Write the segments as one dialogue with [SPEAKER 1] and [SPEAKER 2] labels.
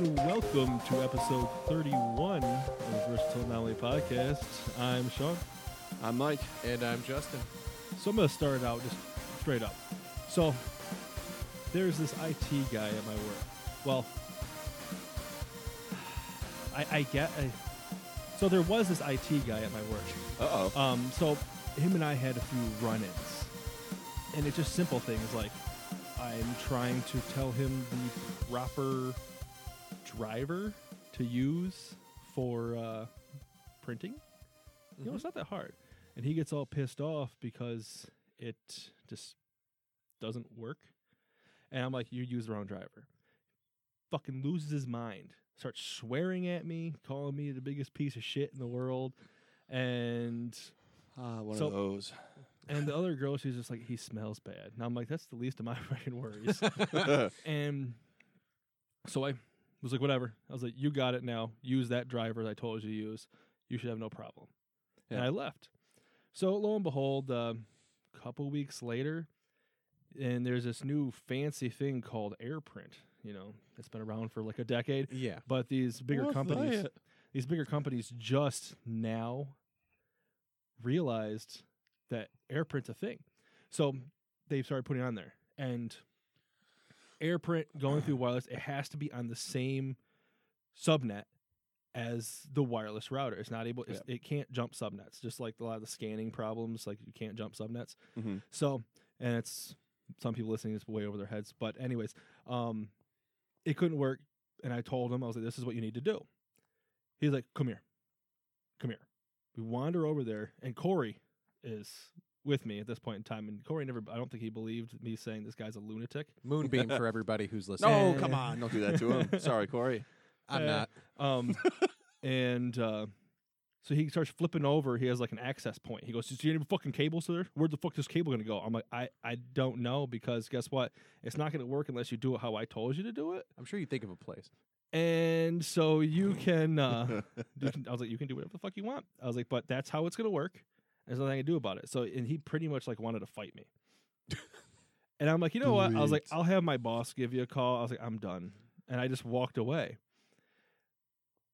[SPEAKER 1] welcome to episode 31 of the Versatile Anomaly Podcast. I'm Sean.
[SPEAKER 2] I'm Mike. And I'm Justin.
[SPEAKER 1] So I'm going to start out just straight up. So there's this IT guy at my work. Well, I, I get. I, so there was this IT guy at my work.
[SPEAKER 2] Uh oh.
[SPEAKER 1] Um, so him and I had a few run-ins, and it's just simple things like I'm trying to tell him the proper driver to use for uh, printing. You know, it's not that hard, and he gets all pissed off because it just doesn't work. And I'm like, you use the wrong driver. Fucking loses his mind. Starts swearing at me, calling me the biggest piece of shit in the world. And
[SPEAKER 2] Ah, one
[SPEAKER 1] So-
[SPEAKER 2] of those.
[SPEAKER 1] and the other girl, she's just like, he smells bad. And I'm like, that's the least of my fucking worries. and so I was like, whatever. I was like, you got it now. Use that driver that I told you to use. You should have no problem. And
[SPEAKER 2] Yeah.
[SPEAKER 1] I left. So lo and behold, um, a couple weeks later, and there's this new fancy thing called AirPrint. You know, it's been around for like a decade,
[SPEAKER 2] yeah.
[SPEAKER 1] but these bigger
[SPEAKER 2] What's
[SPEAKER 1] companies,
[SPEAKER 2] that?
[SPEAKER 1] these bigger companies just now realized that AirPrint's a thing. So they've started putting it on there. And AirPrint going through wireless, it has to be on the same subnet as the wireless router. It's not able, it's, it can't jump subnets, just like a lot of the scanning problems, like you can't jump subnets.
[SPEAKER 2] Mhm.
[SPEAKER 1] So, and it's some people listening is way over their heads. But, anyways, um, it couldn't work. And I told him, I was like, this is what you need to do. He's like, come here. Come here. We wander over there, and Corey is with me at this point in time. And Corey never, I don't think he believed me saying this guy's a lunatic.
[SPEAKER 3] Moonbeam for everybody who's listening.
[SPEAKER 2] No, come on. Don't do that to him. Sorry, Corey.
[SPEAKER 3] I'm
[SPEAKER 1] Uh,
[SPEAKER 3] not.
[SPEAKER 1] Um, and uh, so he starts flipping over. He has like an access point. He goes, "Do you have any fucking cables there? Where the fuck is this cable gonna go?" I'm like, "I I don't know because guess what? It's not gonna work unless you do it how I told you to do it."
[SPEAKER 3] I'm sure you think of a place.
[SPEAKER 1] And so you can, uh, you can- I was like, "You can do whatever the fuck you want." I was like, "But that's how it's gonna work. There's nothing I can do about it." So and he pretty much like wanted to fight me. And I'm like, you know what? I was like, I'll have my boss give you a call. I was like, I'm done. And I just walked away.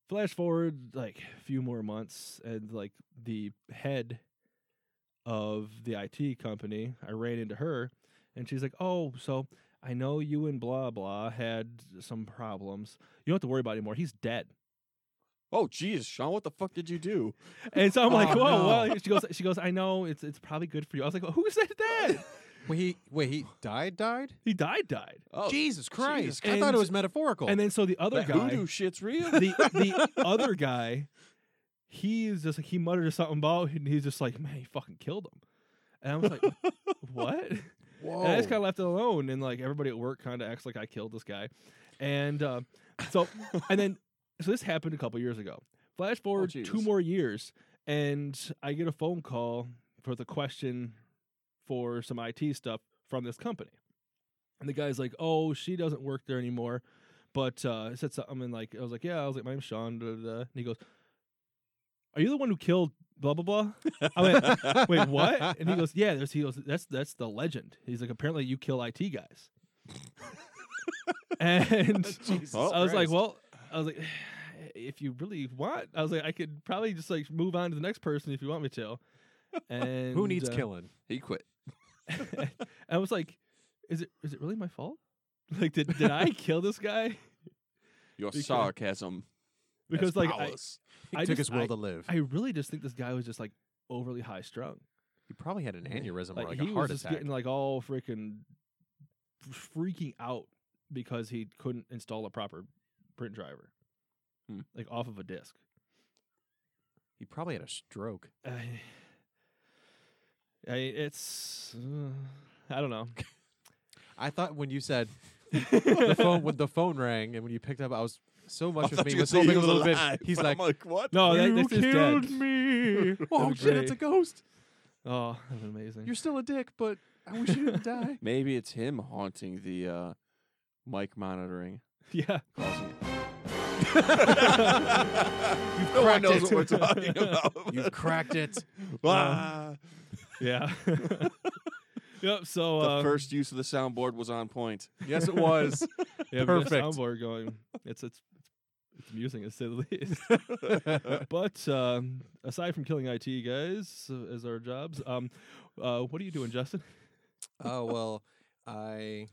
[SPEAKER 1] Flash forward like a few more months, and like the head of the IT company, I ran into her, and she's like, Oh, so I know you and blah blah had some problems. You don't have to worry about it anymore. He's dead.
[SPEAKER 2] Oh, geez, Sean, what the fuck did you do?
[SPEAKER 1] And so I'm like,
[SPEAKER 3] Oh,
[SPEAKER 1] Whoa,
[SPEAKER 3] no.
[SPEAKER 1] well she goes she goes, I know it's it's probably good for you. I was like, Who said that?
[SPEAKER 3] Wait, he wait, he died, died.
[SPEAKER 1] he died, died.
[SPEAKER 2] Oh,
[SPEAKER 3] Jesus Christ! I
[SPEAKER 1] And-
[SPEAKER 3] thought it was metaphorical.
[SPEAKER 1] And then so the other
[SPEAKER 2] that
[SPEAKER 1] guy
[SPEAKER 2] voodoo shit's real.
[SPEAKER 1] the the other guy, he is just like he muttered something about it, and he's just like, man, he fucking killed him. And I was like, what?
[SPEAKER 3] Whoa!
[SPEAKER 1] And I just kind of left it alone, and like everybody at work kind of acts like I killed this guy, and uh, so and then so this happened a couple years ago. Flash forward two
[SPEAKER 2] Jesus.
[SPEAKER 1] more years, and I get a phone call for the question for some IT stuff from this company, and the guy's like, "Oh, she doesn't work there anymore," but uh, I said something and like I was like, "Yeah," I was like, "My name's Sean," da, da, da. and he goes, "Are you the one who killed blah blah blah?" I went, wait, what? And he goes, yeah. There's he goes. That's that's the legend. He's like, apparently you kill IT guys. and
[SPEAKER 2] Jesus
[SPEAKER 1] I was like,
[SPEAKER 2] Christ.
[SPEAKER 1] well, I was like, if you really want, I was like, I could probably just like move on to the next person if you want me to. And
[SPEAKER 3] Who needs
[SPEAKER 1] uh,
[SPEAKER 3] killing?
[SPEAKER 2] he quit.
[SPEAKER 1] I was like, is it is it really my fault? Like, did did I kill this guy?
[SPEAKER 2] Your
[SPEAKER 1] because-
[SPEAKER 2] sarcasm.
[SPEAKER 1] Because like I,
[SPEAKER 2] powers.
[SPEAKER 3] He
[SPEAKER 1] I
[SPEAKER 3] took
[SPEAKER 1] just-
[SPEAKER 3] his will
[SPEAKER 1] I-
[SPEAKER 3] to live.
[SPEAKER 1] I really just think this guy was just like overly high strung.
[SPEAKER 3] he probably had an aneurysm or like
[SPEAKER 1] he
[SPEAKER 3] a heart
[SPEAKER 1] was just
[SPEAKER 3] attack.
[SPEAKER 1] getting like all freaking freaking out because he couldn't install a proper print driver,
[SPEAKER 2] Hmm.
[SPEAKER 1] like off of a disk.
[SPEAKER 3] he probably had a stroke.
[SPEAKER 1] I, I it's uh, I don't know.
[SPEAKER 3] I thought when you said the phone when the phone rang and when you picked up, I was so
[SPEAKER 2] I
[SPEAKER 3] much
[SPEAKER 2] thought
[SPEAKER 3] of me
[SPEAKER 2] you were
[SPEAKER 3] was
[SPEAKER 2] saying
[SPEAKER 3] hoping
[SPEAKER 2] he
[SPEAKER 3] a little
[SPEAKER 2] alive.
[SPEAKER 3] bit. He's
[SPEAKER 2] I'm
[SPEAKER 3] like,
[SPEAKER 2] like, what?
[SPEAKER 1] No, "Oh, that,
[SPEAKER 3] "You
[SPEAKER 1] this is
[SPEAKER 3] killed
[SPEAKER 1] dead.
[SPEAKER 3] me! oh
[SPEAKER 1] be
[SPEAKER 3] shit, it's
[SPEAKER 1] great.
[SPEAKER 3] a ghost!
[SPEAKER 1] Oh, that's amazing.
[SPEAKER 3] You're still a dick, but I wish you didn't die."
[SPEAKER 2] Maybe it's him haunting the uh, mic monitoring.
[SPEAKER 1] yeah,
[SPEAKER 2] Causing it.
[SPEAKER 3] no one knows what
[SPEAKER 2] we're talking about.
[SPEAKER 3] You've cracked it.
[SPEAKER 2] Ah.
[SPEAKER 1] yeah. yep. So
[SPEAKER 2] the
[SPEAKER 1] um,
[SPEAKER 2] first use of the soundboard was on point.
[SPEAKER 3] Yes, it was.
[SPEAKER 1] yeah, we got
[SPEAKER 3] perfect.
[SPEAKER 1] Soundboard going. It's it's It's amusing to say the least. but um, aside from killing IT guys uh, as our jobs, um, uh, what are you doing, Justin?
[SPEAKER 3] oh well, I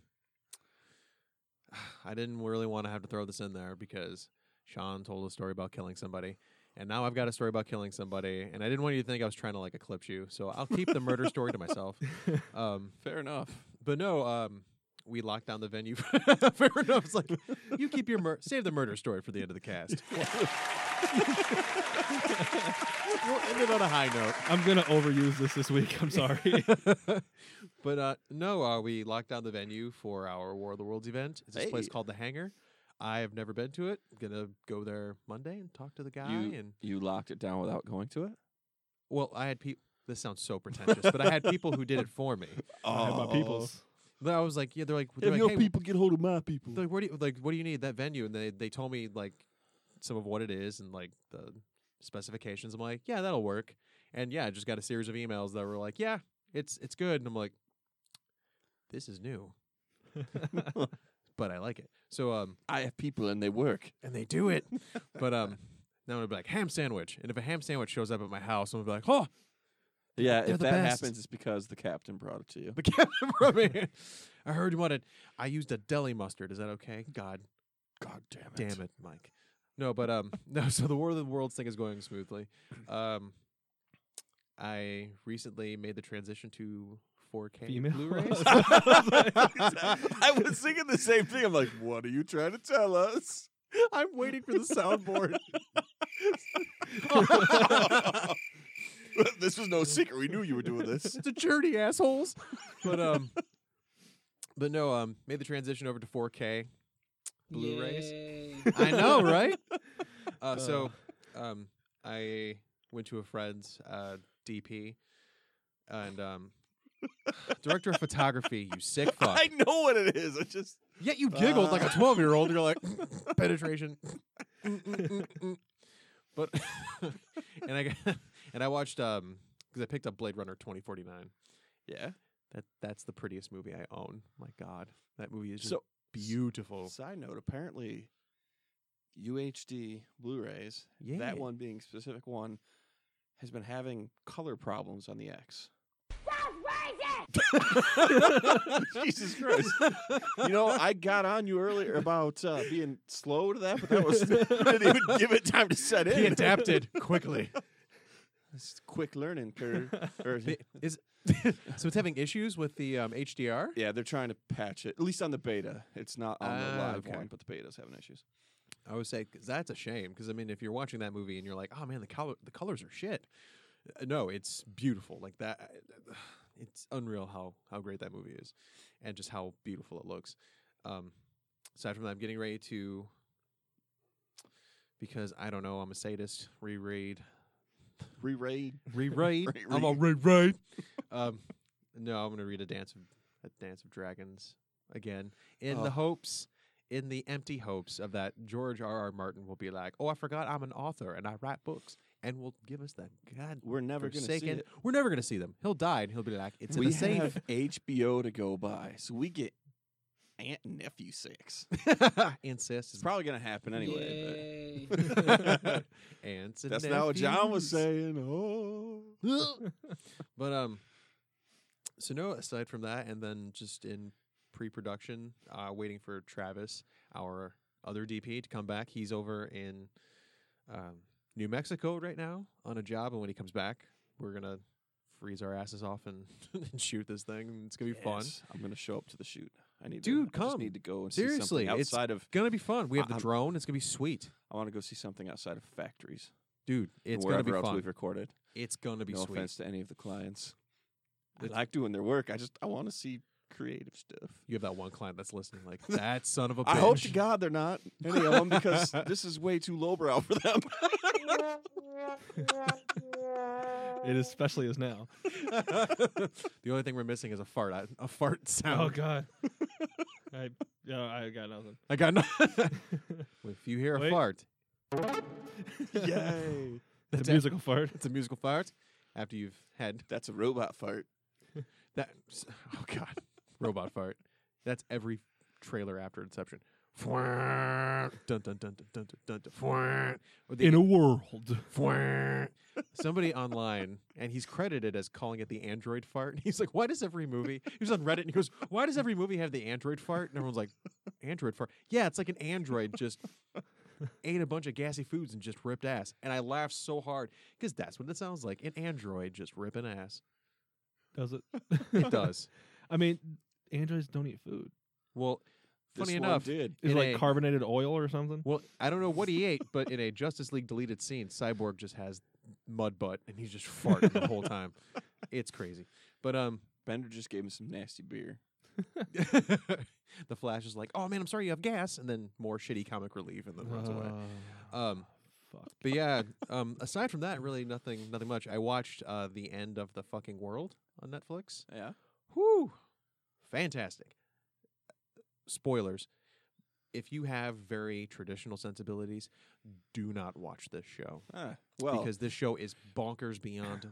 [SPEAKER 3] I didn't really want to have to throw this in there because Sean told a story about killing somebody, and now I've got a story about killing somebody, and I didn't want you to think I was trying to like eclipse you, so I'll keep the murder story to myself. Um,
[SPEAKER 2] Fair enough.
[SPEAKER 3] but no, um, we locked down the venue. Fair enough. It's like you keep your mur- save the murder story for the end of the cast. we'll end it on a high note.
[SPEAKER 1] I'm gonna overuse this this week. I'm sorry.
[SPEAKER 3] but uh, no, uh, we locked down the venue for our War of the Worlds event. It's this place
[SPEAKER 2] Hey.
[SPEAKER 3] called The Hangar. I have never been to it. I'm gonna go there Monday and talk to the guy. And
[SPEAKER 2] You locked it down without going to it.
[SPEAKER 3] well, I had people. This sounds so pretentious, but I had people who did it for me.
[SPEAKER 1] I had my
[SPEAKER 2] Oh,
[SPEAKER 1] peoples.
[SPEAKER 3] But I was like, yeah, they're like, they're like, hey,
[SPEAKER 2] get hold of my people.
[SPEAKER 3] they're like, what do you like? What do you need that venue? And they they told me like some of what it is and like the specifications. I'm like, yeah, that'll work. And yeah, I just got a series of emails that were like, yeah, it's it's good. And I'm like, this is new. but I like it. So um
[SPEAKER 2] I have people and they work.
[SPEAKER 3] and they do it. but um now I'm gonna be like ham sandwich. And if a ham sandwich shows up at my house, I'm gonna be like, oh
[SPEAKER 2] Yeah,
[SPEAKER 3] They're
[SPEAKER 2] if
[SPEAKER 3] the
[SPEAKER 2] that
[SPEAKER 3] best.
[SPEAKER 2] happens, it's because the captain brought it to you.
[SPEAKER 3] the captain from me. I heard you wanted I used a deli mustard. Is that okay? God
[SPEAKER 2] God damn it!
[SPEAKER 3] damn it, Mike. No, but um no, so the War of the Worlds thing is going smoothly. Um I recently made the transition to 4K
[SPEAKER 1] Female.
[SPEAKER 3] Blu-rays.
[SPEAKER 2] I was thinking the same thing. I'm like, what are you trying to tell us?
[SPEAKER 3] I'm waiting for the soundboard.
[SPEAKER 2] this was no secret. We knew you were doing this.
[SPEAKER 3] it's a journey, assholes. But um, but no, um, made the transition over to 4K Blu-rays. I know, right? Uh, so, um, I went to a friend's uh, DP, and um, director of photography. You sick fuck.
[SPEAKER 2] I know what it is. I just
[SPEAKER 3] Yet you giggled like a
[SPEAKER 2] Uh.
[SPEAKER 3] 12 year old. You're like, penetration. Mm, mm, mm, mm. but, and I, got- and I watched, um, because I picked up Blade Runner 2049.
[SPEAKER 2] yeah.
[SPEAKER 3] That That's the prettiest movie I own. My God. That movie is just
[SPEAKER 2] So
[SPEAKER 3] beautiful.
[SPEAKER 2] Side note: apparently, UHD Blu-rays,
[SPEAKER 3] Yeah.
[SPEAKER 2] that one being specific one, has been having color problems on the X. Jesus Christ! you know, I got on you earlier about uh, being slow to that, but that was I didn't even give it time to set in.
[SPEAKER 3] He adapted quickly.
[SPEAKER 2] It's a quick learning curve. Or-
[SPEAKER 3] The- is, so it's having issues with the um, HDR?
[SPEAKER 2] yeah, they're trying to patch it. At least on the beta, it's not on the
[SPEAKER 3] Ah,
[SPEAKER 2] live
[SPEAKER 3] okay.
[SPEAKER 2] one, but the beta's having issues.
[SPEAKER 3] I would say 'cause that's a shame because I mean, if you're watching that movie and you're like, "Oh man, the color the colors are shit," Uh, no, it's beautiful. Like that, uh, it's unreal how how great that movie is, and just how beautiful it looks. Um, aside from that, I'm getting ready to because I don't know, I'm a sadist. Reread,
[SPEAKER 2] Re-raid.
[SPEAKER 3] reread. I'm a reread. um, no, I'm gonna read a dance of a dance of dragons again in
[SPEAKER 2] Oh.
[SPEAKER 3] the hopes in the empty hopes of that George R. R. Martin will be like, "Oh, I forgot I'm an author and I write books." And will give us that god
[SPEAKER 2] We're never going to see
[SPEAKER 3] forsaken.
[SPEAKER 2] it.
[SPEAKER 3] We're never gonna see them. He'll die, and he'll be like, "It's in the safe."
[SPEAKER 2] HBO to go by, so we get aunt and nephew six. It's
[SPEAKER 3] Ancestors.
[SPEAKER 2] probably gonna happen anyway.
[SPEAKER 3] and
[SPEAKER 2] But that's not what John was
[SPEAKER 3] nephews.
[SPEAKER 2] saying. Oh,
[SPEAKER 3] but um so no aside from that and then just in pre-production uh waiting for travis our other dp to come back he's over in um new mexico right now on a job and when he comes back we're gonna freeze our asses off and, and shoot this thing and it's gonna be fun
[SPEAKER 2] Yes, I'm gonna show up to the shoot. I need,
[SPEAKER 3] Dude,
[SPEAKER 2] To, I just
[SPEAKER 3] come.
[SPEAKER 2] need to go and
[SPEAKER 3] Seriously,
[SPEAKER 2] see something
[SPEAKER 3] it's-
[SPEAKER 2] outside of.
[SPEAKER 3] gonna be fun we have the
[SPEAKER 2] I'm-
[SPEAKER 3] drone it's gonna be sweet
[SPEAKER 2] I want to go see something outside of factories.
[SPEAKER 3] dude
[SPEAKER 2] and
[SPEAKER 3] it's gonna
[SPEAKER 2] wherever
[SPEAKER 3] be
[SPEAKER 2] else
[SPEAKER 3] fun
[SPEAKER 2] we've recorded.
[SPEAKER 3] it's gonna be
[SPEAKER 2] no
[SPEAKER 3] sweet
[SPEAKER 2] offense to any of the clients. I
[SPEAKER 3] It's-
[SPEAKER 2] like doing their work. I just I want to see creative stuff.
[SPEAKER 3] you have that one client that's listening like that son of a bitch
[SPEAKER 2] I hope to God they're not any of them because this is way too lowbrow for them.
[SPEAKER 1] it especially is now.
[SPEAKER 3] the only thing we're missing is a fart. I- A fart sound.
[SPEAKER 1] Oh God. I yeah, I got nothing.
[SPEAKER 3] I got no. if you hear a
[SPEAKER 1] Wait.
[SPEAKER 3] fart,
[SPEAKER 2] Yay!
[SPEAKER 1] It's
[SPEAKER 3] That's
[SPEAKER 1] a
[SPEAKER 3] it.
[SPEAKER 1] musical fart.
[SPEAKER 3] it's a musical fart. After you've had
[SPEAKER 2] That's a robot fart.
[SPEAKER 3] that, oh god, robot fart. That's every trailer after Inception. dun dun dun dun dun dun dun. Or the
[SPEAKER 1] in a world.
[SPEAKER 3] somebody online and he's credited as calling it the android fart and he's like why does every movie he was on reddit and he goes why does every movie have the android fart and everyone's like android fart yeah it's like an android just ate a bunch of gassy foods and just ripped ass and i laughed so hard because that's what it sounds like an android just ripping ass
[SPEAKER 1] Does it?
[SPEAKER 3] it does
[SPEAKER 1] I mean, androids don't eat food.
[SPEAKER 3] well
[SPEAKER 2] This
[SPEAKER 3] funny
[SPEAKER 2] one
[SPEAKER 3] enough
[SPEAKER 2] did
[SPEAKER 1] Is it
[SPEAKER 3] In
[SPEAKER 1] like
[SPEAKER 3] a-
[SPEAKER 1] carbonated oil or something?
[SPEAKER 3] well i don't know what he ate but in a justice league deleted scene cyborg just has mud butt and he's just farting the whole time it's crazy but um
[SPEAKER 2] Bender just gave him some nasty beer.
[SPEAKER 3] the Flash is like, "Oh man, I'm sorry you have gas," and then more shitty comic relief, and then runs away.
[SPEAKER 1] Uh-huh.
[SPEAKER 3] Um,
[SPEAKER 1] Ah, fuck.
[SPEAKER 3] but yeah, um, aside from that, really nothing, nothing much. I watched uh, the end of the fucking world on Netflix.
[SPEAKER 2] Yeah.
[SPEAKER 3] Whoo, fantastic! Spoilers: If you have very traditional sensibilities, do not watch this show
[SPEAKER 2] Ah, well,
[SPEAKER 3] because this show is bonkers beyond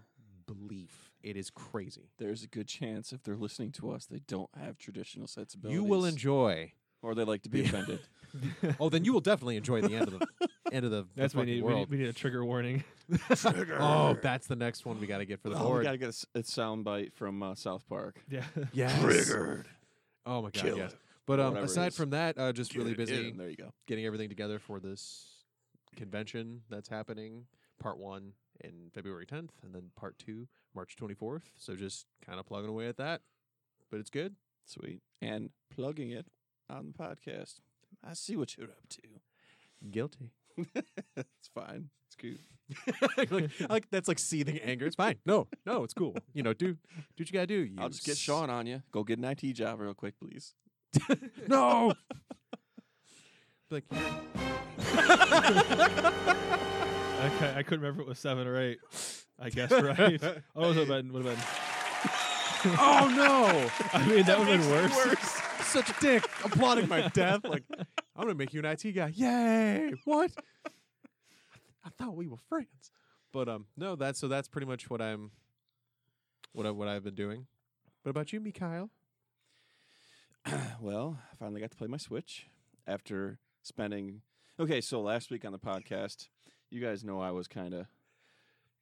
[SPEAKER 3] belief. It is crazy.
[SPEAKER 2] there's a good chance if they're listening to us, they don't have traditional sensibilities.
[SPEAKER 3] You will enjoy.
[SPEAKER 2] or they like to be
[SPEAKER 3] Yeah.
[SPEAKER 2] offended.
[SPEAKER 3] Oh, then you will definitely enjoy the end of the end of the, the
[SPEAKER 1] That's what we
[SPEAKER 3] fucking
[SPEAKER 1] need. we
[SPEAKER 3] world.
[SPEAKER 1] need. We need a trigger warning.
[SPEAKER 3] Oh, that's the next one we got to get for the
[SPEAKER 2] Oh, we
[SPEAKER 3] board.
[SPEAKER 2] gotta get a, s- a sound bite from uh, South Park.
[SPEAKER 1] Yeah.
[SPEAKER 3] Yes. Oh my god,
[SPEAKER 2] Kill
[SPEAKER 3] yes.
[SPEAKER 2] it.
[SPEAKER 3] But
[SPEAKER 2] Or
[SPEAKER 3] um,
[SPEAKER 2] whatever it
[SPEAKER 3] aside
[SPEAKER 2] is.
[SPEAKER 3] from that, uh, just
[SPEAKER 2] Get
[SPEAKER 3] really
[SPEAKER 2] it
[SPEAKER 3] busy
[SPEAKER 2] in. There you go.
[SPEAKER 3] getting everything together for this convention that's happening. Part one in February 10th, and then part two March 24th. So just kind of plugging away at that, but it's good.
[SPEAKER 2] Sweet. And plugging it on the podcast. I see what you're up to.
[SPEAKER 3] Guilty.
[SPEAKER 2] it's fine. It's cute.
[SPEAKER 3] like, like that's like seething anger. It's fine. No, no, it's cool. You know, do do what you gotta do.
[SPEAKER 2] I'll
[SPEAKER 3] you
[SPEAKER 2] just get
[SPEAKER 3] s-
[SPEAKER 2] Sean on you. Go get an IT job real quick, please.
[SPEAKER 3] No. like
[SPEAKER 1] I, ca- I couldn't remember if it was seven or eight. I guess right. Oh, it would have been. Would have been.
[SPEAKER 3] oh no.
[SPEAKER 1] I mean, that would have been worse.
[SPEAKER 3] such a dick. I'm plotting my death. Like, I'm gonna make you an IT guy. Yay! What? I, th- I thought we were friends. But um, no, that's so that's pretty much what I'm, what I what I've been doing. What about you, Mikhail?
[SPEAKER 2] well, I finally got to play my Switch after spending. Okay, so last week on the podcast, you guys know I was kind of,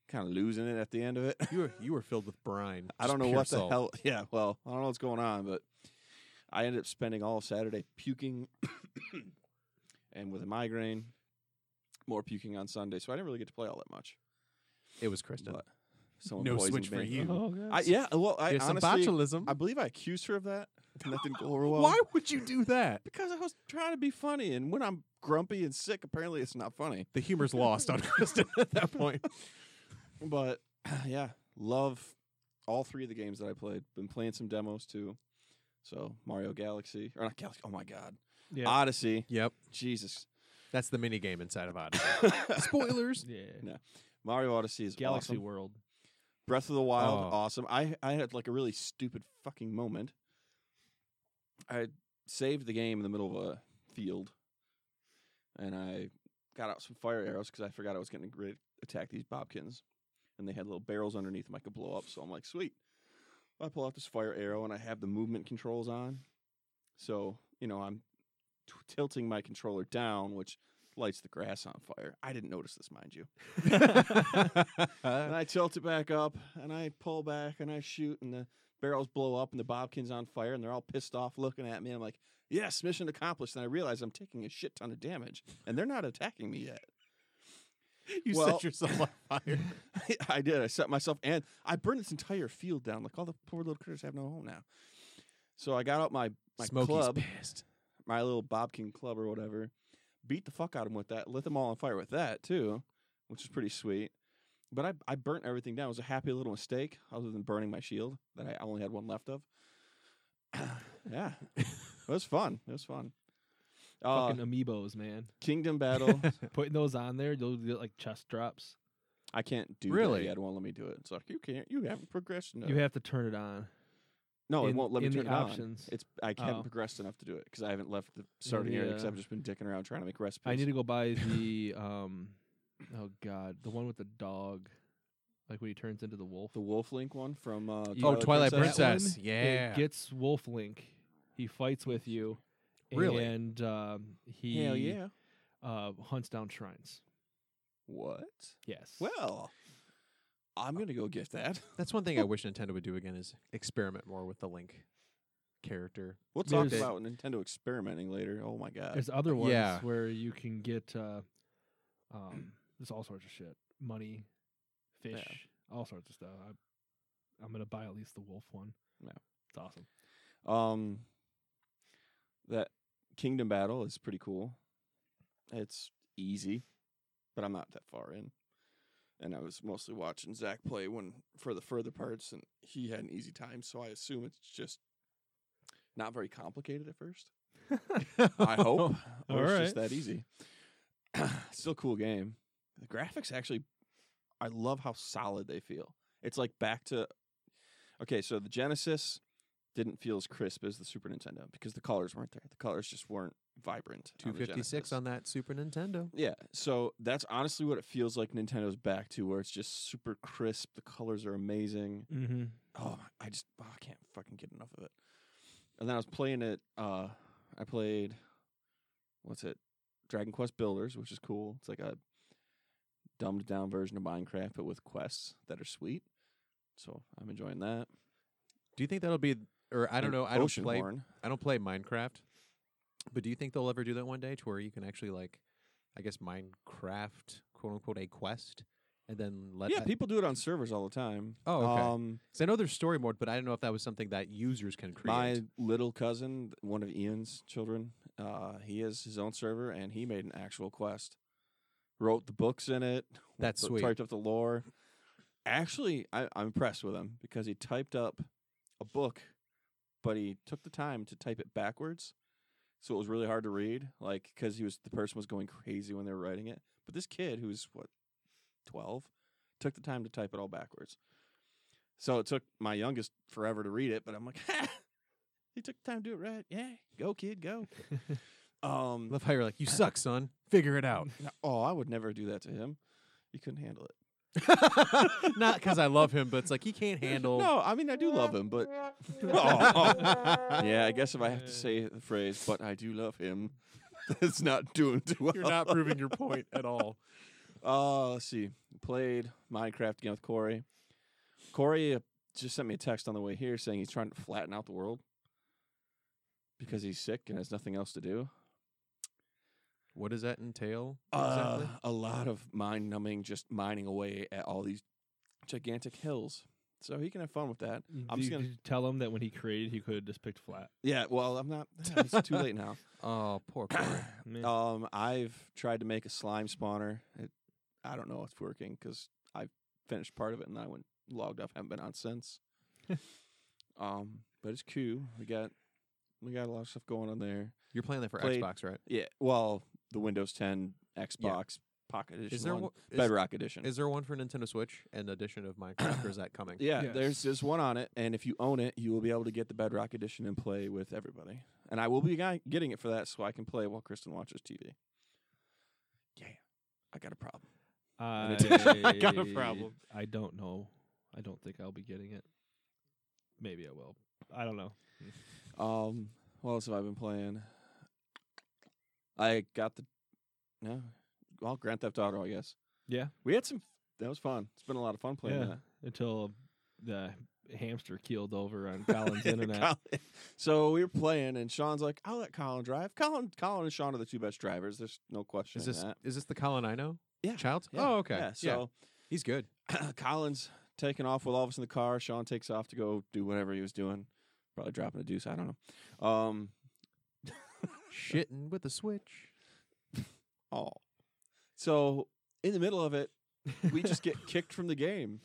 [SPEAKER 2] kind of losing it at the end of it.
[SPEAKER 3] You were you were filled with brine.
[SPEAKER 2] I
[SPEAKER 3] just
[SPEAKER 2] don't know
[SPEAKER 3] pure
[SPEAKER 2] what
[SPEAKER 3] salt.
[SPEAKER 2] the hell. Yeah, well, I don't know what's going on, but I ended up spending all of Saturday puking and with a migraine, more puking on Sunday. So I didn't really get to play all that much.
[SPEAKER 3] It was Kristen.
[SPEAKER 2] But someone
[SPEAKER 3] No
[SPEAKER 2] poisoned
[SPEAKER 3] switch for
[SPEAKER 2] me.
[SPEAKER 3] you.
[SPEAKER 1] Oh, God.
[SPEAKER 2] I, yeah, well, I
[SPEAKER 3] There's some
[SPEAKER 2] honestly,
[SPEAKER 3] botulism.
[SPEAKER 2] I believe I accused her of that, and that didn't go over well.
[SPEAKER 3] Why would you do that?
[SPEAKER 2] Because I was trying to be funny, and when I'm grumpy and sick, apparently it's not funny.
[SPEAKER 3] The humor's lost on Kristen at that point.
[SPEAKER 2] But yeah, love all three of the games that I played. Been playing some demos too. So Mario Galaxy, or not Galaxy? Oh my God,
[SPEAKER 1] Yeah.
[SPEAKER 2] Odyssey.
[SPEAKER 3] Yep,
[SPEAKER 2] Jesus,
[SPEAKER 3] that's the mini game inside of Odyssey. Spoilers.
[SPEAKER 1] yeah.
[SPEAKER 2] Mario Odyssey is
[SPEAKER 1] Galaxy
[SPEAKER 2] awesome.
[SPEAKER 1] World.
[SPEAKER 2] Breath of the Wild,
[SPEAKER 3] Oh.
[SPEAKER 2] awesome. I I had like a really stupid fucking moment. I saved the game in the middle of a field, and I got out some fire arrows because I forgot I was getting ready to attack these bobkins, and they had little barrels underneath them I could blow up. So I'm like, sweet. I pull out this fire arrow, and I have the movement controls on, so you know I'm t- tilting my controller down, which lights the grass on fire. I didn't notice this, mind you. And I tilt it back up, and I pull back, and I shoot, and the barrels blow up, and the bobkin's on fire, and they're all pissed off looking at me. I'm like, "Yes, mission accomplished." And I realize I'm taking a shit ton of damage, and they're not attacking me yet.
[SPEAKER 3] you
[SPEAKER 2] Well-
[SPEAKER 3] set yourself on fire.
[SPEAKER 2] I did. I set myself, and I burned this entire field down. Like all the poor little critters have no home now. So I got out my my
[SPEAKER 3] Smokey's
[SPEAKER 2] club,
[SPEAKER 3] pissed.
[SPEAKER 2] my little bobkin club or whatever, beat the fuck out of them with that, lit them all on fire with that too, which is pretty sweet. But I, I burnt everything down. It was a happy little mistake, other than burning my shield that I only had one left of. yeah, it was fun. It was fun. Uh,
[SPEAKER 1] Fucking amiibos, man.
[SPEAKER 2] Kingdom Battle.
[SPEAKER 1] Putting those on there, you'll get like chest drops.
[SPEAKER 2] I can't do that
[SPEAKER 3] Really?
[SPEAKER 2] yet. It won't let me do it. It's like you can't. You haven't progressed enough.
[SPEAKER 1] You have to turn it on.
[SPEAKER 2] no, it
[SPEAKER 1] in-
[SPEAKER 2] won't let me
[SPEAKER 1] in the
[SPEAKER 2] turn it
[SPEAKER 1] options.
[SPEAKER 2] on. It's I
[SPEAKER 1] Oh.
[SPEAKER 2] haven't progressed enough to do it because I haven't left the starting area because
[SPEAKER 1] the, uh,
[SPEAKER 2] I've just been dicking around trying to make recipes.
[SPEAKER 1] I need to go buy the um, oh god, the one with the dog, like when he turns into the wolf.
[SPEAKER 2] the Wolf Link one from uh,
[SPEAKER 1] You-
[SPEAKER 3] Oh, Twilight
[SPEAKER 1] That one,
[SPEAKER 3] Princess.
[SPEAKER 1] it
[SPEAKER 3] Yeah.
[SPEAKER 1] gets Wolf Link. He fights with you,
[SPEAKER 3] Really?
[SPEAKER 1] And um, he
[SPEAKER 2] Hell yeah.
[SPEAKER 1] uh, hunts down shrines.
[SPEAKER 2] What?
[SPEAKER 1] Yes.
[SPEAKER 2] Well, I'm gonna go get that.
[SPEAKER 3] That's one thing I wish Nintendo would do again is experiment more with the Link character.
[SPEAKER 2] We'll talk
[SPEAKER 1] There's-
[SPEAKER 2] about Nintendo experimenting later. Oh my god.
[SPEAKER 1] there's other ones
[SPEAKER 3] yeah.
[SPEAKER 1] where you can get uh, um, there's all sorts of shit, money, fish, all sorts of stuff. I, I'm gonna buy at least the wolf one.
[SPEAKER 2] Yeah.
[SPEAKER 1] it's awesome.
[SPEAKER 2] Um, that Kingdom Battle is pretty cool. It's easy, but I'm not that far in. And I was mostly watching Zach play when for the further parts, and he had an easy time. So I assume it's just not very complicated at first. I hope. or it's
[SPEAKER 1] Alright.
[SPEAKER 2] just that easy. Still cool game. The graphics actually I love how solid they feel. It's like back to Okay, so the Genesis didn't feel as crisp as the Super Nintendo because the colors weren't there. The colors just weren't vibrant. on the
[SPEAKER 3] 256
[SPEAKER 2] Genesis.
[SPEAKER 3] on that Super Nintendo.
[SPEAKER 2] Yeah, so that's honestly what it feels like Nintendo's back to where it's just super crisp, the colors are amazing
[SPEAKER 1] Mm-hmm.
[SPEAKER 2] oh my- i just oh, i can't fucking get enough of it and then i was playing it uh i played what's it dragon quest builders which is cool it's like a dumbed down version of minecraft but with quests that are sweet so i'm enjoying that
[SPEAKER 3] Do you think that'll be or I don't
[SPEAKER 2] And
[SPEAKER 3] know, I don't
[SPEAKER 2] Oceanhorn.
[SPEAKER 3] play I don't play Minecraft. But do you think they'll ever do that one day to where you can actually like I guess Minecraft quote unquote a quest and then let
[SPEAKER 2] yeah
[SPEAKER 3] that-
[SPEAKER 2] people do it on servers all the time
[SPEAKER 3] Oh, okay.
[SPEAKER 2] um
[SPEAKER 3] 'cause I know there's story mode, but I don't know if that was something that users can create.
[SPEAKER 2] my little cousin one of ian's children uh he has his own server and he made an actual quest wrote the books in it
[SPEAKER 3] That's
[SPEAKER 2] the-
[SPEAKER 3] sweet.
[SPEAKER 2] Typed up the lore. Actually, I, I'm impressed with him because he typed up a book, but he took the time to type it backwards, so it was really hard to read. Like because he was the person was going crazy when they were writing it. But this kid, who's what, twelve, took the time to type it all backwards. So it took my youngest forever to read it, but I'm like, ha! he took the time to do it right. Yeah, go kid, go. um,
[SPEAKER 3] Love how you're like, you suck, son. Figure it out.
[SPEAKER 2] no- oh, I would never do that to him. He couldn't handle it.
[SPEAKER 3] Not because I love him, but it's like he can't handle.
[SPEAKER 2] No, I mean I do love him, but Oh. yeah, I guess if I have to say the phrase, but I do love him, it's not doing too well.
[SPEAKER 3] proving your point at all.
[SPEAKER 2] Uh, let's see. Played Minecraft again with Corey. Corey uh, just sent me a text on the way here saying he's trying to flatten out the world because he's sick and has nothing else to do.
[SPEAKER 3] What does that entail?
[SPEAKER 2] Uh,
[SPEAKER 3] Exactly.
[SPEAKER 2] A lot of mind numbing, just mining away at all these gigantic hills. So he can have fun with that.
[SPEAKER 1] did,
[SPEAKER 2] I'm just
[SPEAKER 1] you-
[SPEAKER 2] gonna-
[SPEAKER 1] did you tell him that when he created, he could have just picked flat.
[SPEAKER 2] Yeah, well, I'm not. It's too late now.
[SPEAKER 3] Oh, poor Corey.
[SPEAKER 1] Man.
[SPEAKER 2] Um, I've tried to make a slime spawner. It, I don't know if it's working because I finished part of it and then I went logged off. Haven't been on since. um, but it's cool. We got we got a lot of stuff going on there.
[SPEAKER 3] You're playing that for
[SPEAKER 2] Played-
[SPEAKER 3] Xbox, right?
[SPEAKER 2] Yeah. Well, the Windows 10 Xbox Pocket Edition,
[SPEAKER 3] Is there
[SPEAKER 2] one,
[SPEAKER 3] one, is,
[SPEAKER 2] Bedrock Edition.
[SPEAKER 3] is there one for Nintendo Switch? An edition of Minecraft, or is that coming?
[SPEAKER 2] yeah,
[SPEAKER 1] Yes.
[SPEAKER 2] there's there's one on it, and if you own it, you will be able to get the Bedrock Edition and play with everybody. And I will be guy- getting it for that, so I can play while Kristen watches TV. Yeah, I got a problem.
[SPEAKER 1] I,
[SPEAKER 2] I
[SPEAKER 3] got a problem.
[SPEAKER 1] I don't know. I don't think I'll be getting it. Maybe I will. I don't know.
[SPEAKER 2] Um, what else have I been playing? I got the no, well, Grand Theft Auto, I guess.
[SPEAKER 1] Yeah.
[SPEAKER 2] We had some. That was fun. It's been a lot of fun playing
[SPEAKER 1] Yeah.
[SPEAKER 2] that.
[SPEAKER 1] Until the hamster keeled over on Colin's internet.
[SPEAKER 2] Colin- so we were playing, and Sean's like, "I'll let Colin drive." Colin, Colin, and Sean are the two best drivers. There's no question.
[SPEAKER 3] Is
[SPEAKER 2] in
[SPEAKER 3] this
[SPEAKER 2] that.
[SPEAKER 3] is this the Colin I know?
[SPEAKER 2] Yeah,
[SPEAKER 3] Child?
[SPEAKER 2] Yeah,
[SPEAKER 3] Oh, okay.
[SPEAKER 2] Yeah.
[SPEAKER 3] Yeah,
[SPEAKER 2] So
[SPEAKER 3] he's good.
[SPEAKER 2] Colin's taking off with all of us in the car. Sean takes off to go do whatever he was doing. Probably dropping a deuce. I don't know. Um,
[SPEAKER 3] Shitting with a Switch.
[SPEAKER 2] Oh. So in the middle of it, we just get kicked from the game.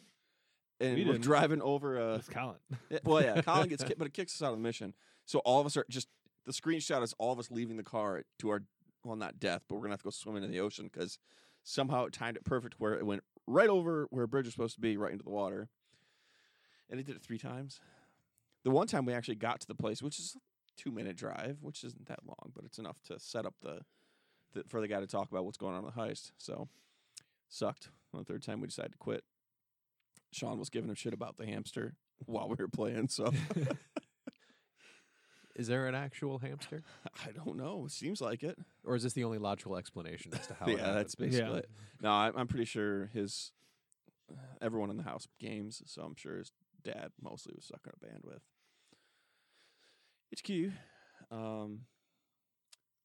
[SPEAKER 2] And
[SPEAKER 1] We
[SPEAKER 2] we are
[SPEAKER 1] didn't.
[SPEAKER 2] driving over
[SPEAKER 1] It
[SPEAKER 2] a
[SPEAKER 1] was Colin.
[SPEAKER 2] yeah, well, yeah, Colin gets kicked, but it kicks us out of the mission. So all of us are just the screenshot is all of us leaving the car to our well, not death, but we're gonna have to go swimming in the ocean because somehow it timed it perfect where it went right over where a bridge was supposed to be, right into the water. And it did it three times. The one time we actually got to the place, which is a two minute drive, which isn't that long, but it's enough to set up the, the for the guy to talk about what's going on in the heist. So sucked. On the third time we decided to quit. Sean was giving him shit about the hamster while we were playing, so
[SPEAKER 3] Is there an actual hamster,
[SPEAKER 2] I don't know. Seems like it.
[SPEAKER 3] or is this the only logical explanation as to how?
[SPEAKER 2] yeah,
[SPEAKER 3] it happened?
[SPEAKER 2] that's basically it. No, I, I'm pretty sure his uh, everyone in the house games, so I'm sure his dad mostly was sucking a bandwidth. HQ. Um,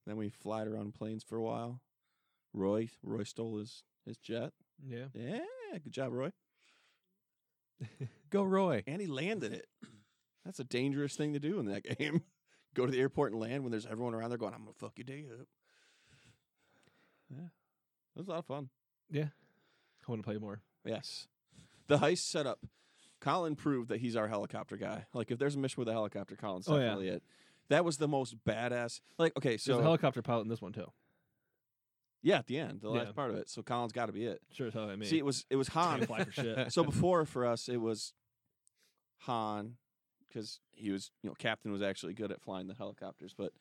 [SPEAKER 2] then we flied around planes for a while. Roy, Roy stole his his jet.
[SPEAKER 1] Yeah.
[SPEAKER 2] Yeah, good job, Roy.
[SPEAKER 3] Go Roy.
[SPEAKER 2] And he landed it. That's a dangerous thing to do in that game. Go to the airport and land when there's everyone around there going, "I'm gonna fuck your day up." Yeah, that was a lot of fun.
[SPEAKER 1] I want to play more.
[SPEAKER 2] Yes. The heist setup. Colin proved that he's our helicopter guy. Like, if there's a mission with a helicopter, Colin's
[SPEAKER 1] Oh, yeah.
[SPEAKER 2] definitely it. That was the most badass. Like, okay,
[SPEAKER 1] There's
[SPEAKER 2] so
[SPEAKER 1] a helicopter pilot in this one too.
[SPEAKER 2] yeah, at the end, the
[SPEAKER 1] Yeah.
[SPEAKER 2] last part of it. So Colin's got to be it.
[SPEAKER 1] Sure as hell I mean.
[SPEAKER 2] See, it was it was Han.
[SPEAKER 1] Can't fly for shit.
[SPEAKER 2] so before for us, it was Han because he was you know captain was actually good at flying the helicopters, but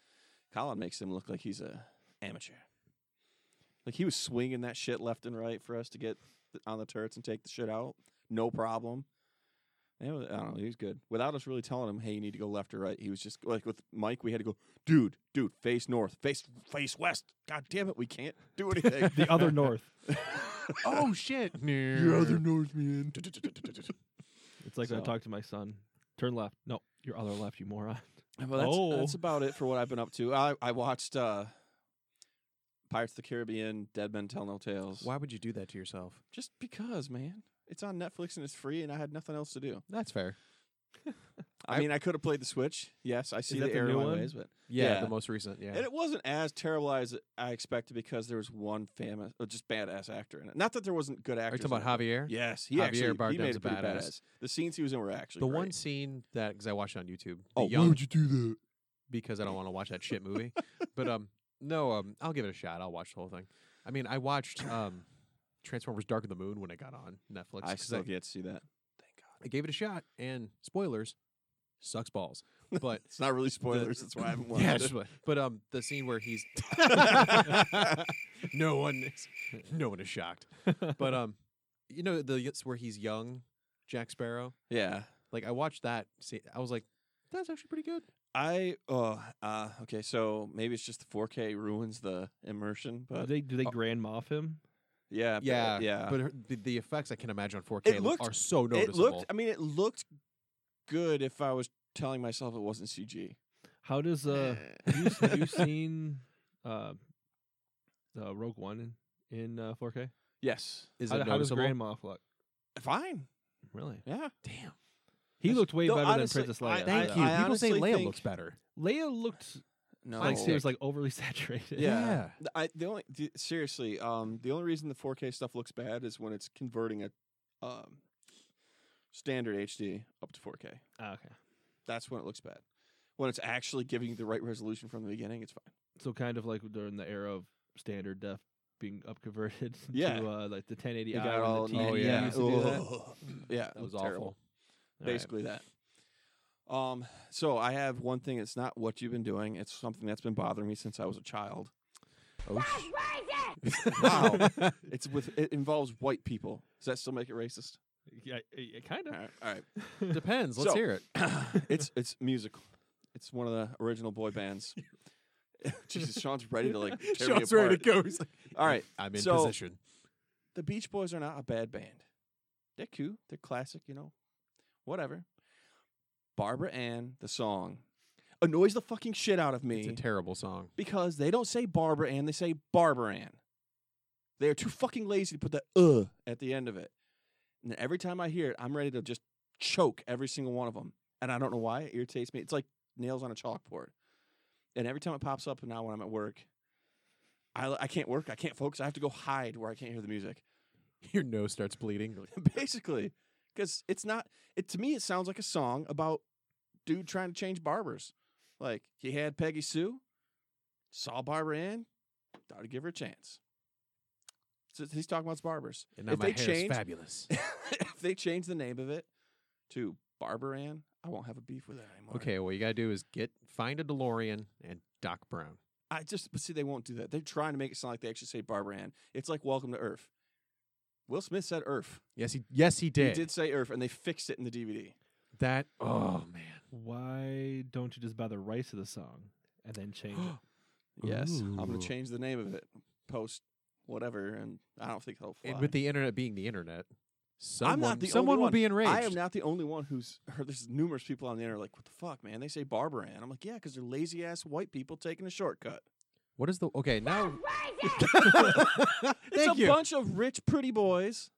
[SPEAKER 2] Colin makes him look like he's a amateur. Like he was swinging that shit left and right for us to get th- on the turrets and take the shit out, no problem. And It was, I don't know. He was good without us really telling him, "Hey, you need to go left or right." He was just like with Mike. We had to go, dude, dude, face north, face face west. God damn it, we can't do anything.
[SPEAKER 1] the other north.
[SPEAKER 3] oh shit!
[SPEAKER 2] Your other Northman.
[SPEAKER 1] It's like when I
[SPEAKER 2] So-
[SPEAKER 1] talk to my son. Turn left. No, your other left, you moron.
[SPEAKER 2] Well, that's,
[SPEAKER 1] Oh.
[SPEAKER 2] that's about it for what I've been up to. I, I watched uh, Pirates of the Caribbean, Dead Men Tell No Tales.
[SPEAKER 3] Why would you do that to yourself?
[SPEAKER 2] Just because, man. It's on Netflix and it's free, and I had nothing else to do.
[SPEAKER 3] That's fair.
[SPEAKER 2] I,
[SPEAKER 3] I-
[SPEAKER 2] mean, I could have played the Switch. Yes, I see
[SPEAKER 1] that
[SPEAKER 2] the,
[SPEAKER 1] the
[SPEAKER 2] error
[SPEAKER 1] new
[SPEAKER 2] in my
[SPEAKER 1] one?
[SPEAKER 2] ways, but
[SPEAKER 3] Yeah,
[SPEAKER 2] Yeah.
[SPEAKER 3] the most recent. Yeah,
[SPEAKER 2] and it wasn't as terrible as I expected because there was one famous, uh, just badass actor in it. Not that there wasn't good
[SPEAKER 3] are you
[SPEAKER 2] actors.
[SPEAKER 3] talking
[SPEAKER 2] in it.
[SPEAKER 3] about Javier?
[SPEAKER 2] Yes, he
[SPEAKER 3] Javier
[SPEAKER 2] actually he
[SPEAKER 3] Bardem's
[SPEAKER 2] made
[SPEAKER 3] a
[SPEAKER 2] it pretty
[SPEAKER 3] badass.
[SPEAKER 2] badass. The scenes he was in were actually
[SPEAKER 3] the
[SPEAKER 2] great.
[SPEAKER 3] one scene that because I watched it on YouTube. The
[SPEAKER 2] Oh, why
[SPEAKER 3] young,
[SPEAKER 2] would you do that?
[SPEAKER 3] because I don't want to watch that shit movie. but um, no, um, I'll give it a shot. I'll watch the whole thing. I mean, I watched um, Transformers: Dark of the Moon when it got on Netflix.
[SPEAKER 2] I
[SPEAKER 3] 'cause
[SPEAKER 2] still get to see that. Thank God.
[SPEAKER 3] I gave it a shot, and spoilers, sucks balls. But
[SPEAKER 2] It's not really spoilers. that's why I haven't watched
[SPEAKER 3] yeah,
[SPEAKER 2] it.
[SPEAKER 3] just what- but um, the scene where he's no one, is, no one is shocked. But um, you know the it's where he's young, Jack Sparrow.
[SPEAKER 2] Yeah.
[SPEAKER 3] Like I watched that. See, I was like, that's actually pretty good.
[SPEAKER 2] I oh uh okay, so maybe it's just the 4K ruins the immersion,
[SPEAKER 1] do
[SPEAKER 2] but
[SPEAKER 1] they do they
[SPEAKER 2] oh.
[SPEAKER 1] grand moff him?
[SPEAKER 2] yeah, but-
[SPEAKER 3] Yeah,
[SPEAKER 2] yeah.
[SPEAKER 3] But her, the, the effects I can imagine on 4K
[SPEAKER 2] It
[SPEAKER 3] look-
[SPEAKER 2] looked-
[SPEAKER 3] are so
[SPEAKER 2] it
[SPEAKER 3] noticeable.
[SPEAKER 2] looked. I mean, it looked good if I was telling myself it wasn't CG.
[SPEAKER 1] How does uh have you, s- have you seen uh, uh Rogue One in, in uh, 4K?
[SPEAKER 2] yes,
[SPEAKER 3] Is
[SPEAKER 1] how,
[SPEAKER 3] it
[SPEAKER 1] d- how does
[SPEAKER 3] noticeable?
[SPEAKER 1] Grand Moff look?
[SPEAKER 2] fine.
[SPEAKER 1] Really?
[SPEAKER 2] Yeah,
[SPEAKER 3] Damn.
[SPEAKER 1] He
[SPEAKER 2] That's-
[SPEAKER 1] looked way
[SPEAKER 2] No,
[SPEAKER 1] better
[SPEAKER 2] honestly,
[SPEAKER 1] than Princess
[SPEAKER 2] I-
[SPEAKER 1] Leia.
[SPEAKER 3] Thank
[SPEAKER 2] I-
[SPEAKER 3] you.
[SPEAKER 2] I
[SPEAKER 3] People say
[SPEAKER 2] honestly
[SPEAKER 3] Leia
[SPEAKER 2] think-
[SPEAKER 3] looks better.
[SPEAKER 1] Leia looked
[SPEAKER 2] no.
[SPEAKER 1] like she
[SPEAKER 3] sick.
[SPEAKER 1] was like overly saturated.
[SPEAKER 2] Yeah. Th- I the only the, seriously, um, the only reason the 4K stuff looks bad is when it's converting a um standard HD up to 4K.
[SPEAKER 1] Ah, okay.
[SPEAKER 2] That's when it looks bad. When it's actually giving you the right resolution from the beginning, it's fine.
[SPEAKER 1] So kind of like during the era of standard def being upconverted
[SPEAKER 2] Yeah.
[SPEAKER 1] to uh, like the 1080i.
[SPEAKER 2] It got
[SPEAKER 1] when
[SPEAKER 2] all
[SPEAKER 1] the TV
[SPEAKER 3] oh,
[SPEAKER 2] yeah.
[SPEAKER 1] used to do that.
[SPEAKER 2] Ugh. Yeah,
[SPEAKER 3] That was
[SPEAKER 2] terrible.
[SPEAKER 3] awful.
[SPEAKER 1] All right.
[SPEAKER 2] basically that. Um, so I have one thing. It's not what you've been doing. It's something that's been bothering me since I was a child.
[SPEAKER 3] Oh, sh-
[SPEAKER 2] Wow, it's with it involves white people. Does that still make it racist?
[SPEAKER 1] Yeah, yeah, kind
[SPEAKER 2] All
[SPEAKER 1] of.
[SPEAKER 2] right, all right.
[SPEAKER 3] Depends. Let's
[SPEAKER 2] So-
[SPEAKER 3] hear it.
[SPEAKER 2] it's it's musical. It's one of the original boy bands. Jesus, Sean's ready to like tear me
[SPEAKER 3] Sean's
[SPEAKER 2] apart.
[SPEAKER 3] ready to go. He's like,
[SPEAKER 2] All right,
[SPEAKER 3] I'm in
[SPEAKER 2] so-
[SPEAKER 3] position.
[SPEAKER 2] the Beach Boys are not a bad band. They're cool. They're classic, you know. Whatever. Barbara Ann, the song, annoys the fucking shit out of me.
[SPEAKER 3] It's a terrible song.
[SPEAKER 2] because they don't say Barbara Ann, they say Barbara Ann. They are too fucking lazy to put the uh at the end of it. And every time I hear it, I'm ready to just choke every single one of them. And I don't know why. It irritates me. It's like nails on a chalkboard. And every time it pops up, and now when I'm at work, I, I can't work. I can't focus. I have to go hide where I can't hear the music.
[SPEAKER 3] Your nose starts bleeding. You're like,
[SPEAKER 2] Basically, because it's not, it to me, it sounds like a song about dude trying to change barbers. Like he had Peggy Sue, saw Barbara Ann, thought he'd give her a chance. So he's talking about barbers.
[SPEAKER 3] And now
[SPEAKER 2] If they
[SPEAKER 3] my hair
[SPEAKER 2] change-
[SPEAKER 3] is fabulous.
[SPEAKER 2] if they change the name of it to Barbara Ann, I won't have a beef with it anymore.
[SPEAKER 3] okay, what you gotta do is get find a DeLorean and Doc Brown.
[SPEAKER 2] I just but see they won't do that. They're trying to make it sound like they actually say Barbara Ann. It's like Welcome to Earth. Will Smith said Earth.
[SPEAKER 3] Yes, he yes he did.
[SPEAKER 2] He did say Earth, and they fixed it in the DVD.
[SPEAKER 3] that. Oh man.
[SPEAKER 1] why don't you just buy the rights of the song and then change it?
[SPEAKER 2] Yes, I'm
[SPEAKER 3] Ooh.
[SPEAKER 2] gonna change the name of it, post whatever, and I don't think that'll fly.
[SPEAKER 3] And with the internet being the internet, someone,
[SPEAKER 2] I'm not the only
[SPEAKER 3] someone will
[SPEAKER 2] one.
[SPEAKER 3] be enraged.
[SPEAKER 2] I am not the only one who's heard. There's numerous people on the internet like, "What the fuck, man?" They say Barbara Ann. I'm like, "Yeah, because they're lazy ass white people taking a shortcut."
[SPEAKER 3] What is the okay now?
[SPEAKER 2] it's
[SPEAKER 3] Thank
[SPEAKER 2] a
[SPEAKER 3] you.
[SPEAKER 2] bunch of rich, pretty boys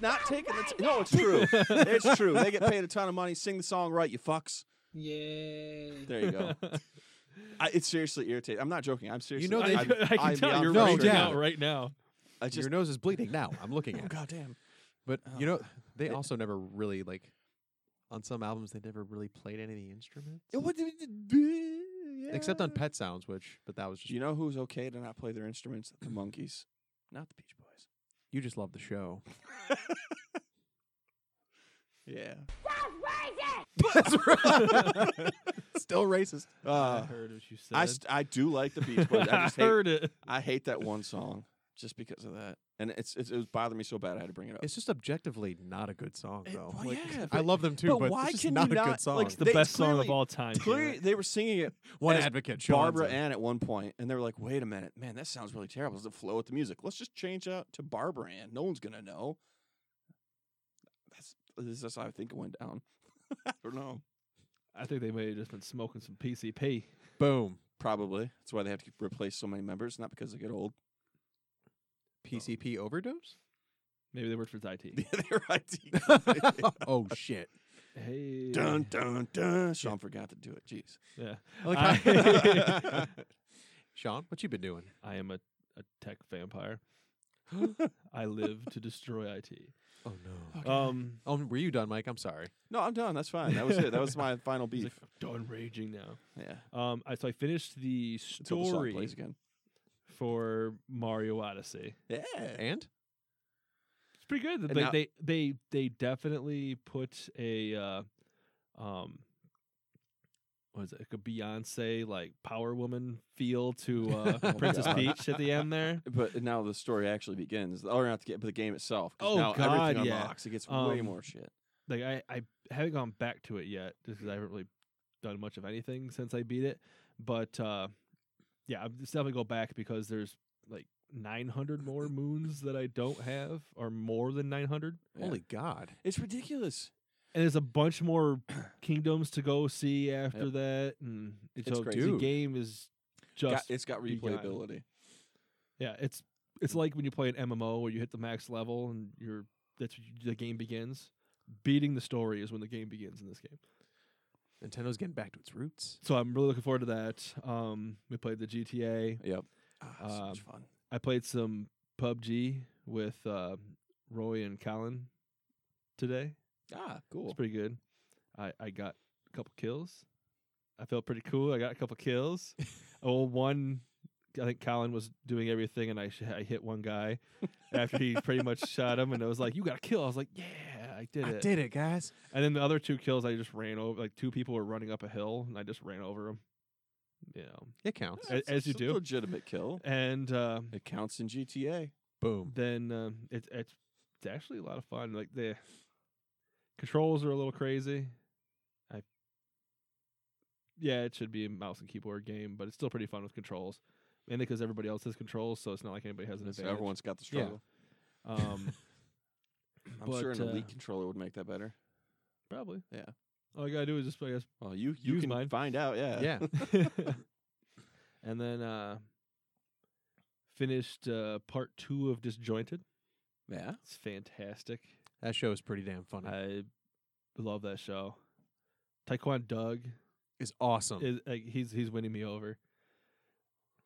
[SPEAKER 2] not taking the. T- no, it's true. it's true. They get paid a ton of money. Sing the song right, you fucks.
[SPEAKER 4] Yay.
[SPEAKER 2] There you go. I, it's seriously irritating. I'm not joking. I'm seriously.
[SPEAKER 3] You know
[SPEAKER 1] I,
[SPEAKER 3] they-
[SPEAKER 1] I
[SPEAKER 2] I'm-
[SPEAKER 1] can
[SPEAKER 2] I'm
[SPEAKER 1] tell
[SPEAKER 2] beyond
[SPEAKER 1] you're
[SPEAKER 3] No,
[SPEAKER 1] raging
[SPEAKER 2] frustrated.
[SPEAKER 3] yeah.
[SPEAKER 1] out right now.
[SPEAKER 2] I just.
[SPEAKER 3] Your nose is bleeding now. I'm looking
[SPEAKER 2] Oh
[SPEAKER 3] at. it.
[SPEAKER 2] goddamn!
[SPEAKER 3] But you
[SPEAKER 2] Oh.
[SPEAKER 3] know they
[SPEAKER 2] It-
[SPEAKER 3] also never really like on some albums they never really played any of the instruments
[SPEAKER 2] What did it do?
[SPEAKER 3] except on
[SPEAKER 2] Yeah.
[SPEAKER 3] Pet Sounds, which but that was just
[SPEAKER 2] You know who's okay to not play their instruments? The monkeys, not the Beach Boys.
[SPEAKER 3] you just love the show.
[SPEAKER 2] Yeah.
[SPEAKER 3] That's right. Still racist.
[SPEAKER 1] I
[SPEAKER 2] Uh,
[SPEAKER 1] heard what you said.
[SPEAKER 2] I, st- I do like the Beach Boys. I, just hate,
[SPEAKER 1] heard it.
[SPEAKER 2] I hate that one song just because of that. And it's, it's it was bothering me so bad I had to bring it up.
[SPEAKER 3] It's just objectively not a good song
[SPEAKER 2] It-
[SPEAKER 3] though.
[SPEAKER 2] well,
[SPEAKER 3] Like,
[SPEAKER 2] yeah,
[SPEAKER 3] I
[SPEAKER 2] but-
[SPEAKER 3] love them too,
[SPEAKER 2] but
[SPEAKER 3] but,
[SPEAKER 2] why
[SPEAKER 3] it's just
[SPEAKER 2] can
[SPEAKER 3] not
[SPEAKER 2] you
[SPEAKER 3] a
[SPEAKER 2] not,
[SPEAKER 3] good song.
[SPEAKER 2] like,
[SPEAKER 1] It's the
[SPEAKER 2] They-
[SPEAKER 1] best song of
[SPEAKER 2] clearly-
[SPEAKER 1] all time.
[SPEAKER 2] Clearly,
[SPEAKER 1] Garrett.
[SPEAKER 2] they were singing it
[SPEAKER 3] One
[SPEAKER 2] as
[SPEAKER 3] advocate, Sean's
[SPEAKER 2] Barbara
[SPEAKER 3] a-
[SPEAKER 2] Ann at one point, and they were like, "Wait a minute, man, that sounds really terrible." It's the flow with the music. Let's just change out to Barbara Ann. No one's gonna know. That's this is how I think it went down. I don't know.
[SPEAKER 1] I think they may have just been smoking some PCP.
[SPEAKER 3] Boom.
[SPEAKER 2] Probably that's why they have to replace so many members. Not because they get old.
[SPEAKER 3] PCP overdose?
[SPEAKER 1] Maybe they worked for IT.
[SPEAKER 2] They're IT.
[SPEAKER 3] oh shit.
[SPEAKER 1] hey.
[SPEAKER 2] dun dun dun. Sean forgot to do it. Jeez.
[SPEAKER 1] Yeah.
[SPEAKER 3] Like
[SPEAKER 1] I-
[SPEAKER 3] Sean, what you been doing?
[SPEAKER 1] I am a, a tech vampire. I live to destroy IT.
[SPEAKER 3] Oh no.
[SPEAKER 1] Um,
[SPEAKER 3] Oh, were you done, Mike? I'm sorry.
[SPEAKER 2] No, I'm done. That's fine. That was it. That was my final
[SPEAKER 1] he's
[SPEAKER 2] beef.
[SPEAKER 1] like, done raging now.
[SPEAKER 2] yeah.
[SPEAKER 1] Um, I, so I finished the
[SPEAKER 2] Until the song
[SPEAKER 1] story
[SPEAKER 2] plays again.
[SPEAKER 1] for Mario Odyssey.
[SPEAKER 2] Yeah.
[SPEAKER 3] And
[SPEAKER 1] It's pretty good.
[SPEAKER 2] And
[SPEAKER 1] They,
[SPEAKER 2] now-
[SPEAKER 1] they they they definitely put a uh, um what is it like a Beyonce like Power Woman feel to uh,
[SPEAKER 2] Oh my
[SPEAKER 1] Princess
[SPEAKER 2] God.
[SPEAKER 1] Peach at the end there.
[SPEAKER 2] But now the story actually begins. Or not the game, but the game itself. 'cause
[SPEAKER 1] Oh,
[SPEAKER 2] now
[SPEAKER 1] God,
[SPEAKER 2] everything
[SPEAKER 1] yeah.
[SPEAKER 2] unlocks. It gets way
[SPEAKER 1] Um,
[SPEAKER 2] more shit.
[SPEAKER 1] Like I I haven't gone back to it yet just because I haven't really done much of anything since I beat it. But uh, yeah, I'm just definitely go back because there's like 900 more moons that I don't have, or more than 900.
[SPEAKER 2] Yeah.
[SPEAKER 3] holy god.
[SPEAKER 2] It's ridiculous.
[SPEAKER 1] And there's a bunch more kingdoms to go see after
[SPEAKER 2] Yep.
[SPEAKER 1] that, and and
[SPEAKER 2] It's
[SPEAKER 1] so the
[SPEAKER 2] crazy.
[SPEAKER 1] game is
[SPEAKER 2] Got-
[SPEAKER 1] just
[SPEAKER 2] it's got
[SPEAKER 1] begun.
[SPEAKER 2] replayability.
[SPEAKER 1] yeah. It's it's like when you play an MMO where you hit the max level and you're that's when you- the game begins. Beating the story is when the game begins in this game.
[SPEAKER 3] Nintendo's getting back to its roots.
[SPEAKER 1] So I'm really looking forward to that. Um, we played the GTA.
[SPEAKER 2] Yep. Ah, so much
[SPEAKER 1] Um,
[SPEAKER 2] fun.
[SPEAKER 1] I played some PUBG with uh, Roy and Colin today.
[SPEAKER 2] Ah,
[SPEAKER 1] It's
[SPEAKER 2] cool.
[SPEAKER 1] pretty good. I, I got a couple kills. I felt pretty cool. I got a couple kills. oh, one. I think Colin was doing everything, and I sh- I hit one guy after he pretty much shot him, and I was like, "You got a kill!" I was like, "Yeah, I did it."
[SPEAKER 3] it, guys.
[SPEAKER 1] And then the other two kills, I just ran over. Like two people were running up a hill, and I just ran over them. You know,
[SPEAKER 3] It counts.
[SPEAKER 1] a- as you
[SPEAKER 2] It's a
[SPEAKER 1] do.
[SPEAKER 2] Legitimate kill.
[SPEAKER 1] and uh,
[SPEAKER 2] It counts in GTA.
[SPEAKER 3] Boom.
[SPEAKER 1] then um, it's it's it's actually a lot of fun. Like the controls are a little crazy. I yeah, it should be a mouse and keyboard game, but it's still pretty fun with controls. Mainly because everybody else has controls, so it's not like anybody has an
[SPEAKER 2] So
[SPEAKER 1] advantage.
[SPEAKER 2] everyone's got the
[SPEAKER 1] Yeah.
[SPEAKER 2] struggle.
[SPEAKER 1] Um,
[SPEAKER 2] I'm
[SPEAKER 1] But,
[SPEAKER 2] sure an elite
[SPEAKER 1] uh,
[SPEAKER 2] controller would make that better.
[SPEAKER 1] probably.
[SPEAKER 2] Yeah.
[SPEAKER 1] All you gotta do is just I guess
[SPEAKER 2] Well, you you
[SPEAKER 1] use
[SPEAKER 2] can
[SPEAKER 1] mine.
[SPEAKER 2] find out. Yeah.
[SPEAKER 3] Yeah.
[SPEAKER 1] and then uh finished uh part two of Disjointed.
[SPEAKER 2] Yeah.
[SPEAKER 1] It's fantastic.
[SPEAKER 3] That show is pretty damn funny.
[SPEAKER 1] I love that show. Taekwon Doug
[SPEAKER 3] it's awesome.
[SPEAKER 1] is like he's he's winning me over.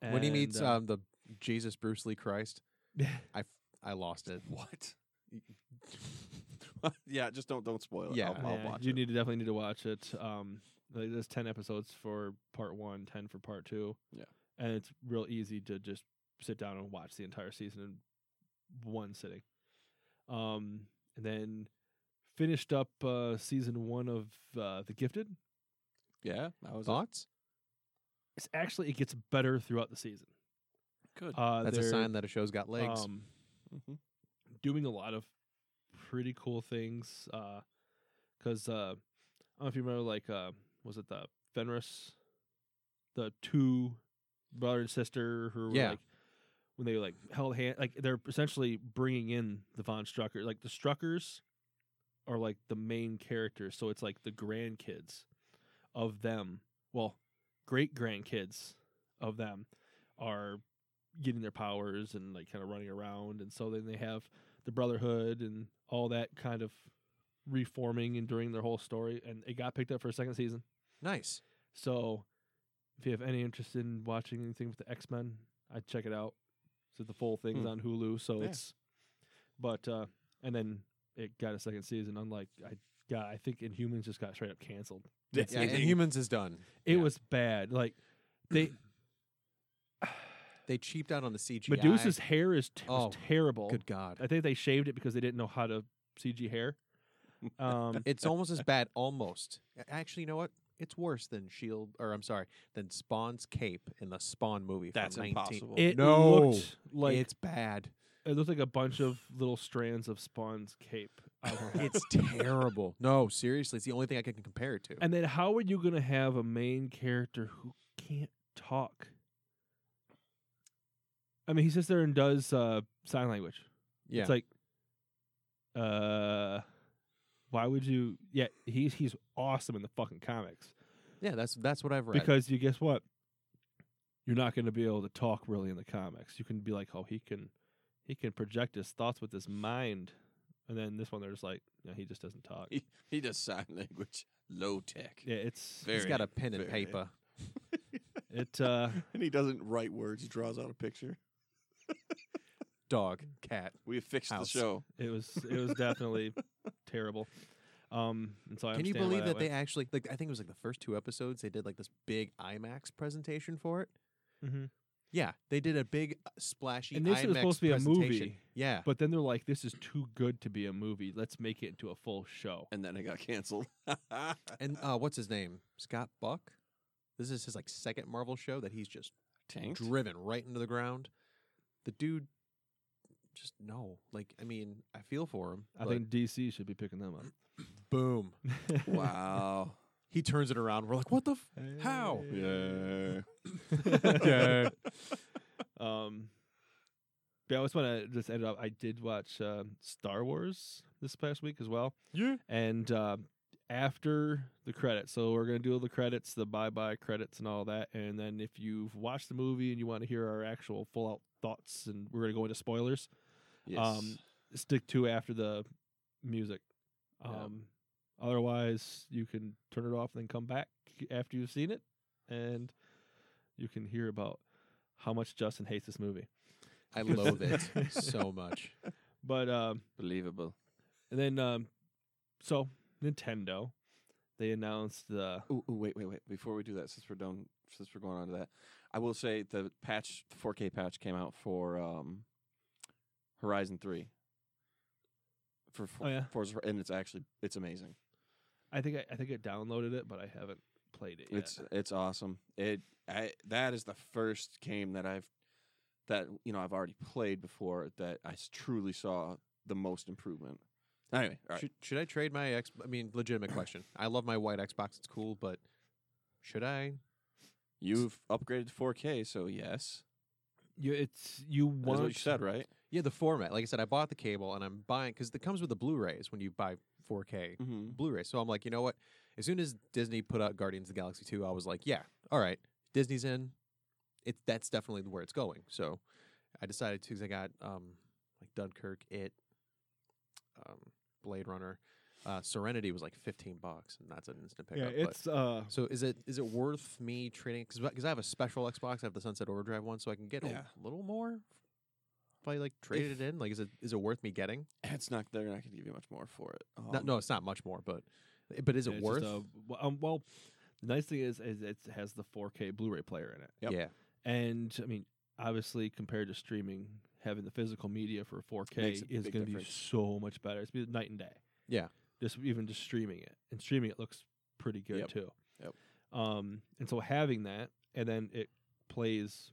[SPEAKER 3] when he meets uh,
[SPEAKER 1] And, uh,
[SPEAKER 3] um, the Jesus Bruce Lee Christ, I f- I lost it.
[SPEAKER 2] What? yeah, just don't don't spoil it.
[SPEAKER 3] Yeah.
[SPEAKER 2] I'll, I'll
[SPEAKER 1] yeah,
[SPEAKER 2] watch
[SPEAKER 1] you
[SPEAKER 2] it.
[SPEAKER 1] need to definitely need to watch it. Um, like, there's ten episodes for part one, ten for part two.
[SPEAKER 2] Yeah.
[SPEAKER 1] and it's real easy to just sit down and watch the entire season in one sitting. Um, and then finished up uh, season one of uh, The Gifted.
[SPEAKER 2] yeah, that was it.
[SPEAKER 3] Thoughts?
[SPEAKER 1] It's actually it gets better throughout the season.
[SPEAKER 2] Good.
[SPEAKER 1] Uh,
[SPEAKER 3] That's a
[SPEAKER 1] they're,
[SPEAKER 3] sign that a show's got legs.
[SPEAKER 1] Um,
[SPEAKER 2] hmm
[SPEAKER 1] doing a lot of pretty cool things because uh, I don't know if you remember, like, uh, was it the Fenris, the two brother and sister who were
[SPEAKER 3] Yeah.
[SPEAKER 1] like when they like held hand, like they're essentially bringing in the Von Strucker. Like the Struckers are like the main characters, so it's like the grandkids of them. Well, great grandkids of them are getting their powers and like kind of running around, and so then they have the Brotherhood and all that kind of reforming and during their whole story, and it got picked up for a second season.
[SPEAKER 3] Nice.
[SPEAKER 1] So, if you have any interest in watching anything with the X Men, I'd check it out. So the full thing's
[SPEAKER 2] Hmm.
[SPEAKER 1] on Hulu. So
[SPEAKER 2] Yeah.
[SPEAKER 1] it's, but uh and then it got a second season. Unlike I got, I think Inhumans just got straight up canceled.
[SPEAKER 2] That's
[SPEAKER 3] Yeah,
[SPEAKER 2] the thing.
[SPEAKER 3] Inhumans is done.
[SPEAKER 1] It
[SPEAKER 3] Yeah.
[SPEAKER 1] was bad. Like they
[SPEAKER 3] They cheaped out on the CGI.
[SPEAKER 1] Medusa's hair is t-
[SPEAKER 3] Oh,
[SPEAKER 1] was terrible.
[SPEAKER 3] Good God.
[SPEAKER 1] I think they shaved it because they didn't know how to CG hair. Um,
[SPEAKER 3] It's almost as bad. Almost. A- Actually, you know what? It's worse than Shield, E or I'm sorry, than Spawn's cape in the Spawn movie. from
[SPEAKER 2] That's
[SPEAKER 3] 19.
[SPEAKER 2] impossible.
[SPEAKER 1] it
[SPEAKER 3] No.
[SPEAKER 1] looked like
[SPEAKER 3] it's bad.
[SPEAKER 1] It looks like a bunch of little strands of Spawn's cape. Um, on her head.
[SPEAKER 3] It's terrible. No, seriously, it's the only thing I can compare it to.
[SPEAKER 1] and then how are you going to have a main character who can't talk? I mean, he sits there and does uh, sign language.
[SPEAKER 3] yeah,
[SPEAKER 1] It's like, uh, why would you? Yeah, he's he's awesome in the fucking comics
[SPEAKER 3] yeah, that's that's what I've read.
[SPEAKER 1] because you guess what? You're not going to be able to talk really in the comics. You can be like, oh, he can, he can project his thoughts with his mind, and then this one they're just like, no, he just doesn't talk.
[SPEAKER 2] He, he does sign language, low tech.
[SPEAKER 1] Yeah, it's
[SPEAKER 2] Very-
[SPEAKER 3] he's got a pen and
[SPEAKER 2] very-
[SPEAKER 3] paper.
[SPEAKER 1] it. Uh,
[SPEAKER 2] and he doesn't write words; he draws out a picture.
[SPEAKER 3] Dog, cat.
[SPEAKER 2] We have fixed
[SPEAKER 3] House.
[SPEAKER 2] the show.
[SPEAKER 1] it was it was definitely terrible. Um, and so I
[SPEAKER 3] Can you
[SPEAKER 1] understand why
[SPEAKER 3] believe
[SPEAKER 1] that
[SPEAKER 3] that, they actually like? I think it was like the first two episodes. They did like this big IMAX presentation for it.
[SPEAKER 1] hmm
[SPEAKER 3] Yeah, they did a big uh, splashy.
[SPEAKER 1] And this
[SPEAKER 3] IMAX
[SPEAKER 1] was supposed to be a
[SPEAKER 3] presentation.
[SPEAKER 1] movie.
[SPEAKER 3] Yeah,
[SPEAKER 1] But then they're like, "This is too good to be a movie. Let's make it into a full show."
[SPEAKER 2] And then it got canceled.
[SPEAKER 3] and uh, what's his name? Scott Buck. This is his like second Marvel show that he's just
[SPEAKER 2] Tanked?
[SPEAKER 3] driven right into the ground. The dude, just no. Like, I mean, I feel for him.
[SPEAKER 1] I
[SPEAKER 3] but
[SPEAKER 1] think DC should be picking them up.
[SPEAKER 3] boom,
[SPEAKER 2] wow.
[SPEAKER 3] he turns it around. We're like, what the? F-? How?
[SPEAKER 2] Yeah.
[SPEAKER 1] Okay. Um, but I just want to just end it up. I did watch uh, Star Wars this past week as well.
[SPEAKER 3] Yeah.
[SPEAKER 1] And uh, after the credits, so we're gonna do all the credits, the bye bye credits, and all that. And then if you've watched the movie and you want to hear our actual full out thoughts, and we're gonna go into spoilers,
[SPEAKER 2] Yes.
[SPEAKER 1] Um, stick to after the music. Um,
[SPEAKER 2] Yep.
[SPEAKER 1] Otherwise, you can turn it off and then come back after you've seen it, and you can hear about how much Justin hates this movie.
[SPEAKER 3] I loathe it so much.
[SPEAKER 1] But um,
[SPEAKER 2] Believable.
[SPEAKER 1] and then um, so Nintendo, they announced the
[SPEAKER 2] Ooh, ooh, wait, wait, wait. Before we do that, since we're done, since we're going on to that, I will say the patch, the 4K patch came out for um, Horizon 3. For, for
[SPEAKER 1] Oh, yeah.
[SPEAKER 2] Forza, Hor- and it's actually it's amazing.
[SPEAKER 1] I think I, I think I downloaded it, but I haven't played it yet.
[SPEAKER 2] It's it's awesome. It I that is the first game that I've that you know I've already played before that I s- truly saw the most improvement. Anyway, all right.
[SPEAKER 3] Should, should I trade my ex? I mean, legitimate question. I love my white Xbox. It's cool, but should I?
[SPEAKER 2] You've upgraded to 4K, so yes.
[SPEAKER 1] you it's you
[SPEAKER 2] That's what you
[SPEAKER 1] want
[SPEAKER 2] said, right?
[SPEAKER 3] Yeah, the format. Like I said, I bought the cable and I'm buying because it comes with the Blu-rays when you buy 4K
[SPEAKER 2] Mm-hmm.
[SPEAKER 3] Blu-ray. So I'm like, you know what? As soon as Disney put out Guardians of the Galaxy 2, I was like, yeah, all right, Disney's in. It that's definitely where it's going. So I decided to because I got um like Dunkirk, it, um, Blade Runner, uh, Serenity was like 15 bucks, and that's an instant
[SPEAKER 1] Yeah,
[SPEAKER 3] pickup. but-
[SPEAKER 1] it's uh
[SPEAKER 3] So is it is it worth me trading? Because I have a special Xbox, I have the Sunset Overdrive one, so I can get
[SPEAKER 2] Yeah.
[SPEAKER 3] a little more. If I like traded it in, like is it is it worth me getting?
[SPEAKER 2] It's not. They're not going to give you much more for it.
[SPEAKER 3] No,
[SPEAKER 2] Um,
[SPEAKER 3] no, it's not much more, but but is
[SPEAKER 1] yeah,
[SPEAKER 3] it
[SPEAKER 1] it's just
[SPEAKER 3] worth?
[SPEAKER 1] a- well, um, well, the nice thing is is it has the 4K Blu-ray player in it.
[SPEAKER 2] Yep.
[SPEAKER 3] Yeah,
[SPEAKER 1] And I mean, obviously, compared to streaming, having the physical media for 4K
[SPEAKER 2] Makes a
[SPEAKER 1] is
[SPEAKER 2] big
[SPEAKER 1] going to be
[SPEAKER 2] difference.
[SPEAKER 1] so much better. It's been night and day.
[SPEAKER 3] Yeah.
[SPEAKER 1] Just even just streaming it, and streaming it looks pretty good
[SPEAKER 2] Yep.
[SPEAKER 1] too.
[SPEAKER 2] Yep.
[SPEAKER 1] Um, and so having that, and then it plays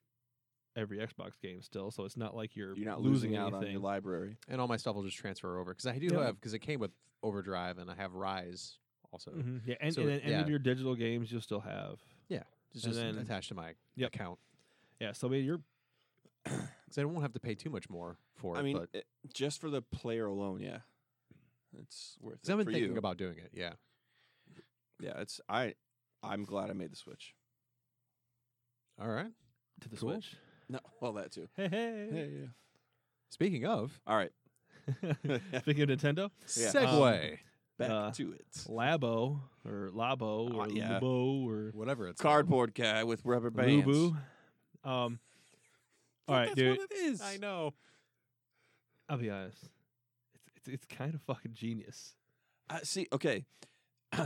[SPEAKER 1] every Xbox game still, so it's not like you're
[SPEAKER 2] you're not
[SPEAKER 1] losing,
[SPEAKER 2] losing out
[SPEAKER 1] anything.
[SPEAKER 2] on your library.
[SPEAKER 3] and all my stuff will just transfer over because I do
[SPEAKER 1] Yeah.
[SPEAKER 3] have because it came with Overdrive and I have Rise also
[SPEAKER 1] Mhm. Yeah, and,
[SPEAKER 3] So,
[SPEAKER 1] and then any of
[SPEAKER 3] yeah.
[SPEAKER 1] your digital games you'll still have.
[SPEAKER 3] it's
[SPEAKER 1] And
[SPEAKER 3] just
[SPEAKER 1] then-
[SPEAKER 3] attached to my
[SPEAKER 1] Yep.
[SPEAKER 3] account
[SPEAKER 1] Yeah, so I mean, you're
[SPEAKER 3] because I won't have to pay too much more for.
[SPEAKER 2] I mean,
[SPEAKER 3] because
[SPEAKER 2] it- just for the player alone, yeah, it's worth. it
[SPEAKER 3] I've been
[SPEAKER 2] for
[SPEAKER 3] thinking
[SPEAKER 2] you.
[SPEAKER 3] about doing it. Yeah,
[SPEAKER 2] Yeah, it's I. I'm glad I made the switch.
[SPEAKER 3] all right.
[SPEAKER 1] to the
[SPEAKER 3] Cool.
[SPEAKER 1] Switch.
[SPEAKER 2] No, well that too.
[SPEAKER 1] Hey, hey.
[SPEAKER 2] Yeah, yeah.
[SPEAKER 3] Speaking of
[SPEAKER 2] All right,
[SPEAKER 1] Speaking of Nintendo,
[SPEAKER 3] Segway,
[SPEAKER 2] back
[SPEAKER 1] Uh,
[SPEAKER 2] to it.
[SPEAKER 1] Labo or Labo or
[SPEAKER 2] Uh, yeah.
[SPEAKER 1] Lubo or
[SPEAKER 3] whatever it's called.
[SPEAKER 2] Cardboard guy with rubber bands.
[SPEAKER 1] Lubu. Um, all right,
[SPEAKER 3] That's
[SPEAKER 1] dude.
[SPEAKER 3] what it is.
[SPEAKER 2] I
[SPEAKER 3] know.
[SPEAKER 1] I'll be honest. It's, it's, it's kind of fucking genius.
[SPEAKER 2] Uh, see, okay.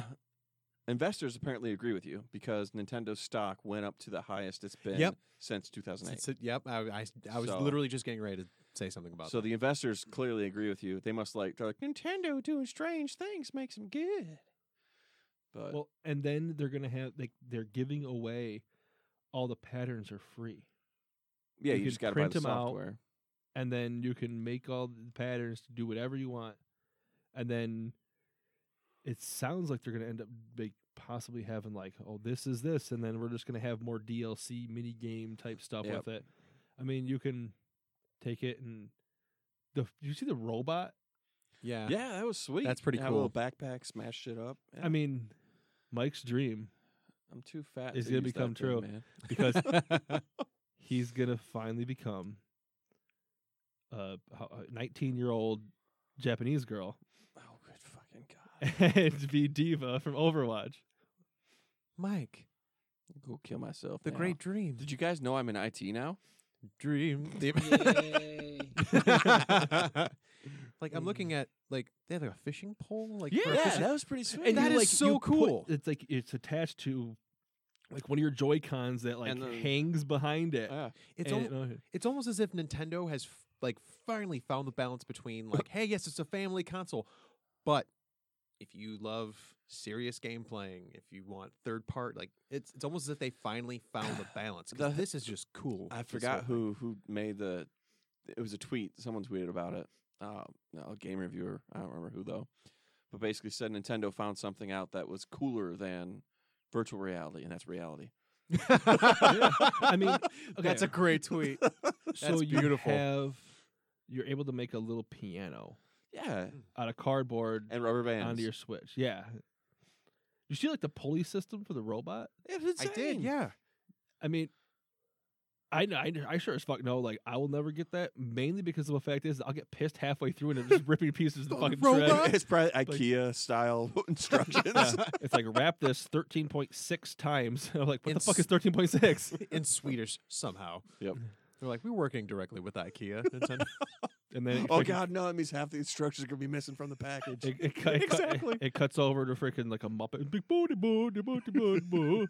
[SPEAKER 2] Investors apparently agree with you because Nintendo's stock went up to the highest it's been
[SPEAKER 3] Yep.
[SPEAKER 2] since 2008.
[SPEAKER 3] yep, I, I, I was
[SPEAKER 2] So-
[SPEAKER 3] literally just getting ready to say something about.
[SPEAKER 2] So
[SPEAKER 3] that.
[SPEAKER 2] the investors clearly agree with you. They must like they're like Nintendo doing strange things makes them good. But
[SPEAKER 1] Well, and then they're gonna have like they're giving away all the patterns are free,
[SPEAKER 2] yeah,
[SPEAKER 1] you
[SPEAKER 2] you,
[SPEAKER 1] could
[SPEAKER 2] just got to buy
[SPEAKER 1] print
[SPEAKER 2] the
[SPEAKER 1] 'em out.
[SPEAKER 2] software.
[SPEAKER 1] and then you can make all the patterns to do whatever you want, and then it sounds like they're gonna end up big possibly having like oh this is this, and then we're just gonna have more DLC mini game type stuff
[SPEAKER 2] Yep.
[SPEAKER 1] with it. I mean, you can take it and the you see the robot.
[SPEAKER 3] yeah,
[SPEAKER 2] Yeah, that was sweet.
[SPEAKER 3] That's pretty
[SPEAKER 2] Have a little
[SPEAKER 3] cool.
[SPEAKER 2] backpack, smash shit up. Yeah,
[SPEAKER 1] I mean, Mike's dream
[SPEAKER 2] I'm too fat.
[SPEAKER 1] it's
[SPEAKER 2] to
[SPEAKER 1] gonna
[SPEAKER 2] use that
[SPEAKER 1] become
[SPEAKER 2] thing,
[SPEAKER 1] true.
[SPEAKER 2] man.
[SPEAKER 1] because he's gonna finally become a nineteen-year-old Japanese girl
[SPEAKER 2] Oh, good fucking god!
[SPEAKER 1] and be diva from Overwatch.
[SPEAKER 3] Mike,
[SPEAKER 2] Go kill myself.
[SPEAKER 3] the
[SPEAKER 2] now.
[SPEAKER 3] great dream,
[SPEAKER 2] Did you guys know I'm in IT now?
[SPEAKER 3] dream. like I'm looking
[SPEAKER 1] Mm.
[SPEAKER 3] at like they have like a fishing pole. Like for a fishing-
[SPEAKER 2] that was pretty sweet.
[SPEAKER 3] And
[SPEAKER 1] you,
[SPEAKER 3] that is
[SPEAKER 1] like,
[SPEAKER 3] so
[SPEAKER 1] you put-
[SPEAKER 3] cool.
[SPEAKER 1] it's like it's attached to like one of your Joy Cons that like
[SPEAKER 2] And the-
[SPEAKER 1] hangs behind it.
[SPEAKER 2] Yeah.
[SPEAKER 3] Uh, it's
[SPEAKER 1] and
[SPEAKER 3] al-
[SPEAKER 1] it- uh, no,
[SPEAKER 3] it's almost as if Nintendo has f- like finally found the balance between like, hey, yes, it's a family console, but if you love serious game playing, if you want third part, like it's it's almost as if they finally found the balance. 'cause
[SPEAKER 2] The-
[SPEAKER 3] this is just cool.
[SPEAKER 2] I
[SPEAKER 3] this
[SPEAKER 2] forgot
[SPEAKER 3] whole thing.
[SPEAKER 2] who who made the. It was a tweet. Someone tweeted about it. Uh, a game reviewer. I don't remember who though, but basically said Nintendo found something out that was cooler than virtual reality, and that's reality.
[SPEAKER 1] I mean,
[SPEAKER 3] that's
[SPEAKER 1] okay.
[SPEAKER 3] a great tweet.
[SPEAKER 1] so you
[SPEAKER 3] beautiful.
[SPEAKER 1] have you're able to make a little piano
[SPEAKER 2] Yeah,
[SPEAKER 1] out of cardboard
[SPEAKER 2] and rubber bands.
[SPEAKER 1] onto your Switch. Yeah. You see like the pulley system for the robot?
[SPEAKER 2] It was
[SPEAKER 3] I did,
[SPEAKER 2] insane.
[SPEAKER 3] yeah.
[SPEAKER 1] I mean, I know, I, I sure as fuck know. Like, I will never get that. Mainly because of the fact is, I'll get pissed halfway through and I'm just ripping pieces to
[SPEAKER 3] The
[SPEAKER 1] fucking
[SPEAKER 3] robot?
[SPEAKER 1] shreds.
[SPEAKER 2] It's probably IKEA style instructions.
[SPEAKER 1] Yeah. It's like wrap this thirteen point six times. I'm like, what the
[SPEAKER 3] It's-
[SPEAKER 1] fuck is thirteen point six?
[SPEAKER 3] In Swedish somehow.
[SPEAKER 2] Yep.
[SPEAKER 3] They're like, we're working directly with IKEA. Nintendo.
[SPEAKER 1] And then it
[SPEAKER 2] Oh
[SPEAKER 1] freaking-
[SPEAKER 2] god, no! That means half the instructions are gonna be missing from the package.
[SPEAKER 1] it, it, cu- it, exactly.
[SPEAKER 3] Exactly.
[SPEAKER 1] It, cuts over to freaking like a muppet. Big booty booty booty booty boo.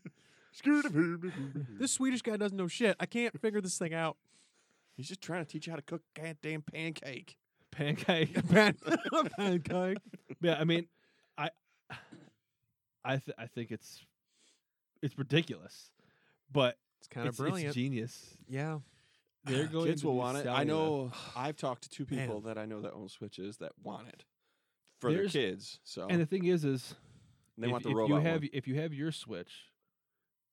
[SPEAKER 3] this Swedish guy doesn't know shit. I can't figure this thing out.
[SPEAKER 2] He's just trying to teach you how to cook goddamn pancake.
[SPEAKER 1] pancake.
[SPEAKER 3] Pancake.
[SPEAKER 1] Yeah, I mean, I, I, th- I think it's, it's ridiculous, but
[SPEAKER 3] It's kind of
[SPEAKER 1] it's, it's
[SPEAKER 3] brilliant.
[SPEAKER 1] genius.
[SPEAKER 3] yeah.
[SPEAKER 1] They're going
[SPEAKER 2] Kids
[SPEAKER 1] to
[SPEAKER 2] will
[SPEAKER 1] be
[SPEAKER 2] want it.
[SPEAKER 1] selling
[SPEAKER 2] I
[SPEAKER 1] the-
[SPEAKER 2] know. I've talked to two
[SPEAKER 3] Man.
[SPEAKER 2] people that I know that own Switches that want it for
[SPEAKER 1] There's-
[SPEAKER 2] their kids. So
[SPEAKER 1] And the thing is, is
[SPEAKER 2] Oh. they
[SPEAKER 1] if,
[SPEAKER 2] want the
[SPEAKER 1] if
[SPEAKER 2] robot.
[SPEAKER 1] you have
[SPEAKER 2] one.
[SPEAKER 1] if you have your Switch,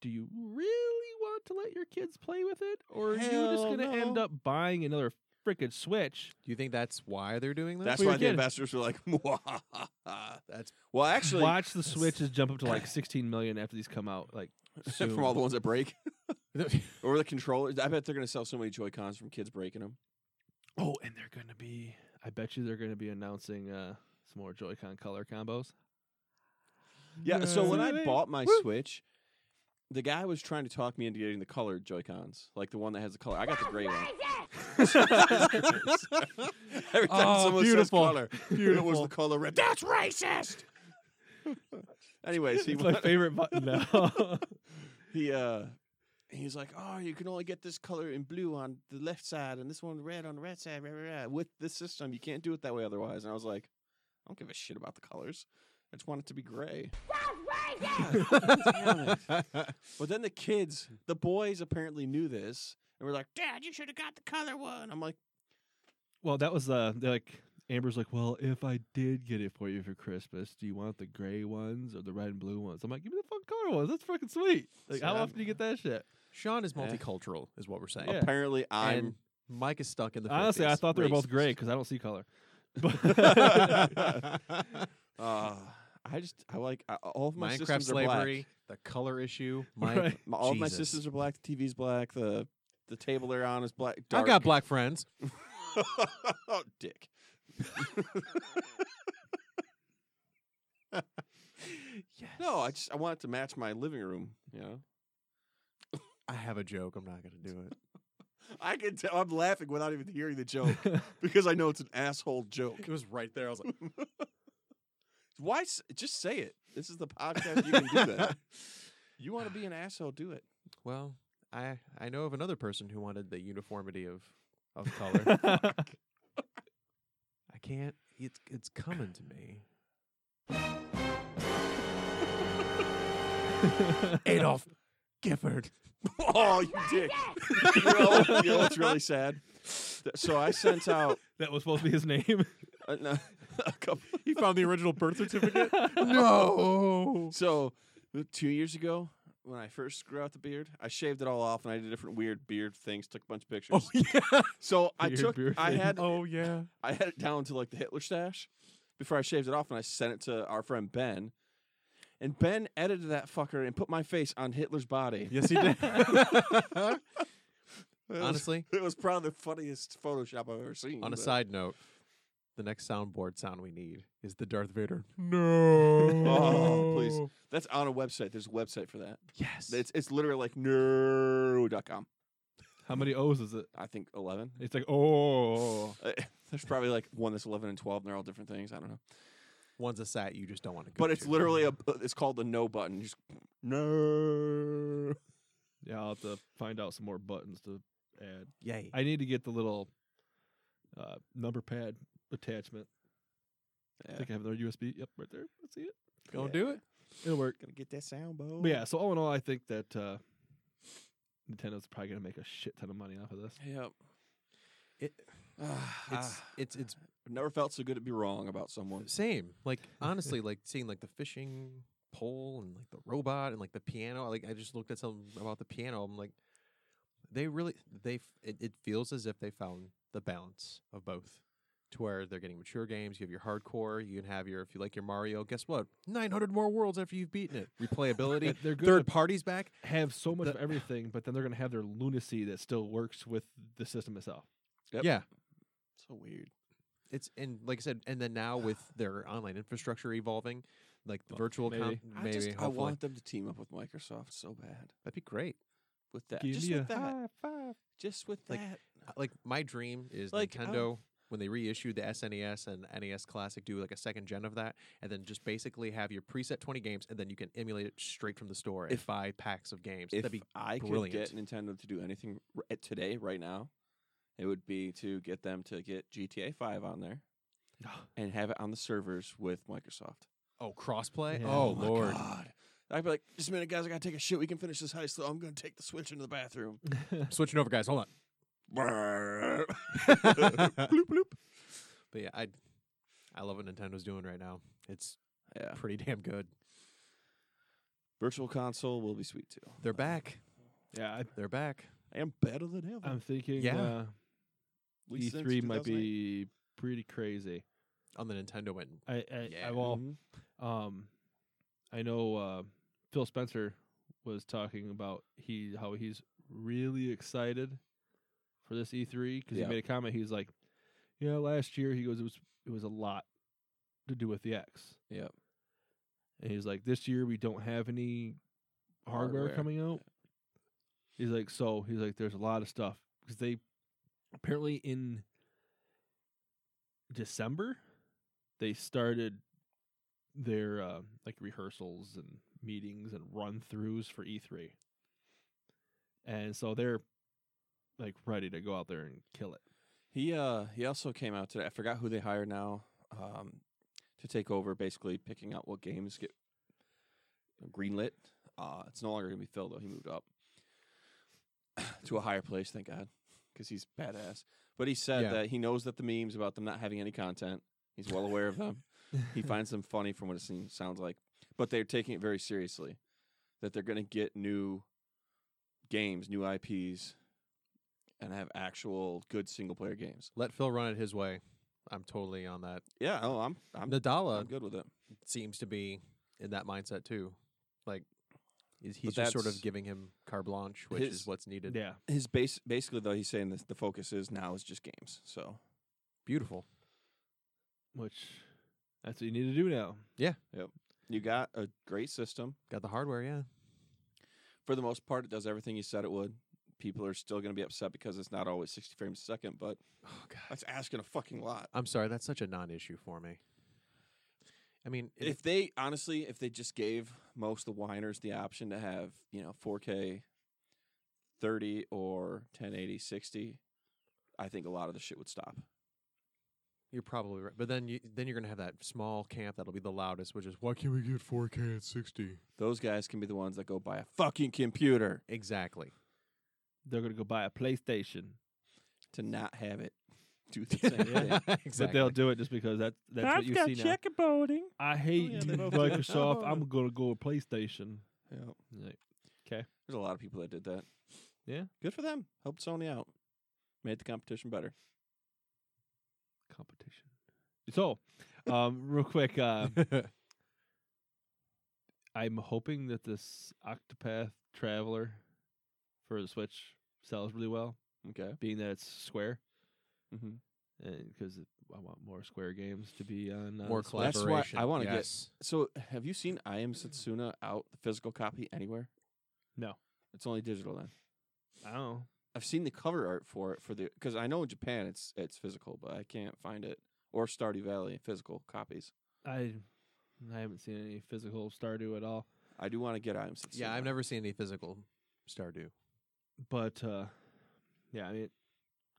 [SPEAKER 1] do you really want to let your kids play with it, or are you just
[SPEAKER 2] Hell
[SPEAKER 1] going to end
[SPEAKER 2] no.
[SPEAKER 1] up buying another freaking Switch?
[SPEAKER 3] Do you think that's why they're doing this?
[SPEAKER 2] That's
[SPEAKER 1] for your
[SPEAKER 2] why the
[SPEAKER 1] kid.
[SPEAKER 2] investors were like, "Mwahaha."
[SPEAKER 3] That's
[SPEAKER 2] well, actually,
[SPEAKER 1] Watch the Switches jump up to like 16 million after these come out. Like,
[SPEAKER 2] from all the ones that break or the controllers, I bet they're going to sell so many Joy Cons from kids breaking them.
[SPEAKER 1] oh, and they're going to be. I bet you they're going to be announcing uh, some more Joy-Con color combos.
[SPEAKER 2] Yeah. So when I
[SPEAKER 1] Really?
[SPEAKER 2] bought my
[SPEAKER 1] Woo.
[SPEAKER 2] Switch, the guy was trying to talk me into getting the colored Joy Cons, like the one that has the color. I got the gray one. Every time
[SPEAKER 3] Oh,
[SPEAKER 2] someone
[SPEAKER 3] beautiful.
[SPEAKER 2] says color, beautiful. it was the color red. That's racist. Anyways, he
[SPEAKER 1] It's my
[SPEAKER 2] wa-
[SPEAKER 1] favorite button now.
[SPEAKER 2] he uh he's like, oh, you can only get this color in blue on the left side and this one red on the right side. Rah, rah, rah. With this system, you can't do it that way otherwise. And I was like, I don't give a shit about the colors. I just want it to be gray. Damn But then the kids, the boys apparently knew this and were like, Dad, you should have got the color one. I'm like,
[SPEAKER 1] Well, that was uh, the like Amber's like, well, if I did get it for you for Christmas, do you want the gray ones or the red and blue ones? I'm like, give me the fucking color ones. That's fucking sweet. Like, how
[SPEAKER 2] Yeah.
[SPEAKER 1] often do you get that shit?
[SPEAKER 3] Sean is
[SPEAKER 2] Yeah.
[SPEAKER 3] multicultural, is what we're saying.
[SPEAKER 1] Yeah.
[SPEAKER 2] Apparently, I'm.
[SPEAKER 3] And Mike is stuck in the.
[SPEAKER 1] Honestly, I
[SPEAKER 3] 50s.
[SPEAKER 1] thought they were both
[SPEAKER 3] Racist.
[SPEAKER 1] gray because I don't see color.
[SPEAKER 2] uh, I just I like I, all of my
[SPEAKER 3] Minecraft
[SPEAKER 2] systems
[SPEAKER 3] slavery, the color issue. My,
[SPEAKER 1] Right.
[SPEAKER 2] Are black. My- All of my
[SPEAKER 3] Jesus.
[SPEAKER 2] systems are black. The TV's black. The the table they're on is black.
[SPEAKER 3] I've
[SPEAKER 2] Dark.
[SPEAKER 3] got black friends.
[SPEAKER 2] oh, dick.
[SPEAKER 3] Yes.
[SPEAKER 2] No, I just I want it to match my living room. You know,
[SPEAKER 3] I have a joke. I'm not gonna do it.
[SPEAKER 2] I can tell I'm laughing without even hearing the joke because I know it's an asshole joke.
[SPEAKER 3] It was right there. I was like,
[SPEAKER 2] Why? s- Just say it. This is the podcast. You can do that. You want to be an asshole? Do it.
[SPEAKER 3] well, I I know of another person who wanted the uniformity of of color. I can't. It's it's coming to me. Adolf Gifford.
[SPEAKER 2] Oh, you dick! you, know, you know what's really sad? Th- So I sent out
[SPEAKER 1] that was supposed to be his name.
[SPEAKER 2] a, no, a couple.
[SPEAKER 3] He found the original birth certificate. no.
[SPEAKER 2] So uh, two years ago, when I first grew out the beard, I shaved it all off and I did different weird beard things. Took a bunch of pictures.
[SPEAKER 3] Oh yeah.
[SPEAKER 2] So I
[SPEAKER 1] Weird
[SPEAKER 2] took.
[SPEAKER 1] beard
[SPEAKER 2] I
[SPEAKER 1] thing.
[SPEAKER 2] had.
[SPEAKER 3] Oh yeah.
[SPEAKER 2] I had it down to like the Hitler stash before I shaved it off, and I sent it to our friend Ben. And Ben edited that fucker and put my face on Hitler's body.
[SPEAKER 3] Yes, he did.
[SPEAKER 2] It was-
[SPEAKER 3] Honestly,
[SPEAKER 2] it was probably the funniest Photoshop I've ever seen.
[SPEAKER 3] on a
[SPEAKER 2] but-
[SPEAKER 3] side note, the next soundboard sound we need is the Darth Vader. No.
[SPEAKER 2] Oh, please. that's on a website. There's a website for that.
[SPEAKER 3] Yes.
[SPEAKER 2] It's it's literally like no.com.
[SPEAKER 1] How many O's is it?
[SPEAKER 2] I think eleven.
[SPEAKER 1] It's like, oh.
[SPEAKER 2] Uh, There's probably like one that's eleven and twelve, and they're all different things. I don't know.
[SPEAKER 3] One's a site you just don't want to go
[SPEAKER 2] But it's
[SPEAKER 3] to.
[SPEAKER 2] literally a. uh, It's called the no button. You just no.
[SPEAKER 1] Yeah, I'll have to find out some more buttons to add.
[SPEAKER 3] Yay.
[SPEAKER 1] I need to get the little uh, number pad attachment. I
[SPEAKER 2] Yeah.
[SPEAKER 1] think I have another USB. Yep, right there. Let's see it.
[SPEAKER 3] Gonna do it?
[SPEAKER 1] It'll work.
[SPEAKER 2] Gonna get that sound bow.
[SPEAKER 1] But yeah, so all in all, I think that uh, Nintendo's probably gonna make a shit ton of money off of this.
[SPEAKER 2] Yep.
[SPEAKER 3] It- It's,
[SPEAKER 2] Ah,
[SPEAKER 3] it's it's
[SPEAKER 2] I've never felt so good to be wrong about someone.
[SPEAKER 3] same. Like honestly, like seeing like the fishing pole and like the robot and like the piano. Like I just looked at something about the piano. I'm like, they really they f- it, it feels as if they found the balance of both. To where they're getting mature games. You have your hardcore. You can have your if you like your Mario. Guess what? Nine hundred more worlds after you've beaten it. Replayability.
[SPEAKER 1] They're gonna
[SPEAKER 3] Third parties back.
[SPEAKER 1] have so much
[SPEAKER 3] the-
[SPEAKER 1] of everything, but then they're gonna have their lunacy that still works with the system itself.
[SPEAKER 2] Yep.
[SPEAKER 3] Yeah.
[SPEAKER 2] So weird.
[SPEAKER 3] It's and like I said, and then now with their online infrastructure evolving, like the
[SPEAKER 1] Well,
[SPEAKER 3] virtual
[SPEAKER 1] maybe.
[SPEAKER 3] con-
[SPEAKER 2] I
[SPEAKER 3] maybe
[SPEAKER 2] just I
[SPEAKER 3] hopefully.
[SPEAKER 2] want them to team up with Microsoft so bad.
[SPEAKER 3] that'd be great.
[SPEAKER 2] With that,
[SPEAKER 1] Give
[SPEAKER 2] just
[SPEAKER 1] me
[SPEAKER 2] with
[SPEAKER 1] a
[SPEAKER 2] that,
[SPEAKER 1] high five.
[SPEAKER 2] just with
[SPEAKER 3] Like,
[SPEAKER 2] that.
[SPEAKER 3] Uh, Like my dream is
[SPEAKER 2] Like, I
[SPEAKER 3] Nintendo when they reissue the SNES and NES Classic, do like a second gen of that, and then just basically have your preset twenty games, and then you can emulate it straight from the store and
[SPEAKER 2] If-
[SPEAKER 3] buy packs of games.
[SPEAKER 2] if
[SPEAKER 3] that'd be
[SPEAKER 2] I
[SPEAKER 3] brilliant.
[SPEAKER 2] could get Nintendo to do anything r- at today, right now, it would be to get them to get GTA Five on there and have it on the servers with Microsoft.
[SPEAKER 3] oh crossplay.
[SPEAKER 1] Yeah.
[SPEAKER 3] Oh,
[SPEAKER 1] Oh my
[SPEAKER 3] lord,
[SPEAKER 2] God. I'd be like, just a minute, guys. I gotta take a shit. We can finish this heist, though. I'm gonna take the switch into the bathroom.
[SPEAKER 3] I'm switching over, guys. Hold on.
[SPEAKER 2] bloop bloop.
[SPEAKER 3] But yeah, I I love what Nintendo's doing right now. It's
[SPEAKER 2] Yeah,
[SPEAKER 3] pretty damn good.
[SPEAKER 2] virtual console will be sweet too.
[SPEAKER 3] They're back.
[SPEAKER 1] yeah, I,
[SPEAKER 3] They're back.
[SPEAKER 2] I am better than ever.
[SPEAKER 1] I'm thinking
[SPEAKER 3] Yeah.
[SPEAKER 1] uh,
[SPEAKER 2] At least since
[SPEAKER 1] E3 E might
[SPEAKER 2] 2008.
[SPEAKER 1] be pretty crazy.
[SPEAKER 3] On the Nintendo end,
[SPEAKER 1] I, I,
[SPEAKER 3] Yeah.
[SPEAKER 1] I well,
[SPEAKER 2] Mhm.
[SPEAKER 1] Um, I know uh, Phil Spencer was talking about he how he's really excited for this E3 because
[SPEAKER 2] Yeah.
[SPEAKER 1] he made a comment. He's like, "Yeah, last year he goes it was it was a lot to do with the X."
[SPEAKER 2] Yep.
[SPEAKER 1] and he's like, "This year we don't have any hardware,
[SPEAKER 2] Hardware.
[SPEAKER 1] coming out." He's like, "So he's like, there's a lot of stuff because they apparently in December they started their uh, like rehearsals and meetings and run throughs for E3. And so they're like ready to go out there and kill it.
[SPEAKER 2] He uh he also came out today. I forgot who they hired now um to take over basically picking out what games get greenlit. Uh it's no longer going to be Phil though. He moved up to a higher place, thank God. because he's badass. But he said
[SPEAKER 3] Yeah.
[SPEAKER 2] that he knows that the memes about them not having any content. He's well aware of them. he finds them funny from what it seems, sounds like, but they're taking it very seriously. That they're going to get new games, new IPs, and have actual good single player games.
[SPEAKER 3] Let Phil run it his way. I'm totally on that.
[SPEAKER 2] Yeah, oh, I'm I'm, I'm
[SPEAKER 3] Nadala
[SPEAKER 2] good with it.
[SPEAKER 3] seems to be in that mindset too. Like is
[SPEAKER 2] But
[SPEAKER 3] he's just sort
[SPEAKER 2] that's-
[SPEAKER 3] of giving him carte blanche, which
[SPEAKER 2] his-
[SPEAKER 3] is what's needed.
[SPEAKER 1] yeah.
[SPEAKER 2] His base basically though he's saying that the focus is now is just games. So
[SPEAKER 3] Beautiful.
[SPEAKER 1] Which that's what you need to do now.
[SPEAKER 2] you got a great system.
[SPEAKER 3] Got the hardware, yeah.
[SPEAKER 2] For the most part, it does everything you said it would. People are still going to be upset because it's not always 60 frames a second, but
[SPEAKER 3] Oh god.
[SPEAKER 2] that's asking a fucking lot.
[SPEAKER 3] I'm sorry, that's such a non-issue for me. I mean, it-
[SPEAKER 2] If they honestly, if they just gave most of the whiners the option to have, you know, 4K 30 or 1080 60, I think a lot of the shit would stop.
[SPEAKER 3] You're probably right, but then you then you're gonna have that small camp that'll be the loudest, which is why can't we get 4K at 60?
[SPEAKER 2] Those guys can be the ones that go buy a fucking computer
[SPEAKER 3] Exactly.
[SPEAKER 1] They're gonna go buy a PlayStation,
[SPEAKER 2] to not have it do the same
[SPEAKER 1] Yeah.
[SPEAKER 2] thing.
[SPEAKER 1] but they'll do it just because that that's what you see now.
[SPEAKER 2] boating.
[SPEAKER 1] I hate
[SPEAKER 2] yeah, they
[SPEAKER 1] you,
[SPEAKER 2] both do.
[SPEAKER 1] Microsoft. I'm gonna go with PlayStation.
[SPEAKER 2] Yeah.
[SPEAKER 1] Like,
[SPEAKER 2] There's a lot of people that did that.
[SPEAKER 1] Yeah.
[SPEAKER 2] Good for them. Helped Sony out. Made the competition better.
[SPEAKER 1] competition. So, um, real quick, uh, I'm hoping that this Octopath Traveler for the Switch sells really well,
[SPEAKER 2] Okay.
[SPEAKER 1] being that it's Square,
[SPEAKER 2] Mm-hmm.
[SPEAKER 1] and because I want more Square games to be on uh,
[SPEAKER 3] More
[SPEAKER 1] the Switch.
[SPEAKER 2] That's why I
[SPEAKER 3] collaboration.
[SPEAKER 2] wanna get-
[SPEAKER 3] yes.
[SPEAKER 2] So, have you seen I Am Setsuna out, the physical copy, anywhere?
[SPEAKER 1] No.
[SPEAKER 2] It's only digital then.
[SPEAKER 1] I don't know.
[SPEAKER 2] I've seen the cover art for it for the because I know in Japan it's it's physical, but I can't find it or Stardew Valley physical copies.
[SPEAKER 1] I I haven't seen any physical Stardew at all,
[SPEAKER 2] I do want to get I Am Setsuna.
[SPEAKER 3] Yeah, I've never seen any physical Stardew.
[SPEAKER 1] but uh, yeah, I mean,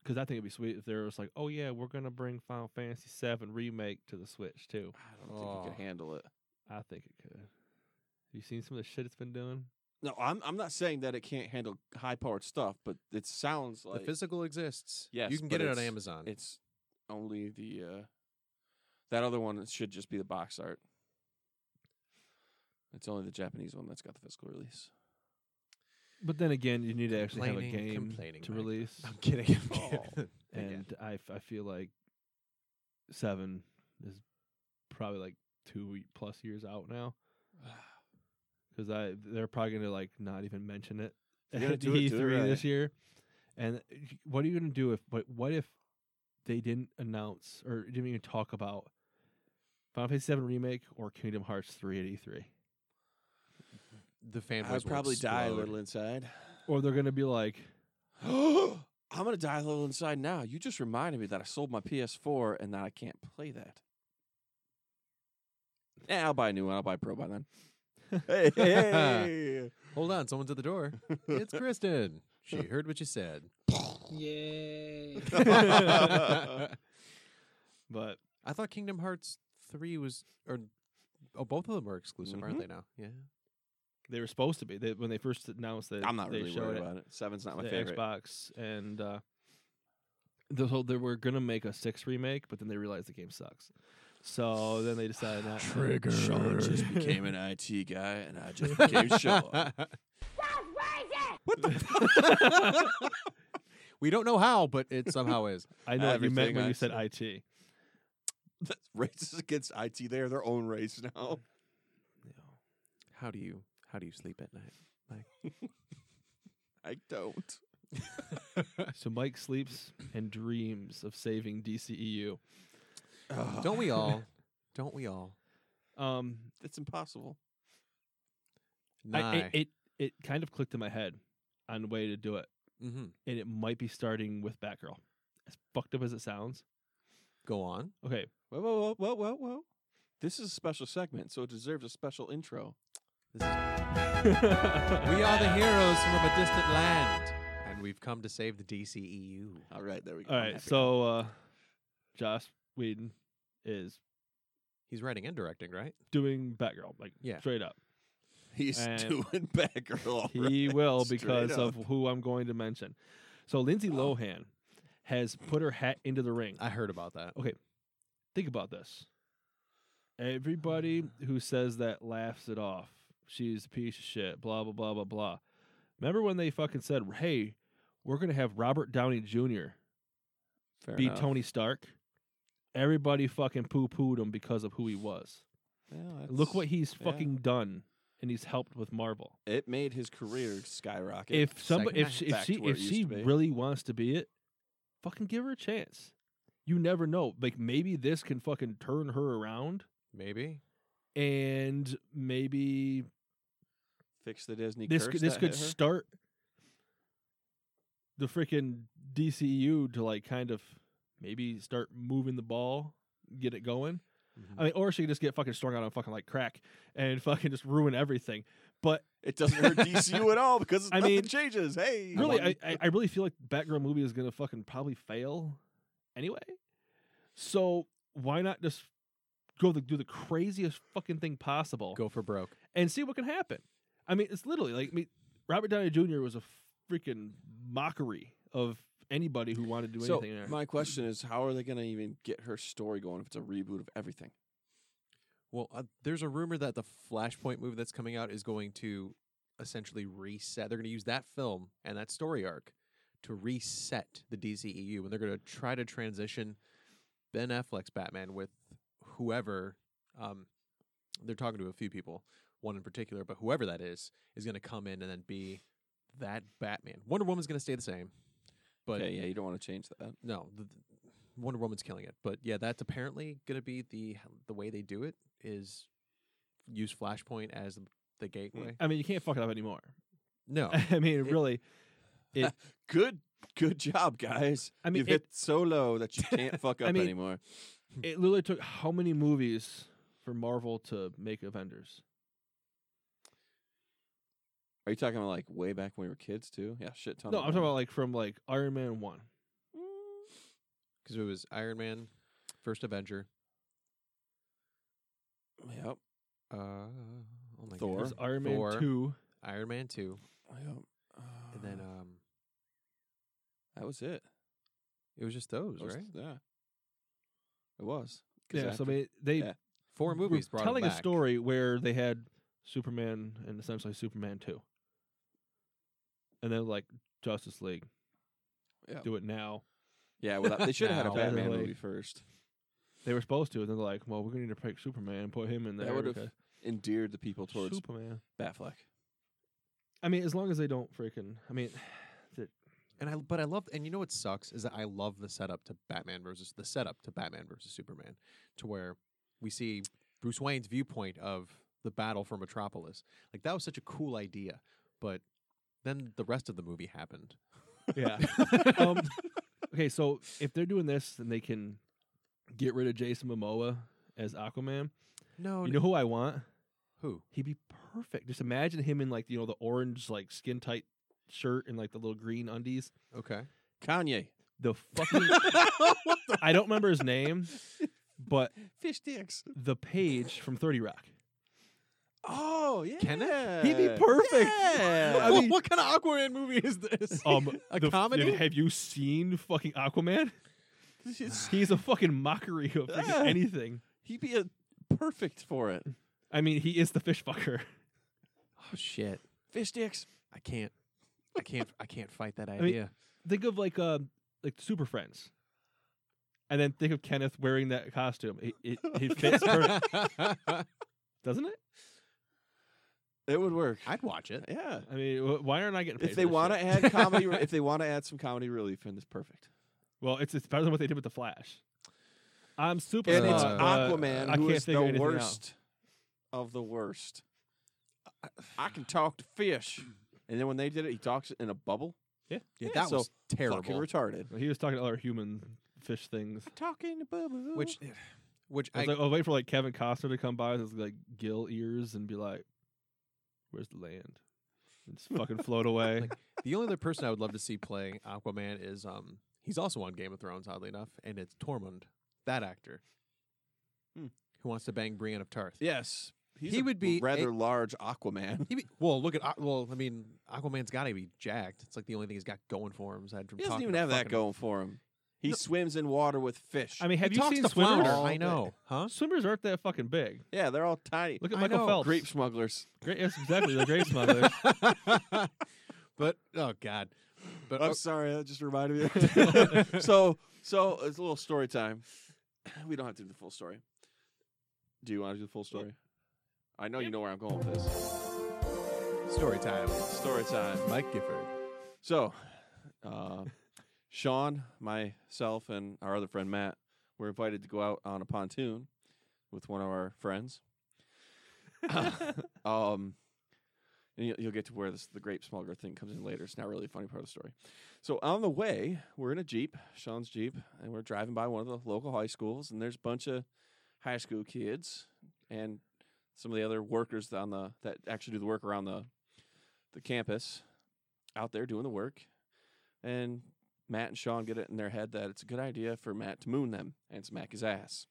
[SPEAKER 1] because I think it'd be sweet if there was like, oh yeah, we're gonna bring Final Fantasy VII remake to the Switch too.
[SPEAKER 2] I don't think you
[SPEAKER 3] Oh.
[SPEAKER 2] can handle it.
[SPEAKER 1] I think it could. You seen some of the shit it's been doing?
[SPEAKER 2] No, I'm I'm not saying that it can't handle high powered stuff, but it sounds like
[SPEAKER 3] the physical exists.
[SPEAKER 2] Yes,
[SPEAKER 3] you can
[SPEAKER 2] but
[SPEAKER 3] get it on
[SPEAKER 2] it's-
[SPEAKER 3] Amazon.
[SPEAKER 2] it's only the uh that other one should just be the box art. It's only the Japanese one that's got the physical release.
[SPEAKER 1] But then again, you need to actually have a
[SPEAKER 3] Complaining,
[SPEAKER 1] game
[SPEAKER 3] complaining,
[SPEAKER 1] to
[SPEAKER 3] Mike.
[SPEAKER 1] release,
[SPEAKER 3] I'm kidding. I'm
[SPEAKER 2] Oh.
[SPEAKER 3] kidding. Again.
[SPEAKER 1] and I f- I feel like seven is probably like two y- plus years out now because I they're probably gonna like not even mention it
[SPEAKER 2] If you're gonna
[SPEAKER 1] at
[SPEAKER 2] do it, do it
[SPEAKER 1] E3
[SPEAKER 2] right.
[SPEAKER 1] this year. And eh, y- what are you gonna do if? But what if they didn't announce or didn't even talk about Final Fantasy Seven remake or Kingdom Hearts three at E three?
[SPEAKER 3] the fanboys
[SPEAKER 2] I'd
[SPEAKER 3] will
[SPEAKER 2] probably die a
[SPEAKER 3] explode.
[SPEAKER 2] little inside.
[SPEAKER 1] Or they're gonna be like,
[SPEAKER 2] I'm gonna die a little inside now. You just reminded me that I sold my PS4 and that I can't play that. Yeah, I'll buy a new one. I'll buy a Pro by then. hey, hey.
[SPEAKER 3] Hold on, someone's at the door. it's Kristen. She heard what you said.
[SPEAKER 4] Yay.
[SPEAKER 3] I
[SPEAKER 1] but
[SPEAKER 3] thought Kingdom Hearts three was or oh both of them are exclusive, aren't
[SPEAKER 2] Mhm.
[SPEAKER 3] they now? Yeah.
[SPEAKER 1] they were supposed to be they, when they first announced that.
[SPEAKER 2] I'm not
[SPEAKER 1] they
[SPEAKER 2] really
[SPEAKER 1] showed
[SPEAKER 2] worried
[SPEAKER 1] it.
[SPEAKER 2] about it. Seven's not my
[SPEAKER 1] the
[SPEAKER 2] favorite.
[SPEAKER 1] Xbox and uh the whole they were gonna make a six remake, but then they realized the game sucks. So then they decided not to.
[SPEAKER 2] Sean just became an IT guy, and I just became Sean. What the?
[SPEAKER 3] we don't know how, but it somehow is.
[SPEAKER 1] I know what you meant
[SPEAKER 2] Everything
[SPEAKER 1] when
[SPEAKER 2] I
[SPEAKER 1] you said IT.
[SPEAKER 2] That's racist against IT. They are their own race now.
[SPEAKER 3] How do you how do you sleep at night?
[SPEAKER 2] I don't.
[SPEAKER 1] So Mike sleeps and dreams of saving E DCEU.
[SPEAKER 2] Ugh,
[SPEAKER 3] Don't we all? Don't we all?
[SPEAKER 1] Um
[SPEAKER 2] It's impossible.
[SPEAKER 1] I,
[SPEAKER 3] Nah.
[SPEAKER 1] it, it it kind of clicked in my head on the way to do it.
[SPEAKER 3] mm-hmm.
[SPEAKER 1] And it might be starting with Batgirl. As fucked up as it sounds.
[SPEAKER 3] Go on.
[SPEAKER 1] Okay.
[SPEAKER 2] Whoa, whoa, whoa, whoa, whoa, whoa. This is a special segment, so it deserves a special intro.
[SPEAKER 3] We are the heroes from a distant land, and we've come to save the E DCEU.
[SPEAKER 2] All right, there we go.
[SPEAKER 1] All
[SPEAKER 2] I'm
[SPEAKER 1] right,
[SPEAKER 2] happy.
[SPEAKER 1] so uh Josh Whedon is
[SPEAKER 3] He's writing and directing, right?
[SPEAKER 1] doing Batgirl, like
[SPEAKER 3] Yeah.
[SPEAKER 1] straight up.
[SPEAKER 2] he's
[SPEAKER 1] and
[SPEAKER 2] doing Batgirl.
[SPEAKER 1] He will
[SPEAKER 2] Straight
[SPEAKER 1] because
[SPEAKER 2] up.
[SPEAKER 1] of who I'm going to mention. So Lindsay Lohan has put her hat into the ring.
[SPEAKER 3] I heard about that.
[SPEAKER 1] Think about this. Everybody who says that laughs it off. She's a piece of shit. Blah blah blah blah blah. Remember when they fucking said, "Hey, we're gonna have Robert Downey Jr.
[SPEAKER 2] Fair
[SPEAKER 1] be
[SPEAKER 2] enough.
[SPEAKER 1] Tony Stark." Everybody fucking poo pooed him because of who he was.
[SPEAKER 2] Yeah,
[SPEAKER 1] Look what
[SPEAKER 2] that's-
[SPEAKER 1] he's
[SPEAKER 2] yeah.
[SPEAKER 1] fucking done, and he's helped with Marvel.
[SPEAKER 2] it made his career skyrocket.
[SPEAKER 1] if somebody if
[SPEAKER 3] Second
[SPEAKER 1] she,
[SPEAKER 2] half.
[SPEAKER 1] if
[SPEAKER 2] Back
[SPEAKER 1] she
[SPEAKER 2] to where
[SPEAKER 1] if
[SPEAKER 2] it used
[SPEAKER 1] she
[SPEAKER 2] to be.
[SPEAKER 1] really wants to be it, fucking give her a chance. You never know. Like maybe this can fucking turn her around,
[SPEAKER 3] Maybe.
[SPEAKER 1] and maybe
[SPEAKER 2] fix the Disney
[SPEAKER 1] this
[SPEAKER 2] curse
[SPEAKER 1] could, this
[SPEAKER 2] that
[SPEAKER 1] could
[SPEAKER 2] hit her.
[SPEAKER 1] start the freaking DCU to like kind of maybe start moving the ball, get it going.
[SPEAKER 2] Mm-hmm.
[SPEAKER 1] I mean, or she could just get fucking strung out on fucking like crack and fucking just ruin everything. But
[SPEAKER 2] It doesn't hurt DCU at all because
[SPEAKER 1] I
[SPEAKER 2] nothing
[SPEAKER 1] mean,
[SPEAKER 2] changes. Hey,
[SPEAKER 1] really,
[SPEAKER 2] one-
[SPEAKER 1] I, I, I really feel like Batgirl movie is gonna fucking probably fail anyway. So why not just go the, do the craziest fucking thing possible
[SPEAKER 3] Go for broke.
[SPEAKER 1] and see what can happen? I mean, it's literally like I mean, Robert Downey Jr. was a freaking mockery of anybody who wanted to do
[SPEAKER 2] so
[SPEAKER 1] anything. there.
[SPEAKER 2] my question is, how are they going to even get her story going if it's a reboot of everything?
[SPEAKER 3] Well, uh, there's a rumor that the Flashpoint movie that's coming out is going to essentially reset. They're going to use that film and that story arc to reset the DCEU and they're going to try to transition Ben Affleck's Batman with whoever um they're talking to a few people, one in particular, but whoever that is is going to come in and then be that Batman. Wonder Woman's going to stay the same. But
[SPEAKER 2] yeah, yeah, you don't want to change that.
[SPEAKER 3] no, the, the- Wonder Woman's killing it. But yeah, that's apparently going to be the the way they do it is use Flashpoint as
[SPEAKER 1] Hmm.
[SPEAKER 3] the gateway.
[SPEAKER 1] I mean, you can't fuck it up anymore.
[SPEAKER 3] No,
[SPEAKER 1] I mean, really,
[SPEAKER 2] Good, good job, guys.
[SPEAKER 1] I mean,
[SPEAKER 2] You've hit so low that you can't fuck
[SPEAKER 1] I
[SPEAKER 2] up
[SPEAKER 1] mean-
[SPEAKER 2] anymore.
[SPEAKER 1] it literally took how many movies for Marvel to make Avengers?
[SPEAKER 2] Are you talking about like way back when we were kids too? Yeah, shit ton.
[SPEAKER 1] No,
[SPEAKER 2] of
[SPEAKER 1] I'm talking
[SPEAKER 2] them.
[SPEAKER 1] about like from like Iron Man one.
[SPEAKER 3] because it was Iron Man, First Avenger,
[SPEAKER 2] Yep.
[SPEAKER 3] uh, oh my
[SPEAKER 2] Thor.
[SPEAKER 1] There's
[SPEAKER 3] goodness,
[SPEAKER 1] Iron Man
[SPEAKER 3] Thor,
[SPEAKER 1] two.
[SPEAKER 3] Iron Man two,
[SPEAKER 2] Yep. Uh,
[SPEAKER 3] and then
[SPEAKER 1] uh,
[SPEAKER 3] um,
[SPEAKER 2] that was it.
[SPEAKER 3] it was just those
[SPEAKER 2] That was-
[SPEAKER 3] right.
[SPEAKER 2] Yeah. It was. 'Cause
[SPEAKER 1] Yeah, so I
[SPEAKER 2] after-
[SPEAKER 1] mean, they
[SPEAKER 2] yeah.
[SPEAKER 3] Four
[SPEAKER 1] were
[SPEAKER 3] movies brought 'em
[SPEAKER 1] telling a
[SPEAKER 3] back.
[SPEAKER 1] story where they had Superman and essentially Superman two, and then like Justice League.
[SPEAKER 2] Yeah.
[SPEAKER 1] Do it now.
[SPEAKER 2] yeah, well, that- they should have had a
[SPEAKER 3] Now.
[SPEAKER 2] Batman
[SPEAKER 1] Definitely.
[SPEAKER 2] movie first.
[SPEAKER 1] They were supposed to, and then they're like, "Well, we're gonna need to pick Superman and put him in there."
[SPEAKER 2] That would have
[SPEAKER 1] because
[SPEAKER 2] endeared the people towards
[SPEAKER 1] Superman.
[SPEAKER 2] Batfleck.
[SPEAKER 1] I mean, as long as they don't freaking. I mean,
[SPEAKER 3] And I but I love and you know what sucks is that I love the setup to Batman versus the setup to Batman versus Superman to where we see Bruce Wayne's viewpoint of the battle for Metropolis. Like that was such a cool idea, but then the rest of the movie happened.
[SPEAKER 1] yeah. um, okay, so if they're doing this, then they can get rid of Jason Momoa as Aquaman.
[SPEAKER 3] No,
[SPEAKER 1] You know who I want?
[SPEAKER 3] who?
[SPEAKER 1] He'd be perfect. Just imagine him in like you know the orange like skin tight shirt and like the little green undies.
[SPEAKER 3] Okay.
[SPEAKER 2] Kanye.
[SPEAKER 1] The fucking I don't remember his name, but
[SPEAKER 2] Fish dicks.
[SPEAKER 1] the page from Thirty Rock.
[SPEAKER 2] Oh yeah,
[SPEAKER 3] Kenneth?
[SPEAKER 1] He'd be perfect.
[SPEAKER 2] Yeah.
[SPEAKER 1] I mean-
[SPEAKER 3] what kind of Aquaman movie is this?
[SPEAKER 1] Um,
[SPEAKER 3] A
[SPEAKER 1] the-
[SPEAKER 3] comedy?
[SPEAKER 1] Have you seen fucking Aquaman? He's a fucking mockery of freaking
[SPEAKER 2] Yeah.
[SPEAKER 1] anything.
[SPEAKER 2] he'd be a perfect for it.
[SPEAKER 1] I mean, he is the fish fucker.
[SPEAKER 3] oh shit.
[SPEAKER 2] Fish dicks.
[SPEAKER 3] I can't I can't I can't fight that
[SPEAKER 1] mean-
[SPEAKER 3] idea.
[SPEAKER 1] Think of like uh, like Super Friends, and then think of Kenneth wearing that costume. It it, it fits, perfect, doesn't it?
[SPEAKER 2] It would work.
[SPEAKER 3] I'd watch it.
[SPEAKER 2] yeah.
[SPEAKER 1] I mean, wh- why aren't I getting paid?
[SPEAKER 2] If they want to
[SPEAKER 1] to,
[SPEAKER 2] add comedy, re- if they want to add some comedy relief in this, perfect.
[SPEAKER 1] well, it's it's better than what they did with the Flash. I'm super.
[SPEAKER 2] And it's
[SPEAKER 1] smart, Uh, but
[SPEAKER 2] Aquaman,
[SPEAKER 1] I
[SPEAKER 2] who
[SPEAKER 1] can't
[SPEAKER 2] is
[SPEAKER 1] figure
[SPEAKER 2] the
[SPEAKER 1] anything out.
[SPEAKER 2] worst of the worst. I can talk to fish, and then when they did it, he talks in a bubble.
[SPEAKER 3] Yeah,
[SPEAKER 2] Yeah,
[SPEAKER 3] that
[SPEAKER 2] so
[SPEAKER 3] was terrible.
[SPEAKER 2] Fucking retarded.
[SPEAKER 1] He was talking to other human fish things.
[SPEAKER 2] Talking a bubble.
[SPEAKER 3] which which
[SPEAKER 1] I
[SPEAKER 3] I,
[SPEAKER 1] was like, I'll wait for like Kevin Costner to come by with his like gill ears and be like, "Where's the land?" And just fucking float away.
[SPEAKER 3] Like- the only other person I would love to see playing Aquaman is um he's also on Game of Thrones oddly enough and it's Tormund that actor
[SPEAKER 2] Hmm.
[SPEAKER 3] who wants to bang Brienne of Tarth
[SPEAKER 2] yes, he's
[SPEAKER 3] He
[SPEAKER 2] a
[SPEAKER 3] would be a-
[SPEAKER 2] rather large Aquaman.
[SPEAKER 3] He be, well, look at Aqu- well. I mean, Aquaman's got to be jacked. It's like the only thing he's got going for him. Aside from
[SPEAKER 2] He doesn't
[SPEAKER 3] talking
[SPEAKER 2] even
[SPEAKER 3] to
[SPEAKER 2] have that
[SPEAKER 3] fucking-
[SPEAKER 2] going for him. He
[SPEAKER 3] No.
[SPEAKER 2] swims in water with fish.
[SPEAKER 1] I mean, have
[SPEAKER 3] he
[SPEAKER 1] you
[SPEAKER 3] talks
[SPEAKER 1] seen
[SPEAKER 3] to
[SPEAKER 1] swimmers?
[SPEAKER 3] flounder.
[SPEAKER 2] All
[SPEAKER 3] I
[SPEAKER 2] day.
[SPEAKER 3] know, huh?
[SPEAKER 1] Swimmers aren't that fucking big.
[SPEAKER 2] yeah, they're all tiny.
[SPEAKER 1] Look at
[SPEAKER 3] I
[SPEAKER 1] Michael
[SPEAKER 3] know.
[SPEAKER 1] Phelps.
[SPEAKER 2] Grape smugglers.
[SPEAKER 1] Great, yes, exactly. The grape smuggler.
[SPEAKER 3] but oh god, but
[SPEAKER 2] I'm sorry, that just reminded me. of- so, so it's a little story time. We don't have to do the full story. Do you want to do the full story? I know you know where I'm going with this.
[SPEAKER 3] oh, story time.
[SPEAKER 2] Story time.
[SPEAKER 3] Mike Gifford.
[SPEAKER 2] So, uh, Sean, myself, and our other friend Matt were invited to go out on a pontoon with one of our friends. Uh, um, and you- you'll get to where this the grape smuggler thing comes in later. It's not really a funny part of the story. So on the way, we're in a jeep, Sean's jeep, and we're driving by one of the local high schools, and there's a bunch of high school kids and some of the other workers on the that actually do the work around the the campus out there doing the work. And Matt and Sean get it in their head that it's a good idea for Matt to moon them and smack his ass.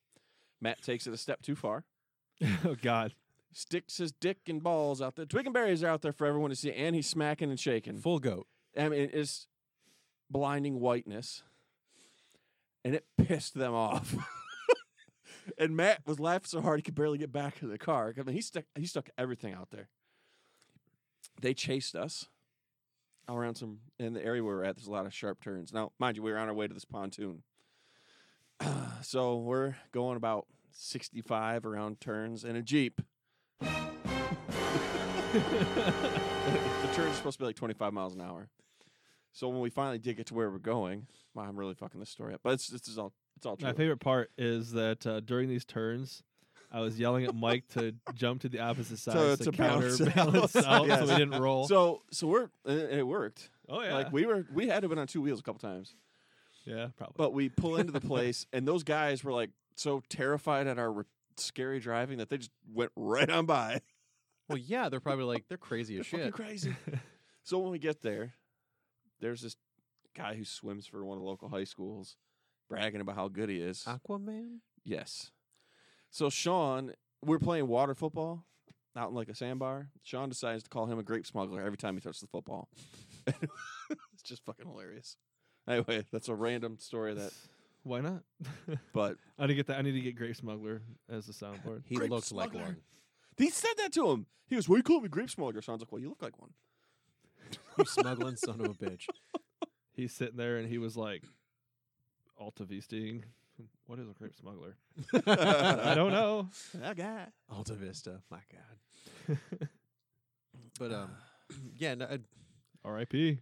[SPEAKER 2] Matt takes it a step too far,
[SPEAKER 1] oh God.
[SPEAKER 2] sticks his dick and balls out there. Twig and berries are out there for everyone to see, and he's smacking and shaking.
[SPEAKER 3] Full goat.
[SPEAKER 2] I mean, it's blinding whiteness. And it pissed them off. and Matt was laughing so hard he could barely get back to the car. I mean, he stuck he stuck everything out there. They chased us around some in the area we were at. There's a lot of sharp turns. Now, mind you, we were on our way to this pontoon. so we're going about 65 around turns in a jeep. the turns are supposed to be like 25 miles an hour. So when we finally did get to where we're going, wow, I'm really fucking this story up. But it's, this is all it's all true.
[SPEAKER 1] My favorite part is that uh, during these turns, I was yelling at Mike to jump to the opposite side
[SPEAKER 2] So
[SPEAKER 1] so
[SPEAKER 2] it's
[SPEAKER 1] to
[SPEAKER 2] a balance out.
[SPEAKER 1] counterbalance out, so
[SPEAKER 2] Yes.
[SPEAKER 1] we didn't roll.
[SPEAKER 2] So so we're and it worked.
[SPEAKER 1] oh yeah,
[SPEAKER 2] Like we were we had to been on two wheels a couple times.
[SPEAKER 1] yeah, probably.
[SPEAKER 2] But we pull into the place and those guys were like so terrified at our re- scary driving that they just went right on by.
[SPEAKER 3] Well, yeah, they're probably like they're crazy as
[SPEAKER 2] They're fucking
[SPEAKER 3] shit.
[SPEAKER 2] crazy. so when we get there, there's this guy who swims for one of the local high schools bragging about how good he is.
[SPEAKER 3] Aquaman.
[SPEAKER 2] Yes. So Sean, we're playing water football out in like a sandbar. Sean decides to call him a grape smuggler every time he touches the football. it's just fucking hilarious. Anyway, that's a random story that,
[SPEAKER 1] Why not?
[SPEAKER 2] but
[SPEAKER 1] I need to get that. I need to get Grape Smuggler as the soundboard.
[SPEAKER 3] He
[SPEAKER 2] Grape
[SPEAKER 3] looks like
[SPEAKER 2] smuggler.
[SPEAKER 3] one.
[SPEAKER 2] he said that to him. He goes, "Why you call me grape smuggler?" Sean's like, "Well, you look like one."
[SPEAKER 3] You smuggling son of a bitch.
[SPEAKER 1] He's sitting there and he was like, Alta Visting. What is a Grape Smuggler? I don't know.
[SPEAKER 2] That guy.
[SPEAKER 3] Alta Vista. My God. But um, yeah. No, uh,
[SPEAKER 1] R.I.P.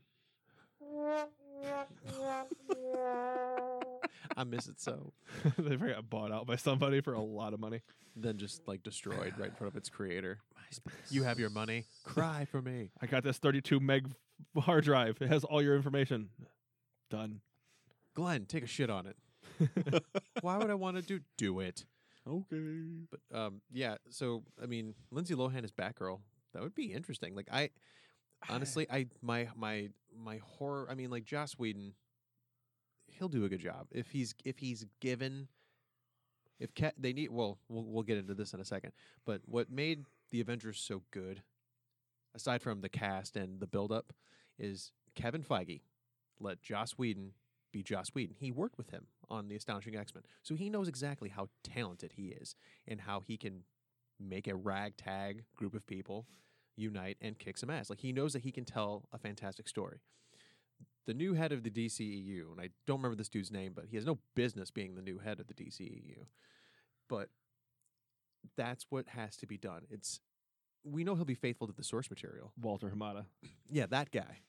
[SPEAKER 3] I miss it so.
[SPEAKER 1] they probably got bought out by somebody for a lot of money.
[SPEAKER 3] Then just like destroyed right in front of its creator. You have your money. Cry for me.
[SPEAKER 1] I got this 32 meg hard drive. It has all your information. Done.
[SPEAKER 3] Glenn, take a shit on it. Why would I want to do do it?
[SPEAKER 2] Okay.
[SPEAKER 3] But um, yeah. So I mean, Lindsay Lohan is Batgirl. That would be interesting. Like I, honestly, I my my my horror. I mean, like Joss Whedon, he'll do a good job if he's if he's given. If cat they need well, we'll we'll get into this in a second. But what made the Avengers so good, aside from the cast and the buildup, is Kevin Feige let Joss Whedon be Joss Whedon. He worked with him on the Astonishing X Men, so he knows exactly how talented he is and how he can make a ragtag group of people unite and kick some ass. Like he knows that he can tell a fantastic story. The new head of the DCEU, and I don't remember this dude's name, but he has no business being the new head of the DCEU. But that's what has to be done. It's we know he'll be faithful to the source material.
[SPEAKER 1] Walter Hamada.
[SPEAKER 3] Yeah, that guy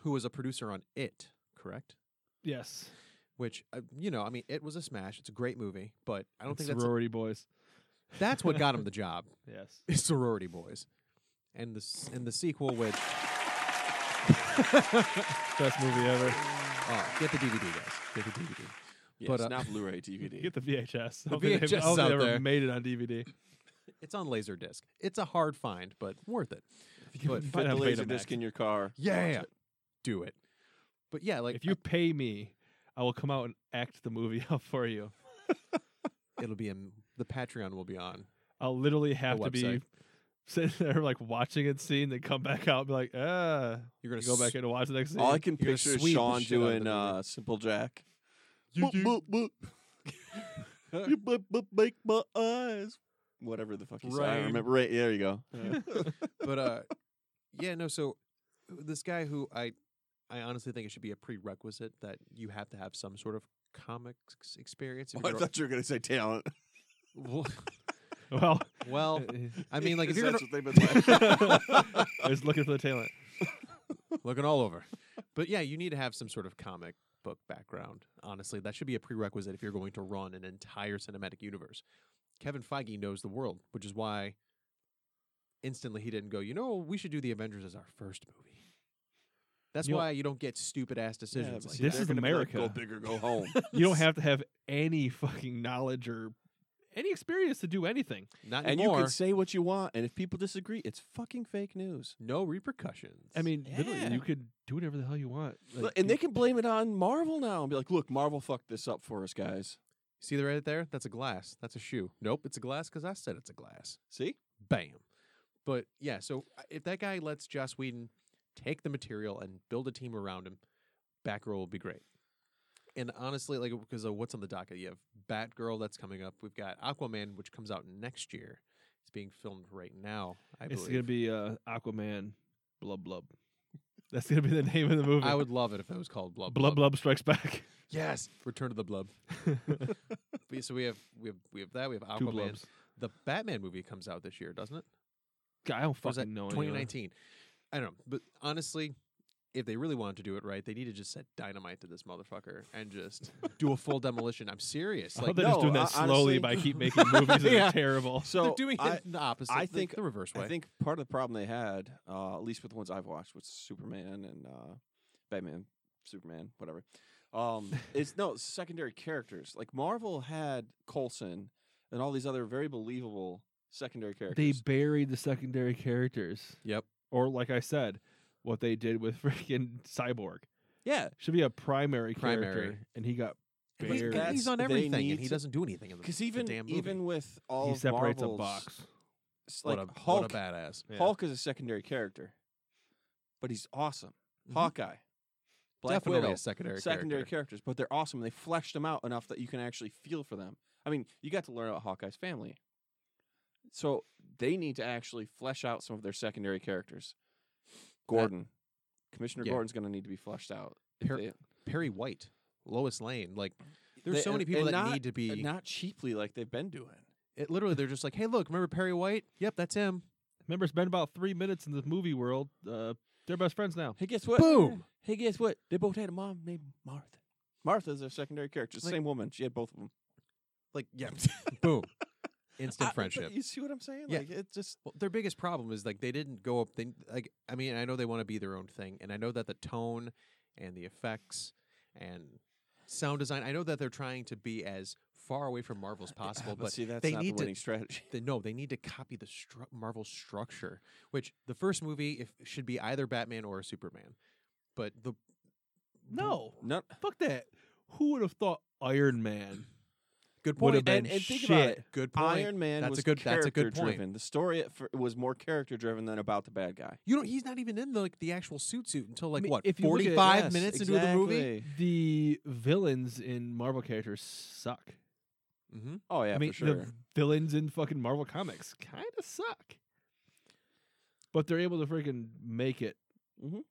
[SPEAKER 3] who was a producer on It, correct?
[SPEAKER 1] Yes.
[SPEAKER 3] Which uh, you know, I mean, It was a smash. It's a great movie, but I don't think that's
[SPEAKER 1] sorority boys.
[SPEAKER 3] that's what got him the job.
[SPEAKER 1] Yes.
[SPEAKER 3] It's sorority boys, and the s- and the sequel, which
[SPEAKER 1] Best movie ever.
[SPEAKER 3] uh, get the DVD guys, get the DVD.
[SPEAKER 2] Yes,
[SPEAKER 3] But,
[SPEAKER 2] but,
[SPEAKER 3] uh,
[SPEAKER 2] not Blu-ray DVD.
[SPEAKER 1] Get the VHS. I
[SPEAKER 3] The
[SPEAKER 1] don't think they've-
[SPEAKER 3] VHS
[SPEAKER 1] I don't think
[SPEAKER 3] out
[SPEAKER 1] they ever
[SPEAKER 3] there.
[SPEAKER 1] made it on DVD.
[SPEAKER 3] It's on Laserdisc. It's a hard find, but worth it.
[SPEAKER 1] If you
[SPEAKER 3] But-
[SPEAKER 1] can
[SPEAKER 2] Put
[SPEAKER 1] find a
[SPEAKER 2] the laser
[SPEAKER 1] Betamax.
[SPEAKER 2] disc in your car.
[SPEAKER 3] Yeah,
[SPEAKER 2] Watch it.
[SPEAKER 3] do it. But yeah, like
[SPEAKER 1] if you pay me, I will come out and act the movie out for you.
[SPEAKER 3] it'll be a, m- the Patreon will be on.
[SPEAKER 1] I'll literally have to be
[SPEAKER 3] website.
[SPEAKER 1] sitting there like watching a scene, then come back out and be like, ah,
[SPEAKER 3] You're gonna
[SPEAKER 1] go back
[SPEAKER 3] s-
[SPEAKER 1] in and watch the next scene.
[SPEAKER 2] All I can
[SPEAKER 3] You're gonna
[SPEAKER 2] picture is
[SPEAKER 3] sweep the
[SPEAKER 2] Sean
[SPEAKER 3] shit out of the
[SPEAKER 2] doing
[SPEAKER 3] movie.
[SPEAKER 2] uh, Simple Jack.
[SPEAKER 3] You- you-
[SPEAKER 2] boop, boop, boop. you bu- bu- make my eyes. Whatever the fuck you said. I don't
[SPEAKER 3] Rain.
[SPEAKER 2] remember. Right, there you go.
[SPEAKER 3] but uh yeah no so uh, this guy who i i honestly think it should be a prerequisite that you have to have some sort of comics experience if
[SPEAKER 2] I
[SPEAKER 3] you're gonna-
[SPEAKER 2] thought you were going to say talent.
[SPEAKER 3] Well-
[SPEAKER 1] well,
[SPEAKER 3] well i mean like if you're
[SPEAKER 2] that's
[SPEAKER 3] gonna,
[SPEAKER 2] what they've been like.
[SPEAKER 1] I was looking for the talent.
[SPEAKER 3] looking all over but yeah you need to have some sort of comic book background honestly that should be a prerequisite if you're going to run an entire cinematic universe kevin feige knows the world which is why instantly he didn't go you know we should do the avengers as our first movie that's
[SPEAKER 1] You know-
[SPEAKER 3] why you don't get stupid ass
[SPEAKER 2] Yeah,
[SPEAKER 3] decisions
[SPEAKER 2] but
[SPEAKER 3] like
[SPEAKER 2] see,
[SPEAKER 1] This
[SPEAKER 2] they're
[SPEAKER 1] is
[SPEAKER 2] gonna be like, Go
[SPEAKER 1] America.
[SPEAKER 2] big or go home.
[SPEAKER 1] You don't have to have any fucking knowledge or any experience to do anything.
[SPEAKER 3] Not
[SPEAKER 2] and you
[SPEAKER 3] anymore.
[SPEAKER 2] can say what you want, and if people disagree, it's fucking fake news.
[SPEAKER 3] no repercussions.
[SPEAKER 1] I mean, literally,
[SPEAKER 2] Yeah.
[SPEAKER 1] you could do whatever the hell you want. Like,
[SPEAKER 2] Look, and
[SPEAKER 1] you-
[SPEAKER 2] they can blame it on Marvel now and be like, "Look, Marvel fucked this up for us, guys."
[SPEAKER 3] see the right there? That's a glass. That's a shoe. Nope, it's a glass because I said it's a glass.
[SPEAKER 2] See,
[SPEAKER 3] Bam. But yeah, so uh, if that guy lets Joss Whedon take the material and build a team around him, Batgirl will be great. And honestly, like because of what's on the docket, you have Batgirl that's coming up. We've got Aquaman, which comes out next year. It's being filmed right now. I
[SPEAKER 1] it's
[SPEAKER 3] believe.
[SPEAKER 1] gonna be uh, Aquaman, blub blub. That's gonna be the name of the movie.
[SPEAKER 3] I would love it if it was called Blub
[SPEAKER 1] blub blub strikes back.
[SPEAKER 3] Yes, Return to the Blub. But, so we have we have we have that. We have
[SPEAKER 1] Two
[SPEAKER 3] Aquaman.
[SPEAKER 1] blubs.
[SPEAKER 3] The Batman movie comes out this year, doesn't it?
[SPEAKER 1] God, I don't
[SPEAKER 3] Or is that
[SPEAKER 1] fucking know. anymore.
[SPEAKER 3] 2019. I don't know. But honestly, if they really wanted to do it right, they need to just set dynamite to this motherfucker and just do a full demolition. I'm serious.
[SPEAKER 1] I
[SPEAKER 3] Like
[SPEAKER 1] hope they're just
[SPEAKER 2] no,
[SPEAKER 1] doing
[SPEAKER 2] uh,
[SPEAKER 1] that slowly
[SPEAKER 2] honestly-
[SPEAKER 1] by keep making movies that
[SPEAKER 3] Yeah.
[SPEAKER 1] are terrible.
[SPEAKER 2] so
[SPEAKER 3] they're doing
[SPEAKER 2] I,
[SPEAKER 3] it the opposite.
[SPEAKER 2] I
[SPEAKER 3] the-
[SPEAKER 2] think-
[SPEAKER 3] the reverse way.
[SPEAKER 2] I think part of the problem they had, uh, at least with the ones I've watched, with Superman and uh, Batman, Superman, whatever, um, is no secondary characters. Like Marvel had Coulson and all these other very believable secondary
[SPEAKER 1] They
[SPEAKER 2] characters.
[SPEAKER 1] buried the secondary characters,
[SPEAKER 3] Yep.
[SPEAKER 1] or like I said, what they did with freaking Cyborg
[SPEAKER 2] yeah,
[SPEAKER 1] should be a primary,
[SPEAKER 3] Primary.
[SPEAKER 1] character, and he got
[SPEAKER 3] And he's-
[SPEAKER 1] buried.
[SPEAKER 3] and
[SPEAKER 2] That's-
[SPEAKER 3] he's on
[SPEAKER 2] they
[SPEAKER 3] everything,
[SPEAKER 2] need
[SPEAKER 3] and he
[SPEAKER 2] to-
[SPEAKER 3] doesn't do anything in the,
[SPEAKER 2] because
[SPEAKER 3] the
[SPEAKER 2] even
[SPEAKER 3] damn movie.
[SPEAKER 2] even with all
[SPEAKER 1] he
[SPEAKER 2] of
[SPEAKER 1] separates
[SPEAKER 2] Marvel's,
[SPEAKER 1] a box.
[SPEAKER 2] s-
[SPEAKER 3] what,
[SPEAKER 2] like
[SPEAKER 3] a,
[SPEAKER 2] Hulk,
[SPEAKER 3] what a badass.
[SPEAKER 1] Yeah.
[SPEAKER 2] Hulk is a secondary character, but he's awesome.
[SPEAKER 3] Mhm.
[SPEAKER 2] Hawkeye, Black
[SPEAKER 3] Definitely
[SPEAKER 2] Widow,
[SPEAKER 3] a secondary
[SPEAKER 2] secondary
[SPEAKER 3] character.
[SPEAKER 2] characters, but they're awesome. and They fleshed them out enough that you can actually feel for them. I mean, you got to learn about Hawkeye's family, so they need to actually flesh out some of their secondary characters. Gordon, Commissioner
[SPEAKER 3] yeah.
[SPEAKER 2] Gordon's going to need to be fleshed out.
[SPEAKER 3] Par-
[SPEAKER 2] They-
[SPEAKER 3] Perry White, Lois Lane. Like there's
[SPEAKER 2] they-
[SPEAKER 3] so many
[SPEAKER 2] and-
[SPEAKER 3] people
[SPEAKER 2] and
[SPEAKER 3] that
[SPEAKER 2] not-
[SPEAKER 3] need to
[SPEAKER 2] and
[SPEAKER 3] be.
[SPEAKER 2] not cheaply like they've been doing.
[SPEAKER 3] It, literally, they're just like, hey, look, remember Perry White? Yep, that's him.
[SPEAKER 1] Remember, it's been about three minutes in the movie world. Uh, they're best friends now.
[SPEAKER 2] Hey, guess what?
[SPEAKER 3] Boom.
[SPEAKER 2] Hey, guess what? They both had a mom named Martha. Martha's their secondary character.
[SPEAKER 3] Like-
[SPEAKER 2] Same woman. She had both of them.
[SPEAKER 3] Like, yeah, boom,
[SPEAKER 2] I-
[SPEAKER 3] instant
[SPEAKER 2] but
[SPEAKER 3] friendship.
[SPEAKER 2] You see what I'm saying?
[SPEAKER 3] Yeah.
[SPEAKER 2] Like it just
[SPEAKER 3] Well, their biggest problem is like they didn't go up. They like, I mean, I know they want to be their own thing, and I know that the tone and the effects and sound design. I know that they're trying to be as far away from Marvel as possible, but,
[SPEAKER 2] see that's
[SPEAKER 3] they
[SPEAKER 2] not
[SPEAKER 3] need
[SPEAKER 2] the
[SPEAKER 3] to-
[SPEAKER 2] winning strategy.
[SPEAKER 3] they, no, they need to copy the stru- Marvel structure, which the first movie if should be either Batman or Superman, but the
[SPEAKER 1] No,
[SPEAKER 2] No,
[SPEAKER 1] fuck that. Who would have thought Iron Man
[SPEAKER 3] good
[SPEAKER 1] would have been
[SPEAKER 3] point.
[SPEAKER 2] And- and think
[SPEAKER 1] shit?
[SPEAKER 2] about it.
[SPEAKER 3] Good point.
[SPEAKER 2] Iron Man
[SPEAKER 3] That's a
[SPEAKER 2] was
[SPEAKER 3] good- that's a
[SPEAKER 2] character
[SPEAKER 3] good point.
[SPEAKER 2] driven. The story at fir- was more character driven than about the bad guy.
[SPEAKER 3] You know, he's not even in the, like the actual suit suit until like
[SPEAKER 1] mean,
[SPEAKER 3] what
[SPEAKER 1] if you look at-
[SPEAKER 3] forty five
[SPEAKER 2] Yes,
[SPEAKER 3] minutes into the movie.
[SPEAKER 2] exactly.
[SPEAKER 1] The villains in Marvel characters suck.
[SPEAKER 3] Mm-hmm.
[SPEAKER 2] Oh yeah,
[SPEAKER 1] I mean,
[SPEAKER 2] for sure.
[SPEAKER 1] the villains in fucking Marvel comics kind of suck, but they're able to freaking make it
[SPEAKER 2] Mhm.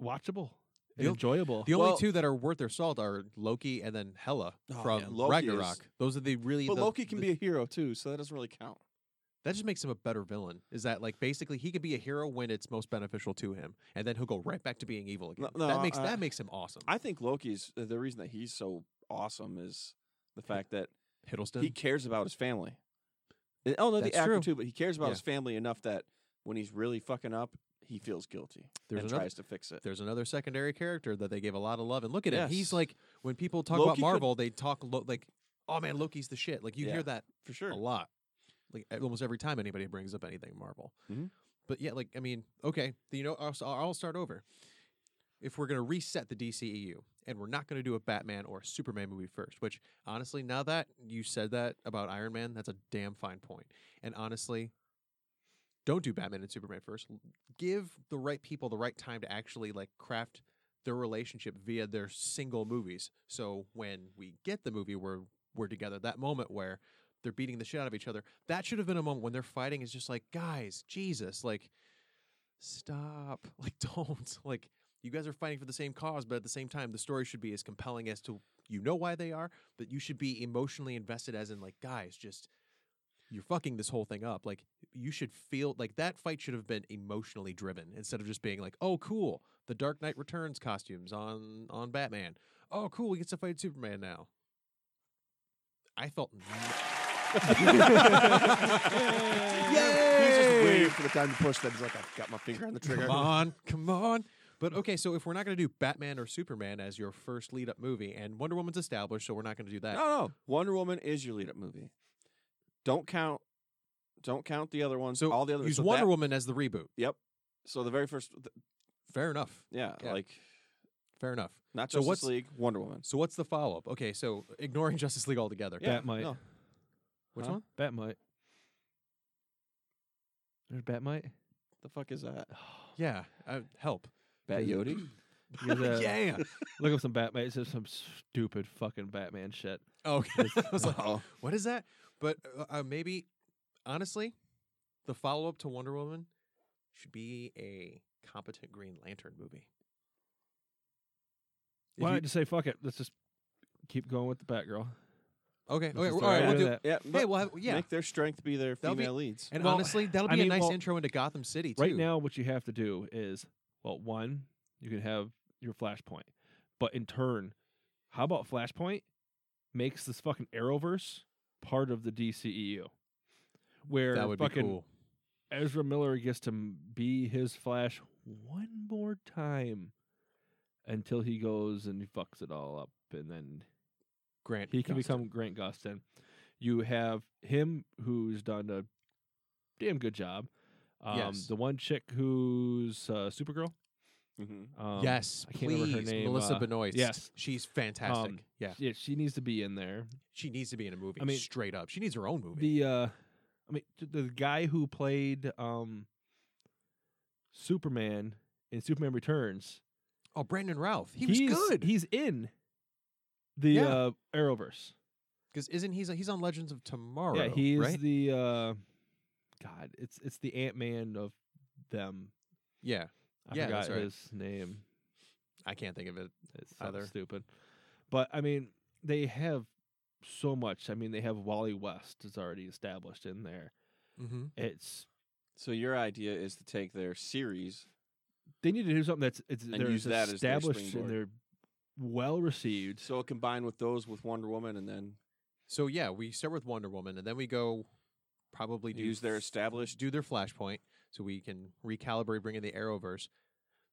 [SPEAKER 1] watchable and
[SPEAKER 3] Mm-hmm. The o-
[SPEAKER 1] enjoyable.
[SPEAKER 3] The only
[SPEAKER 2] Well-
[SPEAKER 3] two that are worth their salt are Loki and then Hela
[SPEAKER 2] Oh,
[SPEAKER 3] from
[SPEAKER 2] yeah, Loki is-
[SPEAKER 3] Ragnarok. Those are the really.
[SPEAKER 2] but
[SPEAKER 3] the-
[SPEAKER 2] Loki can
[SPEAKER 3] the-
[SPEAKER 2] be a hero too, so that doesn't really count.
[SPEAKER 3] That just makes him a better villain. Is that like basically he could be a hero when it's most beneficial to him, and then he'll go right back to being evil again.
[SPEAKER 2] No- no,
[SPEAKER 3] that makes
[SPEAKER 2] I-
[SPEAKER 3] that makes him awesome.
[SPEAKER 2] I think Loki's uh, the reason that he's so awesome is the fact that
[SPEAKER 3] Hiddleston.
[SPEAKER 2] he cares about his family. And- oh no,
[SPEAKER 3] That's
[SPEAKER 2] the actor
[SPEAKER 3] true.
[SPEAKER 2] too, but he cares about
[SPEAKER 3] Yeah.
[SPEAKER 2] his family enough that when he's really fucking up, he feels guilty
[SPEAKER 3] There's
[SPEAKER 2] and
[SPEAKER 3] another-
[SPEAKER 2] tries to fix it.
[SPEAKER 3] There's another secondary character that they gave a lot of love, and look at him. He's
[SPEAKER 2] Yes.
[SPEAKER 3] like when people talk about
[SPEAKER 2] Loki could-
[SPEAKER 3] Marvel, they talk lo- like, "Oh man, Loki's the shit." Like you
[SPEAKER 2] Yeah.
[SPEAKER 3] hear that
[SPEAKER 2] For sure.
[SPEAKER 3] a lot. Like a- almost every time anybody brings up anything Marvel.
[SPEAKER 2] Mhm.
[SPEAKER 3] But yeah, like I mean, okay, you know, I'll, s- I'll I'll start over. if we're going to reset the DCEU and we're not going to do a Batman or a Superman movie first, which honestly, now that you said that about Iron Man, that's a damn fine point. And honestly, don't do Batman and Superman first. L- Give the right people the right time to actually like craft their relationship via their single movies. So when we get the movie, we're we're together. That moment where they're beating the shit out of each other. That should have been a moment when they're fighting is just like, guys, Jesus, like stop. Like don't. Like you guys are fighting for the same cause, but at the same time, the story should be as compelling as to you know why they are, but you should be emotionally invested as in like, guys, just you're fucking this whole thing up. Like you should feel like that fight should have been emotionally driven instead of just being like, oh cool, the Dark Knight Returns costumes on on Batman. Oh cool, he gets to fight Superman now. I felt
[SPEAKER 2] He's just
[SPEAKER 3] Yay!
[SPEAKER 2] waiting for the time to push that. He's like, I've got my finger on the trigger.
[SPEAKER 3] Come on, come on. But okay, so if we're not going to do Batman or Superman as your first lead up movie, and Wonder Woman's established, so we're not going to do that.
[SPEAKER 2] No, no. Wonder Woman is your lead-up movie. Don't count. Don't count the other ones.
[SPEAKER 3] So
[SPEAKER 2] all the other
[SPEAKER 3] Use
[SPEAKER 2] so
[SPEAKER 3] Wonder
[SPEAKER 2] that-
[SPEAKER 3] Woman as the reboot.
[SPEAKER 2] Yep. So the very first, th-
[SPEAKER 3] Fair enough.
[SPEAKER 2] yeah,
[SPEAKER 3] Yeah.
[SPEAKER 2] like
[SPEAKER 3] Fair enough.
[SPEAKER 2] not
[SPEAKER 3] So
[SPEAKER 2] Justice
[SPEAKER 3] what's-
[SPEAKER 2] League, Wonder Woman.
[SPEAKER 3] So what's the follow up? Okay, so ignoring Justice League altogether.
[SPEAKER 1] Yeah. Batmite.
[SPEAKER 2] no.
[SPEAKER 3] Which
[SPEAKER 2] Huh?
[SPEAKER 3] one?
[SPEAKER 1] Batmite. There's Batmite.
[SPEAKER 2] The fuck is that?
[SPEAKER 3] Yeah. Uh, help.
[SPEAKER 2] Bat
[SPEAKER 1] Yeah.
[SPEAKER 2] Yodi.
[SPEAKER 1] You guys, uh,
[SPEAKER 3] yeah.
[SPEAKER 1] Look up some Batman. It's just some stupid fucking Batman shit.
[SPEAKER 3] Oh, okay. I was like,
[SPEAKER 2] Oh,
[SPEAKER 3] what is that? But uh, uh, maybe, honestly, the follow up to Wonder Woman should be a competent Green Lantern movie. If
[SPEAKER 1] Why
[SPEAKER 3] you-
[SPEAKER 1] not just say fuck it? Let's just keep going with the Batgirl.
[SPEAKER 3] Okay. Okay.
[SPEAKER 1] Let's
[SPEAKER 3] All
[SPEAKER 1] just
[SPEAKER 3] right.
[SPEAKER 1] throw
[SPEAKER 3] We'll
[SPEAKER 1] it
[SPEAKER 3] do.
[SPEAKER 1] in
[SPEAKER 2] yeah.
[SPEAKER 3] Hey,
[SPEAKER 2] but
[SPEAKER 3] well, have- yeah.
[SPEAKER 2] Make their strength be their
[SPEAKER 3] That'll be-
[SPEAKER 2] female leads.
[SPEAKER 3] and
[SPEAKER 1] well,
[SPEAKER 3] honestly, that'll
[SPEAKER 1] I
[SPEAKER 3] be
[SPEAKER 1] mean,
[SPEAKER 3] a nice
[SPEAKER 1] well,
[SPEAKER 3] intro into Gotham City too.
[SPEAKER 1] Right now, what you have to do is well, one, you can have your Flashpoint, but in turn, how about Flashpoint makes this fucking Arrowverse part of the DCEU? Where
[SPEAKER 3] that would be
[SPEAKER 1] fucking
[SPEAKER 3] cool.
[SPEAKER 1] Ezra Miller gets to m- be his Flash one more time until he goes and he fucks it all up, and then
[SPEAKER 3] Grant,
[SPEAKER 1] he can
[SPEAKER 3] Gustin.
[SPEAKER 1] become Grant Gustin. You have him who's done a damn good job. Um,
[SPEAKER 3] Yes.
[SPEAKER 1] The one chick who's uh, Supergirl.
[SPEAKER 2] hmm
[SPEAKER 1] Um,
[SPEAKER 3] yes,
[SPEAKER 1] I can't
[SPEAKER 3] please,
[SPEAKER 1] remember her name,
[SPEAKER 3] Melissa
[SPEAKER 1] uh,
[SPEAKER 3] Benoist.
[SPEAKER 1] yes.
[SPEAKER 3] she's fantastic.
[SPEAKER 1] Um,
[SPEAKER 3] yeah,
[SPEAKER 1] yeah, she needs to be in there.
[SPEAKER 3] she needs to be in a movie.
[SPEAKER 1] I mean,
[SPEAKER 3] straight up, she needs her own movie.
[SPEAKER 1] The uh, I mean, th- the guy who played um, Superman in Superman Returns.
[SPEAKER 3] oh, Brandon Routh, he
[SPEAKER 1] he's,
[SPEAKER 3] was good.
[SPEAKER 1] He's in the
[SPEAKER 3] Yeah.
[SPEAKER 1] uh, Arrowverse.
[SPEAKER 3] Because isn't he's he's on Legends of Tomorrow?
[SPEAKER 1] Yeah, he's
[SPEAKER 3] right.
[SPEAKER 1] the uh, God. It's it's the Ant Man of them.
[SPEAKER 3] yeah,
[SPEAKER 1] I
[SPEAKER 3] Yeah,
[SPEAKER 1] forgot
[SPEAKER 3] that's right.
[SPEAKER 1] his name.
[SPEAKER 3] I can't think of it.
[SPEAKER 1] It's something
[SPEAKER 3] Either.
[SPEAKER 1] stupid. But I mean, they have so much. I mean, they have Wally West is already established in there.
[SPEAKER 3] Mm-hmm.
[SPEAKER 1] It's
[SPEAKER 2] So your idea is to take their series.
[SPEAKER 1] they need to do something that's it's
[SPEAKER 2] And
[SPEAKER 1] they're
[SPEAKER 2] use that as their
[SPEAKER 1] established and
[SPEAKER 2] springboard.
[SPEAKER 1] they're well received.
[SPEAKER 2] So combine with those with Wonder Woman, and then
[SPEAKER 3] So yeah, we start with Wonder Woman, and then we go probably do
[SPEAKER 2] use their established.
[SPEAKER 3] do their Flashpoint, so we can recalibrate, bring in the Arrowverse.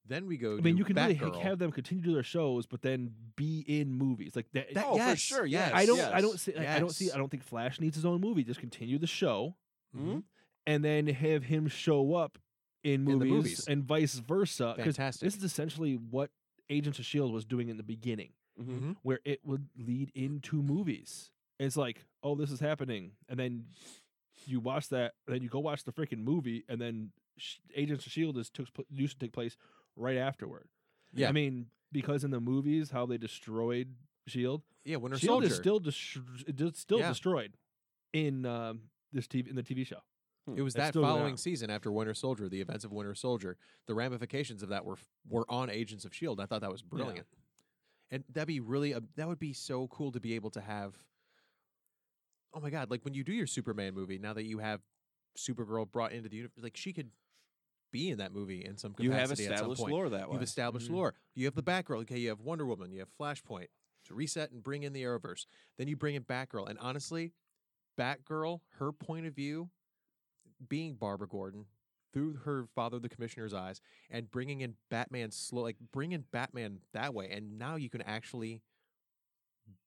[SPEAKER 3] Then we go.
[SPEAKER 1] I mean,
[SPEAKER 3] do
[SPEAKER 1] you can really ha-
[SPEAKER 3] Batgirl.
[SPEAKER 1] have them continue to do their shows, but then be in movies like that.
[SPEAKER 3] That-
[SPEAKER 2] oh,
[SPEAKER 3] yes,
[SPEAKER 2] for sure.
[SPEAKER 3] yes.
[SPEAKER 2] Yes.
[SPEAKER 1] I don't. I
[SPEAKER 2] yes.
[SPEAKER 1] don't see. like, I don't see.
[SPEAKER 3] yes.
[SPEAKER 1] I don't think Flash needs his own movie. Just continue the show,
[SPEAKER 3] Mm-hmm.
[SPEAKER 2] Mhm.
[SPEAKER 1] and then have him show up in
[SPEAKER 3] the
[SPEAKER 1] movies,
[SPEAKER 3] movies.
[SPEAKER 1] and vice versa. 'cause
[SPEAKER 3] Fantastic.
[SPEAKER 1] This is essentially what Agents of Shield E was doing in the beginning,
[SPEAKER 2] Mhm.
[SPEAKER 3] Mhm.
[SPEAKER 1] where it would lead into movies. It's like, oh, this is happening, and then you watch that, and then you go watch the freaking movie, and then Sh- Agents of Shield E is took pl- used to take place right afterward.
[SPEAKER 3] Yeah.
[SPEAKER 1] I mean, because in the movies, how they destroyed Shield,
[SPEAKER 3] Yeah, Winter
[SPEAKER 1] Shield
[SPEAKER 3] Soldier.
[SPEAKER 1] E is still destr it is still
[SPEAKER 3] Yeah.
[SPEAKER 1] destroyed in um, this TV in the TV show.
[SPEAKER 3] it was
[SPEAKER 1] that's
[SPEAKER 3] that
[SPEAKER 1] still going
[SPEAKER 3] following
[SPEAKER 1] on.
[SPEAKER 3] season after Winter Soldier, the events of Winter Soldier, the ramifications of that were f- were on Agents of Shield. I thought that was brilliant, and that'd be really a, that would be so cool to be able to have. Oh my god! Like when you do your Superman movie, now that you have Supergirl brought into the universe, like she could be in that movie in some capacity
[SPEAKER 2] You have
[SPEAKER 3] at some
[SPEAKER 2] established
[SPEAKER 3] point.
[SPEAKER 2] lore that way.
[SPEAKER 3] You've established
[SPEAKER 1] Mhm.
[SPEAKER 3] lore. You have the Batgirl. Okay, you have Wonder Woman. You have Flashpoint to reset and bring in the Arrowverse. Then you bring in Batgirl, and honestly, Batgirl, her point of view, being Barbara Gordon through her father, the Commissioner's eyes, and bringing in Batman slow, like bring in Batman that way, and now you can actually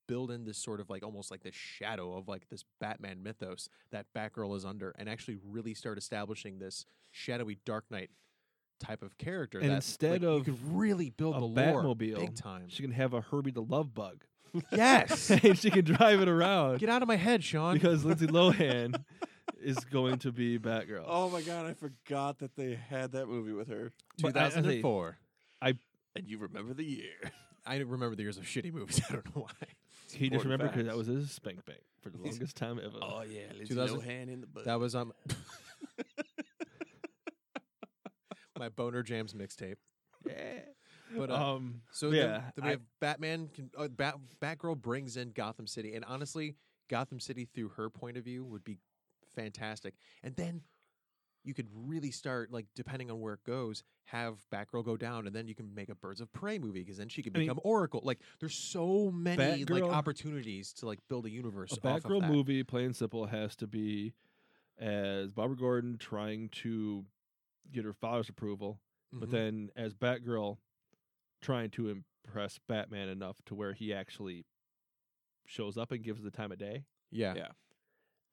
[SPEAKER 3] build in this sort of like almost like this shadow of like this Batman mythos that Batgirl is under, and actually really start establishing this shadowy Dark Knight type of character.
[SPEAKER 1] And
[SPEAKER 3] that,
[SPEAKER 1] instead
[SPEAKER 3] like,
[SPEAKER 1] of
[SPEAKER 3] you could really build
[SPEAKER 1] a
[SPEAKER 3] the lore
[SPEAKER 1] Batmobile,
[SPEAKER 3] big time.
[SPEAKER 1] She can have a Herbie the Love Bug,
[SPEAKER 3] yes,
[SPEAKER 1] and she can drive it around
[SPEAKER 3] get out of my head, Sean.
[SPEAKER 1] because Lindsay Lohan is going to be Batgirl.
[SPEAKER 2] Oh my god, I forgot that they had that movie with her.
[SPEAKER 1] But I- I think-
[SPEAKER 3] 2004.
[SPEAKER 2] And you remember the year.
[SPEAKER 3] I, remember the years of shitty movies. I don't know why.
[SPEAKER 1] He just
[SPEAKER 2] Important
[SPEAKER 1] remembered because that
[SPEAKER 2] facts.
[SPEAKER 1] was his spank bank for the longest time ever.
[SPEAKER 2] Oh, yeah,
[SPEAKER 3] Lindsay 2000
[SPEAKER 2] hand in the butt.
[SPEAKER 3] That was on my boner jams mixtape.
[SPEAKER 1] yeah.
[SPEAKER 3] But uh,
[SPEAKER 1] um,
[SPEAKER 3] So yeah,
[SPEAKER 1] yeah,
[SPEAKER 3] then, we
[SPEAKER 1] I-
[SPEAKER 3] have Batman. Can, uh, Bat Batgirl brings in Gotham City, and honestly, Gotham City through her point of view would be fantastic. And then you could really start like depending on where it goes, have Batgirl go down, and then you can make a Birds of Prey movie because then she could
[SPEAKER 1] I mean,
[SPEAKER 3] become Oracle. Like there's so many like
[SPEAKER 1] Batgirl-
[SPEAKER 3] opportunities to like build a universe.
[SPEAKER 1] a
[SPEAKER 3] off of
[SPEAKER 1] Batgirl
[SPEAKER 3] that.
[SPEAKER 1] movie, plain and simple, has to be as Barbara Gordon trying to get her father's approval, but
[SPEAKER 2] Mm-hmm.
[SPEAKER 3] Mhm.
[SPEAKER 1] then as Batgirl trying to impress Batman enough to where he actually shows up and gives the time of day.
[SPEAKER 3] yeah,
[SPEAKER 2] Yeah.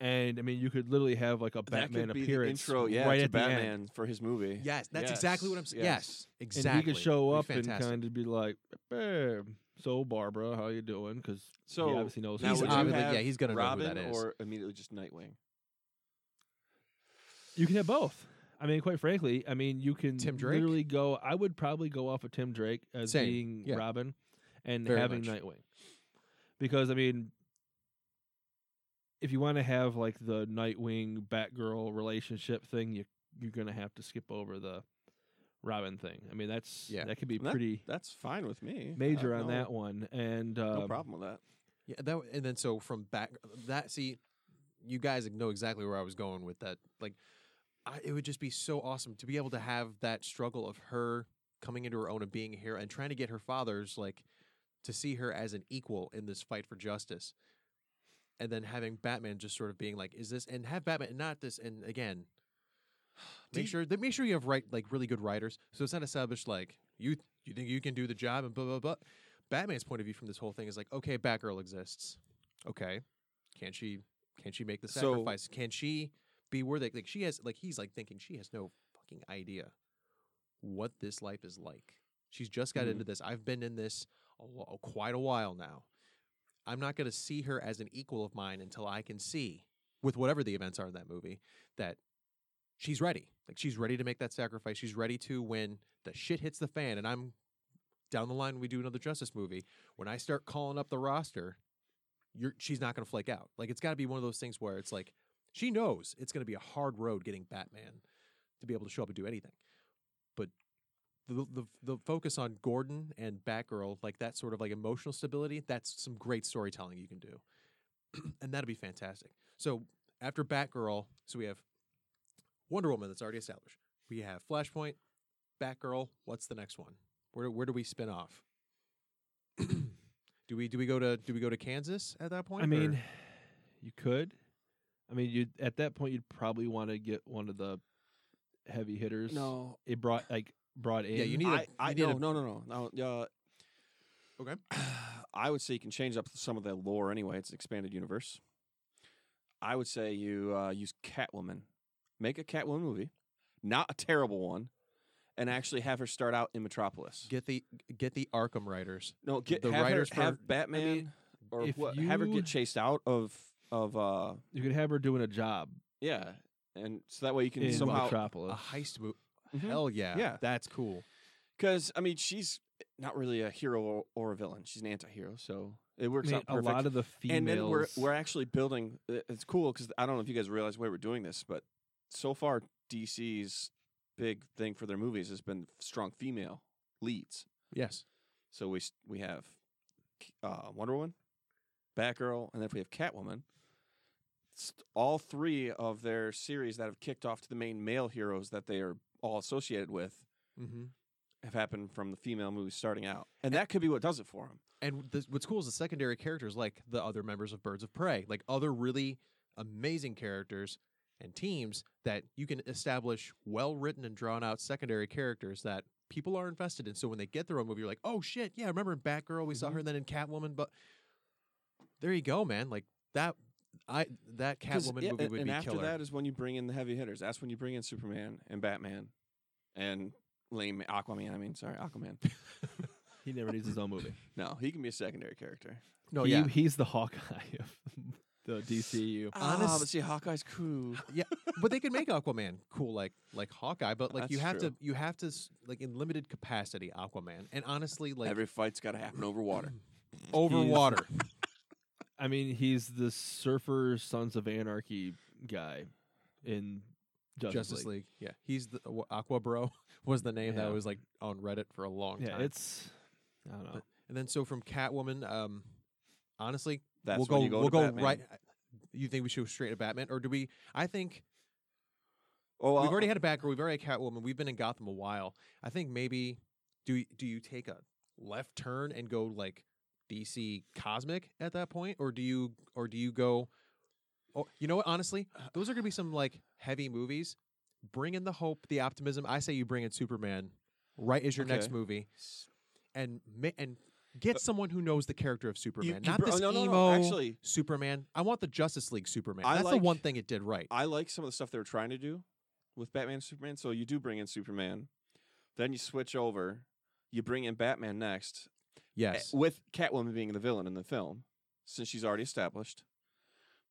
[SPEAKER 1] And I mean, you could literally have like a Batman
[SPEAKER 2] that could be the
[SPEAKER 1] appearance
[SPEAKER 2] intro, yeah,
[SPEAKER 1] right
[SPEAKER 2] to
[SPEAKER 1] at the end.
[SPEAKER 2] Batman for his movie.
[SPEAKER 3] yes, that's exactly what I'm
[SPEAKER 2] Yes,
[SPEAKER 3] saying.
[SPEAKER 2] yes.
[SPEAKER 3] Yes. exactly.
[SPEAKER 1] And he could show
[SPEAKER 3] It'd
[SPEAKER 1] up
[SPEAKER 3] be
[SPEAKER 1] and
[SPEAKER 3] fantastic.
[SPEAKER 1] kind of be like, "Babe, so Barbara, how you doing?" Because
[SPEAKER 2] So
[SPEAKER 1] he obviously knows.
[SPEAKER 2] now
[SPEAKER 1] who
[SPEAKER 3] He's
[SPEAKER 1] she
[SPEAKER 2] would
[SPEAKER 1] is.
[SPEAKER 2] you
[SPEAKER 3] obviously-
[SPEAKER 2] have
[SPEAKER 3] yeah, he's gonna know who
[SPEAKER 2] Robin
[SPEAKER 3] that is.
[SPEAKER 2] or immediately just Nightwing.
[SPEAKER 1] You can have both. I mean, quite frankly, I mean, you can
[SPEAKER 3] Tim Drake?
[SPEAKER 1] literally go. I would probably go off of Tim Drake as
[SPEAKER 3] Same,
[SPEAKER 1] being
[SPEAKER 3] yeah.
[SPEAKER 1] Robin and
[SPEAKER 3] Very
[SPEAKER 1] having
[SPEAKER 3] much.
[SPEAKER 1] Nightwing, because I mean, if you want to have like the Nightwing Batgirl relationship thing, you you're gonna have to skip over the Robin thing. I mean, that's
[SPEAKER 3] Yeah.
[SPEAKER 1] that could be
[SPEAKER 2] And that-
[SPEAKER 1] pretty
[SPEAKER 2] That's fine with me.
[SPEAKER 1] major
[SPEAKER 2] Uh,
[SPEAKER 1] on
[SPEAKER 2] no-
[SPEAKER 1] that one, and um,
[SPEAKER 2] No problem with that.
[SPEAKER 3] Yeah, that w- and then so from back that see, you guys know exactly where I was going with that. Like, I, it would just be so awesome to be able to have that struggle of her coming into her own and being here and trying to get her father's like to see her as an equal in this fight for justice, and then having Batman just sort of being like, "Is this?" and have Batman not this, and again.
[SPEAKER 2] Do
[SPEAKER 3] Make
[SPEAKER 2] you-
[SPEAKER 3] sure that make sure you have right like really good writers, so it's not established like you you think you can do the job and blah blah blah. Batman's point of view from this whole thing is like, okay, Batgirl exists. Okay, can she can she make the
[SPEAKER 2] So-
[SPEAKER 3] sacrifice? can she be worthy? Like she has, like he's like thinking she has no fucking idea what this life is like. She's just got
[SPEAKER 2] Mhm.
[SPEAKER 3] into this. I've been in this a, wh- quite a while now. I'm not going to see her as an equal of mine until I can see, with whatever the events are in that movie, that she's ready. Like she's ready to make that sacrifice. She's ready to when the shit hits the fan, and I'm down the line. We do another Justice movie. When I start calling up the roster, you're she's not going to flake out. Like it's got to be one of those things where it's like she knows it's going to be a hard road getting Batman to be able to show up and do anything. But the the the focus on Gordon and Batgirl, like that sort of like emotional stability, that's some great storytelling you can do, and that'd be fantastic. So after Batgirl, so we have Wonder Woman that's already established. We have Flashpoint, Batgirl. What's the next one? Where do, where do we spin off? do we do we go to do we go to Kansas at that point?
[SPEAKER 1] I
[SPEAKER 3] or-
[SPEAKER 1] mean, you could. I mean, you would at that point you'd probably want to get one of the heavy hitters.
[SPEAKER 2] No,
[SPEAKER 1] it brought like brought in.
[SPEAKER 3] yeah, you need. a-
[SPEAKER 2] I, I
[SPEAKER 3] you need a-
[SPEAKER 2] no, no, no, no, no. Uh,
[SPEAKER 3] Okay.
[SPEAKER 2] I would say you can change up some of the lore anyway. It's an expanded universe. I would say you uh, use Catwoman, make a Catwoman movie, not a terrible one, and actually have her start out in Metropolis.
[SPEAKER 3] get the get the Arkham writers.
[SPEAKER 2] no, get
[SPEAKER 3] the
[SPEAKER 2] have her-
[SPEAKER 3] writers for- I mean,
[SPEAKER 2] have Batman or
[SPEAKER 1] if
[SPEAKER 2] what, have her
[SPEAKER 1] you-
[SPEAKER 2] get chased out of of uh
[SPEAKER 1] You could have her doing a job
[SPEAKER 2] yeah, and so that way you can
[SPEAKER 1] in
[SPEAKER 2] somehow
[SPEAKER 1] Metropolis.
[SPEAKER 3] A heist movie.
[SPEAKER 2] Mhm.
[SPEAKER 3] Hell yeah.
[SPEAKER 2] Yeah.
[SPEAKER 3] That's cool.
[SPEAKER 2] Because I mean, she's not really a hero or, or a villain. She's an anti-hero, so it
[SPEAKER 1] I
[SPEAKER 2] works
[SPEAKER 1] mean,
[SPEAKER 2] out
[SPEAKER 1] a
[SPEAKER 2] perfect.
[SPEAKER 1] lot of the females.
[SPEAKER 2] and then we're we're actually building. i- It's cool because I don't know if you guys realize why we're doing this, but so far DC's big thing for their movies has been strong female leads.
[SPEAKER 3] Yes.
[SPEAKER 2] So we s- we have K- uh, Wonder Woman, Batgirl, and then if we have Catwoman. S- All three of their series that have kicked off to the main male heroes that they are all associated with
[SPEAKER 3] Mm-hmm.
[SPEAKER 2] have happened from the female movies starting out, and that could be what does it for him.
[SPEAKER 3] And the, what's cool is the secondary characters, like the other members of Birds of Prey, like other really amazing characters and teams that you can establish well written and drawn out secondary characters that people are invested in. So when they get their own movie, you're like, oh shit, yeah, remember in Batgirl, we
[SPEAKER 2] Mm-hmm.
[SPEAKER 3] saw her, and then in Catwoman, but there you go, man. Like that. I that
[SPEAKER 2] 'Cause
[SPEAKER 3] Catwoman
[SPEAKER 2] yeah,
[SPEAKER 3] movie
[SPEAKER 2] and,
[SPEAKER 3] would
[SPEAKER 2] and
[SPEAKER 3] be
[SPEAKER 2] after
[SPEAKER 3] killer.
[SPEAKER 2] that is when you bring in the heavy hitters. That's when you bring in Superman and Batman, and lame Aquaman. I mean, sorry, Aquaman.
[SPEAKER 1] He never needs his own movie.
[SPEAKER 2] No, he can be a secondary character.
[SPEAKER 3] No,
[SPEAKER 1] he,
[SPEAKER 3] Oh, yeah,
[SPEAKER 1] he's the Hawkeye of the DCU.
[SPEAKER 2] Ah,
[SPEAKER 3] Honest-
[SPEAKER 2] but see, Hawkeye's cool.
[SPEAKER 3] but they could make Aquaman cool, like like Hawkeye. But like you
[SPEAKER 2] That's
[SPEAKER 3] have
[SPEAKER 2] true.
[SPEAKER 3] to you have to s- like in limited capacity Aquaman, and honestly, like
[SPEAKER 2] Every fight's got to happen over water.
[SPEAKER 3] over
[SPEAKER 1] He's-
[SPEAKER 3] water.
[SPEAKER 1] I mean, he's the Surfer Sons of Anarchy guy in Justice,
[SPEAKER 3] Justice League. Yeah, he's the wha- Aqua Bro was the name
[SPEAKER 1] Yeah.
[SPEAKER 3] that was like on Reddit for a long
[SPEAKER 1] Yeah,
[SPEAKER 3] time.
[SPEAKER 1] it's I don't know.
[SPEAKER 3] But- and then so from Catwoman, um, honestly,
[SPEAKER 2] That's
[SPEAKER 3] we'll
[SPEAKER 2] when
[SPEAKER 3] go,
[SPEAKER 2] you go
[SPEAKER 3] we'll
[SPEAKER 2] to
[SPEAKER 3] go
[SPEAKER 2] Batman.
[SPEAKER 3] right. You think we should go straight to Batman, or do we? I think
[SPEAKER 2] Oh,
[SPEAKER 3] we've
[SPEAKER 2] I'll-
[SPEAKER 3] already had a Batgirl, we've already had Catwoman, we've been in Gotham a while. I think maybe do y- do you take a left turn and go like DC cosmic at that point, or do you or do you go? Oh, you know what? Honestly,
[SPEAKER 2] Uh,
[SPEAKER 3] those are gonna be some like heavy movies. Bring in the hope, the optimism. I say you bring in Superman right as your next
[SPEAKER 2] Okay. Uh,
[SPEAKER 3] movie, and ma- and get someone who knows the character of Superman,
[SPEAKER 2] you
[SPEAKER 3] not
[SPEAKER 2] br- oh,
[SPEAKER 3] this
[SPEAKER 2] no, no,
[SPEAKER 3] emo
[SPEAKER 2] no, actually-
[SPEAKER 3] Superman. I want the Justice League Superman.
[SPEAKER 2] I
[SPEAKER 3] That's the
[SPEAKER 2] like-
[SPEAKER 3] one thing it did right.
[SPEAKER 2] I eh, like some of the stuff they were trying to do with Batman and Superman. So you do bring in Superman, then you switch over, you bring in Batman next, eh,
[SPEAKER 3] yes,
[SPEAKER 2] with Catwoman being the villain in the film, since she's already established.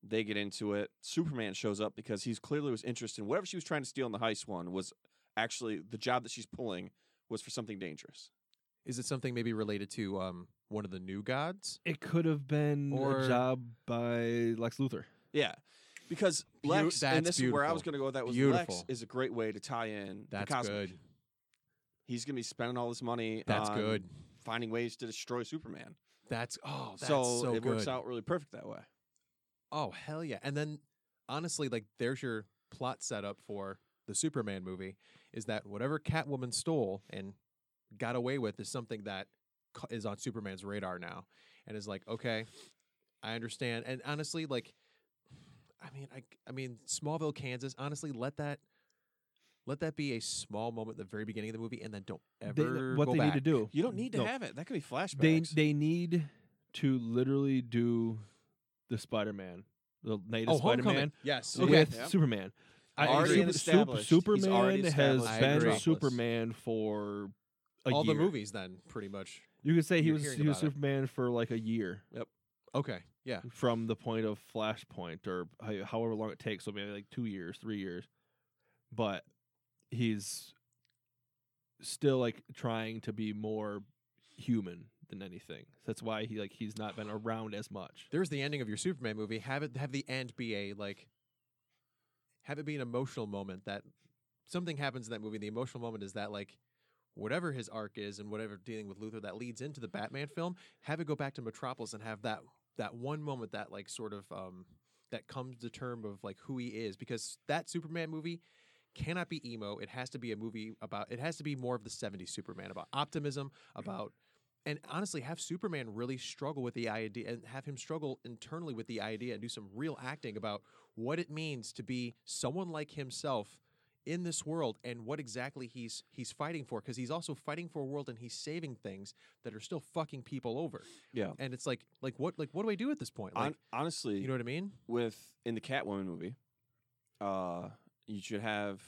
[SPEAKER 2] They get into it. Superman shows up because he's clearly was interested in whatever she was trying to steal in the heist one was actually the job that she's pulling was for something dangerous.
[SPEAKER 3] Is it something maybe related to um one of the new gods?
[SPEAKER 1] It could have been
[SPEAKER 3] Or-
[SPEAKER 1] a job by Lex Luthor.
[SPEAKER 2] Yeah. Because
[SPEAKER 3] Beau-
[SPEAKER 2] Lex, and
[SPEAKER 3] that's
[SPEAKER 2] this is where I was
[SPEAKER 3] beautiful.
[SPEAKER 2] going to go with that, was Lex
[SPEAKER 3] Beautiful.
[SPEAKER 2] is a great way to tie in. the
[SPEAKER 3] That's
[SPEAKER 2] cosmic.
[SPEAKER 3] good.
[SPEAKER 2] He's going to be spending all this money.
[SPEAKER 3] That's
[SPEAKER 2] on
[SPEAKER 3] good.
[SPEAKER 2] finding ways to destroy Superman.
[SPEAKER 3] That's oh, that's
[SPEAKER 2] so,
[SPEAKER 3] so,
[SPEAKER 2] it
[SPEAKER 3] good.
[SPEAKER 2] works out really perfect that way.
[SPEAKER 3] Oh hell yeah! And then honestly, like there's your plot setup for the Superman movie is that whatever Catwoman stole and got away with is something that ca- is on Superman's radar now, and is like, okay, I understand. And honestly, like, I mean, I I mean, Smallville, Kansas. Honestly, let that. Let that be a small moment at the very beginning of the movie, and then don't
[SPEAKER 1] They-
[SPEAKER 3] ever
[SPEAKER 1] what
[SPEAKER 3] go
[SPEAKER 1] they
[SPEAKER 3] back.
[SPEAKER 1] need to do.
[SPEAKER 2] You don't need to
[SPEAKER 1] No.
[SPEAKER 2] have it. That could be flashbacks.
[SPEAKER 1] They they need to literally do the Spider Man, the native Spider Man
[SPEAKER 3] Oh, Yes.
[SPEAKER 2] Okay.
[SPEAKER 1] with
[SPEAKER 2] Yeah.
[SPEAKER 1] Superman. I
[SPEAKER 2] Already
[SPEAKER 1] Super- Super,
[SPEAKER 2] established. He's
[SPEAKER 1] Superman
[SPEAKER 2] already
[SPEAKER 1] has
[SPEAKER 2] established
[SPEAKER 3] I
[SPEAKER 1] been
[SPEAKER 3] agree.
[SPEAKER 1] Superman for a
[SPEAKER 3] all
[SPEAKER 1] year.
[SPEAKER 3] the movies then pretty much.
[SPEAKER 1] You could say he
[SPEAKER 3] You're
[SPEAKER 1] was
[SPEAKER 3] hearing
[SPEAKER 1] he was
[SPEAKER 3] about it.
[SPEAKER 1] Superman for like a year
[SPEAKER 3] Okay. Yeah.
[SPEAKER 1] from the point of Flashpoint or ho- however long it takes. So maybe like two years, three years, but he's still like trying to be more human than anything. That's why he like he's not been around as much.
[SPEAKER 3] There's the ending of your Superman movie. Have it have the end be a like have it be an emotional moment that something happens in that movie. The emotional moment is that like whatever his arc is and whatever dealing with Luthor that leads into the Batman film, have it go back to Metropolis and have that that one moment that like sort of um that comes to term of like who he is because that Superman movie cannot be emo. It has to be a movie about it has to be more of the 70s Superman about optimism, about and honestly have Superman really struggle with the idea and have him struggle internally with the idea and do some real acting about what it means to be someone like himself in this world and what exactly he's he's fighting for because he's also fighting for a world and he's saving things that are still fucking people over.
[SPEAKER 2] Yeah.
[SPEAKER 3] And it's like like what like what do I do at this point? Like
[SPEAKER 2] Hon- honestly,
[SPEAKER 3] you know what I mean?
[SPEAKER 2] with in the Catwoman movie, uh, you should have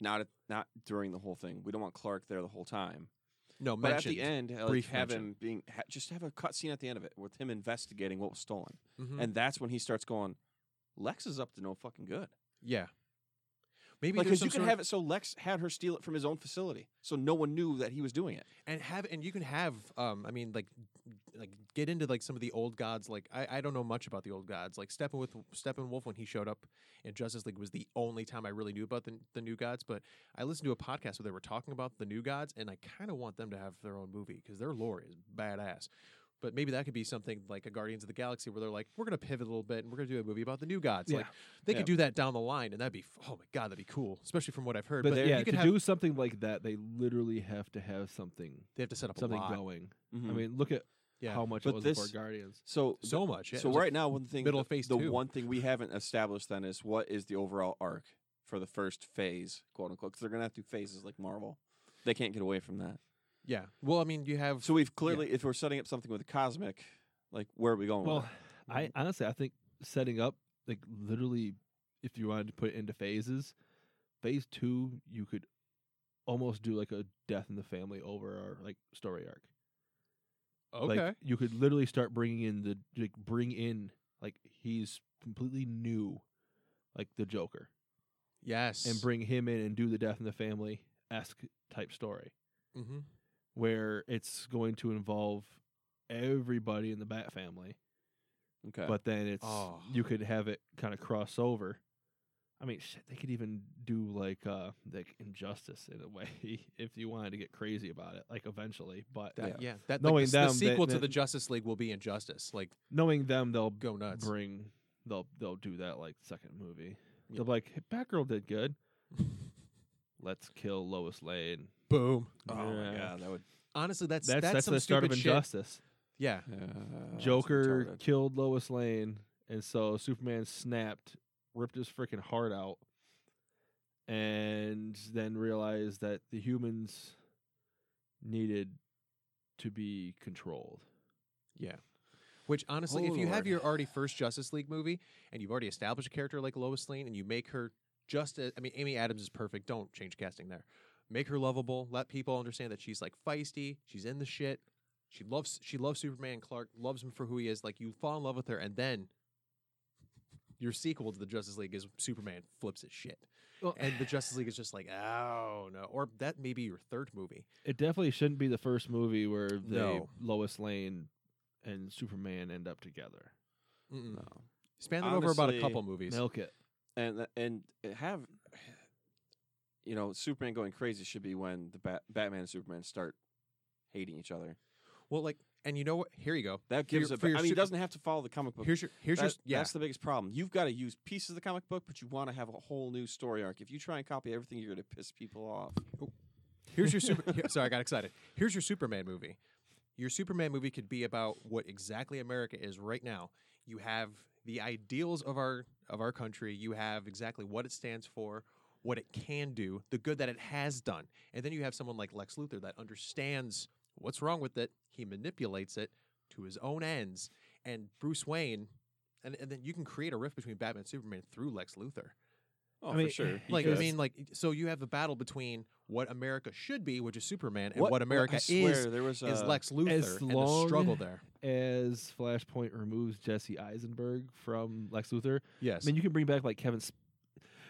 [SPEAKER 2] not at- not during the whole thing. We don't want Clark there the whole time.
[SPEAKER 3] No,
[SPEAKER 2] But
[SPEAKER 3] mentioned.
[SPEAKER 2] at the end, uh, like,
[SPEAKER 3] Brief
[SPEAKER 2] have
[SPEAKER 3] mention.
[SPEAKER 2] him being ha- just have a cutscene at the end of it with him investigating what was stolen,
[SPEAKER 3] Mhm.
[SPEAKER 2] and that's when he starts going. Lex is up to no fucking good.
[SPEAKER 3] yeah. Maybe
[SPEAKER 2] Like,
[SPEAKER 3] there's
[SPEAKER 2] because you
[SPEAKER 3] some
[SPEAKER 2] could
[SPEAKER 3] sort of-
[SPEAKER 2] have it so Lex had her steal it from his own facility, so no one knew that he was doing it.
[SPEAKER 3] and have and you can have um i mean like like get into like some of the old gods like i, I don't know much about the old gods like steppenwolf steppenwolf when he showed up in justice league was the only time i really knew about the, the new gods but i listened to a podcast where they were talking about the new gods and i kind of want them to have their own movie because their lore is badass but maybe that could be something like a guardians of the galaxy where they're like we're going to pivot a little bit and we're going to do a movie about the new gods like
[SPEAKER 1] Yeah.
[SPEAKER 3] they
[SPEAKER 2] Yeah.
[SPEAKER 3] could do that down the line and that'd be f- oh my god that'd be cool especially from what i've heard
[SPEAKER 1] But, yeah,
[SPEAKER 3] you could
[SPEAKER 1] to
[SPEAKER 3] have
[SPEAKER 1] do something like that, they literally have to have something
[SPEAKER 3] they have to set up
[SPEAKER 1] something
[SPEAKER 3] a lot. Hmm.
[SPEAKER 1] going.
[SPEAKER 2] Mhm.
[SPEAKER 1] I mean, look at
[SPEAKER 3] yeah
[SPEAKER 1] how much
[SPEAKER 2] But
[SPEAKER 1] it was
[SPEAKER 2] this-
[SPEAKER 1] for Guardians.
[SPEAKER 2] so
[SPEAKER 3] Mm-hmm. so much yeah, it
[SPEAKER 2] so
[SPEAKER 3] was a
[SPEAKER 2] right now, one thing,
[SPEAKER 3] middle
[SPEAKER 2] the,
[SPEAKER 3] of phase
[SPEAKER 2] the
[SPEAKER 3] two.
[SPEAKER 2] one thing we haven't established then is what is the overall arc for the first phase, quote unquebecause they're gonna have to do phases like Marvel. They can't get away from that.
[SPEAKER 3] Yeah. Well, I mean, you have
[SPEAKER 2] So we've clearly, if we're setting up something with cosmic, like where are we going?
[SPEAKER 1] Well,
[SPEAKER 2] with
[SPEAKER 1] I honestly I think setting up like literally if you wanted to put it into phases, phase two you could almost do like a death in the family over our like story arc.
[SPEAKER 3] Okay.
[SPEAKER 1] Like you could literally start bringing in the like bring in like he's completely new, like the Joker,
[SPEAKER 3] yes.
[SPEAKER 1] and bring him in and do the death in the family esque type story
[SPEAKER 3] hmm
[SPEAKER 1] where it's going to involve everybody in the Bat family,
[SPEAKER 2] Okay.
[SPEAKER 1] but then it's
[SPEAKER 3] Oh.
[SPEAKER 1] you could have it kind of cross over. I mean, shit, they could even do like uh like injustice in a way if you wanted to get crazy about it, like eventually. But
[SPEAKER 3] That, yeah. That,
[SPEAKER 1] Knowing
[SPEAKER 3] like, the,
[SPEAKER 1] them,
[SPEAKER 3] s- the
[SPEAKER 1] they-
[SPEAKER 3] sequel to
[SPEAKER 1] they-
[SPEAKER 3] the Justice League will be Injustice. Like,
[SPEAKER 1] knowing them, they'll
[SPEAKER 3] go nuts.
[SPEAKER 1] bring they'll they'll do that like second movie.
[SPEAKER 3] Yeah.
[SPEAKER 1] They'll be like, hey, Batgirl did good. Let's kill Lois Lane.
[SPEAKER 3] Boom.
[SPEAKER 2] oh my
[SPEAKER 1] Yeah.
[SPEAKER 2] god, that would.
[SPEAKER 3] Honestly, that's
[SPEAKER 1] That's that's,
[SPEAKER 3] some
[SPEAKER 1] the start of
[SPEAKER 3] stupid shit.
[SPEAKER 1] injustice.
[SPEAKER 3] Yeah.
[SPEAKER 2] Uh, that's
[SPEAKER 1] Joker
[SPEAKER 2] retarded.
[SPEAKER 1] killed Lois Lane, and so Superman snapped, ripped his freaking heart out, and then realized that the humans needed to be controlled.
[SPEAKER 3] Yeah. Which honestly,
[SPEAKER 2] Oh,
[SPEAKER 3] if you have
[SPEAKER 2] Lord.
[SPEAKER 3] your already first Justice League movie and you've already established a character like Lois Lane and you make her just a, I mean Amy Adams is perfect. Don't change casting there. Make her lovable. Let people understand that she's like feisty, she's in the shit. She loves she loves Superman Clark, loves him for who he is. Like you fall in love with her and then your sequel to the Justice League is Superman flips his shit.
[SPEAKER 1] Well-
[SPEAKER 3] and the Justice League is just like, oh no. Or that may be your third movie.
[SPEAKER 1] It definitely shouldn't be the first movie where they,
[SPEAKER 3] No.
[SPEAKER 1] Lois Lane and Superman end up together.
[SPEAKER 3] Mm-mm.
[SPEAKER 2] No.
[SPEAKER 3] Span that over about a
[SPEAKER 2] Honestly,
[SPEAKER 3] couple movies.
[SPEAKER 1] Milk it.
[SPEAKER 2] and th- and have you know Superman going crazy should be when the Bat- Batman and Superman start hating each other.
[SPEAKER 3] Well, like, and you know what? Here you go.
[SPEAKER 2] That
[SPEAKER 3] For your-
[SPEAKER 2] gives a.
[SPEAKER 3] for
[SPEAKER 2] ba-
[SPEAKER 3] your
[SPEAKER 2] I mean, it
[SPEAKER 3] Sup-
[SPEAKER 2] doesn't have to follow the comic book.
[SPEAKER 3] Here's your here's your
[SPEAKER 2] That-
[SPEAKER 3] yeah.
[SPEAKER 2] That's the biggest problem. You've got to use pieces of the comic book, but you want to have a whole new story arc. If you try and copy everything, you're going to piss people off.
[SPEAKER 3] Here's your super. here- sorry, I got excited. Here's your Superman movie. Your Superman movie could be about what exactly America is right now. You have the ideals of our of our country. You have exactly what it stands for, what it can do, the good that it has done, and then you have someone like Lex Luthor that understands what's wrong with it. He manipulates it to his own ends, and Bruce Wayne. And, and then you can create a rift between Batman and Superman through Lex Luthor.
[SPEAKER 2] Oh,
[SPEAKER 1] mean,
[SPEAKER 2] for sure.
[SPEAKER 3] Like
[SPEAKER 1] Because-
[SPEAKER 3] I mean, like so you have a battle between what America should be, which is Superman, and
[SPEAKER 2] I
[SPEAKER 3] what, America uh,
[SPEAKER 2] swear
[SPEAKER 3] is
[SPEAKER 2] there was
[SPEAKER 3] is
[SPEAKER 2] a-
[SPEAKER 3] Lex Luthor
[SPEAKER 1] as
[SPEAKER 3] and the
[SPEAKER 1] long-
[SPEAKER 3] struggle there.
[SPEAKER 1] As Flashpoint removes Jesse Eisenberg from Lex Luthor,
[SPEAKER 3] Yes.
[SPEAKER 1] I mean, you can bring back like Kevin. Sp-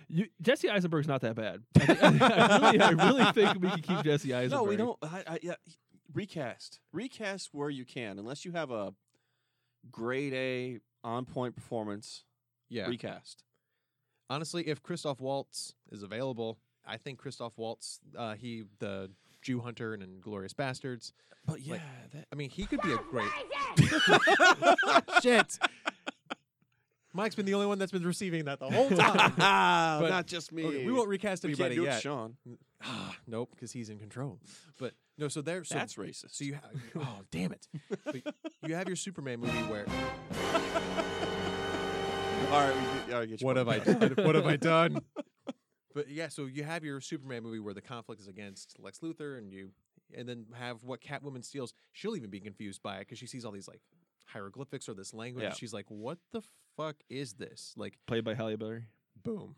[SPEAKER 1] you, Jesse Eisenberg's not that bad. I, thi- I really, I really think we can keep Jesse Eisenberg.
[SPEAKER 2] No, we don't. I, I, yeah, recast, recast where you can, unless you have a grade A on point performance.
[SPEAKER 3] yeah.
[SPEAKER 2] Recast.
[SPEAKER 3] Honestly, if Christoph Waltz is available, I think Christoph Waltz, uh, he the Jew hunter and Inglorious Bastards.
[SPEAKER 2] But
[SPEAKER 3] Like-
[SPEAKER 2] that
[SPEAKER 3] I mean, he could be a great shit. Mike's been the only one that's been receiving that the whole time. But-
[SPEAKER 2] not just me.
[SPEAKER 3] Okay, we won't recast
[SPEAKER 2] We
[SPEAKER 3] anybody
[SPEAKER 2] can't do it,
[SPEAKER 3] yet.
[SPEAKER 2] Sean.
[SPEAKER 3] Ah, nope, because he's in control. But no, so there. So
[SPEAKER 2] That's racist.
[SPEAKER 3] So you have, oh damn it! So y- you have your Superman movie where
[SPEAKER 2] all right, we, all right get your
[SPEAKER 3] what have
[SPEAKER 2] point.
[SPEAKER 3] I done? What have I done? But yeah, so you have your Superman movie where the conflict is against Lex Luthor, and you, and then have what Catwoman steals. She'll even be confused by it because she sees all these like hieroglyphics or this language.
[SPEAKER 2] Yeah.
[SPEAKER 3] And she's like, "What the fuck is this?" Like,
[SPEAKER 1] Played by Halle Berry.
[SPEAKER 3] boom,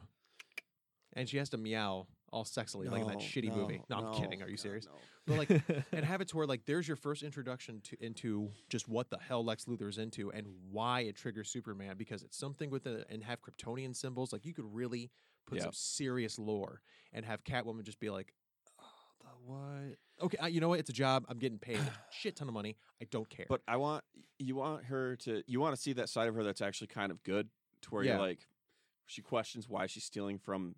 [SPEAKER 3] and she has to meow all sexily, like in that
[SPEAKER 2] No,
[SPEAKER 3] shitty
[SPEAKER 2] no,
[SPEAKER 3] movie. No, I'm kidding.
[SPEAKER 2] no,
[SPEAKER 3] Are you
[SPEAKER 2] God,
[SPEAKER 3] serious?
[SPEAKER 2] no.
[SPEAKER 3] But like, and have it to where like there's your first introduction to into just what the hell Lex Luthor's into and why it triggers Superman because it's something with the and have Kryptonian symbols. Like you could really put some
[SPEAKER 2] Yep.
[SPEAKER 3] serious lore and have Catwoman just be like, oh, the what? Okay, I, you know what? It's a job. I'm getting paid a shit ton of money. I don't care.
[SPEAKER 2] But I want you want her to you want to see that side of her that's actually kind of good to where
[SPEAKER 3] Yeah.
[SPEAKER 2] you're like she questions why she's stealing from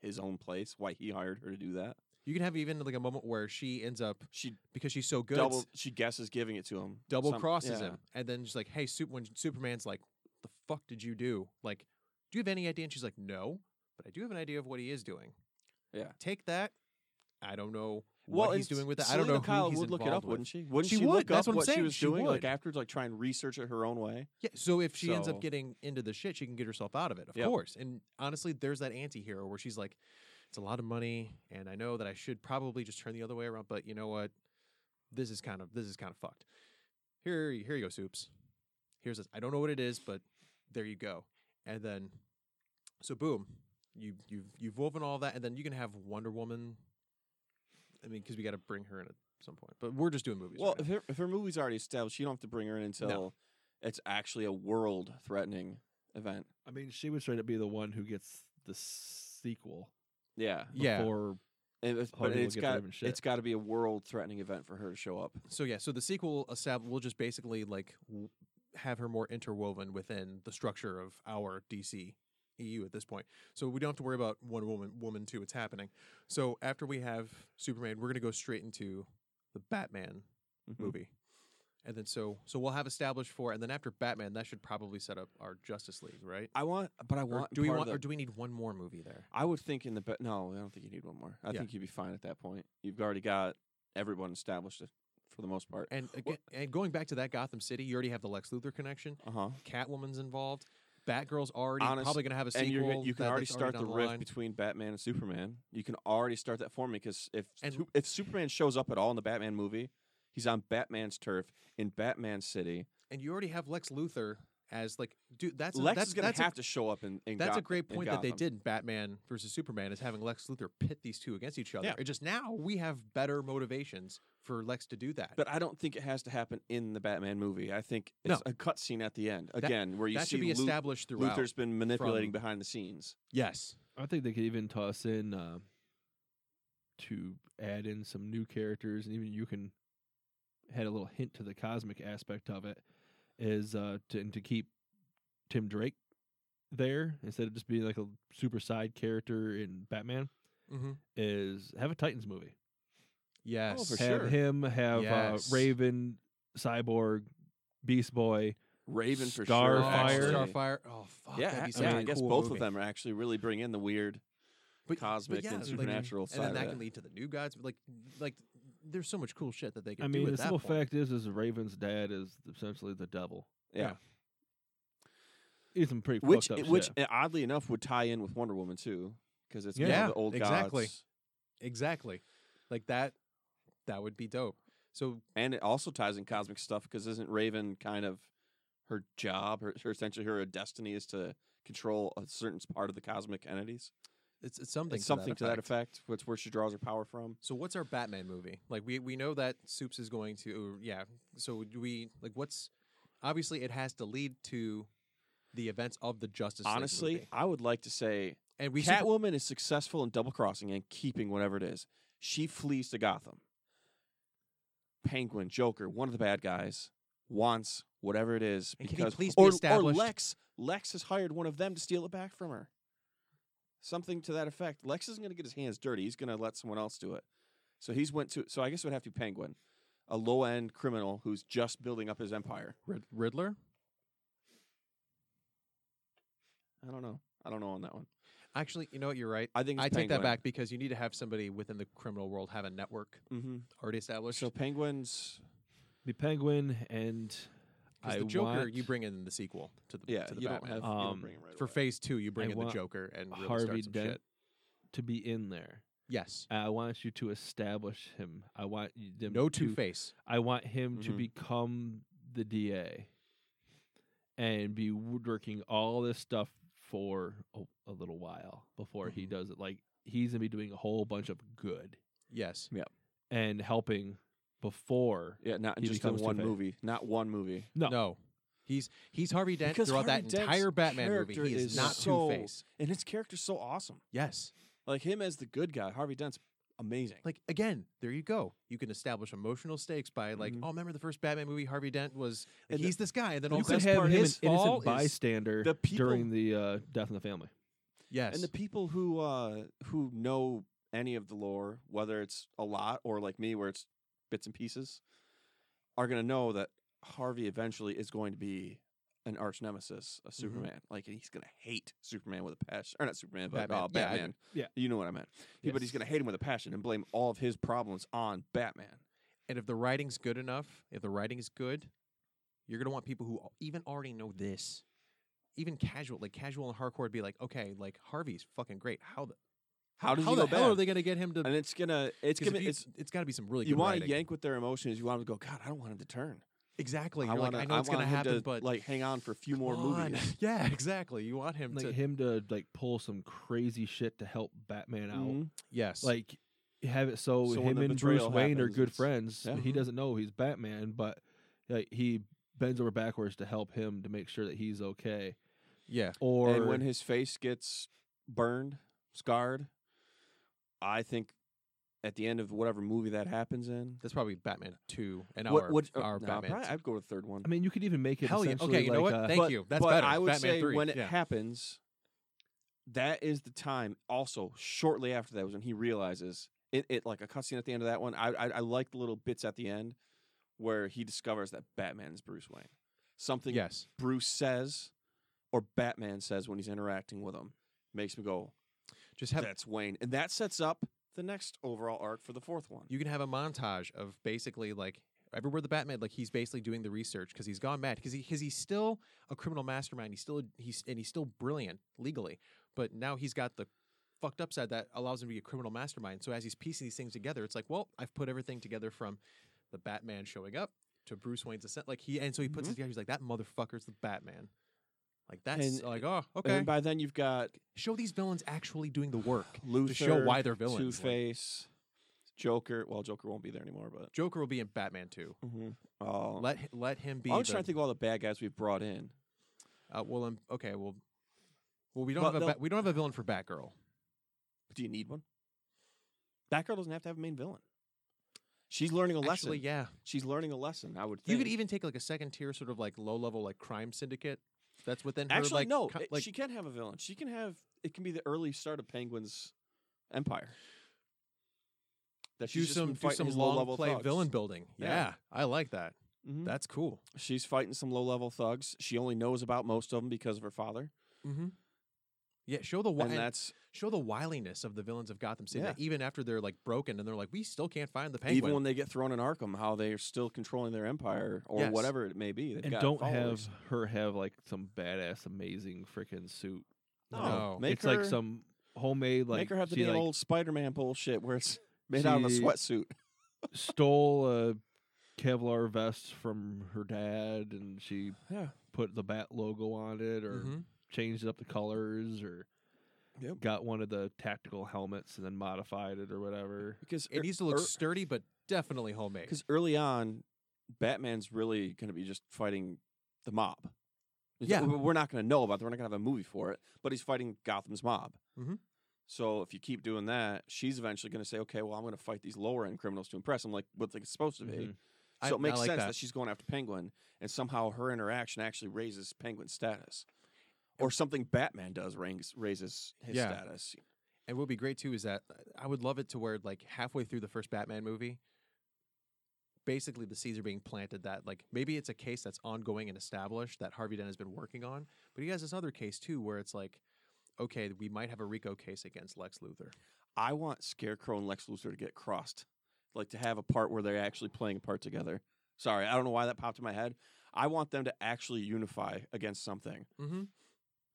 [SPEAKER 2] his own place, why he hired her to do that.
[SPEAKER 3] you can have even like a moment where she ends up
[SPEAKER 2] She
[SPEAKER 3] because she's so good,
[SPEAKER 2] double she guesses giving it to him.
[SPEAKER 3] double
[SPEAKER 2] Some-
[SPEAKER 3] crosses
[SPEAKER 2] yeah.
[SPEAKER 3] him, and then she's like, "Hey, Sup- when Superman's like, the fuck did you do? Like, do you have any idea?" And she's like, "No, but I do have an idea of what he is doing."
[SPEAKER 2] Yeah.
[SPEAKER 3] take that. I don't know
[SPEAKER 2] Well,
[SPEAKER 3] what he's
[SPEAKER 2] and
[SPEAKER 3] doing with it. I
[SPEAKER 2] Selena
[SPEAKER 3] don't know
[SPEAKER 2] Kyle
[SPEAKER 3] who he's
[SPEAKER 2] would look
[SPEAKER 3] involved
[SPEAKER 2] it up,
[SPEAKER 3] with.
[SPEAKER 2] wouldn't she? Wouldn't
[SPEAKER 3] She
[SPEAKER 2] she,
[SPEAKER 3] would,
[SPEAKER 2] look
[SPEAKER 3] that's
[SPEAKER 2] up
[SPEAKER 3] what I'm
[SPEAKER 2] what, she
[SPEAKER 3] saying,
[SPEAKER 2] was
[SPEAKER 3] she
[SPEAKER 2] doing
[SPEAKER 3] would.
[SPEAKER 2] like afterwards, like try and research it her own way?
[SPEAKER 3] Yeah. So if she ends up
[SPEAKER 2] So-
[SPEAKER 3] getting into the shit, she can get herself out of it, of
[SPEAKER 2] Yep.
[SPEAKER 3] course. And honestly, there's that anti-hero where she's like, "It's a lot of money, and I know that I should probably just turn the other way around, but you know what? This is kind of this is kind of fucked. Here, y- here you go, soups. Here's this. I don't know what it is, but there you go. And then, so boom, you you've you've woven all that, and then you can have Wonder Woman I mean, because we got to bring her in at some point. But we're just doing movies.
[SPEAKER 2] Well,
[SPEAKER 3] right
[SPEAKER 2] if her, if her movie's already established, you don't have to bring her in until it's actually a world threatening event.
[SPEAKER 1] I mean, she would straight up be the one who gets the sequel
[SPEAKER 2] Yeah.
[SPEAKER 3] now. yeah.
[SPEAKER 1] before
[SPEAKER 2] It was- but
[SPEAKER 1] Harvey will
[SPEAKER 2] it's
[SPEAKER 1] get the
[SPEAKER 2] got
[SPEAKER 1] ribbon shit.
[SPEAKER 2] it's got to be a world threatening event for her to show up.
[SPEAKER 3] So yeah, so the sequel estab- we'll just basically like w- have her more interwoven within the structure of our DC EU at this point. So we don't have to worry about one woman woman two it's happening. So after we have Superman, we're going to go straight into the Batman
[SPEAKER 2] Hmm. Mm-hmm.
[SPEAKER 3] movie. And then so so we'll have established for and then after Batman that should probably set up our Justice League, right?
[SPEAKER 2] I want, but I
[SPEAKER 3] Or
[SPEAKER 2] want.
[SPEAKER 3] do we
[SPEAKER 2] part of
[SPEAKER 3] want
[SPEAKER 2] the-
[SPEAKER 3] or do we need one more movie there?
[SPEAKER 2] I would think in the ba- no, I don't think you need one more. I
[SPEAKER 3] Yeah.
[SPEAKER 2] think you'd be fine at that point. You've already got everyone established uh, for the most part.
[SPEAKER 3] And again, and going back to that Gotham City, you already have the Lex Luthor connection.
[SPEAKER 2] Uh huh.
[SPEAKER 3] Catwoman's involved. Batgirl's already
[SPEAKER 2] Honest-
[SPEAKER 3] probably going to have a sequel.
[SPEAKER 2] And you're, gonna- you can
[SPEAKER 3] that-
[SPEAKER 2] already
[SPEAKER 3] that's
[SPEAKER 2] start the
[SPEAKER 3] down
[SPEAKER 2] rift
[SPEAKER 3] line.
[SPEAKER 2] between Batman and Superman. You can already start that for me because if
[SPEAKER 3] And-
[SPEAKER 2] Su- if Superman shows up at all in the Batman movie, he's on Batman's turf in Batman City.
[SPEAKER 3] and you already have Lex Luthor as like, dude, that's a,
[SPEAKER 2] Lex
[SPEAKER 3] that's,
[SPEAKER 2] is going
[SPEAKER 3] that's
[SPEAKER 2] to have
[SPEAKER 3] a,
[SPEAKER 2] to show up in. in
[SPEAKER 3] that's a
[SPEAKER 2] Gotham-
[SPEAKER 3] great
[SPEAKER 2] in
[SPEAKER 3] point that they
[SPEAKER 2] Gotham.
[SPEAKER 3] did in Batman versus Superman is having Lex Luthor pit these two against each other.
[SPEAKER 1] Yeah.
[SPEAKER 3] And just now we have better motivations for Lex to do that.
[SPEAKER 2] But I don't think it has to happen in the Batman movie. I think
[SPEAKER 3] No.
[SPEAKER 2] it's a cutscene at the end again, where you
[SPEAKER 3] that
[SPEAKER 2] see
[SPEAKER 3] should be
[SPEAKER 2] Lu-
[SPEAKER 3] established throughout.
[SPEAKER 2] Luther's been manipulating
[SPEAKER 3] from-
[SPEAKER 2] behind the scenes.
[SPEAKER 3] yes,
[SPEAKER 1] I think they could even toss in uh, to add in some new characters, and even you can had a little hint to the cosmic aspect of it is uh, to and to keep Tim Drake there instead of just being like a super side character in Batman Mm-hmm.
[SPEAKER 3] Mhm.
[SPEAKER 1] is have a Titans movie.
[SPEAKER 3] yes,
[SPEAKER 2] Oh, for
[SPEAKER 1] have
[SPEAKER 2] sure.
[SPEAKER 1] him have
[SPEAKER 3] Yes.
[SPEAKER 1] uh, Raven, Cyborg, Beast Boy.
[SPEAKER 2] Raven for
[SPEAKER 3] Oh,
[SPEAKER 2] sure.
[SPEAKER 1] Starfire.
[SPEAKER 2] actually.
[SPEAKER 3] Starfire. Oh fuck,
[SPEAKER 2] Yeah,
[SPEAKER 3] that'd be
[SPEAKER 2] yeah,
[SPEAKER 3] such a
[SPEAKER 2] I guess
[SPEAKER 3] cool
[SPEAKER 2] both
[SPEAKER 3] movie.
[SPEAKER 2] of them are actually really bring in the weird. cosmic and
[SPEAKER 3] like,
[SPEAKER 2] supernatural side
[SPEAKER 3] and
[SPEAKER 2] of
[SPEAKER 3] then that
[SPEAKER 2] it.
[SPEAKER 3] can lead to the new gods. Like, like there's so much cool shit that they can
[SPEAKER 1] I
[SPEAKER 3] do
[SPEAKER 1] mean,
[SPEAKER 3] at
[SPEAKER 1] the
[SPEAKER 3] that
[SPEAKER 1] simple
[SPEAKER 3] point.
[SPEAKER 1] fact is, is Raven's dad is essentially the devil.
[SPEAKER 2] Yeah,
[SPEAKER 3] Yeah.
[SPEAKER 1] He's some pretty
[SPEAKER 2] which
[SPEAKER 1] fucked up
[SPEAKER 2] which
[SPEAKER 1] shit.
[SPEAKER 2] uh, oddly enough would tie in with Wonder Woman too, because it's one
[SPEAKER 3] Yeah,
[SPEAKER 2] of the old
[SPEAKER 3] exactly.
[SPEAKER 2] gods,
[SPEAKER 3] Exactly. Like that that would be dope. So
[SPEAKER 2] and it also ties in cosmic stuff because isn't Raven kind of her job, her, her essentially her destiny is to control a certain part of the cosmic entities.
[SPEAKER 3] it's, it's something
[SPEAKER 2] It's something to that effect. What's where she draws her power from.
[SPEAKER 3] So what's our Batman movie? Like we we know that Soups is going to yeah. So do we like what's obviously it has to lead to the events of the Justice League
[SPEAKER 2] Honestly,
[SPEAKER 3] movie.
[SPEAKER 2] I would like to say
[SPEAKER 3] and we should,
[SPEAKER 2] Catwoman is successful in double crossing and keeping whatever it is. She flees to Gotham. Penguin, Joker, one of the bad guys wants whatever it is
[SPEAKER 3] And can he
[SPEAKER 2] because
[SPEAKER 3] please be
[SPEAKER 2] or, or
[SPEAKER 3] established-
[SPEAKER 2] Lex Lex has hired one of them to steal it back from her. Something to that effect. Lex isn't going to get his hands dirty. He's going to let someone else do it. So he's went to. So I guess it would have to be Penguin, a low end criminal who's just building up his empire.
[SPEAKER 3] Rid- Riddler.
[SPEAKER 2] I don't know. I don't know on that one.
[SPEAKER 3] Actually, you know what? You're right.
[SPEAKER 2] I think it's
[SPEAKER 3] I take that back because you need to have somebody within the criminal world have a network
[SPEAKER 2] Mm-hmm.
[SPEAKER 3] already established.
[SPEAKER 2] So Penguin's
[SPEAKER 1] the Penguin and
[SPEAKER 3] 'Cause
[SPEAKER 1] I
[SPEAKER 3] the Joker,
[SPEAKER 1] want
[SPEAKER 3] you bring in the sequel to the
[SPEAKER 2] yeah.
[SPEAKER 3] to the
[SPEAKER 2] you
[SPEAKER 3] Batman.
[SPEAKER 2] don't have you don't
[SPEAKER 1] Um,
[SPEAKER 2] bring him right
[SPEAKER 3] For
[SPEAKER 2] away.
[SPEAKER 3] Phase Two, you bring in the
[SPEAKER 1] want
[SPEAKER 3] Joker and really
[SPEAKER 1] Harvey
[SPEAKER 3] start some
[SPEAKER 1] Dent
[SPEAKER 3] shit.
[SPEAKER 1] to be in there.
[SPEAKER 3] Yes,
[SPEAKER 1] I want you to establish him. I want you- them
[SPEAKER 3] no
[SPEAKER 1] to-
[SPEAKER 3] Two Face.
[SPEAKER 1] I want him to
[SPEAKER 2] Mhm.
[SPEAKER 1] become the DA and be woodworking all this stuff for a, a little while before he
[SPEAKER 3] Mhm.
[SPEAKER 2] Mm-hmm.
[SPEAKER 1] does it. Like he's gonna be doing a whole bunch of good
[SPEAKER 3] Yes,
[SPEAKER 1] and helping before.
[SPEAKER 2] Yeah, not
[SPEAKER 1] He
[SPEAKER 2] just in
[SPEAKER 1] becomes
[SPEAKER 2] one
[SPEAKER 1] Two-Face.
[SPEAKER 2] movie. Not one movie.
[SPEAKER 1] No.
[SPEAKER 3] No. He's he's Harvey Dent
[SPEAKER 2] Because
[SPEAKER 3] throughout
[SPEAKER 2] Harvey
[SPEAKER 3] that
[SPEAKER 2] Dent's
[SPEAKER 3] entire Batman movie.
[SPEAKER 2] character
[SPEAKER 3] He is,
[SPEAKER 2] is
[SPEAKER 3] not
[SPEAKER 2] so-
[SPEAKER 3] Two Face.
[SPEAKER 2] And his character's so awesome.
[SPEAKER 3] Yes.
[SPEAKER 2] Like him as the good guy, Harvey Dent's amazing.
[SPEAKER 3] Like again, there you go. You can establish emotional stakes by like,
[SPEAKER 2] Mhm.
[SPEAKER 3] oh, remember the first Batman movie? Harvey Dent was like,
[SPEAKER 2] And the-
[SPEAKER 3] he's this guy, and then all
[SPEAKER 1] You
[SPEAKER 3] of a
[SPEAKER 1] could
[SPEAKER 3] sudden-
[SPEAKER 1] have
[SPEAKER 2] part-
[SPEAKER 1] him an
[SPEAKER 2] his fall
[SPEAKER 1] innocent
[SPEAKER 2] is
[SPEAKER 1] bystander
[SPEAKER 2] the people-
[SPEAKER 1] during the uh, death in the family.
[SPEAKER 3] yes,
[SPEAKER 2] and the people who uh who know any of the lore, whether it's a lot or like me where it's bits and pieces, are gonna know that Harvey eventually is going to be an arch nemesis of
[SPEAKER 3] Mm-hmm.
[SPEAKER 2] Superman. Like he's gonna hate Superman with a passion. Or not Superman, but
[SPEAKER 3] Batman.
[SPEAKER 2] Batman. Uh,
[SPEAKER 3] Yeah, I do.
[SPEAKER 2] Batman.
[SPEAKER 1] Yeah.
[SPEAKER 2] You know what I meant. He- But he's gonna hate him with a passion and blame all of his problems on Batman.
[SPEAKER 3] and if the writing's good enough, if the writing is good, you're gonna want people who al- even already know this, even casual, like casual and hardcore, would be like, okay, like Harvey's fucking great. How the
[SPEAKER 2] How does
[SPEAKER 3] how
[SPEAKER 2] he
[SPEAKER 3] the
[SPEAKER 2] go
[SPEAKER 3] hell
[SPEAKER 2] bad?
[SPEAKER 3] are they gonna get him to?
[SPEAKER 2] and it's gonna it's
[SPEAKER 3] 'cause if
[SPEAKER 2] gonna
[SPEAKER 3] you-
[SPEAKER 2] it's
[SPEAKER 3] it's got to be some really
[SPEAKER 2] you
[SPEAKER 3] good
[SPEAKER 2] want
[SPEAKER 3] writing.
[SPEAKER 2] to yank with their emotions. You want them to go, God, I don't want him to turn.
[SPEAKER 3] exactly.
[SPEAKER 2] I
[SPEAKER 3] You're
[SPEAKER 2] want
[SPEAKER 3] like, I know it's gonna
[SPEAKER 2] him
[SPEAKER 3] happen,
[SPEAKER 2] to,
[SPEAKER 3] but
[SPEAKER 2] like hang on for a few more
[SPEAKER 3] Come on.
[SPEAKER 2] movies.
[SPEAKER 3] yeah, exactly. You want him
[SPEAKER 1] like
[SPEAKER 3] to
[SPEAKER 1] him to like pull some crazy shit to help Batman out.
[SPEAKER 2] Mhm.
[SPEAKER 3] yes,
[SPEAKER 1] Like have it so,
[SPEAKER 2] So
[SPEAKER 1] him
[SPEAKER 2] when the
[SPEAKER 1] and Bruce
[SPEAKER 2] betrayal
[SPEAKER 1] Wayne are
[SPEAKER 2] happens,
[SPEAKER 1] good
[SPEAKER 2] it's-
[SPEAKER 1] friends.
[SPEAKER 2] yeah. Mm-hmm.
[SPEAKER 1] He
[SPEAKER 3] Mhm.
[SPEAKER 1] doesn't know he's Batman, but like he bends over backwards to help him to make sure that he's okay.
[SPEAKER 3] Yeah.
[SPEAKER 1] Or
[SPEAKER 2] and when his face gets burned, scarred, I think at the end of whatever movie that happens in,
[SPEAKER 3] That's probably Batman 2 and
[SPEAKER 2] what,
[SPEAKER 3] our,
[SPEAKER 2] what, uh,
[SPEAKER 3] our
[SPEAKER 2] no,
[SPEAKER 3] Batman.
[SPEAKER 2] probably I'd go with the third one.
[SPEAKER 1] I mean, you could even make it
[SPEAKER 3] Hell yeah.
[SPEAKER 1] essentially
[SPEAKER 3] Okay, you know
[SPEAKER 1] like
[SPEAKER 3] what?
[SPEAKER 1] a-
[SPEAKER 3] Thank
[SPEAKER 2] but,
[SPEAKER 3] you. That's
[SPEAKER 2] but
[SPEAKER 3] better.
[SPEAKER 2] I would
[SPEAKER 3] Batman
[SPEAKER 2] say
[SPEAKER 3] 3.
[SPEAKER 2] when it
[SPEAKER 3] yeah.
[SPEAKER 2] happens, that is the time. Also, shortly after that was when he realizes it. it like a cutscene at the end of that one. I, I I like the little bits at the end where he discovers that Batman is Bruce Wayne. Something
[SPEAKER 3] Yes.
[SPEAKER 2] Bruce says or Batman says when he's interacting with him makes me go,
[SPEAKER 3] Just have
[SPEAKER 2] that's Wayne. And that sets up the next overall arc for the fourth one.
[SPEAKER 3] you can have a montage of basically like everywhere the Batman like he's basically doing the research because he's gone mad because he because he's still a criminal mastermind he's still a, he's and he's still brilliant legally but now he's got the fucked up side that allows him to be a criminal mastermind so as he's piecing these things together it's like well I've put everything together from the Batman showing up to Bruce Wayne's ascent like he and so he puts
[SPEAKER 2] Mm-hmm.
[SPEAKER 3] it together he's like that motherfucker's the Batman like that's
[SPEAKER 2] And- uh,
[SPEAKER 3] like oh
[SPEAKER 2] And
[SPEAKER 3] okay
[SPEAKER 2] then by then you've got
[SPEAKER 3] show these villains actually doing the work
[SPEAKER 2] Luther,
[SPEAKER 3] to show why they're villains
[SPEAKER 2] Two
[SPEAKER 3] like,
[SPEAKER 2] Face, Joker. Well, Joker won't be there anymore, but.
[SPEAKER 3] Joker will be in Batman too.
[SPEAKER 2] Oh.
[SPEAKER 3] Let hi- let him be.
[SPEAKER 2] I was
[SPEAKER 3] the-
[SPEAKER 2] trying to think of all the bad guys we've brought in.
[SPEAKER 3] Uh, well, um, okay. Well, well, we don't
[SPEAKER 2] But
[SPEAKER 3] have a
[SPEAKER 2] they'll-
[SPEAKER 3] ba- we don't have a villain for Batgirl.
[SPEAKER 2] Do you need one? Batgirl doesn't have to have a main villain. She's learning a lesson.
[SPEAKER 3] Actually, yeah,
[SPEAKER 2] She's learning a lesson. I would.
[SPEAKER 3] you could
[SPEAKER 2] think.
[SPEAKER 3] even take like a second tier, sort of like low level, like crime syndicate. That's within her,
[SPEAKER 2] actually
[SPEAKER 3] like,
[SPEAKER 2] no.
[SPEAKER 3] co-
[SPEAKER 2] it-
[SPEAKER 3] like
[SPEAKER 2] she can have a villain. She can have. It can be the early start of Penguin's empire. That
[SPEAKER 3] do
[SPEAKER 2] she's just been
[SPEAKER 3] some do
[SPEAKER 2] fighting
[SPEAKER 3] some
[SPEAKER 2] his
[SPEAKER 3] long
[SPEAKER 2] low-level
[SPEAKER 3] play
[SPEAKER 2] thugs.
[SPEAKER 3] villain building.
[SPEAKER 2] Yeah.
[SPEAKER 3] Yeah. I like that.
[SPEAKER 2] Mhm.
[SPEAKER 3] That's cool.
[SPEAKER 2] She's fighting some low level thugs. She only knows about most of them because of her father,
[SPEAKER 3] Mm-hmm. Yeah, show the wi-
[SPEAKER 2] and
[SPEAKER 3] and
[SPEAKER 2] that's
[SPEAKER 3] show the wiliness of the villains of Gotham City. that even after they're like broken and they're like, we still can't find the penguin.
[SPEAKER 2] even when they get thrown in Arkham, how they are still controlling their empire or
[SPEAKER 3] Yes.
[SPEAKER 2] whatever it may be. They've
[SPEAKER 1] and
[SPEAKER 2] got
[SPEAKER 1] don't
[SPEAKER 2] followers.
[SPEAKER 1] have her have like some badass, amazing freaking suit.
[SPEAKER 3] No.
[SPEAKER 2] make
[SPEAKER 1] it's like
[SPEAKER 2] her-
[SPEAKER 1] some homemade like
[SPEAKER 2] make her have to
[SPEAKER 1] she,
[SPEAKER 2] be an
[SPEAKER 1] like,
[SPEAKER 2] old Spider-Man bullshit where it's made out of a
[SPEAKER 1] she-
[SPEAKER 2] sweatsuit.
[SPEAKER 1] stole a Kevlar vest from her dad, and she
[SPEAKER 2] Yeah.
[SPEAKER 1] put the bat logo on it, or
[SPEAKER 3] Mhm.
[SPEAKER 1] changed up the colors, or
[SPEAKER 2] Yep.
[SPEAKER 1] got one of the tactical helmets and then modified it or whatever.
[SPEAKER 2] Because
[SPEAKER 3] it needs to
[SPEAKER 2] er
[SPEAKER 1] er,
[SPEAKER 3] look sturdy, but definitely homemade.
[SPEAKER 2] because early on, Batman's really going to be just fighting the mob. It's-
[SPEAKER 3] Yeah.
[SPEAKER 2] we- we're not going to know about. It. We're not going to have a movie for it, but he's fighting Gotham's mob.
[SPEAKER 3] Mhm.
[SPEAKER 2] So if you keep doing that, she's eventually going to say, "Okay, well, I'm going to fight these lower end criminals to impress them, like what they're supposed to be."
[SPEAKER 1] Mhm.
[SPEAKER 3] Mm-hmm. I-
[SPEAKER 2] So it makes
[SPEAKER 3] I like
[SPEAKER 2] sense that.
[SPEAKER 3] that.
[SPEAKER 2] she's going after Penguin, and somehow her interaction actually raises Penguin's status, or something Batman does ranks, raises his
[SPEAKER 3] Yeah.
[SPEAKER 2] status.
[SPEAKER 3] And what would be great too is that uh, I would love it to where like halfway through the first Batman movie, basically the seeds are being planted that like maybe it's a case that's ongoing and established that Harvey Dent has been working on, but he has this other case too where it's like, okay, we might have a RICO case against Lex Luthor.
[SPEAKER 2] I want Scarecrow and Lex Luthor to get crossed, like to have a part where they're actually playing a part together. Sorry, I don't know why that popped in my head. I want them to actually unify against something.
[SPEAKER 3] Mm-hmm.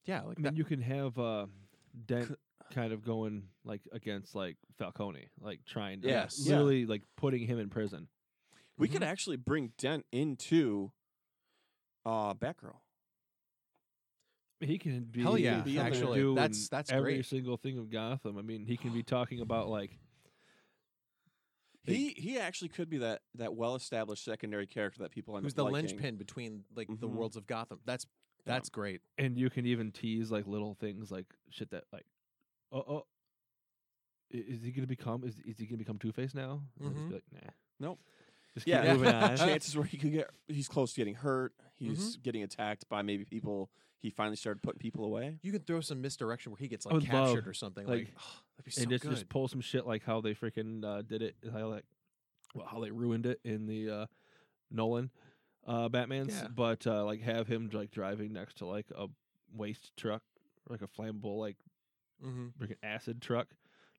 [SPEAKER 3] Yeah, like
[SPEAKER 1] I
[SPEAKER 3] that.
[SPEAKER 1] mean, you can have uh, Dent kind of going like against like Falcone, like trying to
[SPEAKER 2] Yes.
[SPEAKER 3] Yeah.
[SPEAKER 1] really like putting him in prison.
[SPEAKER 2] We
[SPEAKER 3] Mm-hmm.
[SPEAKER 2] could actually bring Dent into uh, Batgirl.
[SPEAKER 1] He can be
[SPEAKER 3] Hell yeah,
[SPEAKER 1] something to
[SPEAKER 2] actually.
[SPEAKER 1] do in
[SPEAKER 3] That's- that's
[SPEAKER 1] every
[SPEAKER 3] great.
[SPEAKER 1] single thing of Gotham. I mean, he can be talking about like They-
[SPEAKER 2] He he actually could be that that well established secondary character that people end
[SPEAKER 3] who's
[SPEAKER 2] up
[SPEAKER 3] the
[SPEAKER 2] liking.
[SPEAKER 3] linchpin between like the
[SPEAKER 2] Mhm.
[SPEAKER 1] Mm-hmm.
[SPEAKER 3] worlds of Gotham? That's
[SPEAKER 2] Yeah.
[SPEAKER 3] that's great.
[SPEAKER 1] and you can even tease like little things like shit that like oh oh i- is he gonna become is is he gonna become Two Face now? And just
[SPEAKER 3] Mhm.
[SPEAKER 1] be like nah,
[SPEAKER 2] Nope.
[SPEAKER 1] Just keep
[SPEAKER 2] Yeah,
[SPEAKER 1] moving on.
[SPEAKER 2] chances where he could get he's close to getting hurt. He's
[SPEAKER 3] Mm-hmm.
[SPEAKER 2] getting attacked by maybe people. He finally started putting people away.
[SPEAKER 3] You could throw some misdirection where he gets
[SPEAKER 1] I
[SPEAKER 3] like
[SPEAKER 1] would love,
[SPEAKER 3] captured or something. Like,
[SPEAKER 1] like,
[SPEAKER 3] oh, that'd be so
[SPEAKER 1] and just
[SPEAKER 3] good.
[SPEAKER 1] just pull some shit like how they freaking uh, did it, how like well, how they ruined it in the uh, Nolan uh, Batman's,
[SPEAKER 3] Yeah.
[SPEAKER 1] but uh, like have him like driving next to like a waste truck, like a flammable like
[SPEAKER 3] mm-hmm.
[SPEAKER 1] freaking acid truck,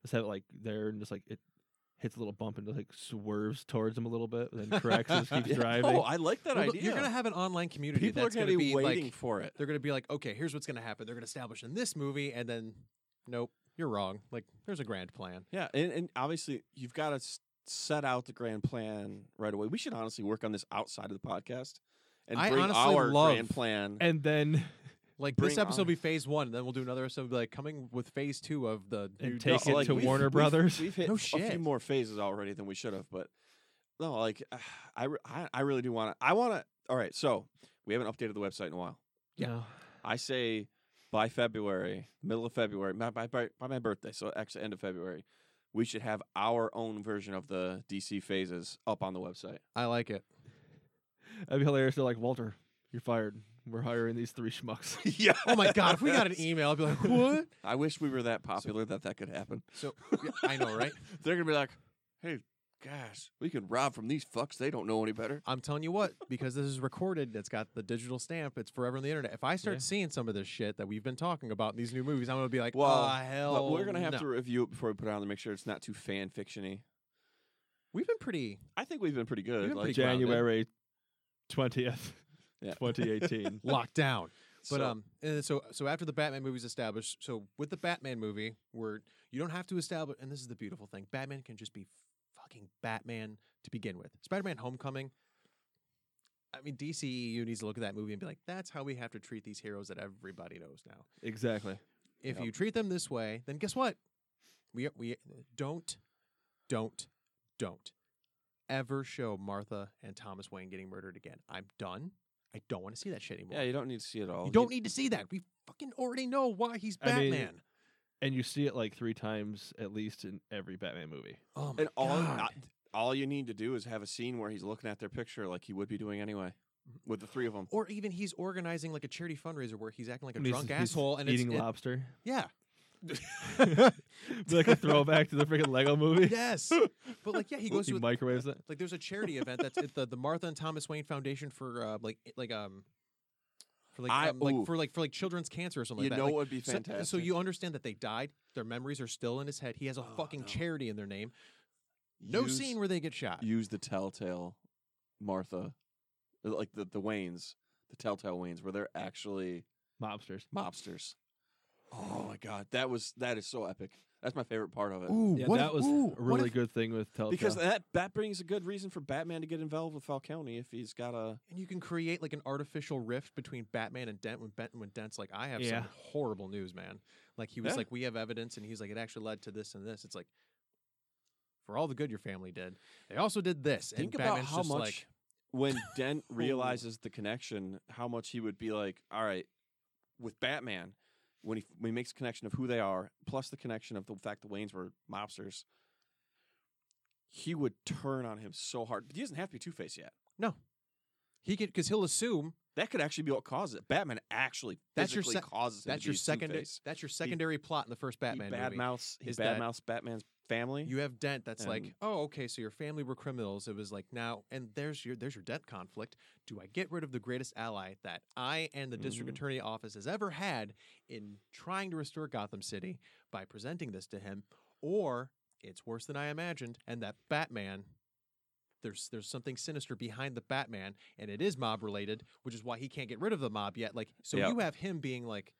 [SPEAKER 1] just have it like there and just like it hits a little bump and just like swerves towards him a little bit, and then cracks and just keeps
[SPEAKER 2] Yeah.
[SPEAKER 1] driving.
[SPEAKER 2] Oh, I like that
[SPEAKER 3] Well,
[SPEAKER 2] idea.
[SPEAKER 3] th- You're gonna have an online community.
[SPEAKER 2] people are
[SPEAKER 3] that's
[SPEAKER 2] going
[SPEAKER 3] gonna
[SPEAKER 2] to be waiting
[SPEAKER 3] like,
[SPEAKER 2] for it.
[SPEAKER 3] they're gonna be like, okay, here's what's gonna happen. They're gonna establish in this movie, and then nope, you're wrong. Like, there's a grand plan.
[SPEAKER 2] Yeah, and, and obviously you've got to set out the grand plan right away. We should honestly work on this outside of the podcast and
[SPEAKER 3] I
[SPEAKER 2] bring
[SPEAKER 3] honestly
[SPEAKER 2] our
[SPEAKER 3] love-
[SPEAKER 2] grand plan.
[SPEAKER 1] and then
[SPEAKER 3] Like
[SPEAKER 2] Bring
[SPEAKER 3] this episode
[SPEAKER 2] on-
[SPEAKER 3] will be phase one, then we'll do another episode like coming with phase two of the
[SPEAKER 1] And
[SPEAKER 3] new
[SPEAKER 1] take
[SPEAKER 3] Disney
[SPEAKER 1] it to
[SPEAKER 3] movie.
[SPEAKER 1] Warner Brothers.
[SPEAKER 2] We've, hit
[SPEAKER 3] No
[SPEAKER 2] a
[SPEAKER 3] shit.
[SPEAKER 2] few more phases already than we should have, but no, like I, re- I, I really do want to. I want to. All right, so we haven't updated the website in a while.
[SPEAKER 1] Yeah.
[SPEAKER 2] I say by February, middle of February, my, by, by, by my birthday, so actually end of February, we should have our own version of the DC phases up on the website.
[SPEAKER 3] I like it.
[SPEAKER 1] That'd be hilarious. They're like, Walter, you're fired. We're hiring these three schmucks.
[SPEAKER 2] yeah.
[SPEAKER 3] Oh my god, if we got an email, I'd be like, what?
[SPEAKER 2] I wish we were that popular that that could happen.
[SPEAKER 3] So yeah, I know, right?
[SPEAKER 2] They're gonna be like, "Hey, gosh, we can rob from these fucks. They don't know any better."
[SPEAKER 3] I'm telling you what, because this is recorded, it's got the digital stamp, it's forever on the internet. If I start
[SPEAKER 1] Yeah.
[SPEAKER 3] seeing some of this shit that we've been talking about in these new movies, I'm gonna be like,
[SPEAKER 2] Well,
[SPEAKER 3] well, hell,
[SPEAKER 2] But we're gonna have
[SPEAKER 3] no."
[SPEAKER 2] to review it before we put it on to make sure it's not too fan fictiony.
[SPEAKER 3] We've been pretty
[SPEAKER 2] I think we've been pretty good.
[SPEAKER 3] been
[SPEAKER 2] like,
[SPEAKER 3] pretty grounded.
[SPEAKER 1] January 20th,
[SPEAKER 2] Yeah.
[SPEAKER 1] 2018.
[SPEAKER 3] locked down. But
[SPEAKER 2] so-
[SPEAKER 3] um, and then so so after the Batman movie's established, so with the Batman movie, where you don't have to establish, and this is the beautiful thing, Batman can just be fucking Batman to begin with. Spider-Man: Homecoming. I mean, DCEU needs to look at that movie and be like, that's how we have to treat these heroes that everybody knows now.
[SPEAKER 1] exactly.
[SPEAKER 3] If
[SPEAKER 2] Yep.
[SPEAKER 3] you treat them this way, then guess what? We we don't don't don't ever show Martha and Thomas Wayne getting murdered again. I'm done. I don't want to see that shit anymore.
[SPEAKER 2] yeah, Oh, you don't need to see it all.
[SPEAKER 3] You don't need to see that. We fucking already know why he's
[SPEAKER 1] I mean,
[SPEAKER 3] Batman.
[SPEAKER 1] And you see it like three times at least in every Batman movie.
[SPEAKER 3] oh my
[SPEAKER 2] And all
[SPEAKER 3] god!
[SPEAKER 2] uh, all you need to do is have a scene where he's looking at their picture like he would be doing anyway with the three of them.
[SPEAKER 3] or even he's organizing like a charity fundraiser where he's acting like a
[SPEAKER 1] And he's-
[SPEAKER 3] drunk
[SPEAKER 1] he's
[SPEAKER 3] asshole and
[SPEAKER 1] eating
[SPEAKER 3] it's, it-
[SPEAKER 1] lobster.
[SPEAKER 3] yeah,
[SPEAKER 1] Be like a throwback to the freaking Lego movie.
[SPEAKER 3] yes. But like, yeah, he goes
[SPEAKER 1] he
[SPEAKER 3] to a,
[SPEAKER 1] microwaves it.
[SPEAKER 3] like there's a charity event that's at the the Martha and Thomas Wayne Foundation for uh, like like um for like,
[SPEAKER 2] I-
[SPEAKER 3] um, like
[SPEAKER 2] ooh.
[SPEAKER 3] for like for like children's cancer or something
[SPEAKER 2] you
[SPEAKER 3] like that.
[SPEAKER 2] know
[SPEAKER 3] Like,
[SPEAKER 2] what would be
[SPEAKER 3] So-
[SPEAKER 2] fantastic.
[SPEAKER 3] So, you understand that they died. Their memories are still in his head. He has a
[SPEAKER 2] Oh,
[SPEAKER 3] fucking
[SPEAKER 2] no.
[SPEAKER 3] charity in their name. No
[SPEAKER 2] Use-
[SPEAKER 3] scene where they get shot.
[SPEAKER 2] use the telltale Martha, uh, like the the Waynes, the telltale Waynes, where they're actually
[SPEAKER 1] Mobsters.
[SPEAKER 2] mobsters. Oh my god, that was that is so epic. That's my favorite part of it.
[SPEAKER 3] Ooh,
[SPEAKER 1] Yeah,
[SPEAKER 3] what
[SPEAKER 1] that
[SPEAKER 3] if-
[SPEAKER 1] was
[SPEAKER 3] ooh,
[SPEAKER 1] a
[SPEAKER 3] what
[SPEAKER 1] really
[SPEAKER 3] if-
[SPEAKER 1] good thing with Telltale.
[SPEAKER 2] Because that that brings a good reason for Batman to get involved with Falcone if he's got a
[SPEAKER 3] And you can create like an artificial rift between Batman and Dent when, Bent, when Dent's like, I have
[SPEAKER 1] Yeah.
[SPEAKER 3] some horrible news, man. Like he was
[SPEAKER 2] Yeah.
[SPEAKER 3] like, we have evidence, and he's like, it actually led to this and this. It's like, for all the good your family did, they also did this.
[SPEAKER 2] Think
[SPEAKER 3] and
[SPEAKER 2] about
[SPEAKER 3] Batman's
[SPEAKER 2] how
[SPEAKER 3] just
[SPEAKER 2] much
[SPEAKER 3] like,
[SPEAKER 2] when Dent realizes the connection, how much he would be like, all right, with Batman, when he when he makes the connection of who they are, plus the connection of the fact the Waynes were mobsters, he would turn on him so hard. But he doesn't have to be Two Face yet.
[SPEAKER 3] he could because he'll assume
[SPEAKER 2] That could actually be what causes it. Batman actually
[SPEAKER 3] That's your
[SPEAKER 2] physically
[SPEAKER 3] sec-
[SPEAKER 2] causes him
[SPEAKER 3] that's
[SPEAKER 2] to
[SPEAKER 3] your
[SPEAKER 2] be
[SPEAKER 3] secondary
[SPEAKER 2] Two-Face.
[SPEAKER 3] that's your secondary plot in the first Batman
[SPEAKER 2] he
[SPEAKER 3] movie.
[SPEAKER 2] badmouths he
[SPEAKER 3] is that-
[SPEAKER 2] badmouths Batman's family.
[SPEAKER 3] You have Dent that's like,
[SPEAKER 2] And-
[SPEAKER 3] oh, okay, so your family were criminals. It was like now, and there's your there's your Dent conflict. Do I get rid of the greatest ally that I and the district
[SPEAKER 2] Mhm.
[SPEAKER 3] attorney office has ever had in trying to restore Gotham City by presenting this to him, or it's worse than I imagined, and that Batman. There's there's something sinister behind the Batman, and it is mob related, which is why he can't get rid of the mob yet. Like, so
[SPEAKER 2] Yep.
[SPEAKER 3] you have him being like,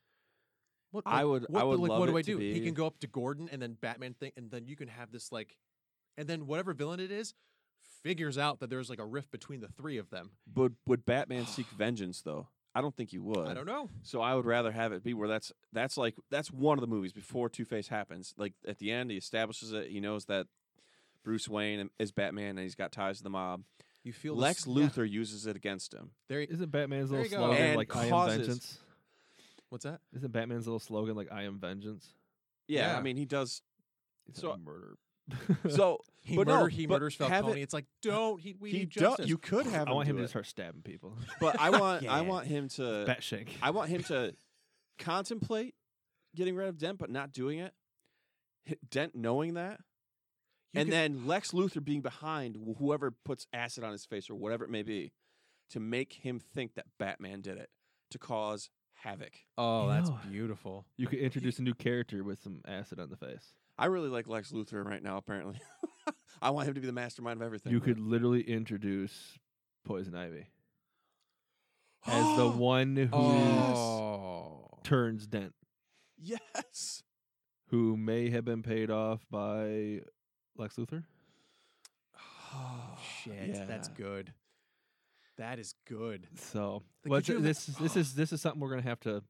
[SPEAKER 3] "What?
[SPEAKER 2] I
[SPEAKER 3] like,
[SPEAKER 2] would- I
[SPEAKER 3] What,
[SPEAKER 2] would
[SPEAKER 3] like,
[SPEAKER 2] love
[SPEAKER 3] what do
[SPEAKER 2] it
[SPEAKER 3] I
[SPEAKER 2] to
[SPEAKER 3] do?" He
[SPEAKER 2] be-
[SPEAKER 3] can go up to Gordon, and then Batman thing, and then you can have this like and then whatever villain it is figures out that there's like a rift between the three of them.
[SPEAKER 2] But would Batman seek vengeance though? I don't think he would.
[SPEAKER 3] I don't know.
[SPEAKER 2] So I would rather have it be where that's that's like that's one of the movies before Two Face happens. Like at the end, he establishes it. He knows that Bruce Wayne is Batman and he's got ties to the mob.
[SPEAKER 3] You feel the
[SPEAKER 2] Lex
[SPEAKER 3] s- yeah,
[SPEAKER 2] Luthor uses it against him.
[SPEAKER 3] there.
[SPEAKER 1] Isn't Batman's
[SPEAKER 3] There
[SPEAKER 1] little
[SPEAKER 3] you go.
[SPEAKER 1] slogan
[SPEAKER 2] And
[SPEAKER 1] like I am
[SPEAKER 2] causes-
[SPEAKER 1] vengeance?
[SPEAKER 3] What's that?
[SPEAKER 1] Isn't Batman's little slogan like I am vengeance?
[SPEAKER 2] Yeah,
[SPEAKER 3] Yeah.
[SPEAKER 2] I mean he does.
[SPEAKER 1] It's
[SPEAKER 2] So-
[SPEAKER 1] a murder.
[SPEAKER 2] So
[SPEAKER 3] He
[SPEAKER 2] But no,
[SPEAKER 3] murder. he
[SPEAKER 2] but
[SPEAKER 3] murders
[SPEAKER 2] have it- uh,
[SPEAKER 3] Falcone. It's like don't. He, we
[SPEAKER 2] he
[SPEAKER 3] need
[SPEAKER 2] does.
[SPEAKER 3] justice.
[SPEAKER 2] You could have.
[SPEAKER 1] I want him
[SPEAKER 2] do
[SPEAKER 1] to
[SPEAKER 2] it,
[SPEAKER 1] start stabbing people.
[SPEAKER 2] But I want
[SPEAKER 3] Yeah.
[SPEAKER 2] I want him to
[SPEAKER 1] Batshank.
[SPEAKER 2] I want him to contemplate getting rid of Dent, but not doing it. Hi- Dent knowing that,
[SPEAKER 3] You
[SPEAKER 2] and
[SPEAKER 3] could-
[SPEAKER 2] then Lex Luthor being behind wh- whoever puts acid on his face or whatever it may be to make him think that Batman did it to cause havoc.
[SPEAKER 3] oh,
[SPEAKER 1] You
[SPEAKER 3] that's
[SPEAKER 1] know-
[SPEAKER 3] beautiful.
[SPEAKER 1] You could introduce a new character with some acid on the face.
[SPEAKER 2] I really like Lex Luthor right now, apparently. I want him to be the mastermind of everything.
[SPEAKER 1] You could literally introduce Poison Ivy as the one who
[SPEAKER 3] Oh,
[SPEAKER 1] turns Dent,
[SPEAKER 2] Yes.
[SPEAKER 1] who may have been paid off by Lex Luthor.
[SPEAKER 2] Oh,
[SPEAKER 3] shit. That's good. That is good.
[SPEAKER 1] So
[SPEAKER 3] Like,
[SPEAKER 1] well,
[SPEAKER 3] could you
[SPEAKER 1] it's- this
[SPEAKER 3] ima-
[SPEAKER 1] is- this is this is something we're gonna have to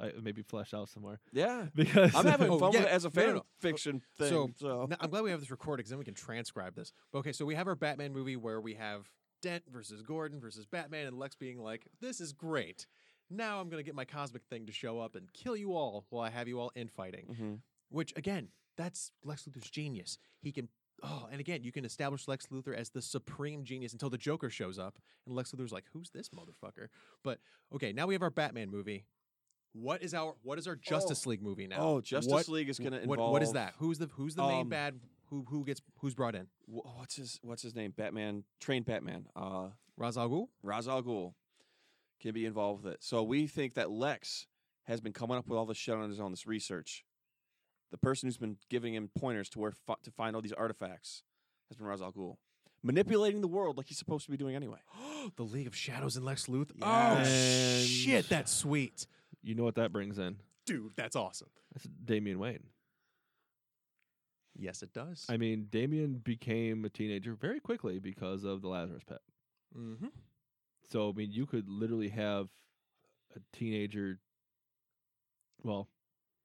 [SPEAKER 1] I, maybe fleshed out some more
[SPEAKER 2] Yeah.
[SPEAKER 1] because
[SPEAKER 2] I'm having
[SPEAKER 3] Oh,
[SPEAKER 2] fun
[SPEAKER 3] yeah.
[SPEAKER 2] with it as a
[SPEAKER 3] No, no,
[SPEAKER 2] fan
[SPEAKER 3] no.
[SPEAKER 2] fiction thing.
[SPEAKER 3] so-
[SPEAKER 2] So,
[SPEAKER 3] Now, I'm glad we have this recorded because then we can transcribe this. But, okay, so we have our Batman movie where we have Dent versus Gordon versus Batman, and Lex being like, "This is great." Now I'm gonna get my cosmic thing to show up and kill you all while I have you all infighting.
[SPEAKER 2] Mhm.
[SPEAKER 3] Which again, that's Lex Luthor's genius. He can oh, and again, you can establish Lex Luthor as the supreme genius until the Joker shows up and Lex Luthor's like, "Who's this motherfucker?" But okay, now we have our Batman movie. What is our what is our Justice League movie now?
[SPEAKER 2] oh, Justice
[SPEAKER 3] What-
[SPEAKER 2] League is going to
[SPEAKER 3] what,
[SPEAKER 2] involve
[SPEAKER 3] what is that? Who's the who's the main
[SPEAKER 2] um,
[SPEAKER 3] bad who who gets who's brought in?
[SPEAKER 2] wh- what's his What's his name? Batman, trained Batman. Uh,
[SPEAKER 3] Ra's al Ghul?
[SPEAKER 2] Ra's al Ghul can be involved with it. So we think that Lex has been coming up with all this shit on his own. This research, the person who's been giving him pointers to where fi- to find all these artifacts has been Ra's al Ghul, manipulating the world like he's supposed to be doing anyway.
[SPEAKER 3] the League of Shadows and Lex Luthor. Oh
[SPEAKER 1] Yes.
[SPEAKER 3] shit, that's sweet.
[SPEAKER 1] you know what that brings in.
[SPEAKER 3] Dude, that's awesome.
[SPEAKER 1] That's Damian Wayne.
[SPEAKER 3] Yes, it does.
[SPEAKER 1] I mean, Damian became a teenager very quickly because of the Lazarus Pit.
[SPEAKER 3] mm-hmm.
[SPEAKER 1] So I mean, you could literally have a teenager, well,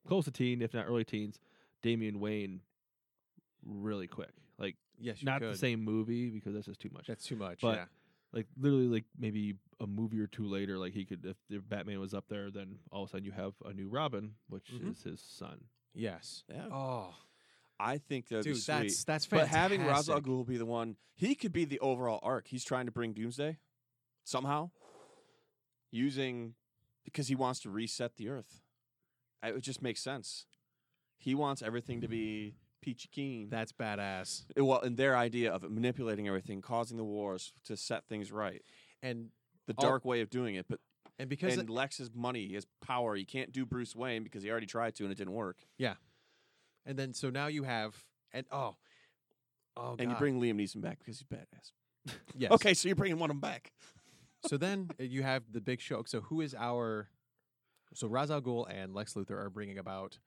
[SPEAKER 1] close to teen, if not early teens, Damian Wayne, really quick. Like
[SPEAKER 3] Yes, you
[SPEAKER 1] not the
[SPEAKER 3] could.
[SPEAKER 1] same movie because that's just too much.
[SPEAKER 3] That's too much.
[SPEAKER 1] But-
[SPEAKER 3] yeah.
[SPEAKER 1] like literally, like maybe a movie or two later, like he could if, if Batman was up there, then all of a sudden you have a new Robin, which
[SPEAKER 3] Mhm.
[SPEAKER 1] is his son.
[SPEAKER 3] Yes.
[SPEAKER 2] Yeah,
[SPEAKER 3] Oh,
[SPEAKER 2] I think that
[SPEAKER 3] dude,
[SPEAKER 2] be sweet.
[SPEAKER 3] that's that's
[SPEAKER 2] but
[SPEAKER 3] fantastic.
[SPEAKER 2] having Ra's al Ghul be the one, he could be the overall arc. He's trying to bring Doomsday somehow, using because he wants to reset the Earth. I- It just makes sense. He wants everything to be peachy keen.
[SPEAKER 3] that's badass.
[SPEAKER 2] Eh, well, and their idea of it, manipulating everything, causing the wars to set things right,
[SPEAKER 3] And
[SPEAKER 2] the
[SPEAKER 3] All-
[SPEAKER 2] dark way of doing it. But
[SPEAKER 3] and because
[SPEAKER 2] and
[SPEAKER 3] it-
[SPEAKER 2] Lex's money, his power, he can't do Bruce Wayne because he already tried to and it didn't work.
[SPEAKER 3] and then so now you have and oh oh
[SPEAKER 2] and you
[SPEAKER 3] God.
[SPEAKER 2] bring Liam Neeson back because he's badass.
[SPEAKER 3] yes.
[SPEAKER 2] Okay, so you're bringing one of them back.
[SPEAKER 3] so then uh, you have the big show. So who is our? So Ra's al Ghul and Lex Luthor are bringing about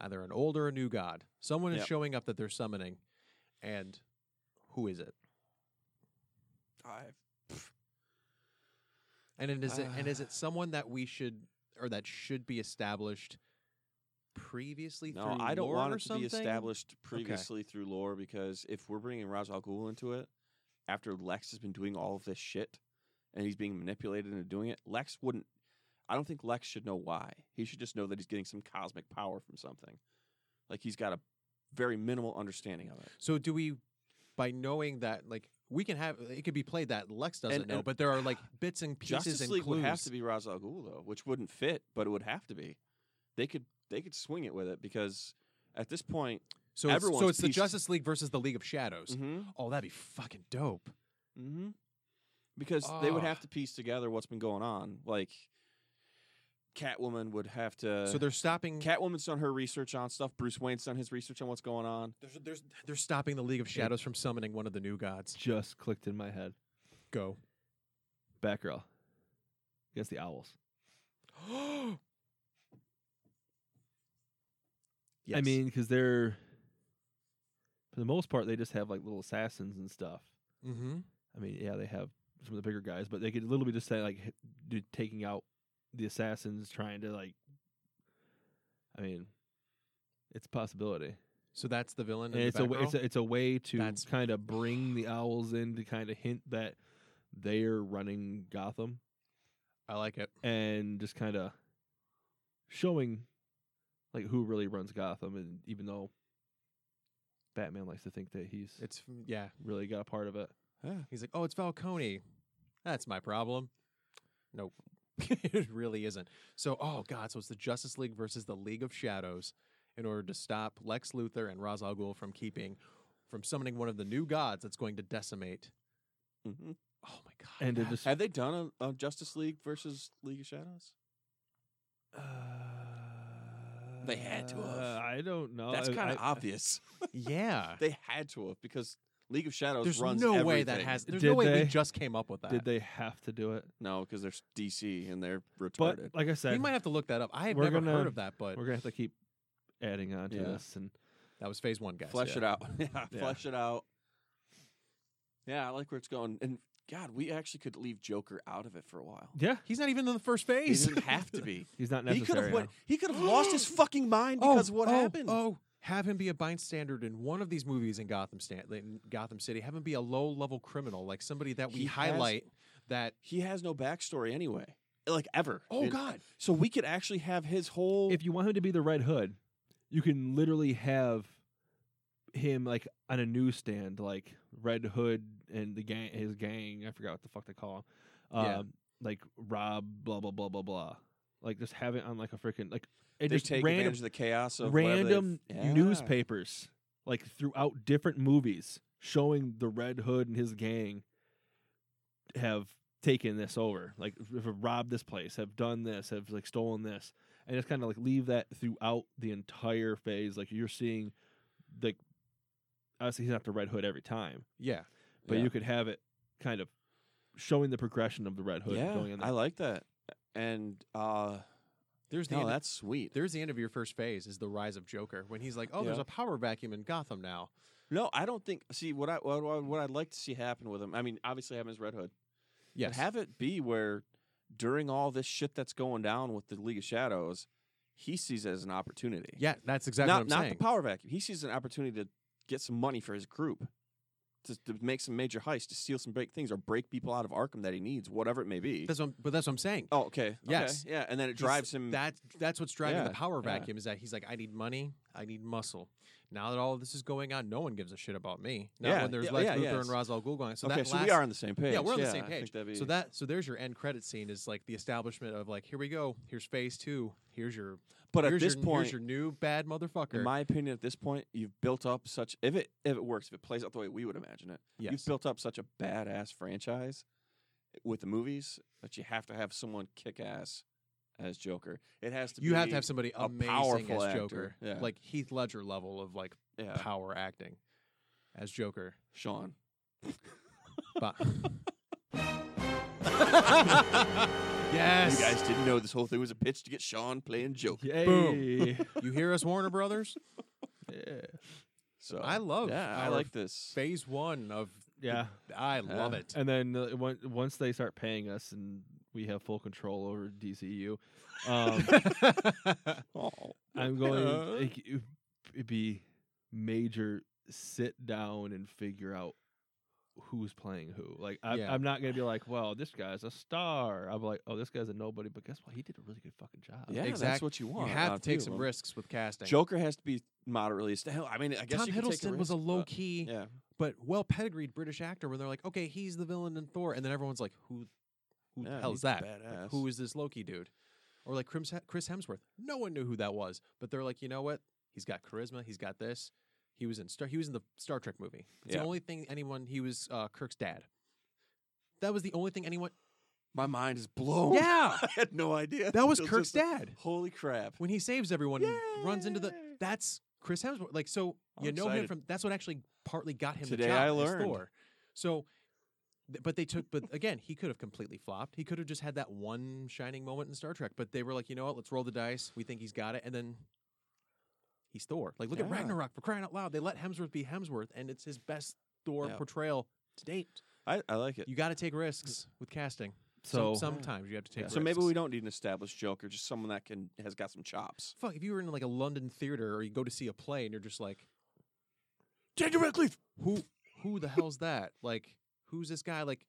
[SPEAKER 3] either an old or a new god. Someone is
[SPEAKER 2] Yep.
[SPEAKER 3] showing up that they're summoning, and who is it?
[SPEAKER 2] I
[SPEAKER 3] And it is it and is
[SPEAKER 2] Ah.
[SPEAKER 3] it someone that we should or that should be established previously?
[SPEAKER 2] No,
[SPEAKER 3] through
[SPEAKER 2] I don't
[SPEAKER 3] lore
[SPEAKER 2] want
[SPEAKER 3] or
[SPEAKER 2] it to be
[SPEAKER 3] something?
[SPEAKER 2] established previously through lore because if we're bringing Ra's al Ghul into it after Lex has been doing all of this shit and he's being manipulated into doing it, Lex wouldn't. I don't think Lex should know why. He should just know that he's getting some cosmic power from something. Like he's got a very minimal understanding of it.
[SPEAKER 3] So do we, by knowing that, like we can have it could be played that Lex doesn't
[SPEAKER 2] And-
[SPEAKER 3] know,
[SPEAKER 2] and-
[SPEAKER 3] but there are like bits and pieces
[SPEAKER 2] Justice
[SPEAKER 3] and
[SPEAKER 2] League
[SPEAKER 3] clues.
[SPEAKER 2] would have to be Ra's al Ghul though, which wouldn't fit, but it would have to be. They could they could swing it with it because at this point,
[SPEAKER 3] so it's, so
[SPEAKER 2] everyone's
[SPEAKER 3] it's the
[SPEAKER 2] pieced-
[SPEAKER 3] Justice League versus the League of Shadows.
[SPEAKER 2] mm-hmm.
[SPEAKER 3] Oh, that'd be fucking dope.
[SPEAKER 2] Mm-hmm. Because they would
[SPEAKER 3] Ah.
[SPEAKER 2] have to piece together what's been going on. Like Catwoman would have to.
[SPEAKER 3] so they're stopping.
[SPEAKER 2] Catwoman's done her research on stuff. Bruce Wayne's done his research on what's going on.
[SPEAKER 3] they're, they're, they're stopping the League of Shadows from summoning one of the new gods.
[SPEAKER 1] Just clicked in my head.
[SPEAKER 3] Go.
[SPEAKER 1] Batgirl against the Owls.
[SPEAKER 3] yes.
[SPEAKER 1] I mean, because they're for the most part they just have like little assassins and stuff.
[SPEAKER 3] hmm
[SPEAKER 1] I mean, yeah, they have some of the bigger guys, but they could literally just say like hit- do, taking out the assassins, trying to like. I mean, it's a possibility,
[SPEAKER 3] so that's the villain.
[SPEAKER 1] and it's a, wa- it's a it's a way to
[SPEAKER 3] That's-
[SPEAKER 1] kind of bring the owls in to kind of hint that they're running Gotham
[SPEAKER 3] I like it.
[SPEAKER 1] and just kind of showing like who really runs Gotham, and even though Batman likes to think that he's
[SPEAKER 3] It's yeah.
[SPEAKER 1] really got a part of it.
[SPEAKER 3] He's like, oh, it's Falcone. That's my problem. Nope. it really isn't. So, oh, God. So it's the Justice League versus the League of Shadows in order to stop Lex Luthor and Ra's al Ghul from keeping, from summoning one of the new gods that's going to decimate.
[SPEAKER 2] hmm
[SPEAKER 3] Oh, my God.
[SPEAKER 1] And to
[SPEAKER 3] that-
[SPEAKER 1] just
[SPEAKER 2] Have they done a, a Justice League versus League of Shadows? They had to have.
[SPEAKER 1] Uh, I don't know.
[SPEAKER 2] That's
[SPEAKER 1] I-
[SPEAKER 2] kind
[SPEAKER 1] I-
[SPEAKER 2] of obvious.
[SPEAKER 3] yeah.
[SPEAKER 2] they had to have because League of Shadows
[SPEAKER 3] There's no
[SPEAKER 2] runs.
[SPEAKER 3] way that
[SPEAKER 2] everything.
[SPEAKER 3] has, there's
[SPEAKER 1] Did
[SPEAKER 3] no way
[SPEAKER 1] they?
[SPEAKER 3] we just came up with that.
[SPEAKER 1] Did they have to do it?
[SPEAKER 2] No, because there's DC and they're
[SPEAKER 1] But
[SPEAKER 2] retarded.
[SPEAKER 1] like I
[SPEAKER 3] we
[SPEAKER 1] said,
[SPEAKER 3] might have to look that up. I have
[SPEAKER 1] We're
[SPEAKER 3] never heard
[SPEAKER 1] gonna-
[SPEAKER 3] of that, but
[SPEAKER 1] we're gonna have to keep adding on to
[SPEAKER 2] Yeah.
[SPEAKER 1] this. And
[SPEAKER 3] that was phase one, guys.
[SPEAKER 2] flesh
[SPEAKER 1] yeah.
[SPEAKER 2] it out. yeah,
[SPEAKER 1] Yeah.
[SPEAKER 2] flesh it out. Yeah, I like where it's going. And God, we actually could leave Joker out of it for a while.
[SPEAKER 1] Yeah,
[SPEAKER 3] He's not even in the first
[SPEAKER 2] He
[SPEAKER 3] base.
[SPEAKER 2] didn't have to be.
[SPEAKER 1] he's not
[SPEAKER 2] he could
[SPEAKER 1] necessary.
[SPEAKER 2] have
[SPEAKER 1] now.
[SPEAKER 2] went, He could have lost his fucking mind because of what
[SPEAKER 3] oh,
[SPEAKER 2] happened.
[SPEAKER 3] Oh, have him be a bystander in one of these movies in Gotham, Stan- in Gotham City. Have him be a low level criminal, like somebody that we
[SPEAKER 2] He has-
[SPEAKER 3] highlight that.
[SPEAKER 2] He has no backstory anyway, like ever.
[SPEAKER 3] Oh
[SPEAKER 2] It-
[SPEAKER 3] God,
[SPEAKER 2] So we could actually have his whole.
[SPEAKER 1] If you want him to be the Red Hood, you can literally have him like on a newsstand, like Red Hood and the gang, his gang. I forgot what the fuck they call him. Um,
[SPEAKER 3] Yeah.
[SPEAKER 1] Like Rob, blah blah blah blah blah. Like just have it on like a freaking like
[SPEAKER 2] they
[SPEAKER 1] and just
[SPEAKER 2] take
[SPEAKER 1] random
[SPEAKER 2] advantage of the chaos of whatever they've-
[SPEAKER 1] random
[SPEAKER 2] Yeah.
[SPEAKER 1] newspapers like throughout different movies showing the Red Hood and his gang have taken this over, like have robbed this place, have done this, have like stolen this, and just kind of like leave that throughout the entire phase. Like you're seeing, like obviously he's not the Red Hood every time,
[SPEAKER 3] yeah,
[SPEAKER 1] but
[SPEAKER 2] Yeah.
[SPEAKER 1] you could have it kind of showing the progression of the Red Hood.
[SPEAKER 2] Yeah,
[SPEAKER 1] going in
[SPEAKER 2] I
[SPEAKER 1] there.
[SPEAKER 2] like that. And uh,
[SPEAKER 3] there's the
[SPEAKER 2] no,
[SPEAKER 3] end of,
[SPEAKER 2] that's sweet.
[SPEAKER 3] there's the end of your first phase is the rise of Joker when he's like, oh, there's
[SPEAKER 2] Yeah.
[SPEAKER 3] a power vacuum in Gotham now.
[SPEAKER 2] No, I don't think. See, what I what, I- what I'd like to see happen with him. I mean, obviously having his Red Hood.
[SPEAKER 3] Yes,
[SPEAKER 2] But have it be where during all this shit that's going down with the League of Shadows, he sees it as an opportunity.
[SPEAKER 3] yeah, that's exactly
[SPEAKER 2] not
[SPEAKER 3] what I'm
[SPEAKER 2] not
[SPEAKER 3] saying.
[SPEAKER 2] the power vacuum. He sees an opportunity to get some money for his group, to, to make some major heist, to steal some big things, or break people out of Arkham that he needs, whatever it may be.
[SPEAKER 3] That's what I'm- but that's what I'm saying.
[SPEAKER 2] oh, okay. okay,
[SPEAKER 3] Yes.
[SPEAKER 2] Yeah, and then it
[SPEAKER 3] He's-
[SPEAKER 2] drives him.
[SPEAKER 3] That that's what's driving the
[SPEAKER 2] Yeah,
[SPEAKER 3] power
[SPEAKER 2] yeah.
[SPEAKER 3] vacuum is that he's like, I need money, I need muscle. Now that all this is going on, no one gives a shit about me. Now
[SPEAKER 2] Yeah,
[SPEAKER 3] when there's
[SPEAKER 2] yeah,
[SPEAKER 3] Lex
[SPEAKER 2] yeah,
[SPEAKER 3] Luthor
[SPEAKER 2] yes.
[SPEAKER 3] and Ra's al Ghul going, so
[SPEAKER 2] okay,
[SPEAKER 3] that
[SPEAKER 2] so
[SPEAKER 3] last,
[SPEAKER 2] we are on the same page.
[SPEAKER 3] yeah, we're on the same
[SPEAKER 2] I
[SPEAKER 3] page.
[SPEAKER 2] think that'd be-
[SPEAKER 3] So that so there's your end credit scene is like the establishment of like, here we go, here's phase two, here's your
[SPEAKER 2] but at
[SPEAKER 3] here's
[SPEAKER 2] this
[SPEAKER 3] your,
[SPEAKER 2] point,
[SPEAKER 3] here's your new bad motherfucker.
[SPEAKER 2] in my opinion, at this point, you've built up such if it if it works, if it plays out the way we would imagine it,
[SPEAKER 3] yes.
[SPEAKER 2] you've built up such a badass franchise with the movies that you have to have someone kick ass as Joker. It has to.
[SPEAKER 3] You have
[SPEAKER 2] be
[SPEAKER 3] to have somebody
[SPEAKER 2] a
[SPEAKER 3] amazing
[SPEAKER 2] powerful
[SPEAKER 3] as
[SPEAKER 2] actor.
[SPEAKER 3] Joker,
[SPEAKER 2] Yeah.
[SPEAKER 3] like Heath Ledger level of like
[SPEAKER 2] yeah,
[SPEAKER 3] power acting as Joker.
[SPEAKER 2] Sean.
[SPEAKER 3] But yes,
[SPEAKER 2] You guys didn't know this whole thing was a pitch to get Sean playing Joker.
[SPEAKER 1] Yay.
[SPEAKER 3] You hear us, Warner Brothers?
[SPEAKER 1] yeah.
[SPEAKER 2] So
[SPEAKER 3] I love
[SPEAKER 2] Yeah, I
[SPEAKER 3] our
[SPEAKER 2] like this.
[SPEAKER 3] Phase one of the-
[SPEAKER 1] Yeah.
[SPEAKER 3] I love
[SPEAKER 2] Yeah.
[SPEAKER 3] it.
[SPEAKER 1] And then uh, on- once they start paying us and we have full control over DCU, um,
[SPEAKER 2] Oh,
[SPEAKER 1] I'm going
[SPEAKER 3] Uh.
[SPEAKER 1] like, it- it'd be major sit down and figure out who's playing who. Like I'm,
[SPEAKER 3] Yeah.
[SPEAKER 1] I'm not gonna be like, well, this guy's a star. I'm like, oh, this guy's a nobody, but guess what? He did a really good fucking job.
[SPEAKER 2] yeah, that's
[SPEAKER 3] exactly.
[SPEAKER 2] what you
[SPEAKER 3] you
[SPEAKER 2] want. out
[SPEAKER 3] have
[SPEAKER 2] of
[SPEAKER 3] to take
[SPEAKER 2] people.
[SPEAKER 3] some risks with casting.
[SPEAKER 2] Joker has to be moderately. est- Hell, I mean, I guess
[SPEAKER 3] Tom
[SPEAKER 2] you could take
[SPEAKER 3] Hiddleston was a
[SPEAKER 2] risk,
[SPEAKER 3] low
[SPEAKER 2] but-
[SPEAKER 3] key
[SPEAKER 2] Yeah,
[SPEAKER 3] but well pedigreed British actor. Where they're like, okay, he's the villain in Thor, and then everyone's like, who, who
[SPEAKER 2] Yeah,
[SPEAKER 3] the hell is
[SPEAKER 2] he's
[SPEAKER 3] that? Like,
[SPEAKER 2] badass.
[SPEAKER 3] who is this Loki dude? Or like Chris Chris Hemsworth. No one knew who that was, but they're like, you know what? He's got charisma. He's got this. He was in Star. He was in the Star Trek movie. It's
[SPEAKER 2] Yeah.
[SPEAKER 3] the only thing anyone. He was uh, Kirk's dad. That was the only thing anyone.
[SPEAKER 2] my mind is blown.
[SPEAKER 3] Yeah,
[SPEAKER 2] I had no idea.
[SPEAKER 3] that was
[SPEAKER 2] Until
[SPEAKER 3] Kirk's
[SPEAKER 2] just like,
[SPEAKER 3] dad
[SPEAKER 2] Holy crap!
[SPEAKER 3] when he saves everyone and runs into the.
[SPEAKER 2] Yay.
[SPEAKER 3] That's Chris Hemsworth. Like
[SPEAKER 2] Oh,
[SPEAKER 3] so,
[SPEAKER 2] I'm
[SPEAKER 3] you know him
[SPEAKER 2] excited.
[SPEAKER 3] from. That's what actually partly got him
[SPEAKER 2] Today
[SPEAKER 3] the job.
[SPEAKER 2] I
[SPEAKER 3] as
[SPEAKER 2] learned.
[SPEAKER 3] Thor. So, th- but they took. But again, he could have completely flopped. He could have just had that one shining moment in Star Trek. But they were like, you know what? Let's roll the dice. We think he's got it, and then. He's Thor. Like, look at
[SPEAKER 2] Yeah.
[SPEAKER 3] Ragnarok for crying out loud. They let Hemsworth be Hemsworth, and it's his best Thor
[SPEAKER 2] Yeah.
[SPEAKER 3] portrayal to date.
[SPEAKER 2] I, I like it.
[SPEAKER 3] You got to take risks with casting.
[SPEAKER 1] So
[SPEAKER 3] Some, sometimes you have to take.
[SPEAKER 1] Yeah.
[SPEAKER 2] Mm. so maybe
[SPEAKER 3] risks.
[SPEAKER 2] we don't need an established Joker, just someone that can has got some chops.
[SPEAKER 3] Fuck, if you were in like a London theater or you go to see a play and you're just like,
[SPEAKER 2] Daniel Radcliffe,
[SPEAKER 3] who who the hell's that? Like, who's this guy? Like,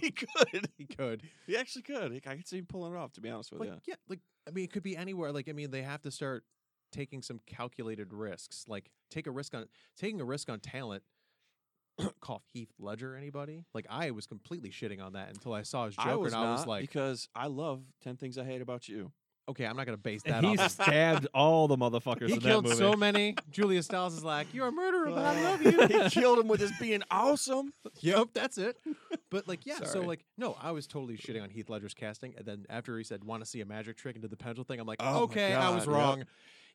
[SPEAKER 2] he could,
[SPEAKER 3] he could.
[SPEAKER 2] he actually could. Like, I could see him pulling it off. To be honest with
[SPEAKER 3] Like,
[SPEAKER 2] you,
[SPEAKER 3] yeah, like I mean, it could be anywhere. Like, I mean, they have to start taking some calculated risks. Like, take a risk on taking a risk on talent. Cough Heath Ledger, anybody? Like, I was completely shitting on that until I saw his Joker,
[SPEAKER 2] I was
[SPEAKER 3] and I was
[SPEAKER 2] not,
[SPEAKER 3] like,
[SPEAKER 2] because I love Ten Things I Hate About You.
[SPEAKER 3] okay, I'm not gonna base that
[SPEAKER 1] and he
[SPEAKER 3] off. of-
[SPEAKER 1] stabbed all the motherfuckers
[SPEAKER 3] He
[SPEAKER 1] in
[SPEAKER 3] killed
[SPEAKER 1] that movie.
[SPEAKER 3] so many. Julia Stiles is like, "You're a murderer, but I love you."
[SPEAKER 2] he killed him with his being awesome.
[SPEAKER 3] yep, that's it. But like, yeah, so
[SPEAKER 2] Sorry.
[SPEAKER 3] like, no, I was totally shitting on Heath Ledger's casting, and then after he said, "Want to see a magic trick and did the pendulum thing?" I'm like,
[SPEAKER 2] Oh my
[SPEAKER 3] okay, I was
[SPEAKER 2] God, yep.
[SPEAKER 3] wrong.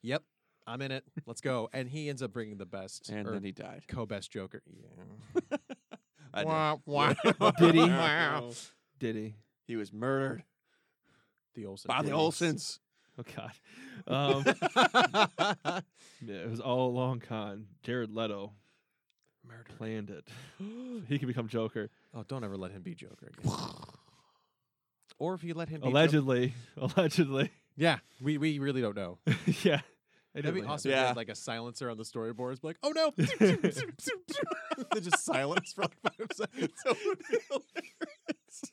[SPEAKER 3] Yep. I'm in it. Let's go. And he ends up bringing the best
[SPEAKER 2] And
[SPEAKER 3] or
[SPEAKER 2] then he died.
[SPEAKER 3] co-best Joker.
[SPEAKER 2] I know.
[SPEAKER 3] Wah, wah.
[SPEAKER 1] Did he?
[SPEAKER 3] Wow.
[SPEAKER 1] Did he?
[SPEAKER 2] He was murdered
[SPEAKER 3] The Olsen.
[SPEAKER 2] by the
[SPEAKER 3] twins.
[SPEAKER 2] Olsons.
[SPEAKER 1] Oh God. Um, yeah, it was all a long con. Jared Leto
[SPEAKER 3] Murder.
[SPEAKER 1] planned it. he can become Joker.
[SPEAKER 3] Oh, don't ever let him be Joker again. or if you let him be Joker-
[SPEAKER 1] Allegedly. Allegedly.
[SPEAKER 3] Yeah, we, we really don't know.
[SPEAKER 1] yeah. It
[SPEAKER 3] That'd be
[SPEAKER 1] definitely happened.
[SPEAKER 3] awesome. if they had,
[SPEAKER 2] Yeah.
[SPEAKER 3] like a silencer on the storyboards, be like, oh no, they just silence for like five seconds. That would be hilarious.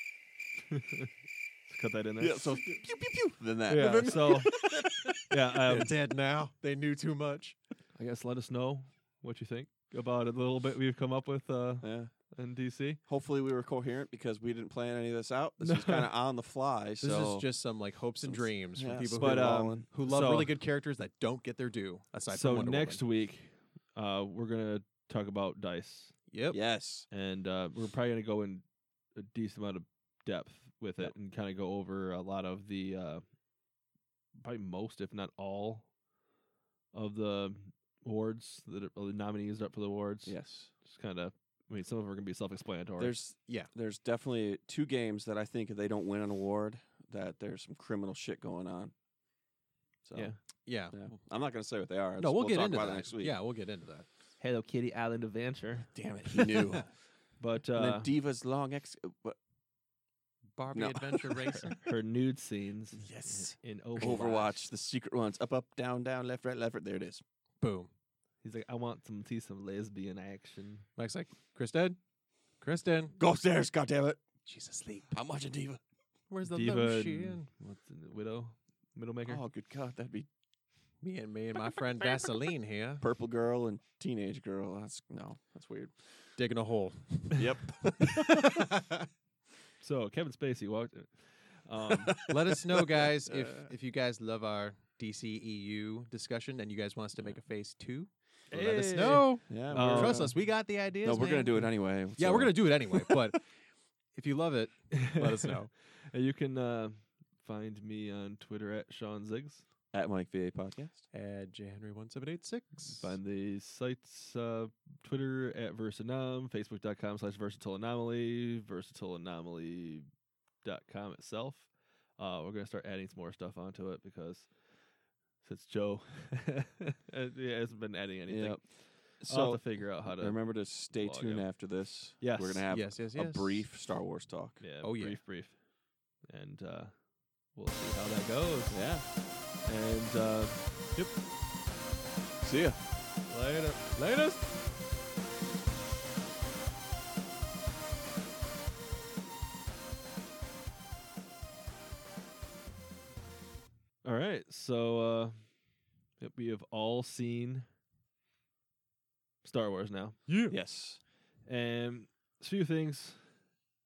[SPEAKER 1] Cut that in there.
[SPEAKER 2] Yeah, so pew pew pew. Then that.
[SPEAKER 1] Yeah, so yeah, um,
[SPEAKER 3] They're dead now. They knew too much.
[SPEAKER 1] I guess let us know what you think about a little bit we've come up with uh,
[SPEAKER 2] Yeah.
[SPEAKER 1] in DC.
[SPEAKER 2] Hopefully we were coherent because we didn't plan any of this out. This was kind of on the fly.
[SPEAKER 3] This
[SPEAKER 2] so
[SPEAKER 3] is just some like hopes and
[SPEAKER 2] Some s-
[SPEAKER 3] dreams
[SPEAKER 2] yeah, uh,
[SPEAKER 3] from people
[SPEAKER 1] but,
[SPEAKER 3] who,
[SPEAKER 1] um,
[SPEAKER 3] love- who love
[SPEAKER 1] so-
[SPEAKER 3] really good characters that don't get their due. Aside
[SPEAKER 1] so
[SPEAKER 3] from Wonder
[SPEAKER 1] next
[SPEAKER 3] Woman.
[SPEAKER 1] week, uh, we're gonna talk about dice,
[SPEAKER 3] yep,
[SPEAKER 2] yes.
[SPEAKER 1] and uh, we're probably gonna go in a decent amount of depth with it
[SPEAKER 3] Yep.
[SPEAKER 1] and kind of go over a lot of the uh, probably most, if not all, of the awards that are, or the nominees up for the awards.
[SPEAKER 2] Yes.
[SPEAKER 1] just kind of. I mean, some of them are gonna be self-explanatory.
[SPEAKER 2] There's
[SPEAKER 3] Yeah.
[SPEAKER 2] There's definitely two games that I think if they don't win an award, that there's some criminal shit going on. So
[SPEAKER 1] Yeah.
[SPEAKER 3] yeah.
[SPEAKER 2] yeah. I'm not gonna say what they are.
[SPEAKER 3] No,
[SPEAKER 2] It's-
[SPEAKER 3] we'll, get
[SPEAKER 2] talk
[SPEAKER 3] into
[SPEAKER 2] about
[SPEAKER 3] that
[SPEAKER 2] it next week.
[SPEAKER 3] Yeah, we'll get into that.
[SPEAKER 1] Hello Kitty Island Adventure,
[SPEAKER 3] Damn it,
[SPEAKER 2] he knew.
[SPEAKER 1] but
[SPEAKER 2] And
[SPEAKER 1] uh,
[SPEAKER 2] then Diva's long ex. uh, what-
[SPEAKER 3] Barbie
[SPEAKER 2] No.
[SPEAKER 3] Adventure Racer.
[SPEAKER 1] her nude scenes
[SPEAKER 2] Yes.
[SPEAKER 1] in
[SPEAKER 2] Overwatch.
[SPEAKER 1] Overwatch.
[SPEAKER 2] the secret ones. Up, up, down, down, left, right, left, right. There it is.
[SPEAKER 3] Boom.
[SPEAKER 1] He's like, I want some see some lesbian action.
[SPEAKER 3] Mike's like, Kristen, Kristen,
[SPEAKER 2] Go upstairs, goddammit. Oh,
[SPEAKER 3] she's asleep.
[SPEAKER 2] I'm watching Diva.
[SPEAKER 3] Where's the
[SPEAKER 1] Diva
[SPEAKER 3] lotion?
[SPEAKER 1] and- What's the widow? Middlemaker.
[SPEAKER 2] Oh, good God. That'd be
[SPEAKER 3] Me and me and my friend Vaseline here
[SPEAKER 2] Purple Girl and Teenage Girl. That's no, that's weird.
[SPEAKER 3] digging a hole.
[SPEAKER 2] Yep.
[SPEAKER 1] So Kevin Spacey walked. Um,
[SPEAKER 3] Let us know, guys, if if you guys love our DCEU discussion and you guys want us to make a phase two. Let us
[SPEAKER 1] Hey.
[SPEAKER 3] know.
[SPEAKER 2] Yeah.
[SPEAKER 1] Uh,
[SPEAKER 2] we're,
[SPEAKER 3] Trust
[SPEAKER 2] uh,
[SPEAKER 3] us, we got the ideas.
[SPEAKER 2] No, we're gonna
[SPEAKER 3] man.
[SPEAKER 2] do it anyway.
[SPEAKER 3] Yeah, we're gonna do it anyway. But if you love it, let us know.
[SPEAKER 1] and you can uh, find me on Twitter at Sean Ziggs.
[SPEAKER 2] at Mike VA podcast.
[SPEAKER 3] Add Henry one seven eight six.
[SPEAKER 1] Find the sites uh, Twitter at Versanom, Facebook.com slash Versatile Anomaly, VersatilEnomaly.com itself. Uh, we're going to start adding some more stuff onto it because since Joe yeah, hasn't been adding anything,
[SPEAKER 2] Yep.
[SPEAKER 1] I'll
[SPEAKER 2] So
[SPEAKER 1] have to figure out how to.
[SPEAKER 2] remember to stay
[SPEAKER 1] log
[SPEAKER 2] tuned
[SPEAKER 1] out.
[SPEAKER 2] after this.
[SPEAKER 1] Yes.
[SPEAKER 2] We're gonna have
[SPEAKER 3] yes, yes,
[SPEAKER 2] a
[SPEAKER 3] yes.
[SPEAKER 2] brief Star Wars talk.
[SPEAKER 1] Yeah.
[SPEAKER 3] Oh, yeah.
[SPEAKER 1] brief, brief. And uh, we'll see how that goes. Yeah. And uh, yep.
[SPEAKER 2] See ya.
[SPEAKER 1] Later. Latest. All right. So uh, yep, we have all seen Star Wars now.
[SPEAKER 3] Yeah.
[SPEAKER 2] Yes.
[SPEAKER 1] And a few things.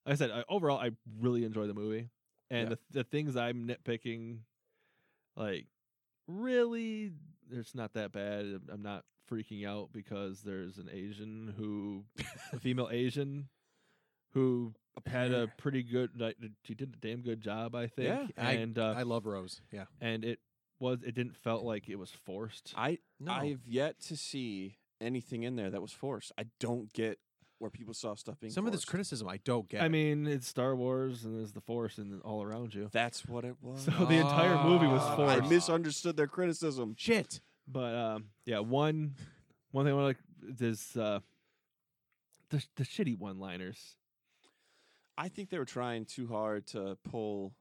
[SPEAKER 1] Like I said, I, overall, I really enjoy the movie, and
[SPEAKER 3] Yeah.
[SPEAKER 1] the, the things I'm nitpicking, like, really, it's not that bad. I'm- I'm not freaking out because there's an Asian who, a female Asian, who had a pretty good, like, she did a damn good job, I think.
[SPEAKER 2] Yeah,
[SPEAKER 3] I-
[SPEAKER 1] and uh,
[SPEAKER 3] I love Rose. Yeah.
[SPEAKER 1] and it was, it didn't felt like it was forced.
[SPEAKER 2] I
[SPEAKER 3] No.
[SPEAKER 2] I've yet to see anything in there that was forced. I don't get where people saw stuff being.
[SPEAKER 3] Some of this
[SPEAKER 2] forced.
[SPEAKER 3] criticism I don't get.
[SPEAKER 1] I mean, it's Star Wars, and there's the Force, and all around you.
[SPEAKER 2] That's what it was.
[SPEAKER 1] So the entire movie was
[SPEAKER 2] Ah, I
[SPEAKER 1] forced.
[SPEAKER 2] misunderstood their criticism.
[SPEAKER 3] shit.
[SPEAKER 1] But um, yeah, one one thing I want to like is uh, the the shitty one liners.
[SPEAKER 2] I think they were trying too hard to pull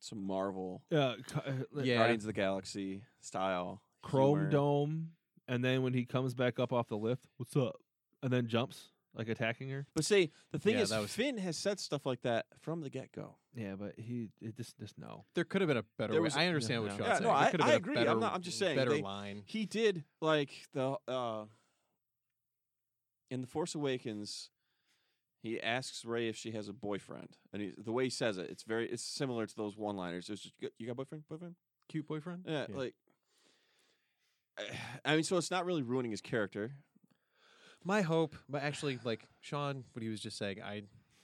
[SPEAKER 2] some Marvel
[SPEAKER 1] Uh,
[SPEAKER 3] Yeah.
[SPEAKER 2] Guardians of the Galaxy style
[SPEAKER 1] Chrome
[SPEAKER 2] humor.
[SPEAKER 1] Dome, and then when he comes back up off the lift, what's up? And then jumps like attacking her.
[SPEAKER 2] But see, the thing
[SPEAKER 3] Yeah,
[SPEAKER 2] is,
[SPEAKER 3] that was-
[SPEAKER 2] Finn has said stuff like that from the get go.
[SPEAKER 1] Yeah, but he it just just no.
[SPEAKER 3] There could have been a better
[SPEAKER 2] There
[SPEAKER 3] way.
[SPEAKER 2] was-
[SPEAKER 3] I understand
[SPEAKER 1] no.
[SPEAKER 3] what Sean's
[SPEAKER 2] Yeah,
[SPEAKER 3] saying.
[SPEAKER 2] no,
[SPEAKER 3] There
[SPEAKER 2] I-
[SPEAKER 3] could have
[SPEAKER 2] I
[SPEAKER 3] been a
[SPEAKER 2] agree. I'm
[SPEAKER 3] Better,
[SPEAKER 2] not- I'm just saying
[SPEAKER 3] Better
[SPEAKER 2] they-
[SPEAKER 3] line.
[SPEAKER 2] He did like the uh in the Force Awakens. He asks Ray if she has a boyfriend, and he, the way he says it, it's very it's similar to those one liners. It's just "You got- you got boyfriend, boyfriend.
[SPEAKER 3] Cute boyfriend?
[SPEAKER 2] Yeah, like. I mean, so it's not really ruining his character.
[SPEAKER 3] my hope, but actually, like Sean, what he was just saying, I,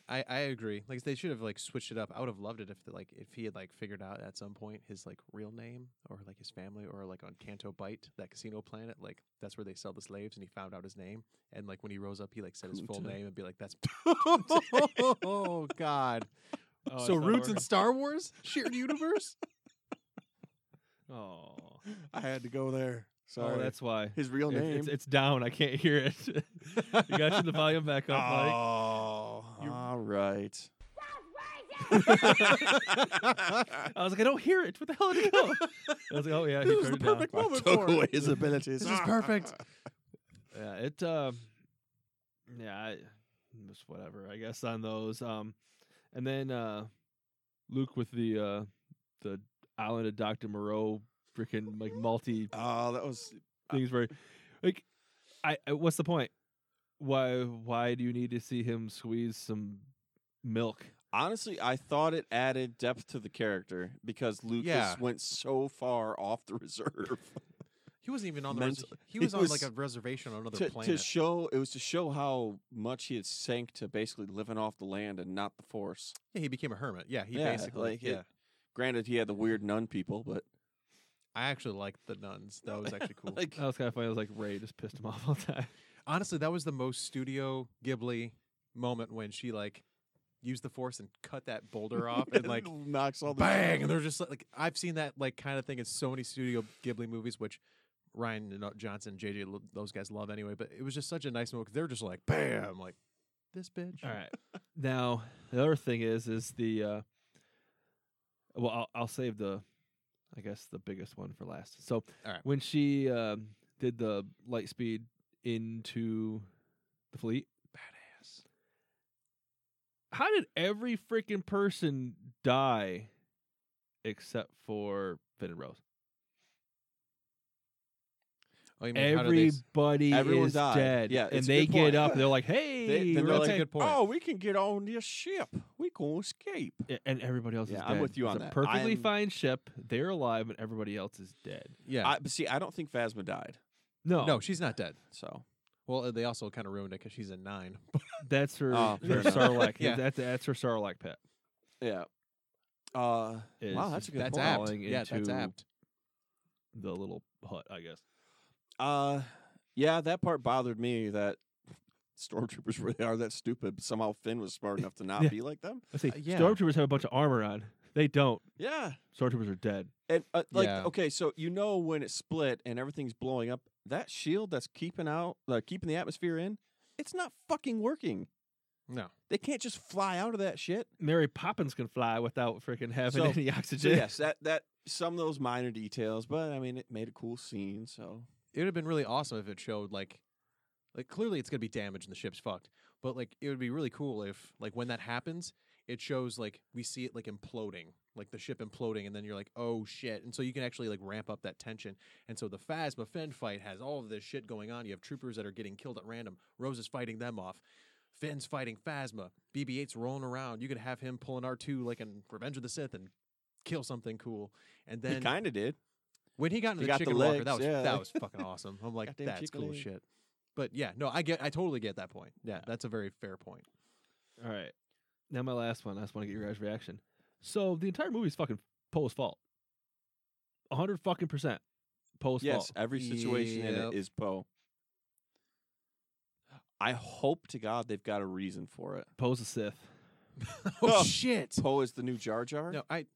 [SPEAKER 3] I, I agree. Like they should have like switched it up. I would have loved it if like if he had like figured out at some point his like real name or like his family or like on Canto Bite, that casino planet, like that's where they sell the slaves, and he found out his name, and like when he rose up, he like said his full
[SPEAKER 2] Kunta.
[SPEAKER 3] name and be like, that's oh god.
[SPEAKER 1] Oh,
[SPEAKER 3] so roots in Star Wars, shared universe.
[SPEAKER 1] oh.
[SPEAKER 2] I had to go there. Sorry.
[SPEAKER 1] Oh, that's why.
[SPEAKER 2] his real
[SPEAKER 1] It's-
[SPEAKER 2] name.
[SPEAKER 1] It's, it's down. I can't hear it. you got you the volume back up, Mike.
[SPEAKER 3] oh,
[SPEAKER 2] all right.
[SPEAKER 1] I was like, I don't hear it. What the hell did it go? I was like, oh yeah, he
[SPEAKER 3] This is
[SPEAKER 1] turned
[SPEAKER 3] the
[SPEAKER 1] it down.
[SPEAKER 3] perfect
[SPEAKER 2] I
[SPEAKER 3] moment
[SPEAKER 2] took
[SPEAKER 3] for it.
[SPEAKER 2] away his abilities.
[SPEAKER 3] This is perfect.
[SPEAKER 1] Yeah, it. Uh, yeah, I, just whatever. I guess on those. Um, and then uh, Luke with the uh, the island of Doctor Moreau, freaking like multi
[SPEAKER 2] Oh, that was
[SPEAKER 1] things where, like, I I- what's the point? Why why do you need to see him squeeze some milk?
[SPEAKER 2] honestly. I thought it added depth to the character because Lucas
[SPEAKER 3] Yeah.
[SPEAKER 2] went so far off the reserve
[SPEAKER 3] He wasn't even on the. Res-
[SPEAKER 2] Mental-
[SPEAKER 3] he was
[SPEAKER 2] he
[SPEAKER 3] on like
[SPEAKER 2] was-
[SPEAKER 3] a reservation on another
[SPEAKER 2] to, to
[SPEAKER 3] planet.
[SPEAKER 2] show. It was to show how much he had sank to basically living off the land and not the force.
[SPEAKER 3] yeah, he became a hermit. Yeah, he
[SPEAKER 2] Yeah,
[SPEAKER 3] basically.
[SPEAKER 2] like it-
[SPEAKER 3] yeah,
[SPEAKER 2] Granted, he had the
[SPEAKER 3] Mm.
[SPEAKER 2] weird nun people, but
[SPEAKER 3] I actually liked the nuns. That was actually cool.
[SPEAKER 2] like
[SPEAKER 1] That was kind of funny. I was like, Ray just pissed him off all the time.
[SPEAKER 3] Honestly, that was the most Studio Ghibli moment when she like used the force and cut that boulder off and like
[SPEAKER 2] knocks all the
[SPEAKER 3] bang, and they're just like, like I've seen that like kind of thing in so many Studio Ghibli movies, which Ryan and, uh, Johnson, JJ, lo- those guys love anyway. But it was just such a nice moment. 'cause They're just like bam, like this bitch.
[SPEAKER 1] All right. now the other thing is is the uh well I'll, I'll save the I guess the biggest one for last. So
[SPEAKER 3] Alright.
[SPEAKER 1] when she um did the light speed into the fleet,
[SPEAKER 3] badass.
[SPEAKER 1] how did every freaking person die except for Finn and Rose?
[SPEAKER 3] Oh, you mean, how do they s-
[SPEAKER 1] Everybody
[SPEAKER 2] Everyone
[SPEAKER 1] is
[SPEAKER 2] died.
[SPEAKER 1] dead.
[SPEAKER 2] Yeah,
[SPEAKER 1] and
[SPEAKER 2] it's a
[SPEAKER 1] they
[SPEAKER 2] good
[SPEAKER 1] get
[SPEAKER 2] point.
[SPEAKER 1] up and they're like, "Hey,
[SPEAKER 2] They,
[SPEAKER 1] we're
[SPEAKER 2] then they're
[SPEAKER 3] that's
[SPEAKER 1] okay."
[SPEAKER 2] like,
[SPEAKER 3] a good point.
[SPEAKER 2] "Oh, we can get on this ship. We can escape."
[SPEAKER 1] A- and everybody else is
[SPEAKER 2] Yeah,
[SPEAKER 1] dead.
[SPEAKER 2] I'm with you
[SPEAKER 1] it's
[SPEAKER 2] on
[SPEAKER 1] a
[SPEAKER 2] that.
[SPEAKER 1] Perfectly
[SPEAKER 2] I'm-
[SPEAKER 1] fine ship. They're alive, and everybody else is dead.
[SPEAKER 3] yeah.
[SPEAKER 2] I, but see, I don't think Phasma died.
[SPEAKER 1] No,
[SPEAKER 3] No, she's not dead.
[SPEAKER 2] So
[SPEAKER 3] Well, uh, they also kind of ruined it because she's a nine.
[SPEAKER 1] That's her,
[SPEAKER 2] Oh,
[SPEAKER 1] her
[SPEAKER 2] fair enough.
[SPEAKER 1] Sarlacc.
[SPEAKER 3] Yeah.
[SPEAKER 1] That's that's her Sarlacc pet.
[SPEAKER 2] yeah. Uh,
[SPEAKER 1] Is
[SPEAKER 2] wow, that's a good
[SPEAKER 3] That's
[SPEAKER 2] point.
[SPEAKER 3] apt.
[SPEAKER 1] Falling
[SPEAKER 3] Yeah, that's
[SPEAKER 1] into-
[SPEAKER 3] apt.
[SPEAKER 1] The little hut, I guess.
[SPEAKER 2] Uh, yeah, that part bothered me. That stormtroopers really are that stupid. But somehow Finn was smart enough to not
[SPEAKER 1] Yeah.
[SPEAKER 2] be like them.
[SPEAKER 1] I see.
[SPEAKER 3] Uh, yeah.
[SPEAKER 1] Stormtroopers have a bunch of armor on. They don't.
[SPEAKER 2] Yeah,
[SPEAKER 1] Stormtroopers are dead.
[SPEAKER 2] and uh, like
[SPEAKER 3] Yeah.
[SPEAKER 2] okay, so you know when it's split and everything's blowing up, that shield that's keeping out, like keeping the atmosphere in, it's not fucking working.
[SPEAKER 3] No.
[SPEAKER 2] They can't just fly out of that shit.
[SPEAKER 1] Mary Poppins can fly without freaking having
[SPEAKER 2] So-
[SPEAKER 1] any
[SPEAKER 2] So
[SPEAKER 1] oxygen.
[SPEAKER 2] yes, that that some of those minor details, but I mean it made a cool scene. So
[SPEAKER 3] It would have been really awesome if it showed like like clearly it's gonna be damaged and the ship's fucked. But like it would be really cool if like when that happens, it shows like we see it like imploding, like the ship imploding, and then you're like, oh shit. And so you can actually like ramp up that tension. And so the Phasma Finn fight has all of this shit going on. You have troopers that are getting killed at random. Rose is fighting them off. Finn's fighting Phasma. BB 8's rolling around. You could have him pulling R2 like in Revenge of the Sith and kill something cool. And
[SPEAKER 2] he
[SPEAKER 3] then
[SPEAKER 2] kind of did.
[SPEAKER 3] When he got into
[SPEAKER 2] He
[SPEAKER 3] the
[SPEAKER 2] got the
[SPEAKER 3] chicken walker, that
[SPEAKER 2] legs,
[SPEAKER 3] was
[SPEAKER 2] yeah.
[SPEAKER 3] that was fucking awesome. I'm like,
[SPEAKER 2] Goddamn
[SPEAKER 3] that's
[SPEAKER 2] chicken
[SPEAKER 3] cool
[SPEAKER 2] leg.
[SPEAKER 3] shit. But yeah, no, I get, I totally get that point. Yeah, that's a very fair point.
[SPEAKER 1] All right. Now my last one. I just want to get your guys' reaction. So the entire movie is fucking Poe's fault. A hundred fucking percent. Poe's
[SPEAKER 2] Yes,
[SPEAKER 1] fault.
[SPEAKER 2] every situation in
[SPEAKER 3] Yep.
[SPEAKER 2] it is Poe. I hope to God they've got a reason for it.
[SPEAKER 1] Poe's a Sith.
[SPEAKER 3] oh
[SPEAKER 2] Oh.
[SPEAKER 3] shit!
[SPEAKER 2] Poe is the new Jar Jar.
[SPEAKER 3] No, I,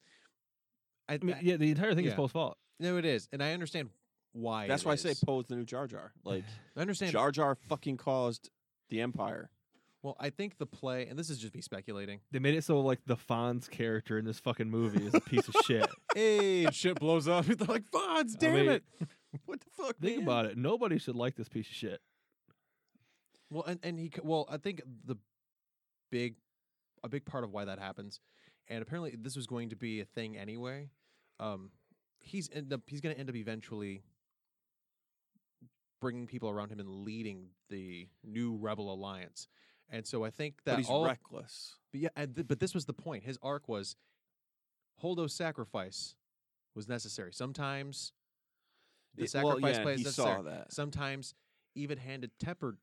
[SPEAKER 3] I,
[SPEAKER 1] I mean,
[SPEAKER 3] I-
[SPEAKER 1] yeah, the entire thing is
[SPEAKER 3] yeah.
[SPEAKER 1] Poe's fault.
[SPEAKER 3] no, it is, and I understand why.
[SPEAKER 2] That's
[SPEAKER 3] it
[SPEAKER 2] why I say
[SPEAKER 3] is.
[SPEAKER 2] Poe is the new Jar Jar. Like
[SPEAKER 3] I understand.
[SPEAKER 2] Jar Jar fucking caused the Empire.
[SPEAKER 3] well, I think the play, and this is just me speculating.
[SPEAKER 1] They made it so like the Fonz character in this fucking movie is a piece of shit.
[SPEAKER 3] hey, and shit blows up. They're like, Fonz, damn
[SPEAKER 1] mean-
[SPEAKER 3] it.
[SPEAKER 2] What the fuck?
[SPEAKER 1] Think
[SPEAKER 2] man?
[SPEAKER 1] about it. Nobody should like this piece of shit.
[SPEAKER 3] Well, and and he c- well, I think the big a big part of why that happens, and apparently this was going to be a thing anyway. Um, he's end up he's going to end up eventually bringing people around him and leading the new rebel alliance. And so I think that
[SPEAKER 2] But he's
[SPEAKER 3] all
[SPEAKER 2] reckless.
[SPEAKER 3] but yeah, and th- but this was the point. His arc was Holdo's sacrifice was necessary. Sometimes the
[SPEAKER 2] It- well,
[SPEAKER 3] sacrifice
[SPEAKER 2] yeah,
[SPEAKER 3] play is
[SPEAKER 2] he
[SPEAKER 3] necessary.
[SPEAKER 2] saw that.
[SPEAKER 3] Sometimes even-handed tempered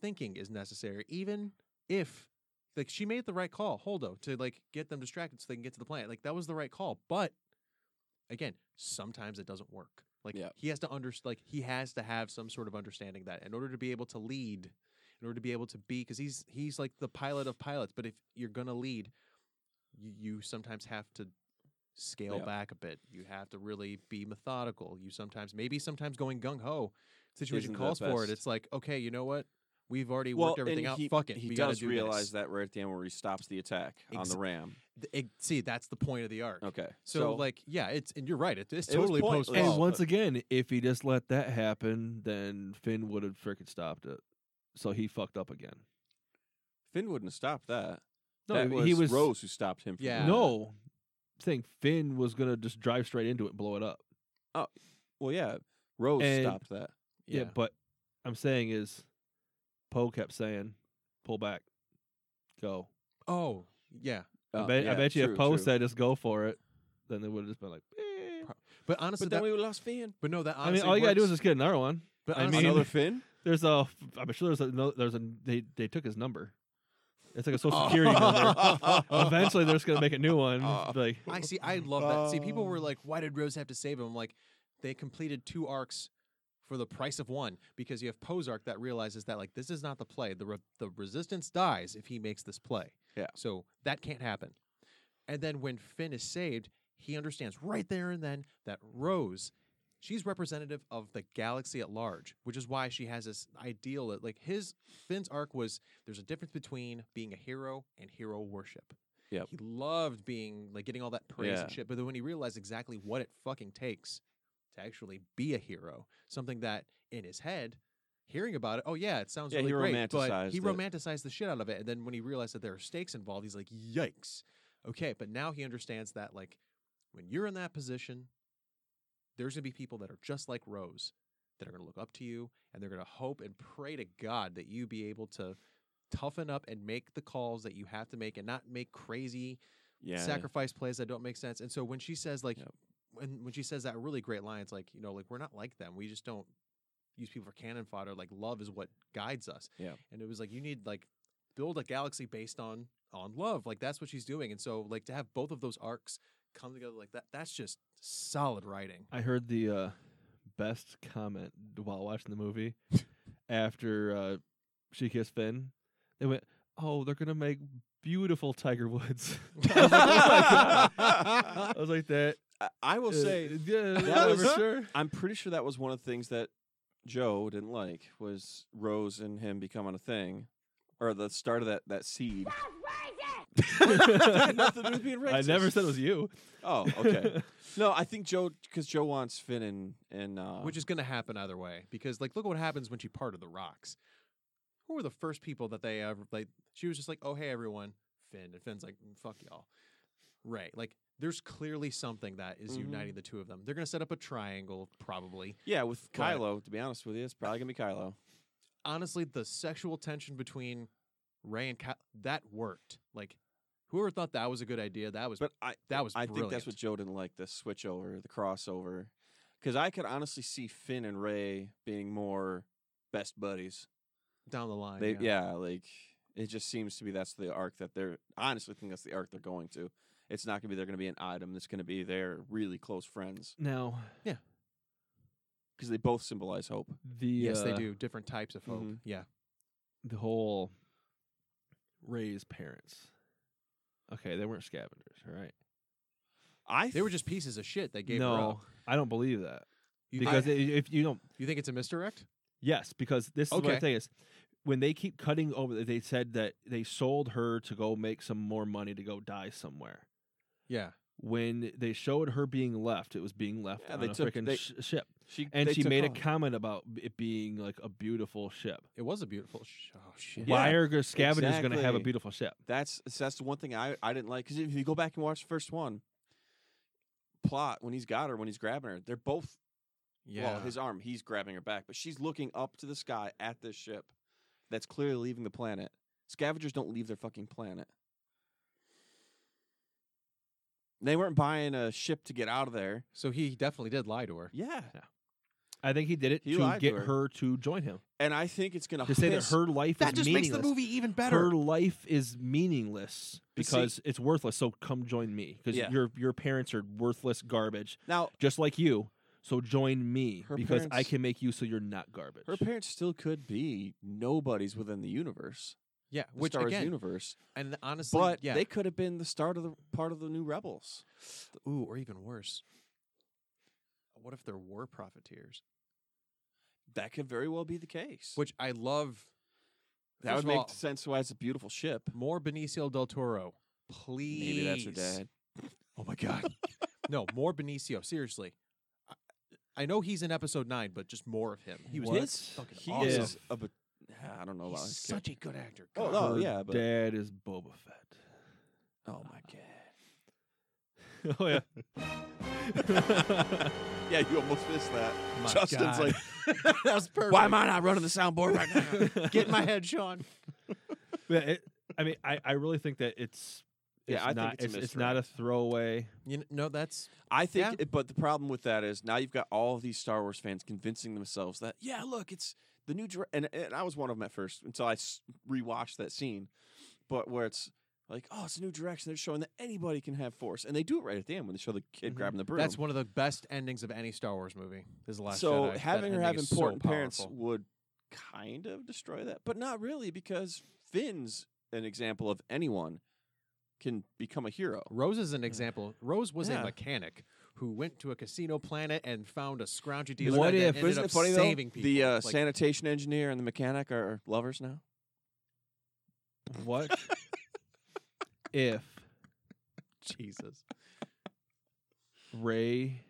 [SPEAKER 3] thinking is necessary, even if like she made the right call, Holdo, to like get them distracted so they can get to the planet. Like that was the right call, but again, sometimes it doesn't work. Like
[SPEAKER 2] Yeah.
[SPEAKER 3] he has to under like he has to have some sort of understanding that in order to be able to lead, in order to be able to be because he's he's like the pilot of pilots. But if you're gonna lead, you, you sometimes have to scale
[SPEAKER 2] Yeah.
[SPEAKER 3] back a bit. You have to really be methodical. You sometimes, maybe sometimes going gung ho, situation
[SPEAKER 2] Isn't the
[SPEAKER 3] calls for it.
[SPEAKER 2] best.
[SPEAKER 3] It's like, okay, you know what? We've already
[SPEAKER 2] well,
[SPEAKER 3] worked everything
[SPEAKER 2] and
[SPEAKER 3] out.
[SPEAKER 2] He,
[SPEAKER 3] Fuck it.
[SPEAKER 2] He
[SPEAKER 3] we gotta
[SPEAKER 2] does
[SPEAKER 3] do
[SPEAKER 2] realize
[SPEAKER 3] this.
[SPEAKER 2] that right at the end where he stops the attack on
[SPEAKER 3] Ex-
[SPEAKER 2] the ram.
[SPEAKER 3] Th- it- see, that's the point of the arc.
[SPEAKER 2] Okay,
[SPEAKER 3] So, like, yeah, it's and you're right. It, it's
[SPEAKER 2] It was
[SPEAKER 3] totally
[SPEAKER 2] pointless.
[SPEAKER 3] post.
[SPEAKER 2] Well,
[SPEAKER 1] and
[SPEAKER 2] but-
[SPEAKER 1] once again, if he just let that happen, then Finn would have freaking stopped it. So he fucked up again.
[SPEAKER 2] Finn wouldn't have stopped that.
[SPEAKER 1] No,
[SPEAKER 2] that was
[SPEAKER 1] he was
[SPEAKER 2] Rose who stopped him. From
[SPEAKER 3] Yeah.
[SPEAKER 2] doing that.
[SPEAKER 1] no saying Finn was gonna just drive straight into it and blow it up.
[SPEAKER 2] Well, yeah, Rose
[SPEAKER 1] And-
[SPEAKER 2] stopped that.
[SPEAKER 1] Yeah, but I'm saying is Poe kept saying, "Pull back, go."
[SPEAKER 3] Oh, yeah.
[SPEAKER 1] I
[SPEAKER 2] Uh,
[SPEAKER 1] bet,
[SPEAKER 2] yeah,
[SPEAKER 1] I bet you
[SPEAKER 2] true,
[SPEAKER 1] if Poe
[SPEAKER 2] true.
[SPEAKER 1] said, "Just go for it," then they would have just been like, eh.
[SPEAKER 3] But honestly,
[SPEAKER 2] but then
[SPEAKER 3] that,
[SPEAKER 2] we lost Finn.
[SPEAKER 3] but no, that
[SPEAKER 1] "I mean,
[SPEAKER 3] honestly
[SPEAKER 1] all you gotta do is
[SPEAKER 3] works.
[SPEAKER 1] just get another one."
[SPEAKER 3] But
[SPEAKER 1] I
[SPEAKER 3] honestly,
[SPEAKER 1] mean-
[SPEAKER 2] Another Finn.
[SPEAKER 1] There's a, f- I'm sure there's a, no- there's a, they they took his number. It's like a social security number. Eventually, they're just gonna make a new one.
[SPEAKER 2] Oh.
[SPEAKER 1] Like,
[SPEAKER 3] I see. I love that. See, people were
[SPEAKER 2] Oh.
[SPEAKER 3] like, "Why did Rose have to save him?" I'm like, they completed two arcs for the price of one because you have Poe's arc that realizes that like this is not the play. The re- the resistance dies if he makes this play.
[SPEAKER 2] Yeah.
[SPEAKER 3] So that can't happen. And then when Finn is saved, he understands right there and then that Rose, she's representative of the galaxy at large, which is why she has this ideal that like his Finn's arc was there's a difference between being a hero and hero worship.
[SPEAKER 2] Yep.
[SPEAKER 3] He loved being like getting all that praise
[SPEAKER 2] Yeah.
[SPEAKER 3] and shit, but then when he realized exactly what it fucking takes to actually be a hero, something that in his head, hearing about it, oh yeah, it sounds
[SPEAKER 2] Yeah,
[SPEAKER 3] really
[SPEAKER 2] he
[SPEAKER 3] great, but
[SPEAKER 2] romanticized
[SPEAKER 3] he
[SPEAKER 2] it.
[SPEAKER 3] romanticized the shit out of it, and then when he realized that there are stakes involved, he's like, yikes. Okay, but now he understands that like when you're in that position, there's gonna be people that are just like Rose that are gonna look up to you and they're gonna hope and pray to God that you be able to toughen up and make the calls that you have to make and not make crazy
[SPEAKER 2] Yeah.
[SPEAKER 3] sacrifice plays that don't make sense. And so when she says like
[SPEAKER 2] Yep.
[SPEAKER 3] when when she says that really great line, it's like, you know, like we're not like them. We just don't use people for cannon fodder. Like love is what guides us.
[SPEAKER 2] Yeah.
[SPEAKER 3] And it was like you need like build a galaxy based on on love. Like that's what she's doing. And so like to have both of those arcs come together like that, that's just solid writing.
[SPEAKER 1] I heard the uh, best comment while watching the movie after uh, she kissed Finn. They went, "Oh, they're gonna make beautiful Tiger Woods." I, was like, "Oh my God." I was like, "That."
[SPEAKER 2] I, I will
[SPEAKER 1] uh,
[SPEAKER 2] say
[SPEAKER 1] yeah,
[SPEAKER 2] that was-
[SPEAKER 1] whatever, sure.
[SPEAKER 2] I'm pretty sure that was one of the things that Joe didn't like was Rose and him becoming a thing, or the start of that that seed. Had nothing to do with being
[SPEAKER 1] I never
[SPEAKER 2] racist.
[SPEAKER 1] said it was you.
[SPEAKER 2] Oh, okay. no, I think Joe because Joe wants Finn and and uh,
[SPEAKER 3] Which is going to happen either way because like look what happens when she parted the rocks. Who were the first people that they ever like? She was just like, oh hey everyone, Finn, and Finn's like, "Mm, fuck y'all, right? Like there's clearly something that is
[SPEAKER 2] Mhm.
[SPEAKER 3] uniting the two of them. They're going to set up a triangle probably.
[SPEAKER 2] yeah with
[SPEAKER 3] Right.
[SPEAKER 2] Kylo. To be honest with you, it's probably gonna be Kylo.
[SPEAKER 3] Honestly, the sexual tension between Ray and Ky- that worked. Like whoever thought that was a good idea, that was
[SPEAKER 2] But I
[SPEAKER 3] that was
[SPEAKER 2] I think
[SPEAKER 3] brilliant.
[SPEAKER 2] that's what Joe didn't like the switch over, the crossover, because I could honestly see Finn and Ray being more best buddies.
[SPEAKER 3] down the line.
[SPEAKER 2] They
[SPEAKER 3] yeah.
[SPEAKER 2] yeah. like it just seems to be that's the arc that they're I honestly think that's the arc they're going to. It's not gonna be they're gonna be an item. It's gonna be they're really close friends
[SPEAKER 1] Now
[SPEAKER 2] because they both symbolize hope.
[SPEAKER 1] the
[SPEAKER 3] Yes, they
[SPEAKER 1] uh,
[SPEAKER 3] do different types of hope.
[SPEAKER 2] Mhm.
[SPEAKER 3] Yeah,
[SPEAKER 1] the whole Ray's parents. Okay, they weren't scavengers, all right?
[SPEAKER 2] I
[SPEAKER 3] they were just pieces of shit that gave her up.
[SPEAKER 1] no, I don't believe that
[SPEAKER 3] You,
[SPEAKER 1] because
[SPEAKER 3] I-
[SPEAKER 1] i- if you don't
[SPEAKER 3] you think it's a misdirect?
[SPEAKER 1] Yes, because this is what
[SPEAKER 3] Okay.
[SPEAKER 1] the thing is. When they keep cutting over, they said that they sold her to go make some more money to go die somewhere.
[SPEAKER 3] Yeah.
[SPEAKER 1] When they showed her being left, it was being left
[SPEAKER 2] Yeah,
[SPEAKER 1] on
[SPEAKER 2] they
[SPEAKER 1] a
[SPEAKER 2] took-
[SPEAKER 1] freaking
[SPEAKER 2] they-
[SPEAKER 1] sh- ship,
[SPEAKER 2] she
[SPEAKER 1] and
[SPEAKER 2] they
[SPEAKER 1] she
[SPEAKER 2] took
[SPEAKER 1] made a
[SPEAKER 2] off.
[SPEAKER 1] comment about b- it being like a beautiful ship.
[SPEAKER 3] It was a beautiful. Sh- oh shit!
[SPEAKER 1] Why are g- scavengers going to have a
[SPEAKER 2] exactly.
[SPEAKER 1] beautiful ship?
[SPEAKER 2] That's that's the one thing I I didn't like because if you go back and watch the first one, plot when he's got her when he's grabbing her, they're both
[SPEAKER 3] Yeah.
[SPEAKER 2] well his arm he's grabbing her back, but she's looking up to the sky at this ship that's clearly leaving the planet. Scavengers don't leave their fucking planet. They weren't buying a ship to get out of there.
[SPEAKER 3] so he definitely did lie to her.
[SPEAKER 2] Yeah,
[SPEAKER 1] I think he did it
[SPEAKER 2] He
[SPEAKER 1] to
[SPEAKER 2] lied to
[SPEAKER 1] get
[SPEAKER 2] her.
[SPEAKER 1] her to join him
[SPEAKER 2] and I think it's gonna
[SPEAKER 1] to say that
[SPEAKER 2] piss-
[SPEAKER 1] her life is meaningless.
[SPEAKER 3] even
[SPEAKER 1] Her life is meaningless
[SPEAKER 2] You see-
[SPEAKER 1] because it's worthless. So come join me because
[SPEAKER 2] Yeah.
[SPEAKER 1] your your parents are worthless garbage.
[SPEAKER 2] now.
[SPEAKER 1] just like you. So join me
[SPEAKER 2] Her
[SPEAKER 1] because I
[SPEAKER 2] parents-
[SPEAKER 1] can make you so you're not garbage.
[SPEAKER 2] Her parents still could be nobodies within the universe.
[SPEAKER 3] Yeah,
[SPEAKER 2] the
[SPEAKER 3] which
[SPEAKER 2] Star Wars
[SPEAKER 3] again,
[SPEAKER 2] universe.
[SPEAKER 3] and honestly,
[SPEAKER 2] But
[SPEAKER 3] yeah,
[SPEAKER 2] they could have been the start of the part of the new Rebels.
[SPEAKER 3] ooh, or even worse. What if there were profiteers?
[SPEAKER 2] That could very well be the case.
[SPEAKER 3] Which I love.
[SPEAKER 2] that
[SPEAKER 3] first
[SPEAKER 2] would
[SPEAKER 3] of
[SPEAKER 2] make
[SPEAKER 3] all,
[SPEAKER 2] sense why it's a beautiful ship.
[SPEAKER 3] more Benicio del Toro. Please,
[SPEAKER 2] Maybe that's her dad.
[SPEAKER 3] Oh my god. no, more Benicio. Seriously, I, I know he's in episode nine, but just more of him. He was
[SPEAKER 1] What?
[SPEAKER 3] fucking
[SPEAKER 2] He
[SPEAKER 3] awesome.
[SPEAKER 2] is a. bet- I don't know
[SPEAKER 3] He's
[SPEAKER 2] about his character.
[SPEAKER 3] such a good actor.
[SPEAKER 2] Oh,
[SPEAKER 3] God.
[SPEAKER 2] no,
[SPEAKER 1] Her
[SPEAKER 2] yeah, but-
[SPEAKER 1] dad is Boba Fett.
[SPEAKER 2] Oh my god.
[SPEAKER 1] oh yeah.
[SPEAKER 2] Yeah, you almost missed that.
[SPEAKER 3] My
[SPEAKER 2] Justin's
[SPEAKER 3] God.
[SPEAKER 2] like,
[SPEAKER 3] that was perfect.
[SPEAKER 2] why am I not running the soundboard right now?
[SPEAKER 3] Get in my head, Sean.
[SPEAKER 1] Yeah, it, I mean, I, I really think that it's,
[SPEAKER 2] Yeah,
[SPEAKER 1] it's
[SPEAKER 2] I think
[SPEAKER 1] not
[SPEAKER 2] it's a
[SPEAKER 1] it's, it's not a throwaway.
[SPEAKER 3] You kn- no, that's
[SPEAKER 2] I think,
[SPEAKER 3] Yeah.
[SPEAKER 2] it- but the problem with that is now you've got all of these Star Wars fans convincing themselves that yeah, look, it's the new dir- and and I was one of them at first until I s- rewatched that scene, but where it's like oh, it's a new direction. They're showing that anybody can have Force, and they do it right at the end when they show the kid
[SPEAKER 3] Mhm.
[SPEAKER 2] grabbing the broom.
[SPEAKER 3] that's one of the best endings of any Star Wars movie. Is the last.
[SPEAKER 2] so
[SPEAKER 3] Jedi. That
[SPEAKER 2] having her have
[SPEAKER 3] ending is
[SPEAKER 2] important
[SPEAKER 3] so
[SPEAKER 2] parents
[SPEAKER 3] powerful.
[SPEAKER 2] would kind of destroy that, but not really because Finn's an example of anyone can become a hero.
[SPEAKER 3] Rose is an example. Rose was
[SPEAKER 2] Mm. Yeah.
[SPEAKER 3] a mechanic who went to a casino planet and found a scroungy dealer.
[SPEAKER 1] What
[SPEAKER 3] that
[SPEAKER 1] if-
[SPEAKER 3] ended
[SPEAKER 2] Isn't
[SPEAKER 3] up
[SPEAKER 2] it funny
[SPEAKER 3] saving
[SPEAKER 2] though?
[SPEAKER 3] people.
[SPEAKER 2] The uh,
[SPEAKER 3] Like,
[SPEAKER 2] sanitation engineer and the mechanic are lovers now.
[SPEAKER 1] What if
[SPEAKER 3] Jesus.
[SPEAKER 1] Ray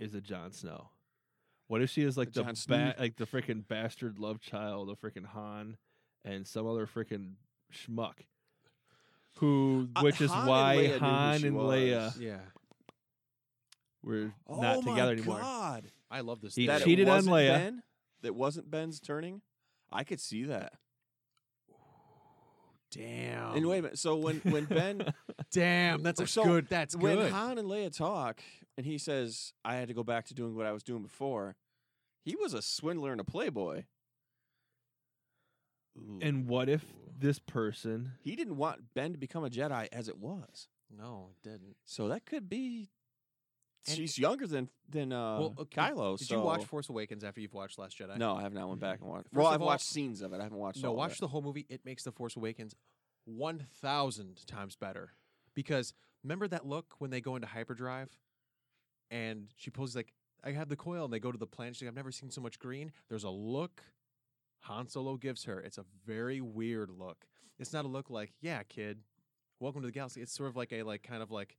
[SPEAKER 1] is a Jon Snow? What if she is like
[SPEAKER 2] A
[SPEAKER 1] the
[SPEAKER 2] Jon Snow.
[SPEAKER 1] ba- like the freaking bastard love child of freaking Han and some other freaking schmuck? Who,
[SPEAKER 2] Uh,
[SPEAKER 1] which is
[SPEAKER 2] Han and
[SPEAKER 1] why
[SPEAKER 2] Leia knew who
[SPEAKER 1] Han
[SPEAKER 2] she
[SPEAKER 1] and
[SPEAKER 2] was.
[SPEAKER 1] Leia
[SPEAKER 3] Yeah,
[SPEAKER 1] were
[SPEAKER 2] Oh
[SPEAKER 1] not
[SPEAKER 2] my
[SPEAKER 1] together anymore.
[SPEAKER 2] God.
[SPEAKER 3] I love this.
[SPEAKER 1] He
[SPEAKER 3] theory.
[SPEAKER 2] That it
[SPEAKER 1] cheated on
[SPEAKER 2] wasn't
[SPEAKER 1] Leia.
[SPEAKER 2] Ben, that wasn't Ben's turning. I could see that.
[SPEAKER 3] Damn.
[SPEAKER 2] and wait a minute. So when when Ben
[SPEAKER 3] Damn, that's a
[SPEAKER 2] So,
[SPEAKER 3] good. That's
[SPEAKER 2] when
[SPEAKER 3] good.
[SPEAKER 2] Han and Leia talk, and he says, "I had to go back to doing what I was doing before," he was a swindler and a playboy.
[SPEAKER 1] And what if
[SPEAKER 3] Ooh.
[SPEAKER 1] this person
[SPEAKER 2] He didn't want Ben to become a Jedi as it was.
[SPEAKER 3] no, it didn't.
[SPEAKER 2] So that could be.
[SPEAKER 3] And-
[SPEAKER 2] She's younger than than uh,
[SPEAKER 3] Well, okay,
[SPEAKER 2] Kylo.
[SPEAKER 3] Did you watch
[SPEAKER 2] so-
[SPEAKER 3] Force Awakens after you've watched Last Jedi?
[SPEAKER 2] No, I have not went back and watched.
[SPEAKER 3] First
[SPEAKER 2] Well,
[SPEAKER 3] of
[SPEAKER 2] I've
[SPEAKER 3] all-
[SPEAKER 2] watched scenes of it. I haven't watched.
[SPEAKER 3] No,
[SPEAKER 2] all of
[SPEAKER 3] watch
[SPEAKER 2] it.
[SPEAKER 3] the whole movie. It makes The Force Awakens 1,000 times better. Because remember that look when they go into hyperdrive and she pulls, like, I have the coil, and they go to the planet. She's like, I've never seen so much green. There's a look Han Solo gives her. It's a very weird look. It's not a look like, yeah, kid, welcome to the galaxy. It's sort of like a, like, kind of like,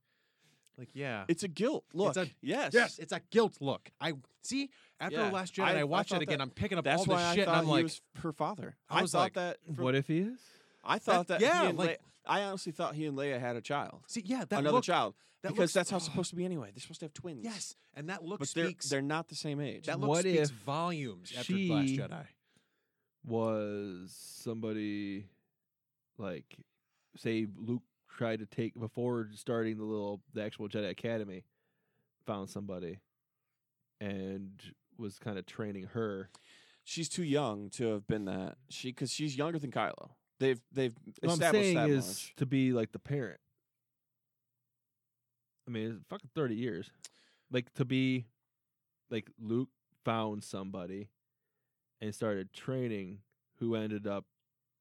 [SPEAKER 3] like, yeah.
[SPEAKER 2] It's a guilt. Look,
[SPEAKER 3] a-
[SPEAKER 2] yes,
[SPEAKER 3] it's a guilt look. I see. After
[SPEAKER 2] Yeah,
[SPEAKER 3] Last Jedi,
[SPEAKER 2] I-
[SPEAKER 3] I,
[SPEAKER 2] I
[SPEAKER 3] watched
[SPEAKER 2] thought
[SPEAKER 3] it again.
[SPEAKER 2] that-
[SPEAKER 3] I'm picking up
[SPEAKER 2] That's
[SPEAKER 3] all
[SPEAKER 2] why
[SPEAKER 3] this
[SPEAKER 2] I
[SPEAKER 3] shit, and
[SPEAKER 2] thought
[SPEAKER 3] I'm like,
[SPEAKER 2] he was her father.
[SPEAKER 3] I
[SPEAKER 2] I,
[SPEAKER 3] was
[SPEAKER 2] thought
[SPEAKER 3] like,
[SPEAKER 2] that. from-
[SPEAKER 1] What if he is?
[SPEAKER 2] I thought that.
[SPEAKER 3] That-
[SPEAKER 2] he
[SPEAKER 3] yeah,
[SPEAKER 2] and
[SPEAKER 3] like-
[SPEAKER 2] Leia- I honestly thought he and Leia had a child,
[SPEAKER 3] see, yeah, that
[SPEAKER 2] another
[SPEAKER 3] look,
[SPEAKER 2] child,
[SPEAKER 3] that
[SPEAKER 2] because
[SPEAKER 3] looks-
[SPEAKER 2] that's how it's
[SPEAKER 3] oh.
[SPEAKER 2] supposed to be anyway. They're supposed to have twins.
[SPEAKER 3] Yes, and that look
[SPEAKER 2] but
[SPEAKER 3] speaks.
[SPEAKER 2] they're they're not the same age.
[SPEAKER 3] that look
[SPEAKER 1] What
[SPEAKER 3] speaks
[SPEAKER 1] if
[SPEAKER 3] volumes after The Last
[SPEAKER 1] she-
[SPEAKER 3] Jedi.
[SPEAKER 1] was somebody like say Luke tried to take before starting the little the actual Jedi Academy found somebody and was kind of training her.
[SPEAKER 2] She's too young to have been that. She because she's younger than Kylo. They've they've
[SPEAKER 1] What I'm
[SPEAKER 2] established
[SPEAKER 1] saying
[SPEAKER 2] that
[SPEAKER 1] is
[SPEAKER 2] much.
[SPEAKER 1] to be like the parent. I mean, it's fucking 30 years. Like to be like Luke found somebody and started training who ended up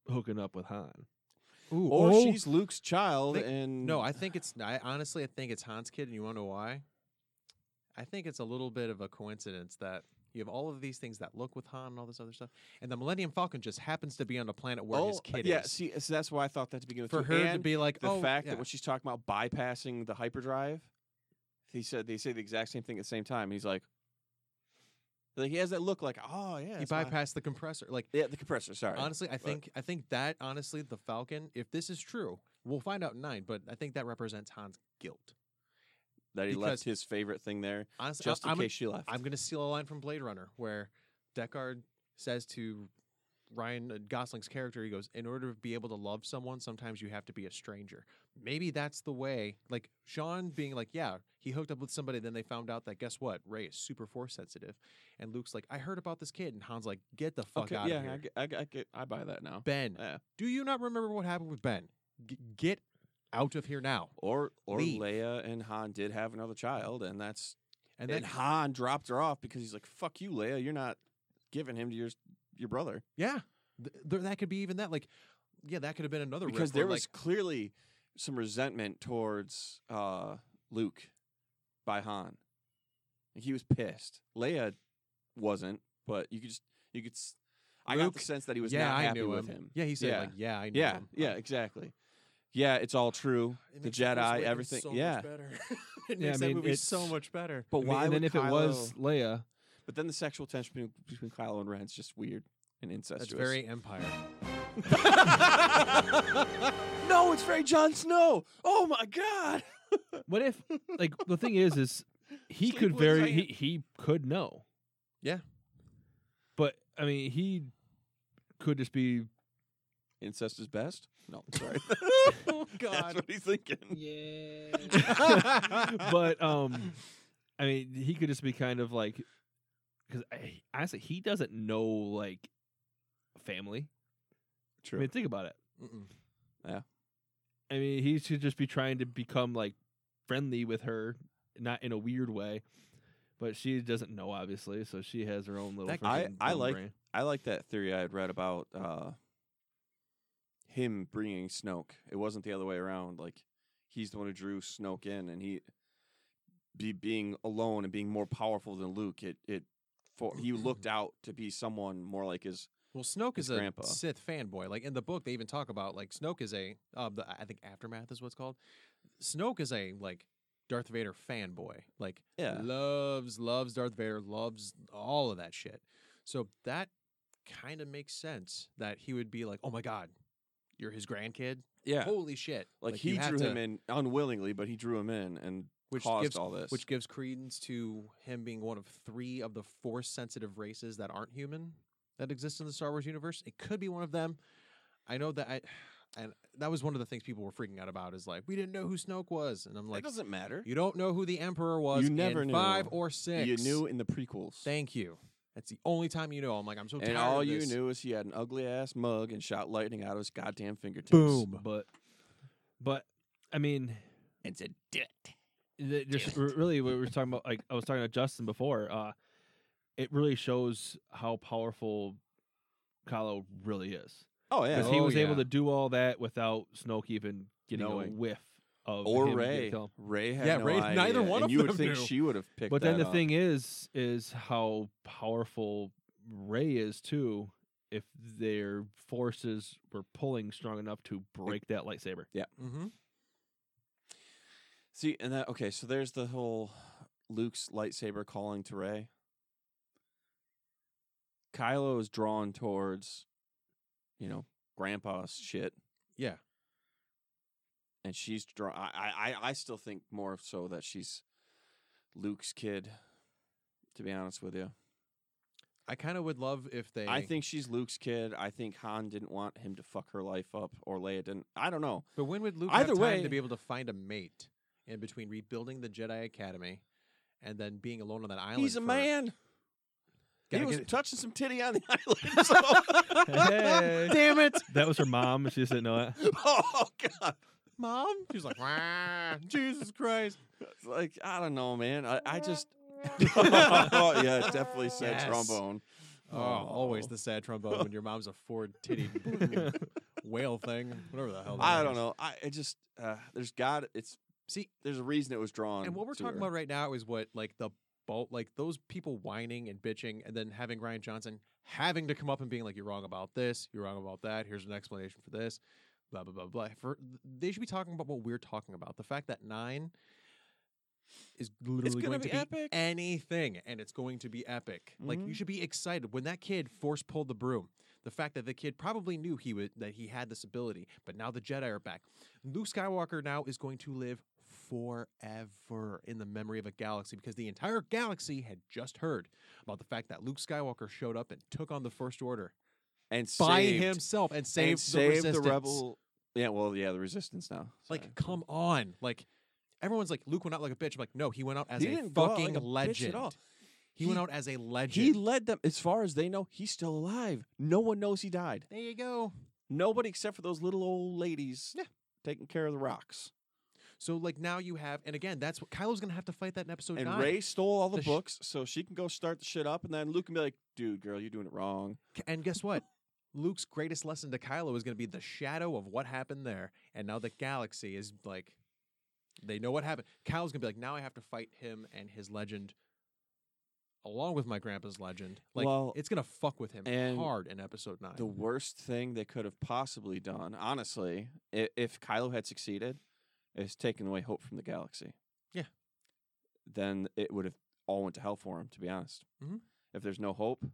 [SPEAKER 1] hooking up with Han.
[SPEAKER 3] Ooh,
[SPEAKER 2] Or she's Luke's child,
[SPEAKER 3] Think-
[SPEAKER 2] and
[SPEAKER 3] no. I think it's. I honestly, I think it's Han's kid, and you want to know why? I think it's a little bit of a coincidence that you have all of these things that look with Han and all this other stuff, and the Millennium Falcon just happens to be on a planet where
[SPEAKER 2] oh,
[SPEAKER 3] his kid
[SPEAKER 2] yeah.
[SPEAKER 3] is.
[SPEAKER 2] See, so that's why I thought that to begin with.
[SPEAKER 3] For
[SPEAKER 2] too.
[SPEAKER 3] her to
[SPEAKER 2] And
[SPEAKER 3] be like,
[SPEAKER 2] the
[SPEAKER 3] oh,
[SPEAKER 2] fact
[SPEAKER 3] yeah.
[SPEAKER 2] that when she's talking about bypassing the hyperdrive, he said they say the exact same thing at the same time. He's like, like he has that look like, oh yeah,
[SPEAKER 3] he
[SPEAKER 2] it's my-"
[SPEAKER 3] bypassed the compressor, like.
[SPEAKER 2] yeah the compressor. Sorry,
[SPEAKER 3] Honestly, I think I think that honestly, the Falcon, if this is true, we'll find out in nine. But I think that represents Han's guilt.
[SPEAKER 2] that he
[SPEAKER 3] because-
[SPEAKER 2] left his favorite thing there
[SPEAKER 3] Honestly, I-
[SPEAKER 2] just in
[SPEAKER 3] I'm,
[SPEAKER 2] case she left.
[SPEAKER 3] I'm going to steal a line from Blade Runner where Deckard says to Ryan Gosling's character, he goes, "In order to be able to love someone, sometimes you have to be a stranger." Maybe that's the way. Like Sean being like, "Yeah, he hooked up with somebody." Then they found out that guess what? Ray is super force sensitive, and Luke's like, "I heard about this kid," and Han's like, "Get the fuck
[SPEAKER 2] okay,
[SPEAKER 3] out
[SPEAKER 2] yeah,
[SPEAKER 3] of here."
[SPEAKER 2] I g- I, g- I g- I buy that now.
[SPEAKER 3] Ben,
[SPEAKER 2] Yeah.
[SPEAKER 3] do you not remember what happened with Ben? G- get out of here now.
[SPEAKER 2] Or or
[SPEAKER 3] Leave.
[SPEAKER 2] Leia and Han did have another child, and that's
[SPEAKER 3] And
[SPEAKER 2] and
[SPEAKER 3] then
[SPEAKER 2] then Han dropped her off because he's like, fuck you, Leia, you're not giving him to your your brother.
[SPEAKER 3] yeah, Th- there, that could be even that. Like, yeah, that could have been another riff
[SPEAKER 2] because there
[SPEAKER 3] where,
[SPEAKER 2] was clearly some resentment towards uh, Luke by Han. Like, he was pissed. Leia wasn't, but you could just you could. S- I got
[SPEAKER 3] Luke-
[SPEAKER 2] the sense that he
[SPEAKER 3] like,
[SPEAKER 2] was
[SPEAKER 3] yeah,
[SPEAKER 2] not
[SPEAKER 3] I
[SPEAKER 2] happy
[SPEAKER 3] knew
[SPEAKER 2] with
[SPEAKER 3] him.
[SPEAKER 2] him.
[SPEAKER 3] Yeah, he said
[SPEAKER 2] Yeah.
[SPEAKER 3] like, yeah, I knew
[SPEAKER 2] Yeah,
[SPEAKER 3] him.
[SPEAKER 2] yeah, exactly. Yeah, it's all true.
[SPEAKER 3] It
[SPEAKER 2] The
[SPEAKER 3] makes Force
[SPEAKER 2] Jedi,
[SPEAKER 3] Awakens
[SPEAKER 2] everything-
[SPEAKER 3] so much
[SPEAKER 2] yeah.
[SPEAKER 3] better. it
[SPEAKER 1] Yeah, I
[SPEAKER 3] makes that
[SPEAKER 1] mean,
[SPEAKER 3] movie so
[SPEAKER 1] it's-
[SPEAKER 3] much better.
[SPEAKER 2] But
[SPEAKER 1] I mean,
[SPEAKER 2] why?
[SPEAKER 1] and then if
[SPEAKER 2] would
[SPEAKER 1] it was
[SPEAKER 2] Kylo-
[SPEAKER 1] Leia,
[SPEAKER 2] but then the sexual tension between, between Kylo and Ren's just weird and incestuous.
[SPEAKER 3] That's very Empire.
[SPEAKER 2] no, it's very Jon Snow. Oh my god.
[SPEAKER 1] what if like the thing is is he
[SPEAKER 2] Sleep
[SPEAKER 1] could
[SPEAKER 2] with
[SPEAKER 1] very he,
[SPEAKER 2] Leia.
[SPEAKER 1] he could know.
[SPEAKER 3] Yeah.
[SPEAKER 1] But I mean, he could just be
[SPEAKER 2] Incest is best. No, sorry.
[SPEAKER 3] oh
[SPEAKER 2] That's
[SPEAKER 3] God.
[SPEAKER 2] what he's thinking.
[SPEAKER 4] Yeah.
[SPEAKER 1] but um i mean he could just be kind of like because honestly he doesn't know like family i
[SPEAKER 2] True.
[SPEAKER 1] mean think about it
[SPEAKER 3] Mm-mm.
[SPEAKER 1] i mean he should just be trying to become like friendly with her not in a weird way but she doesn't know obviously so she has her own little
[SPEAKER 3] That-
[SPEAKER 2] I-
[SPEAKER 1] freaking
[SPEAKER 2] I
[SPEAKER 1] dumb
[SPEAKER 2] like-
[SPEAKER 1] brain.
[SPEAKER 2] I like that theory I had read about uh, him bringing Snoke. It wasn't the other way around. Like he's the one who drew Snoke in, and he be being alone and being more powerful than Luke. It it for he looked out to be someone more like his
[SPEAKER 3] Well, Snoke
[SPEAKER 2] His
[SPEAKER 3] is a
[SPEAKER 2] grandpa.
[SPEAKER 3] Sith fanboy. Like in the book, they even talk about like Snoke is a uh, the, I think aftermath is what's called. Snoke is a like Darth Vader fanboy. Like
[SPEAKER 2] Yeah.
[SPEAKER 3] loves loves Darth Vader, loves all of that shit. So that kind of makes sense that he would be like, oh my god, you're his grandkid.
[SPEAKER 2] yeah.
[SPEAKER 3] Holy shit!
[SPEAKER 2] Like,
[SPEAKER 3] you
[SPEAKER 2] he
[SPEAKER 3] have
[SPEAKER 2] drew
[SPEAKER 3] to-
[SPEAKER 2] him in unwillingly, but he drew him in and
[SPEAKER 3] which
[SPEAKER 2] caused
[SPEAKER 3] gives
[SPEAKER 2] all this.
[SPEAKER 3] which gives credence to him being one of three of the force sensitive races that aren't human that exist in the Star Wars universe. It could be one of them. I know that I and that was one of the things people were freaking out about is like we didn't know who Snoke was and I'm
[SPEAKER 2] That
[SPEAKER 3] like
[SPEAKER 2] doesn't matter.
[SPEAKER 3] you don't know who the emperor was
[SPEAKER 2] You never
[SPEAKER 3] in
[SPEAKER 2] knew.
[SPEAKER 3] 5 or 6.
[SPEAKER 2] You knew in the prequels.
[SPEAKER 3] Thank you. That's the only time you know. I'm like I'm so tired
[SPEAKER 2] and all
[SPEAKER 3] of
[SPEAKER 2] you
[SPEAKER 3] this.
[SPEAKER 2] knew is he had an ugly ass mug and shot lightning out of his goddamn fingertips.
[SPEAKER 3] Boom.
[SPEAKER 1] but but i mean
[SPEAKER 2] It's a dick.
[SPEAKER 1] that just r- really what we were talking about like i was talking to justin before uh it really shows how powerful Kylo really is
[SPEAKER 2] Oh yeah.
[SPEAKER 1] because he
[SPEAKER 3] Oh,
[SPEAKER 1] was able
[SPEAKER 3] yeah.
[SPEAKER 1] to do all that without Snoke even getting
[SPEAKER 2] Knowing.
[SPEAKER 1] a whiff of
[SPEAKER 2] or
[SPEAKER 1] him getting
[SPEAKER 2] Ray.
[SPEAKER 1] killed.
[SPEAKER 2] Ray had
[SPEAKER 3] Yeah,
[SPEAKER 2] no
[SPEAKER 3] Rey-
[SPEAKER 2] idea,
[SPEAKER 3] neither one
[SPEAKER 2] and
[SPEAKER 3] of
[SPEAKER 2] you would
[SPEAKER 3] them
[SPEAKER 2] think
[SPEAKER 3] knew.
[SPEAKER 2] she would have picked.
[SPEAKER 1] But then
[SPEAKER 2] that
[SPEAKER 1] the
[SPEAKER 2] up.
[SPEAKER 1] thing is, is how powerful Ray is too. If their forces were pulling strong enough to break that lightsaber,
[SPEAKER 3] Mm-hmm.
[SPEAKER 2] see, and that okay, so there's the whole Luke's lightsaber calling to Ray. Kylo is drawn towards, you know, Grandpa's shit,
[SPEAKER 3] Yeah.
[SPEAKER 2] and she's drawn. I, I, I still think more so that she's Luke's kid. To be honest with you,
[SPEAKER 3] I kind of would love if they
[SPEAKER 2] I think she's Luke's kid. I think Han didn't want him to fuck her life up, or Leia didn't. I don't know.
[SPEAKER 3] But when would Luke
[SPEAKER 2] Either
[SPEAKER 3] have time
[SPEAKER 2] way-
[SPEAKER 3] to be able to find a mate in between rebuilding the Jedi Academy and then being alone on that island?
[SPEAKER 2] He's a
[SPEAKER 3] for-
[SPEAKER 2] man.
[SPEAKER 3] Gotta
[SPEAKER 2] he was
[SPEAKER 3] get-
[SPEAKER 2] touching some titty on the island. so-
[SPEAKER 1] Hey.
[SPEAKER 3] Damn it,
[SPEAKER 1] that was her mom. and She just didn't know it.
[SPEAKER 2] oh God!
[SPEAKER 3] mom! She's like, "Wah, Jesus Christ!
[SPEAKER 2] It's like I don't know, man. I, I just oh, yeah, it definitely said
[SPEAKER 3] Yes.
[SPEAKER 2] trombone.
[SPEAKER 3] Oh, always
[SPEAKER 2] Oh.
[SPEAKER 3] the sad trombone when your mom's a Ford titty blue whale thing, whatever the hell. that
[SPEAKER 2] I don't
[SPEAKER 3] is.
[SPEAKER 2] know. I it just uh, there's God. It's
[SPEAKER 3] See,
[SPEAKER 2] there's a reason it was drawn.
[SPEAKER 3] and what we're
[SPEAKER 2] to
[SPEAKER 3] talking
[SPEAKER 2] her.
[SPEAKER 3] about right now is what like the bolt, like those people whining and bitching, and then having Ryan Johnson having to come up and being like, "You're wrong about this. You're wrong about that. Here's an explanation for this." Blah blah blah blah. For they should be talking about what we're talking about. The fact that nine is literally
[SPEAKER 2] gonna
[SPEAKER 3] going
[SPEAKER 2] be
[SPEAKER 3] to be
[SPEAKER 2] epic.
[SPEAKER 3] anything, and it's going to be epic. Like you
[SPEAKER 2] Mhm.
[SPEAKER 3] should be excited when that kid force pulled the broom. The fact that the kid probably knew he would that he had this ability, but now the Jedi are back. Luke Skywalker now is going to live forever in the memory of a galaxy because the entire galaxy had just heard about the fact that Luke Skywalker showed up and took on the First Order
[SPEAKER 2] and
[SPEAKER 3] by
[SPEAKER 2] saved,
[SPEAKER 3] himself and saved,
[SPEAKER 2] and saved
[SPEAKER 3] the,
[SPEAKER 2] the,
[SPEAKER 3] resistance.
[SPEAKER 2] rebel. Yeah, well, yeah, the resistance now.
[SPEAKER 3] Like,
[SPEAKER 2] Sorry.
[SPEAKER 3] come on! Like, everyone's like, Luke went out like a bitch. I'm like, no, he went out as
[SPEAKER 2] He
[SPEAKER 3] a
[SPEAKER 2] didn't go out
[SPEAKER 3] fucking
[SPEAKER 2] like a bitch
[SPEAKER 3] legend.
[SPEAKER 2] at all.
[SPEAKER 3] He, went out as a legend.
[SPEAKER 2] He led them as far as they know. He's still alive. No one knows he died.
[SPEAKER 3] there you go.
[SPEAKER 2] Nobody except for those little old ladies taking care of the rocks.
[SPEAKER 3] So like now you have, and again, that's what Kylo's gonna have to fight that in episode
[SPEAKER 2] and
[SPEAKER 3] nine.
[SPEAKER 2] Ray stole all the,
[SPEAKER 3] The sh-
[SPEAKER 2] books, so she can go start the shit up, and then Luke can be like, "Dude, girl, you're doing it wrong."
[SPEAKER 3] K- And guess what? Luke's greatest lesson to Kylo is going to be the shadow of what happened there, and now the galaxy is like, they know what happened. Kylo's going to be like, now I have to fight him and his legend, along with my grandpa's legend. Like,
[SPEAKER 2] Well,
[SPEAKER 3] it's going to fuck with him
[SPEAKER 2] and
[SPEAKER 3] hard in Episode Nine.
[SPEAKER 2] The worst thing they could have possibly done, honestly, if, if Kylo had succeeded, is taken away hope from the galaxy.
[SPEAKER 3] Yeah.
[SPEAKER 2] Then it would have all went to hell for him, to be honest.
[SPEAKER 3] Mhm.
[SPEAKER 2] If there's no hope,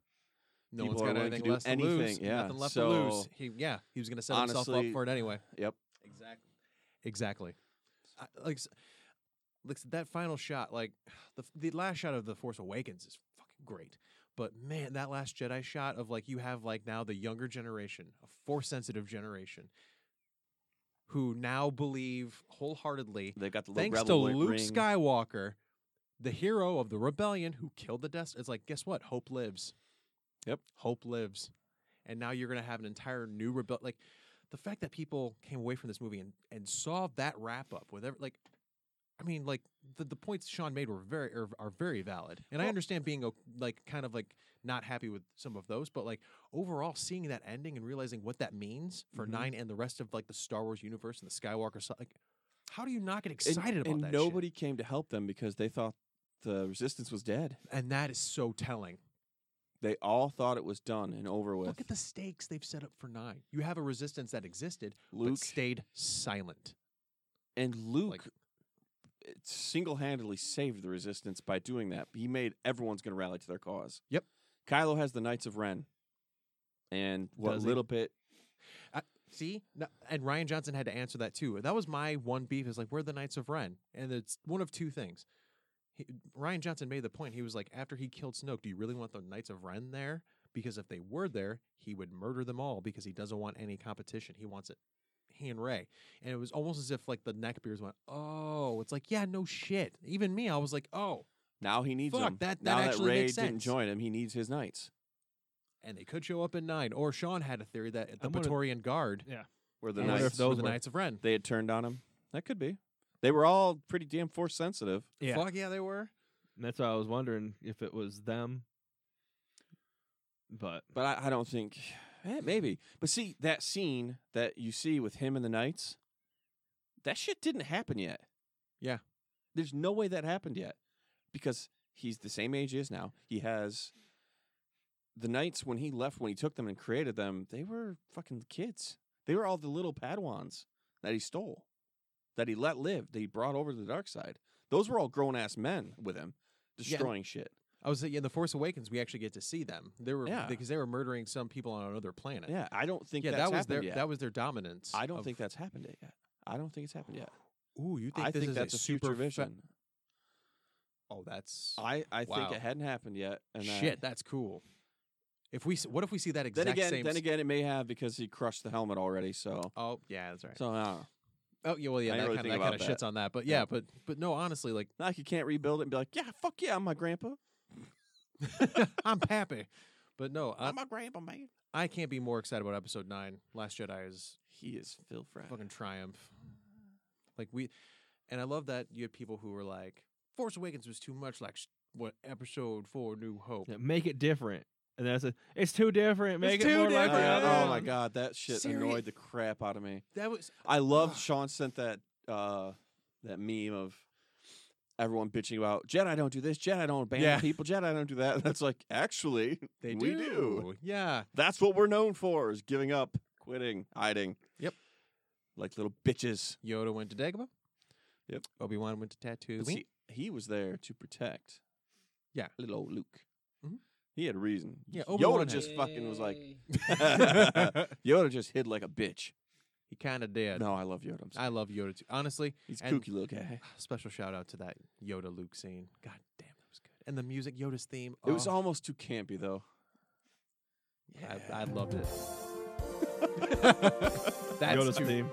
[SPEAKER 3] no one's
[SPEAKER 2] people are
[SPEAKER 3] got
[SPEAKER 2] willing to
[SPEAKER 3] anything
[SPEAKER 2] do
[SPEAKER 3] left to lose.
[SPEAKER 2] anything, yeah,
[SPEAKER 3] nothing left to lose.
[SPEAKER 2] so-
[SPEAKER 3] He, yeah, he was going to set himself up
[SPEAKER 2] Honestly-
[SPEAKER 3] for it anyway.
[SPEAKER 2] yep.
[SPEAKER 3] Exactly. Exactly. I, like, s- like s- that final shot, like the f- the last shot of the Force Awakens is fucking great. But man, that last Jedi shot of like you have like now the younger generation, a force sensitive generation, who now believe wholeheartedly,
[SPEAKER 2] They got the little
[SPEAKER 3] thanks to
[SPEAKER 2] rebel li-
[SPEAKER 3] Luke
[SPEAKER 2] ring.
[SPEAKER 3] Skywalker, the hero of the rebellion who killed the Death. It's like guess what? Hope lives.
[SPEAKER 2] Yep.
[SPEAKER 3] Hope lives, and now you're gonna have an entire new rebel. Like the fact that people came away from this movie and, and saw that wrap up with every, like I mean like the, the points Sean made were very are, are very valid and I
[SPEAKER 2] Well-
[SPEAKER 3] understand being o like kind of like not happy with some of those but like overall seeing that ending and realizing what that means for
[SPEAKER 2] Mhm.
[SPEAKER 3] 9 and the rest of like the Star Wars universe and the Skywalker so- like how do you not get
[SPEAKER 2] And-
[SPEAKER 3] excited about
[SPEAKER 2] and
[SPEAKER 3] that shit?
[SPEAKER 2] nobody came to help them because they thought the resistance was dead.
[SPEAKER 3] and that is so telling
[SPEAKER 2] They all thought it was done and over with.
[SPEAKER 3] look at the stakes they've set up for 9 you have a resistance that existed
[SPEAKER 2] Luke
[SPEAKER 3] but stayed silent
[SPEAKER 2] and Luke single handedly saved the resistance by doing that. He made everyone's going to rally to their cause.
[SPEAKER 3] Yep.
[SPEAKER 2] Kylo has the Knights of Ren, and what
[SPEAKER 1] Does he?
[SPEAKER 2] little bit
[SPEAKER 3] See, no, and Ryan Johnson had to answer that too. That was my one beef. Is like we're the Knights of Ren, and it's one of two things. He, Ryan Johnson made the point. He was like, after he killed Snoke, do you really want the Knights of Ren there? Because if they were there, he would murder them all because he doesn't want any competition. He wants it, he and Ray. And it was almost as if like the neckbeards went, oh, it's like yeah, no shit. Even me, I was like, oh,
[SPEAKER 2] now he needs
[SPEAKER 3] Fuck,
[SPEAKER 2] them.
[SPEAKER 3] that- that
[SPEAKER 2] now that
[SPEAKER 3] actually
[SPEAKER 2] Ray
[SPEAKER 3] makes
[SPEAKER 2] didn't
[SPEAKER 3] sense.
[SPEAKER 2] join him, he needs his knights.
[SPEAKER 3] and they could show up in nine. Or Sean had a theory that the
[SPEAKER 1] I'm gonna-
[SPEAKER 3] Praetorian Guard
[SPEAKER 2] Were the
[SPEAKER 1] I wonder if
[SPEAKER 3] were
[SPEAKER 2] knights
[SPEAKER 1] those
[SPEAKER 3] the
[SPEAKER 1] were-
[SPEAKER 3] Knights of Ren.
[SPEAKER 2] they had turned on him? That could be. They were all pretty damn force sensitive.
[SPEAKER 1] Yeah.
[SPEAKER 3] Fuck yeah, they were.
[SPEAKER 1] And that's why I was wondering if it was them. But
[SPEAKER 2] But I, I don't think eh, maybe. But see that scene that you see with him and the knights, that shit didn't happen yet.
[SPEAKER 3] Yeah.
[SPEAKER 2] there's no way that happened yet because he's the same age he is now. He has the knights when he left when he took them and created them. They were fucking kids. They were all the little Padawans that he stole, that he let live, that he brought over to the dark side. Those were all grown ass men with him, destroying shit.
[SPEAKER 3] I was uh, yeah, in the Force Awakens. We actually get to see them. They were
[SPEAKER 2] Yeah.
[SPEAKER 3] because they were murdering some people on another planet.
[SPEAKER 2] Yeah, I don't think
[SPEAKER 3] yeah,
[SPEAKER 2] that's
[SPEAKER 3] that was
[SPEAKER 2] happened
[SPEAKER 3] their
[SPEAKER 2] yet.
[SPEAKER 3] that was their dominance.
[SPEAKER 2] I don't
[SPEAKER 3] of-
[SPEAKER 2] think that's happened yet. I don't think it's happened yet.
[SPEAKER 3] Ooh, you think
[SPEAKER 2] I
[SPEAKER 3] this
[SPEAKER 2] think
[SPEAKER 3] is
[SPEAKER 2] that's
[SPEAKER 3] a,
[SPEAKER 2] a,
[SPEAKER 3] super
[SPEAKER 2] future
[SPEAKER 3] fa-
[SPEAKER 2] vision.
[SPEAKER 3] oh, that's
[SPEAKER 2] I, I
[SPEAKER 3] Wow.
[SPEAKER 2] think it hadn't happened yet. And I-
[SPEAKER 3] shit. That's cool. If we s- what if we see that exact
[SPEAKER 2] then again,
[SPEAKER 3] same?
[SPEAKER 2] then
[SPEAKER 3] s-
[SPEAKER 2] again, it may have because he crushed the helmet already. So,
[SPEAKER 3] Oh yeah, that's right.
[SPEAKER 2] so uh,
[SPEAKER 3] oh yeah, well yeah,
[SPEAKER 2] I
[SPEAKER 3] that
[SPEAKER 2] didn't really
[SPEAKER 3] kind
[SPEAKER 2] think
[SPEAKER 3] of that kind of
[SPEAKER 2] about
[SPEAKER 3] shits on that. But yeah, but but no, honestly, like
[SPEAKER 2] like you can't rebuild it and be like, yeah, fuck yeah, I'm my grandpa.
[SPEAKER 3] I'm happy. But no, I,
[SPEAKER 2] I'm my grandpa, man.
[SPEAKER 3] I can't be more excited about Episode Nine. Last Jedi is
[SPEAKER 2] He is Phil Fry.
[SPEAKER 3] fucking triumph. Like we, and I love that you had people who were like, "Force Awakens was too much like sh- what Episode Four, New Hope."
[SPEAKER 1] yeah, make it different. And that's it. It's too different. Make it
[SPEAKER 3] too
[SPEAKER 1] more like
[SPEAKER 2] Oh,
[SPEAKER 1] the
[SPEAKER 3] different.
[SPEAKER 1] other
[SPEAKER 2] yeah, oh
[SPEAKER 1] one."
[SPEAKER 2] my god, that shit
[SPEAKER 3] Serious-
[SPEAKER 2] annoyed the crap out of me.
[SPEAKER 3] That was
[SPEAKER 2] I loved Sean sent that uh, that meme of everyone bitching about Jedi don't do this, Jedi don't ban
[SPEAKER 3] Yeah.
[SPEAKER 2] people, Jedi don't do that. That's like actually
[SPEAKER 3] they
[SPEAKER 2] we
[SPEAKER 3] do. Yeah,
[SPEAKER 2] That's what we're known for is giving up, quitting, hiding.
[SPEAKER 3] Yep.
[SPEAKER 2] Like little bitches.
[SPEAKER 3] Yoda went to Dagobah.
[SPEAKER 2] Yep.
[SPEAKER 3] Obi Wan went to Tatooine.
[SPEAKER 2] But see, he was there to protect.
[SPEAKER 3] Yeah.
[SPEAKER 2] Little old Luke.
[SPEAKER 3] Mhm.
[SPEAKER 2] He had reason.
[SPEAKER 3] Yeah, Obi-Wan
[SPEAKER 2] Yoda just
[SPEAKER 4] Yay.
[SPEAKER 2] fucking was like, Yoda just hid like a bitch.
[SPEAKER 3] he kind of did.
[SPEAKER 2] No, I love Yoda. I'm sorry.
[SPEAKER 3] I love Yoda too. Honestly,
[SPEAKER 2] He's a
[SPEAKER 3] and-
[SPEAKER 2] kooky little guy.
[SPEAKER 3] special shout out to that Yoda Luke scene. God damn, that was good. And the music, Yoda's theme.
[SPEAKER 2] It was
[SPEAKER 3] oh,
[SPEAKER 2] almost too campy though.
[SPEAKER 3] I, I loved it. That's
[SPEAKER 1] Yoda's
[SPEAKER 3] too-
[SPEAKER 1] theme.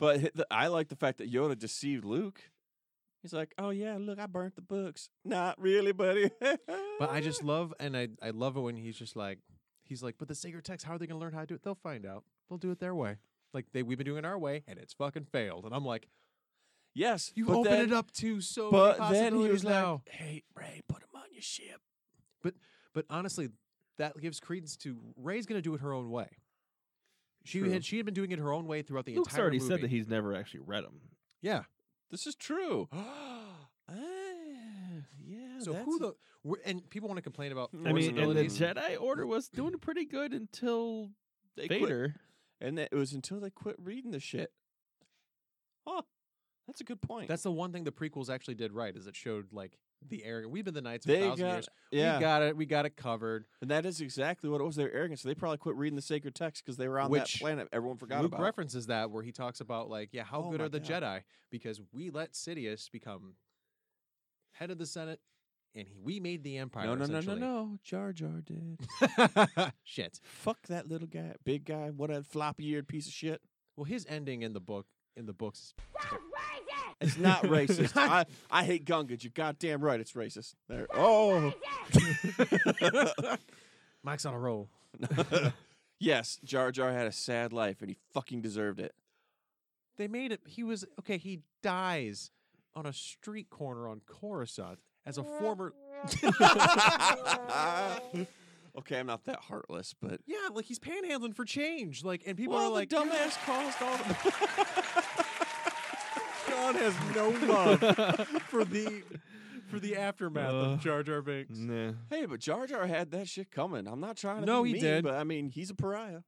[SPEAKER 2] But hi- the, I like the fact that Yoda deceived Luke. He's like, "Oh yeah, look, I burnt the books." Not really, buddy.
[SPEAKER 3] But I just love, and I, I love it when he's just like, he's like, but the sacred text, how are they going to learn how to do it? They'll find out. They'll do it their way. Like they, we've been doing it our way, and it's fucking failed. And I'm like,
[SPEAKER 2] yes,
[SPEAKER 3] you've
[SPEAKER 2] but
[SPEAKER 3] opened
[SPEAKER 2] then-
[SPEAKER 3] it up to so
[SPEAKER 2] But
[SPEAKER 3] many
[SPEAKER 2] then he
[SPEAKER 3] possibilities
[SPEAKER 2] was
[SPEAKER 3] now.
[SPEAKER 2] like, "Hey, Ray, put him on your ship."
[SPEAKER 3] but honestly, that gives credence to Ray's going to do it her own way. She
[SPEAKER 2] True.
[SPEAKER 3] had she had been doing it her own way throughout the
[SPEAKER 1] Luke's
[SPEAKER 3] entire
[SPEAKER 1] already
[SPEAKER 3] movie.
[SPEAKER 1] said that he's never actually read them.
[SPEAKER 3] yeah.
[SPEAKER 2] This is true. Ah, yeah.
[SPEAKER 3] So who the we're, and people want to complain about
[SPEAKER 2] I
[SPEAKER 1] I
[SPEAKER 2] Force
[SPEAKER 1] mean, and the
[SPEAKER 2] abilities.
[SPEAKER 1] Jedi Order was doing pretty good until
[SPEAKER 2] they Quit.
[SPEAKER 1] Vader.
[SPEAKER 2] And that, it was until they quit reading the shit. Huh. That's a good point.
[SPEAKER 3] That's the one thing the prequels actually did right is it showed like the arrogant. We've been the knights for a
[SPEAKER 2] they
[SPEAKER 3] thousand
[SPEAKER 2] got
[SPEAKER 3] years.
[SPEAKER 2] yeah,
[SPEAKER 3] We got it. We got it covered.
[SPEAKER 2] and that is exactly what it was. Their arrogance. They probably quit reading the sacred text because they were on
[SPEAKER 3] Which
[SPEAKER 2] that planet. Everyone forgot
[SPEAKER 3] Luke
[SPEAKER 2] about.
[SPEAKER 3] references that where he talks about like, yeah, how
[SPEAKER 2] Oh
[SPEAKER 3] good
[SPEAKER 2] my
[SPEAKER 3] are the
[SPEAKER 2] God.
[SPEAKER 3] Jedi? Because we let Sidious become head of the Senate, and he, we made the Empire.
[SPEAKER 2] no, no, no, no,
[SPEAKER 3] essentially.
[SPEAKER 2] no. Jar Jar did.
[SPEAKER 3] Shit.
[SPEAKER 2] Fuck that little guy, big guy. What a floppy-eared piece of shit.
[SPEAKER 3] Well, his ending in the book in the books is
[SPEAKER 2] It's not racist. I, I hate Gungans. You're goddamn right. It's racist. There. Oh.
[SPEAKER 3] Mike's on a roll.
[SPEAKER 2] yes, Jar Jar had a sad life, and he fucking deserved it.
[SPEAKER 3] They made it. He was okay. He dies on a street corner on Coruscant as a former.
[SPEAKER 2] okay, I'm not that heartless, but
[SPEAKER 3] Yeah, like he's panhandling for change. Like, and people
[SPEAKER 2] Well,
[SPEAKER 3] are
[SPEAKER 2] the
[SPEAKER 3] like,
[SPEAKER 2] dumbass caused all the
[SPEAKER 3] John has no love for the for the aftermath
[SPEAKER 1] Ugh.
[SPEAKER 2] Uh,
[SPEAKER 3] of Jar Jar Binks.
[SPEAKER 1] Nah.
[SPEAKER 2] Hey, but Jar Jar had that shit coming. I'm not trying to
[SPEAKER 3] No,
[SPEAKER 2] be
[SPEAKER 3] he
[SPEAKER 2] mean,
[SPEAKER 3] did.
[SPEAKER 2] but I mean, he's a pariah.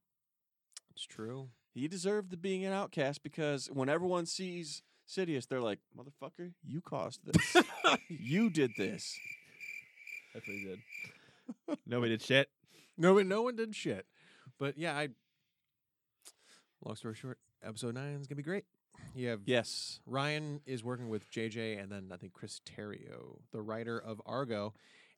[SPEAKER 3] It's true.
[SPEAKER 2] He deserved the being an outcast because when everyone sees Sidious, they're like, "Motherfucker, you caused this. you did this."
[SPEAKER 1] That's what he did. Nobody did shit.
[SPEAKER 3] No, but no one did shit. But yeah, I. Long story short, episode nine is gonna be great. You have
[SPEAKER 2] Yes.
[SPEAKER 3] Ryan is working with JJ, and then I think Chris Terrio, the writer of Argo,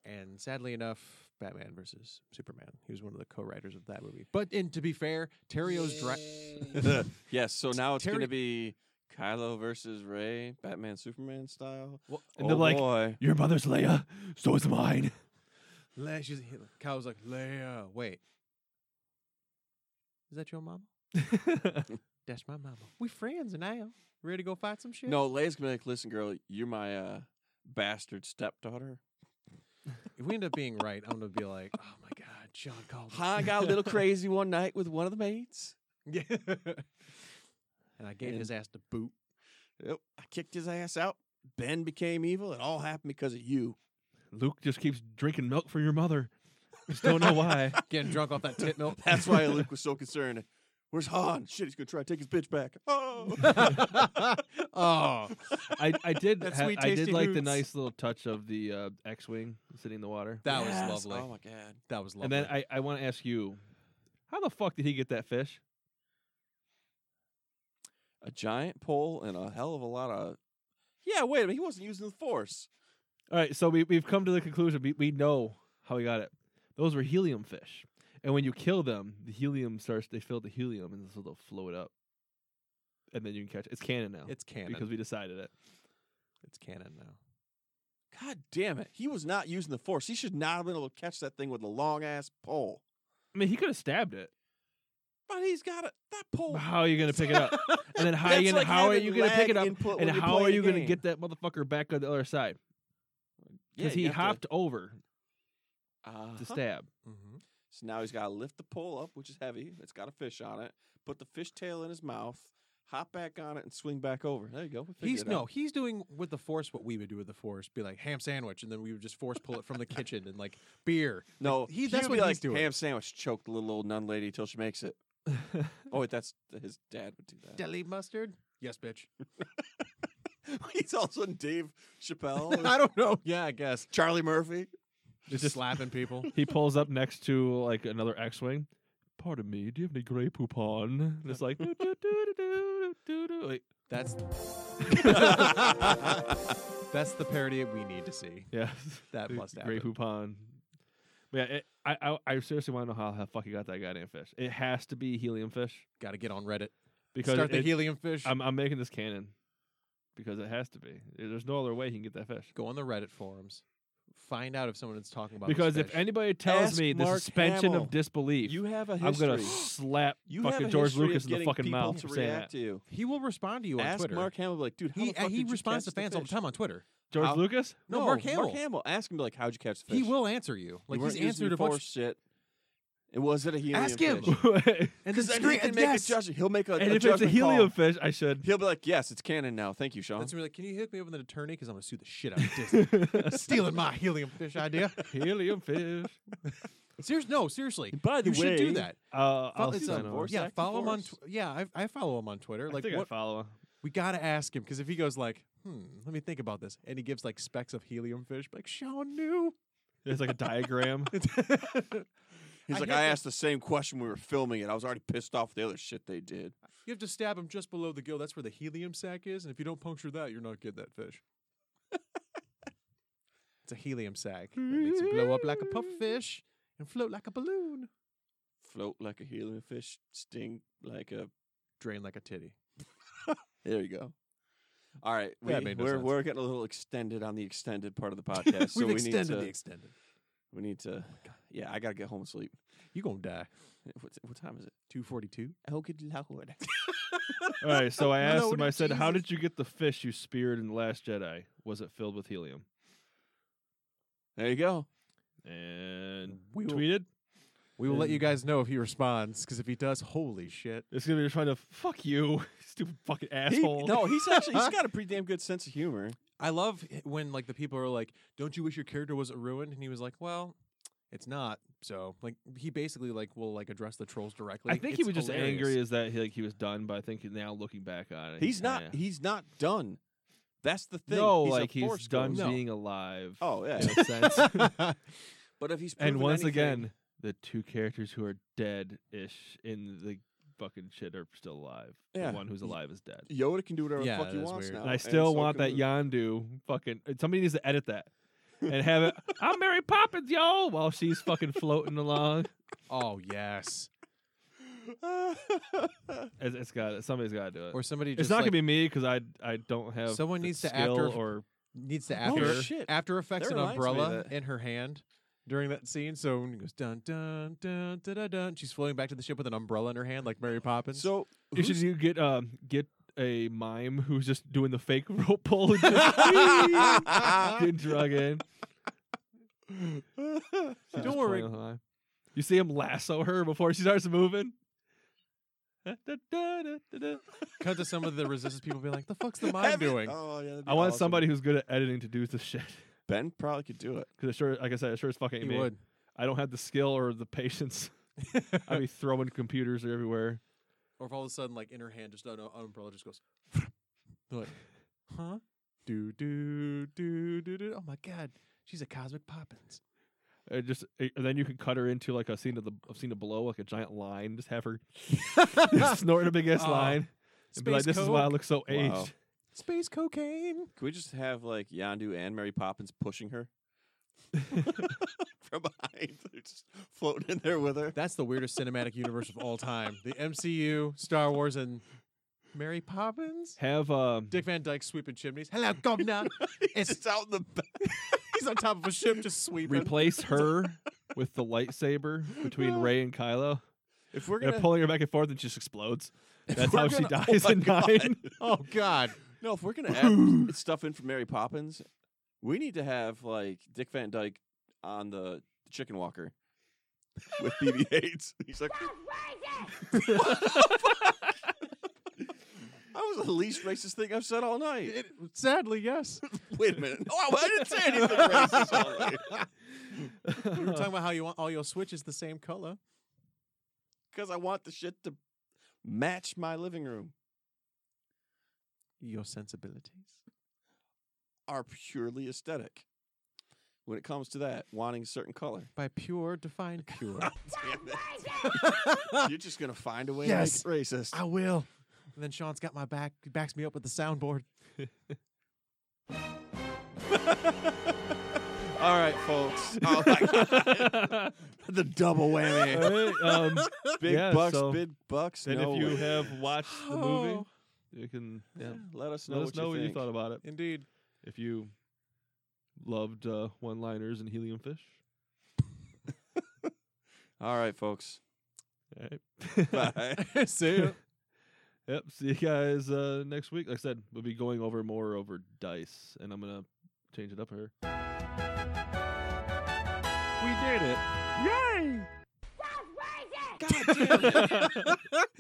[SPEAKER 3] and sadly enough, Batman versus Superman. He was one of the co-writers of that movie. But and to be fair, Terrio's dri-
[SPEAKER 4] Yay.
[SPEAKER 2] yes. So now it's
[SPEAKER 3] Terry-
[SPEAKER 2] gonna be Kylo versus Ray, Batman Superman style.
[SPEAKER 3] well,
[SPEAKER 1] And
[SPEAKER 2] oh
[SPEAKER 1] they're like-
[SPEAKER 2] boy.
[SPEAKER 1] Your mother's Leia, so is mine.
[SPEAKER 3] Le- she's, he- Kyle's like Leia. Wait, is that your mama? That's my mama. We friends now. Ready to go fight some shit?
[SPEAKER 2] No, Leia's gonna be like, "Listen, girl, you're my uh, bastard stepdaughter."
[SPEAKER 3] If we end up being right, I'm gonna be like, oh my god, John called. me."
[SPEAKER 2] I got a little crazy one night with one of the maids.
[SPEAKER 3] Yeah. and I gave his ass the boot.
[SPEAKER 2] Yep. I kicked his ass out. Ben became evil. It all happened because of you.
[SPEAKER 1] Luke just keeps drinking milk from your mother. Just don't know why.
[SPEAKER 3] Getting drunk off that tit milk.
[SPEAKER 2] That's why Luke was so concerned. Where's Han? Shit, he's gonna try to take his bitch back. Oh,
[SPEAKER 3] oh,
[SPEAKER 1] I, I did
[SPEAKER 3] That
[SPEAKER 1] ha-
[SPEAKER 3] sweet,
[SPEAKER 1] I did
[SPEAKER 3] tasty
[SPEAKER 1] like the
[SPEAKER 3] hoots.
[SPEAKER 1] nice little touch of the uh, X-wing sitting in the water.
[SPEAKER 3] that
[SPEAKER 2] Yes.
[SPEAKER 3] was lovely.
[SPEAKER 2] Oh my god.
[SPEAKER 3] That was lovely.
[SPEAKER 1] and then I, I want to ask you, how the fuck did he get that fish?
[SPEAKER 2] A giant pole and a hell of a lot of. Yeah, wait a minute. He wasn't using the force.
[SPEAKER 1] All right, so we we've come to the conclusion. We we know how he got it. Those were helium fish, and when you kill them, the helium starts. They fill the helium, and so they'll float up, and then you can catch. It's canon now.
[SPEAKER 3] it's canon.
[SPEAKER 1] because we decided it.
[SPEAKER 3] it's canon now.
[SPEAKER 2] God damn it. He was not using the force. He should not have been able to catch that thing with a long ass pole.
[SPEAKER 1] I mean, he could have stabbed it.
[SPEAKER 2] But he's got it. That pole.
[SPEAKER 1] But How are you gonna pick it up? And then how are
[SPEAKER 2] Oh. That's
[SPEAKER 1] you gonna,
[SPEAKER 2] like
[SPEAKER 1] how are
[SPEAKER 2] having
[SPEAKER 1] you gonna pick
[SPEAKER 2] lag
[SPEAKER 1] it up?
[SPEAKER 2] input
[SPEAKER 1] And
[SPEAKER 2] when
[SPEAKER 1] how
[SPEAKER 2] play
[SPEAKER 1] are
[SPEAKER 2] a
[SPEAKER 1] you gonna
[SPEAKER 2] game.
[SPEAKER 1] get that motherfucker back on the other side?
[SPEAKER 2] Yeah,
[SPEAKER 1] Because
[SPEAKER 2] you
[SPEAKER 1] he
[SPEAKER 2] have to-
[SPEAKER 1] hopped over
[SPEAKER 2] Uh-huh.
[SPEAKER 1] to stab.
[SPEAKER 3] Mm-hmm.
[SPEAKER 2] So now he's got to lift the pole up, which is heavy. It's got a fish on it. Put the fish tail in his mouth, hop back on it, and swing back over. There you go. We figured
[SPEAKER 3] He's
[SPEAKER 2] it
[SPEAKER 3] no,
[SPEAKER 2] out.
[SPEAKER 3] he's doing with the force what we would do with the force, be like ham sandwich, and then we would just force pull it from the kitchen and like beer.
[SPEAKER 2] no.
[SPEAKER 3] he- that's
[SPEAKER 2] would
[SPEAKER 3] what
[SPEAKER 2] be
[SPEAKER 3] he's
[SPEAKER 2] like,
[SPEAKER 3] doing.
[SPEAKER 2] Ham sandwich choked the little old nun lady till she makes it. Oh wait, that's his dad would do that.
[SPEAKER 3] Deli mustard? Yes, bitch.
[SPEAKER 2] he's also in Dave Chappelle,
[SPEAKER 3] I don't know. Yeah, I guess.
[SPEAKER 2] Charlie Murphy.
[SPEAKER 3] Just, slapping people.
[SPEAKER 1] he pulls up next to like another X-wing. Pardon me, do you have any Grey Poupon? And it's like doo doo doo doo doo doo. Like,
[SPEAKER 3] That's that's the parody we need to see.
[SPEAKER 1] yeah,
[SPEAKER 3] That
[SPEAKER 1] the
[SPEAKER 3] must
[SPEAKER 1] Grey
[SPEAKER 3] happen.
[SPEAKER 1] Poupon. But yeah, it, I, I I seriously want to know how the fuck he got that goddamn fish. It has to be helium fish
[SPEAKER 3] Got to get on Reddit.
[SPEAKER 1] because
[SPEAKER 3] Start the
[SPEAKER 1] it-
[SPEAKER 3] helium fish.
[SPEAKER 1] I'm I'm making this canon because it has to be. There's no other way he can get that fish.
[SPEAKER 3] Go on the Reddit forums. Find out if someone is talking about this
[SPEAKER 1] Because if
[SPEAKER 3] fish.
[SPEAKER 1] anybody tells
[SPEAKER 2] Ask
[SPEAKER 1] me the
[SPEAKER 2] Mark
[SPEAKER 1] suspension
[SPEAKER 2] Hamill.
[SPEAKER 1] of disbelief,
[SPEAKER 2] You have a
[SPEAKER 1] I'm
[SPEAKER 2] history.
[SPEAKER 1] gonna slap
[SPEAKER 2] you have
[SPEAKER 1] fucking
[SPEAKER 2] a
[SPEAKER 1] George
[SPEAKER 2] history
[SPEAKER 1] Lucas
[SPEAKER 2] of
[SPEAKER 1] in the
[SPEAKER 2] getting
[SPEAKER 1] fucking
[SPEAKER 2] people
[SPEAKER 1] mouth
[SPEAKER 2] to
[SPEAKER 1] for saying
[SPEAKER 2] react
[SPEAKER 1] that.
[SPEAKER 2] to you.
[SPEAKER 3] he will respond to you on
[SPEAKER 2] Ask
[SPEAKER 3] Twitter.
[SPEAKER 2] Mark Hamill, like, dude, how
[SPEAKER 3] he
[SPEAKER 2] the fuck
[SPEAKER 3] he
[SPEAKER 2] did
[SPEAKER 3] responds to
[SPEAKER 2] you catch
[SPEAKER 3] fans all the
[SPEAKER 2] fish?
[SPEAKER 3] time on Twitter.
[SPEAKER 1] George
[SPEAKER 2] How-
[SPEAKER 1] Lucas,
[SPEAKER 3] No, Mark Hamill.
[SPEAKER 2] Ask him, like, how'd you catch the fish?
[SPEAKER 3] He will answer you. Like
[SPEAKER 2] you weren't
[SPEAKER 3] he's
[SPEAKER 2] using
[SPEAKER 3] answered
[SPEAKER 2] your
[SPEAKER 3] a bunch.
[SPEAKER 2] force shit. It was it a helium
[SPEAKER 3] Ask him.
[SPEAKER 2] fish?
[SPEAKER 1] and
[SPEAKER 3] And
[SPEAKER 2] Because then he can make a judgment. He'll make a, a
[SPEAKER 1] if it's a
[SPEAKER 2] judgment
[SPEAKER 1] helium
[SPEAKER 2] call.
[SPEAKER 1] fish, I should.
[SPEAKER 2] he'll be like, "Yes, it's canon now. Thank you, Sean."
[SPEAKER 3] That's when we're like, can you hook me up with an attorney? Because I'm gonna sue the shit out of Disney, stealing my helium fish idea.
[SPEAKER 1] helium fish.
[SPEAKER 3] Seriously, no, seriously,
[SPEAKER 2] By
[SPEAKER 3] you should do that.
[SPEAKER 1] Uh,
[SPEAKER 3] Fo-
[SPEAKER 1] I'll
[SPEAKER 3] it's
[SPEAKER 1] sign
[SPEAKER 3] a-
[SPEAKER 1] on.
[SPEAKER 2] Force
[SPEAKER 3] yeah,
[SPEAKER 2] Act
[SPEAKER 3] follow him on.
[SPEAKER 2] Force.
[SPEAKER 3] Tw- yeah, I, I follow him on Twitter.
[SPEAKER 1] I
[SPEAKER 3] Like,
[SPEAKER 1] think I
[SPEAKER 3] what,
[SPEAKER 1] follow. him.
[SPEAKER 3] we gotta ask him because if he goes like, hmm, let me think about this, and he gives like specks of helium fish, like Sean knew.
[SPEAKER 1] There's like a diagram.
[SPEAKER 2] He's
[SPEAKER 3] I
[SPEAKER 2] like,
[SPEAKER 3] hit
[SPEAKER 2] "I
[SPEAKER 3] the-
[SPEAKER 2] asked the same question when we were filming it. I was already pissed off with the other shit they did."
[SPEAKER 3] You have to stab him just below the gill. That's where the helium sac is, and if you don't puncture that, you're not getting that fish. it's a helium sac that makes it blow up like a pufferfish and float like a balloon,
[SPEAKER 2] Float like a helium fish, sting like a.
[SPEAKER 3] drain like a titty.
[SPEAKER 2] There you go. All right, we,
[SPEAKER 3] That made no
[SPEAKER 2] we're
[SPEAKER 3] sense.
[SPEAKER 2] we're getting a little extended on the extended part of the podcast, so
[SPEAKER 3] We've
[SPEAKER 2] we
[SPEAKER 3] extended
[SPEAKER 2] need to.
[SPEAKER 3] the Oh extended.
[SPEAKER 2] we need to. Yeah, I gotta get home and sleep.
[SPEAKER 3] You gonna die?
[SPEAKER 2] What, what time is it?
[SPEAKER 3] Two forty two.
[SPEAKER 2] Oh, good lord!
[SPEAKER 1] All right, so I
[SPEAKER 3] No,
[SPEAKER 1] asked
[SPEAKER 3] no,
[SPEAKER 1] him. I said, "How
[SPEAKER 3] Jesus.
[SPEAKER 1] did you get the fish you speared in the Last Jedi? Was it filled with helium?"
[SPEAKER 2] there you go.
[SPEAKER 1] And
[SPEAKER 3] We will-
[SPEAKER 1] tweeted.
[SPEAKER 3] We will let you
[SPEAKER 1] And-
[SPEAKER 3] guys know if he responds, because if he does, holy shit.
[SPEAKER 1] It's gonna be trying to fuck you, stupid fucking
[SPEAKER 2] He-
[SPEAKER 1] asshole.
[SPEAKER 2] no, he's actually he's got a pretty damn good sense of humor.
[SPEAKER 3] I love h- when like the people are like, "Don't you wish your character was ruined?" And he was like, "Well, it's not." So like he basically like will like address the trolls directly.
[SPEAKER 1] I think he
[SPEAKER 3] It's
[SPEAKER 1] was just
[SPEAKER 3] hilarious.
[SPEAKER 1] angry as that he, like he was done, but I think now looking back on it,
[SPEAKER 2] He's not
[SPEAKER 1] kinda-
[SPEAKER 2] he's not done. That's the thing.
[SPEAKER 1] no,
[SPEAKER 2] he's a
[SPEAKER 1] like he's
[SPEAKER 2] force
[SPEAKER 1] done
[SPEAKER 2] ghost.
[SPEAKER 3] No.
[SPEAKER 1] being alive.
[SPEAKER 2] Oh yeah.
[SPEAKER 1] in a sense.
[SPEAKER 2] but if he's
[SPEAKER 1] and
[SPEAKER 2] proven
[SPEAKER 1] once
[SPEAKER 2] anything-
[SPEAKER 1] again, the two characters who are dead ish in the fucking shit are still alive.
[SPEAKER 2] Yeah.
[SPEAKER 1] The one who's
[SPEAKER 2] Y-
[SPEAKER 1] alive is dead.
[SPEAKER 2] Yoda can do whatever
[SPEAKER 3] Yeah,
[SPEAKER 2] the fuck he
[SPEAKER 3] that's
[SPEAKER 2] wants
[SPEAKER 3] weird.
[SPEAKER 2] now.
[SPEAKER 1] And I
[SPEAKER 2] and
[SPEAKER 1] still
[SPEAKER 2] so
[SPEAKER 1] want
[SPEAKER 2] can
[SPEAKER 1] that
[SPEAKER 2] Luke.
[SPEAKER 1] Yandu fucking. Somebody needs to edit that and have it. I'm Mary Poppins, yo, while she's fucking floating along.
[SPEAKER 3] oh yes,
[SPEAKER 1] It's, it's got somebody's got to do it.
[SPEAKER 3] or somebody just
[SPEAKER 1] Uh, it's not
[SPEAKER 3] like,
[SPEAKER 1] gonna be me because I I don't have
[SPEAKER 3] Someone
[SPEAKER 1] the
[SPEAKER 3] needs to
[SPEAKER 1] skill
[SPEAKER 3] after-
[SPEAKER 1] or
[SPEAKER 3] needs to
[SPEAKER 2] Oh,
[SPEAKER 3] after
[SPEAKER 2] shit.
[SPEAKER 3] after effects
[SPEAKER 2] That
[SPEAKER 3] an
[SPEAKER 2] reminds me
[SPEAKER 3] umbrella
[SPEAKER 2] that-
[SPEAKER 3] in her hand during that scene. So when he goes dun dun dun dun dun, dun she's floating back to the ship with an umbrella in her hand like Mary Poppins.
[SPEAKER 2] So
[SPEAKER 1] You should
[SPEAKER 2] who's-
[SPEAKER 1] you get um get a mime who's just doing the fake rope pull and just getting drug in. She's just
[SPEAKER 3] Don't worry.
[SPEAKER 1] playing along. You see him lasso her before she starts moving. Da-da-da-da-da-da.
[SPEAKER 3] cut to some of the resistance people being like, "The fuck's the mime
[SPEAKER 2] Have it-
[SPEAKER 3] doing?"
[SPEAKER 2] Oh, yeah, that'd be
[SPEAKER 1] I want
[SPEAKER 2] awesome.
[SPEAKER 1] somebody who's good at editing to do this shit.
[SPEAKER 2] Ben probably could do it.
[SPEAKER 1] Because it sure, like I said, it sure is fucking
[SPEAKER 3] He
[SPEAKER 1] me.
[SPEAKER 3] would.
[SPEAKER 1] I don't have the skill or the patience. I'd be throwing computers everywhere.
[SPEAKER 3] Or if all of a sudden, like in her hand, just an an umbrella just goes. They're like, huh? Do do do do do. Oh my god, she's a cosmic Poppins.
[SPEAKER 1] It just it- and then you can cut her into like a scene of the a scene of below, like a giant line. Just have her snorting a big ass
[SPEAKER 3] Oh.
[SPEAKER 1] line. and be like, this is why I
[SPEAKER 3] coke.
[SPEAKER 1] look so aged.
[SPEAKER 2] Wow.
[SPEAKER 3] space cocaine.
[SPEAKER 2] Can we just have like Yandu and Mary Poppins pushing her from behind? They're just floating in there with her.
[SPEAKER 3] That's the weirdest cinematic universe of all time: the MCU, Star Wars, and Mary Poppins.
[SPEAKER 1] Have um,
[SPEAKER 3] Dick Van Dyke sweeping chimneys. Hello, governor. it's
[SPEAKER 2] It's out in the back.
[SPEAKER 3] he's on top of a ship just sweeping.
[SPEAKER 1] replace her with the lightsaber between Ray and Kylo.
[SPEAKER 2] If we're
[SPEAKER 1] They're
[SPEAKER 2] gonna
[SPEAKER 1] pulling her back and forth, and she just explodes.
[SPEAKER 2] if
[SPEAKER 1] That's
[SPEAKER 2] we're
[SPEAKER 1] how she
[SPEAKER 2] gonna-
[SPEAKER 1] dies
[SPEAKER 2] oh my
[SPEAKER 1] in
[SPEAKER 2] God.
[SPEAKER 1] nine.
[SPEAKER 3] oh god.
[SPEAKER 2] No, if we're gonna add stuff in from Mary Poppins, we need to have like Dick Van Dyke on the chicken walker with BB-8. He's like, that was the least racist thing I've said all night.
[SPEAKER 3] It, sadly, yes.
[SPEAKER 2] Wait a minute. Oh, I didn't say anything racist all night
[SPEAKER 3] We were talking about how you want all your switches the same color.
[SPEAKER 2] because I want the shit to match my living room.
[SPEAKER 3] Your sensibilities.
[SPEAKER 2] Are purely aesthetic. When it comes to that, wanting a certain color,
[SPEAKER 3] By pure, define pure.
[SPEAKER 2] Damn it. you're just gonna find a way
[SPEAKER 3] Yes.
[SPEAKER 2] to make it racist.
[SPEAKER 3] I will. And then Sean's got my back, he backs me up with the soundboard.
[SPEAKER 2] All right, folks. Oh my God. the double whammy.
[SPEAKER 1] Alright, um,
[SPEAKER 2] Big
[SPEAKER 1] Yeah,
[SPEAKER 2] bucks,
[SPEAKER 1] so-
[SPEAKER 2] big bucks.
[SPEAKER 1] and
[SPEAKER 2] no
[SPEAKER 1] if you
[SPEAKER 2] way.
[SPEAKER 1] have watched the movie,
[SPEAKER 3] Oh.
[SPEAKER 1] you can yeah,
[SPEAKER 2] Yeah, let us know
[SPEAKER 1] let
[SPEAKER 2] what
[SPEAKER 1] us know what you
[SPEAKER 2] think.
[SPEAKER 1] thought about it.
[SPEAKER 3] Indeed.
[SPEAKER 1] If you loved uh, one-liners and helium fish.
[SPEAKER 2] All right, folks.
[SPEAKER 1] All right.
[SPEAKER 2] Bye.
[SPEAKER 3] See ya.
[SPEAKER 1] Yep. See you guys uh, next week. Like I said, we'll be going over more over dice, and I'm gonna change it up here. We did it! Yay!
[SPEAKER 5] That's right.
[SPEAKER 3] God damn it.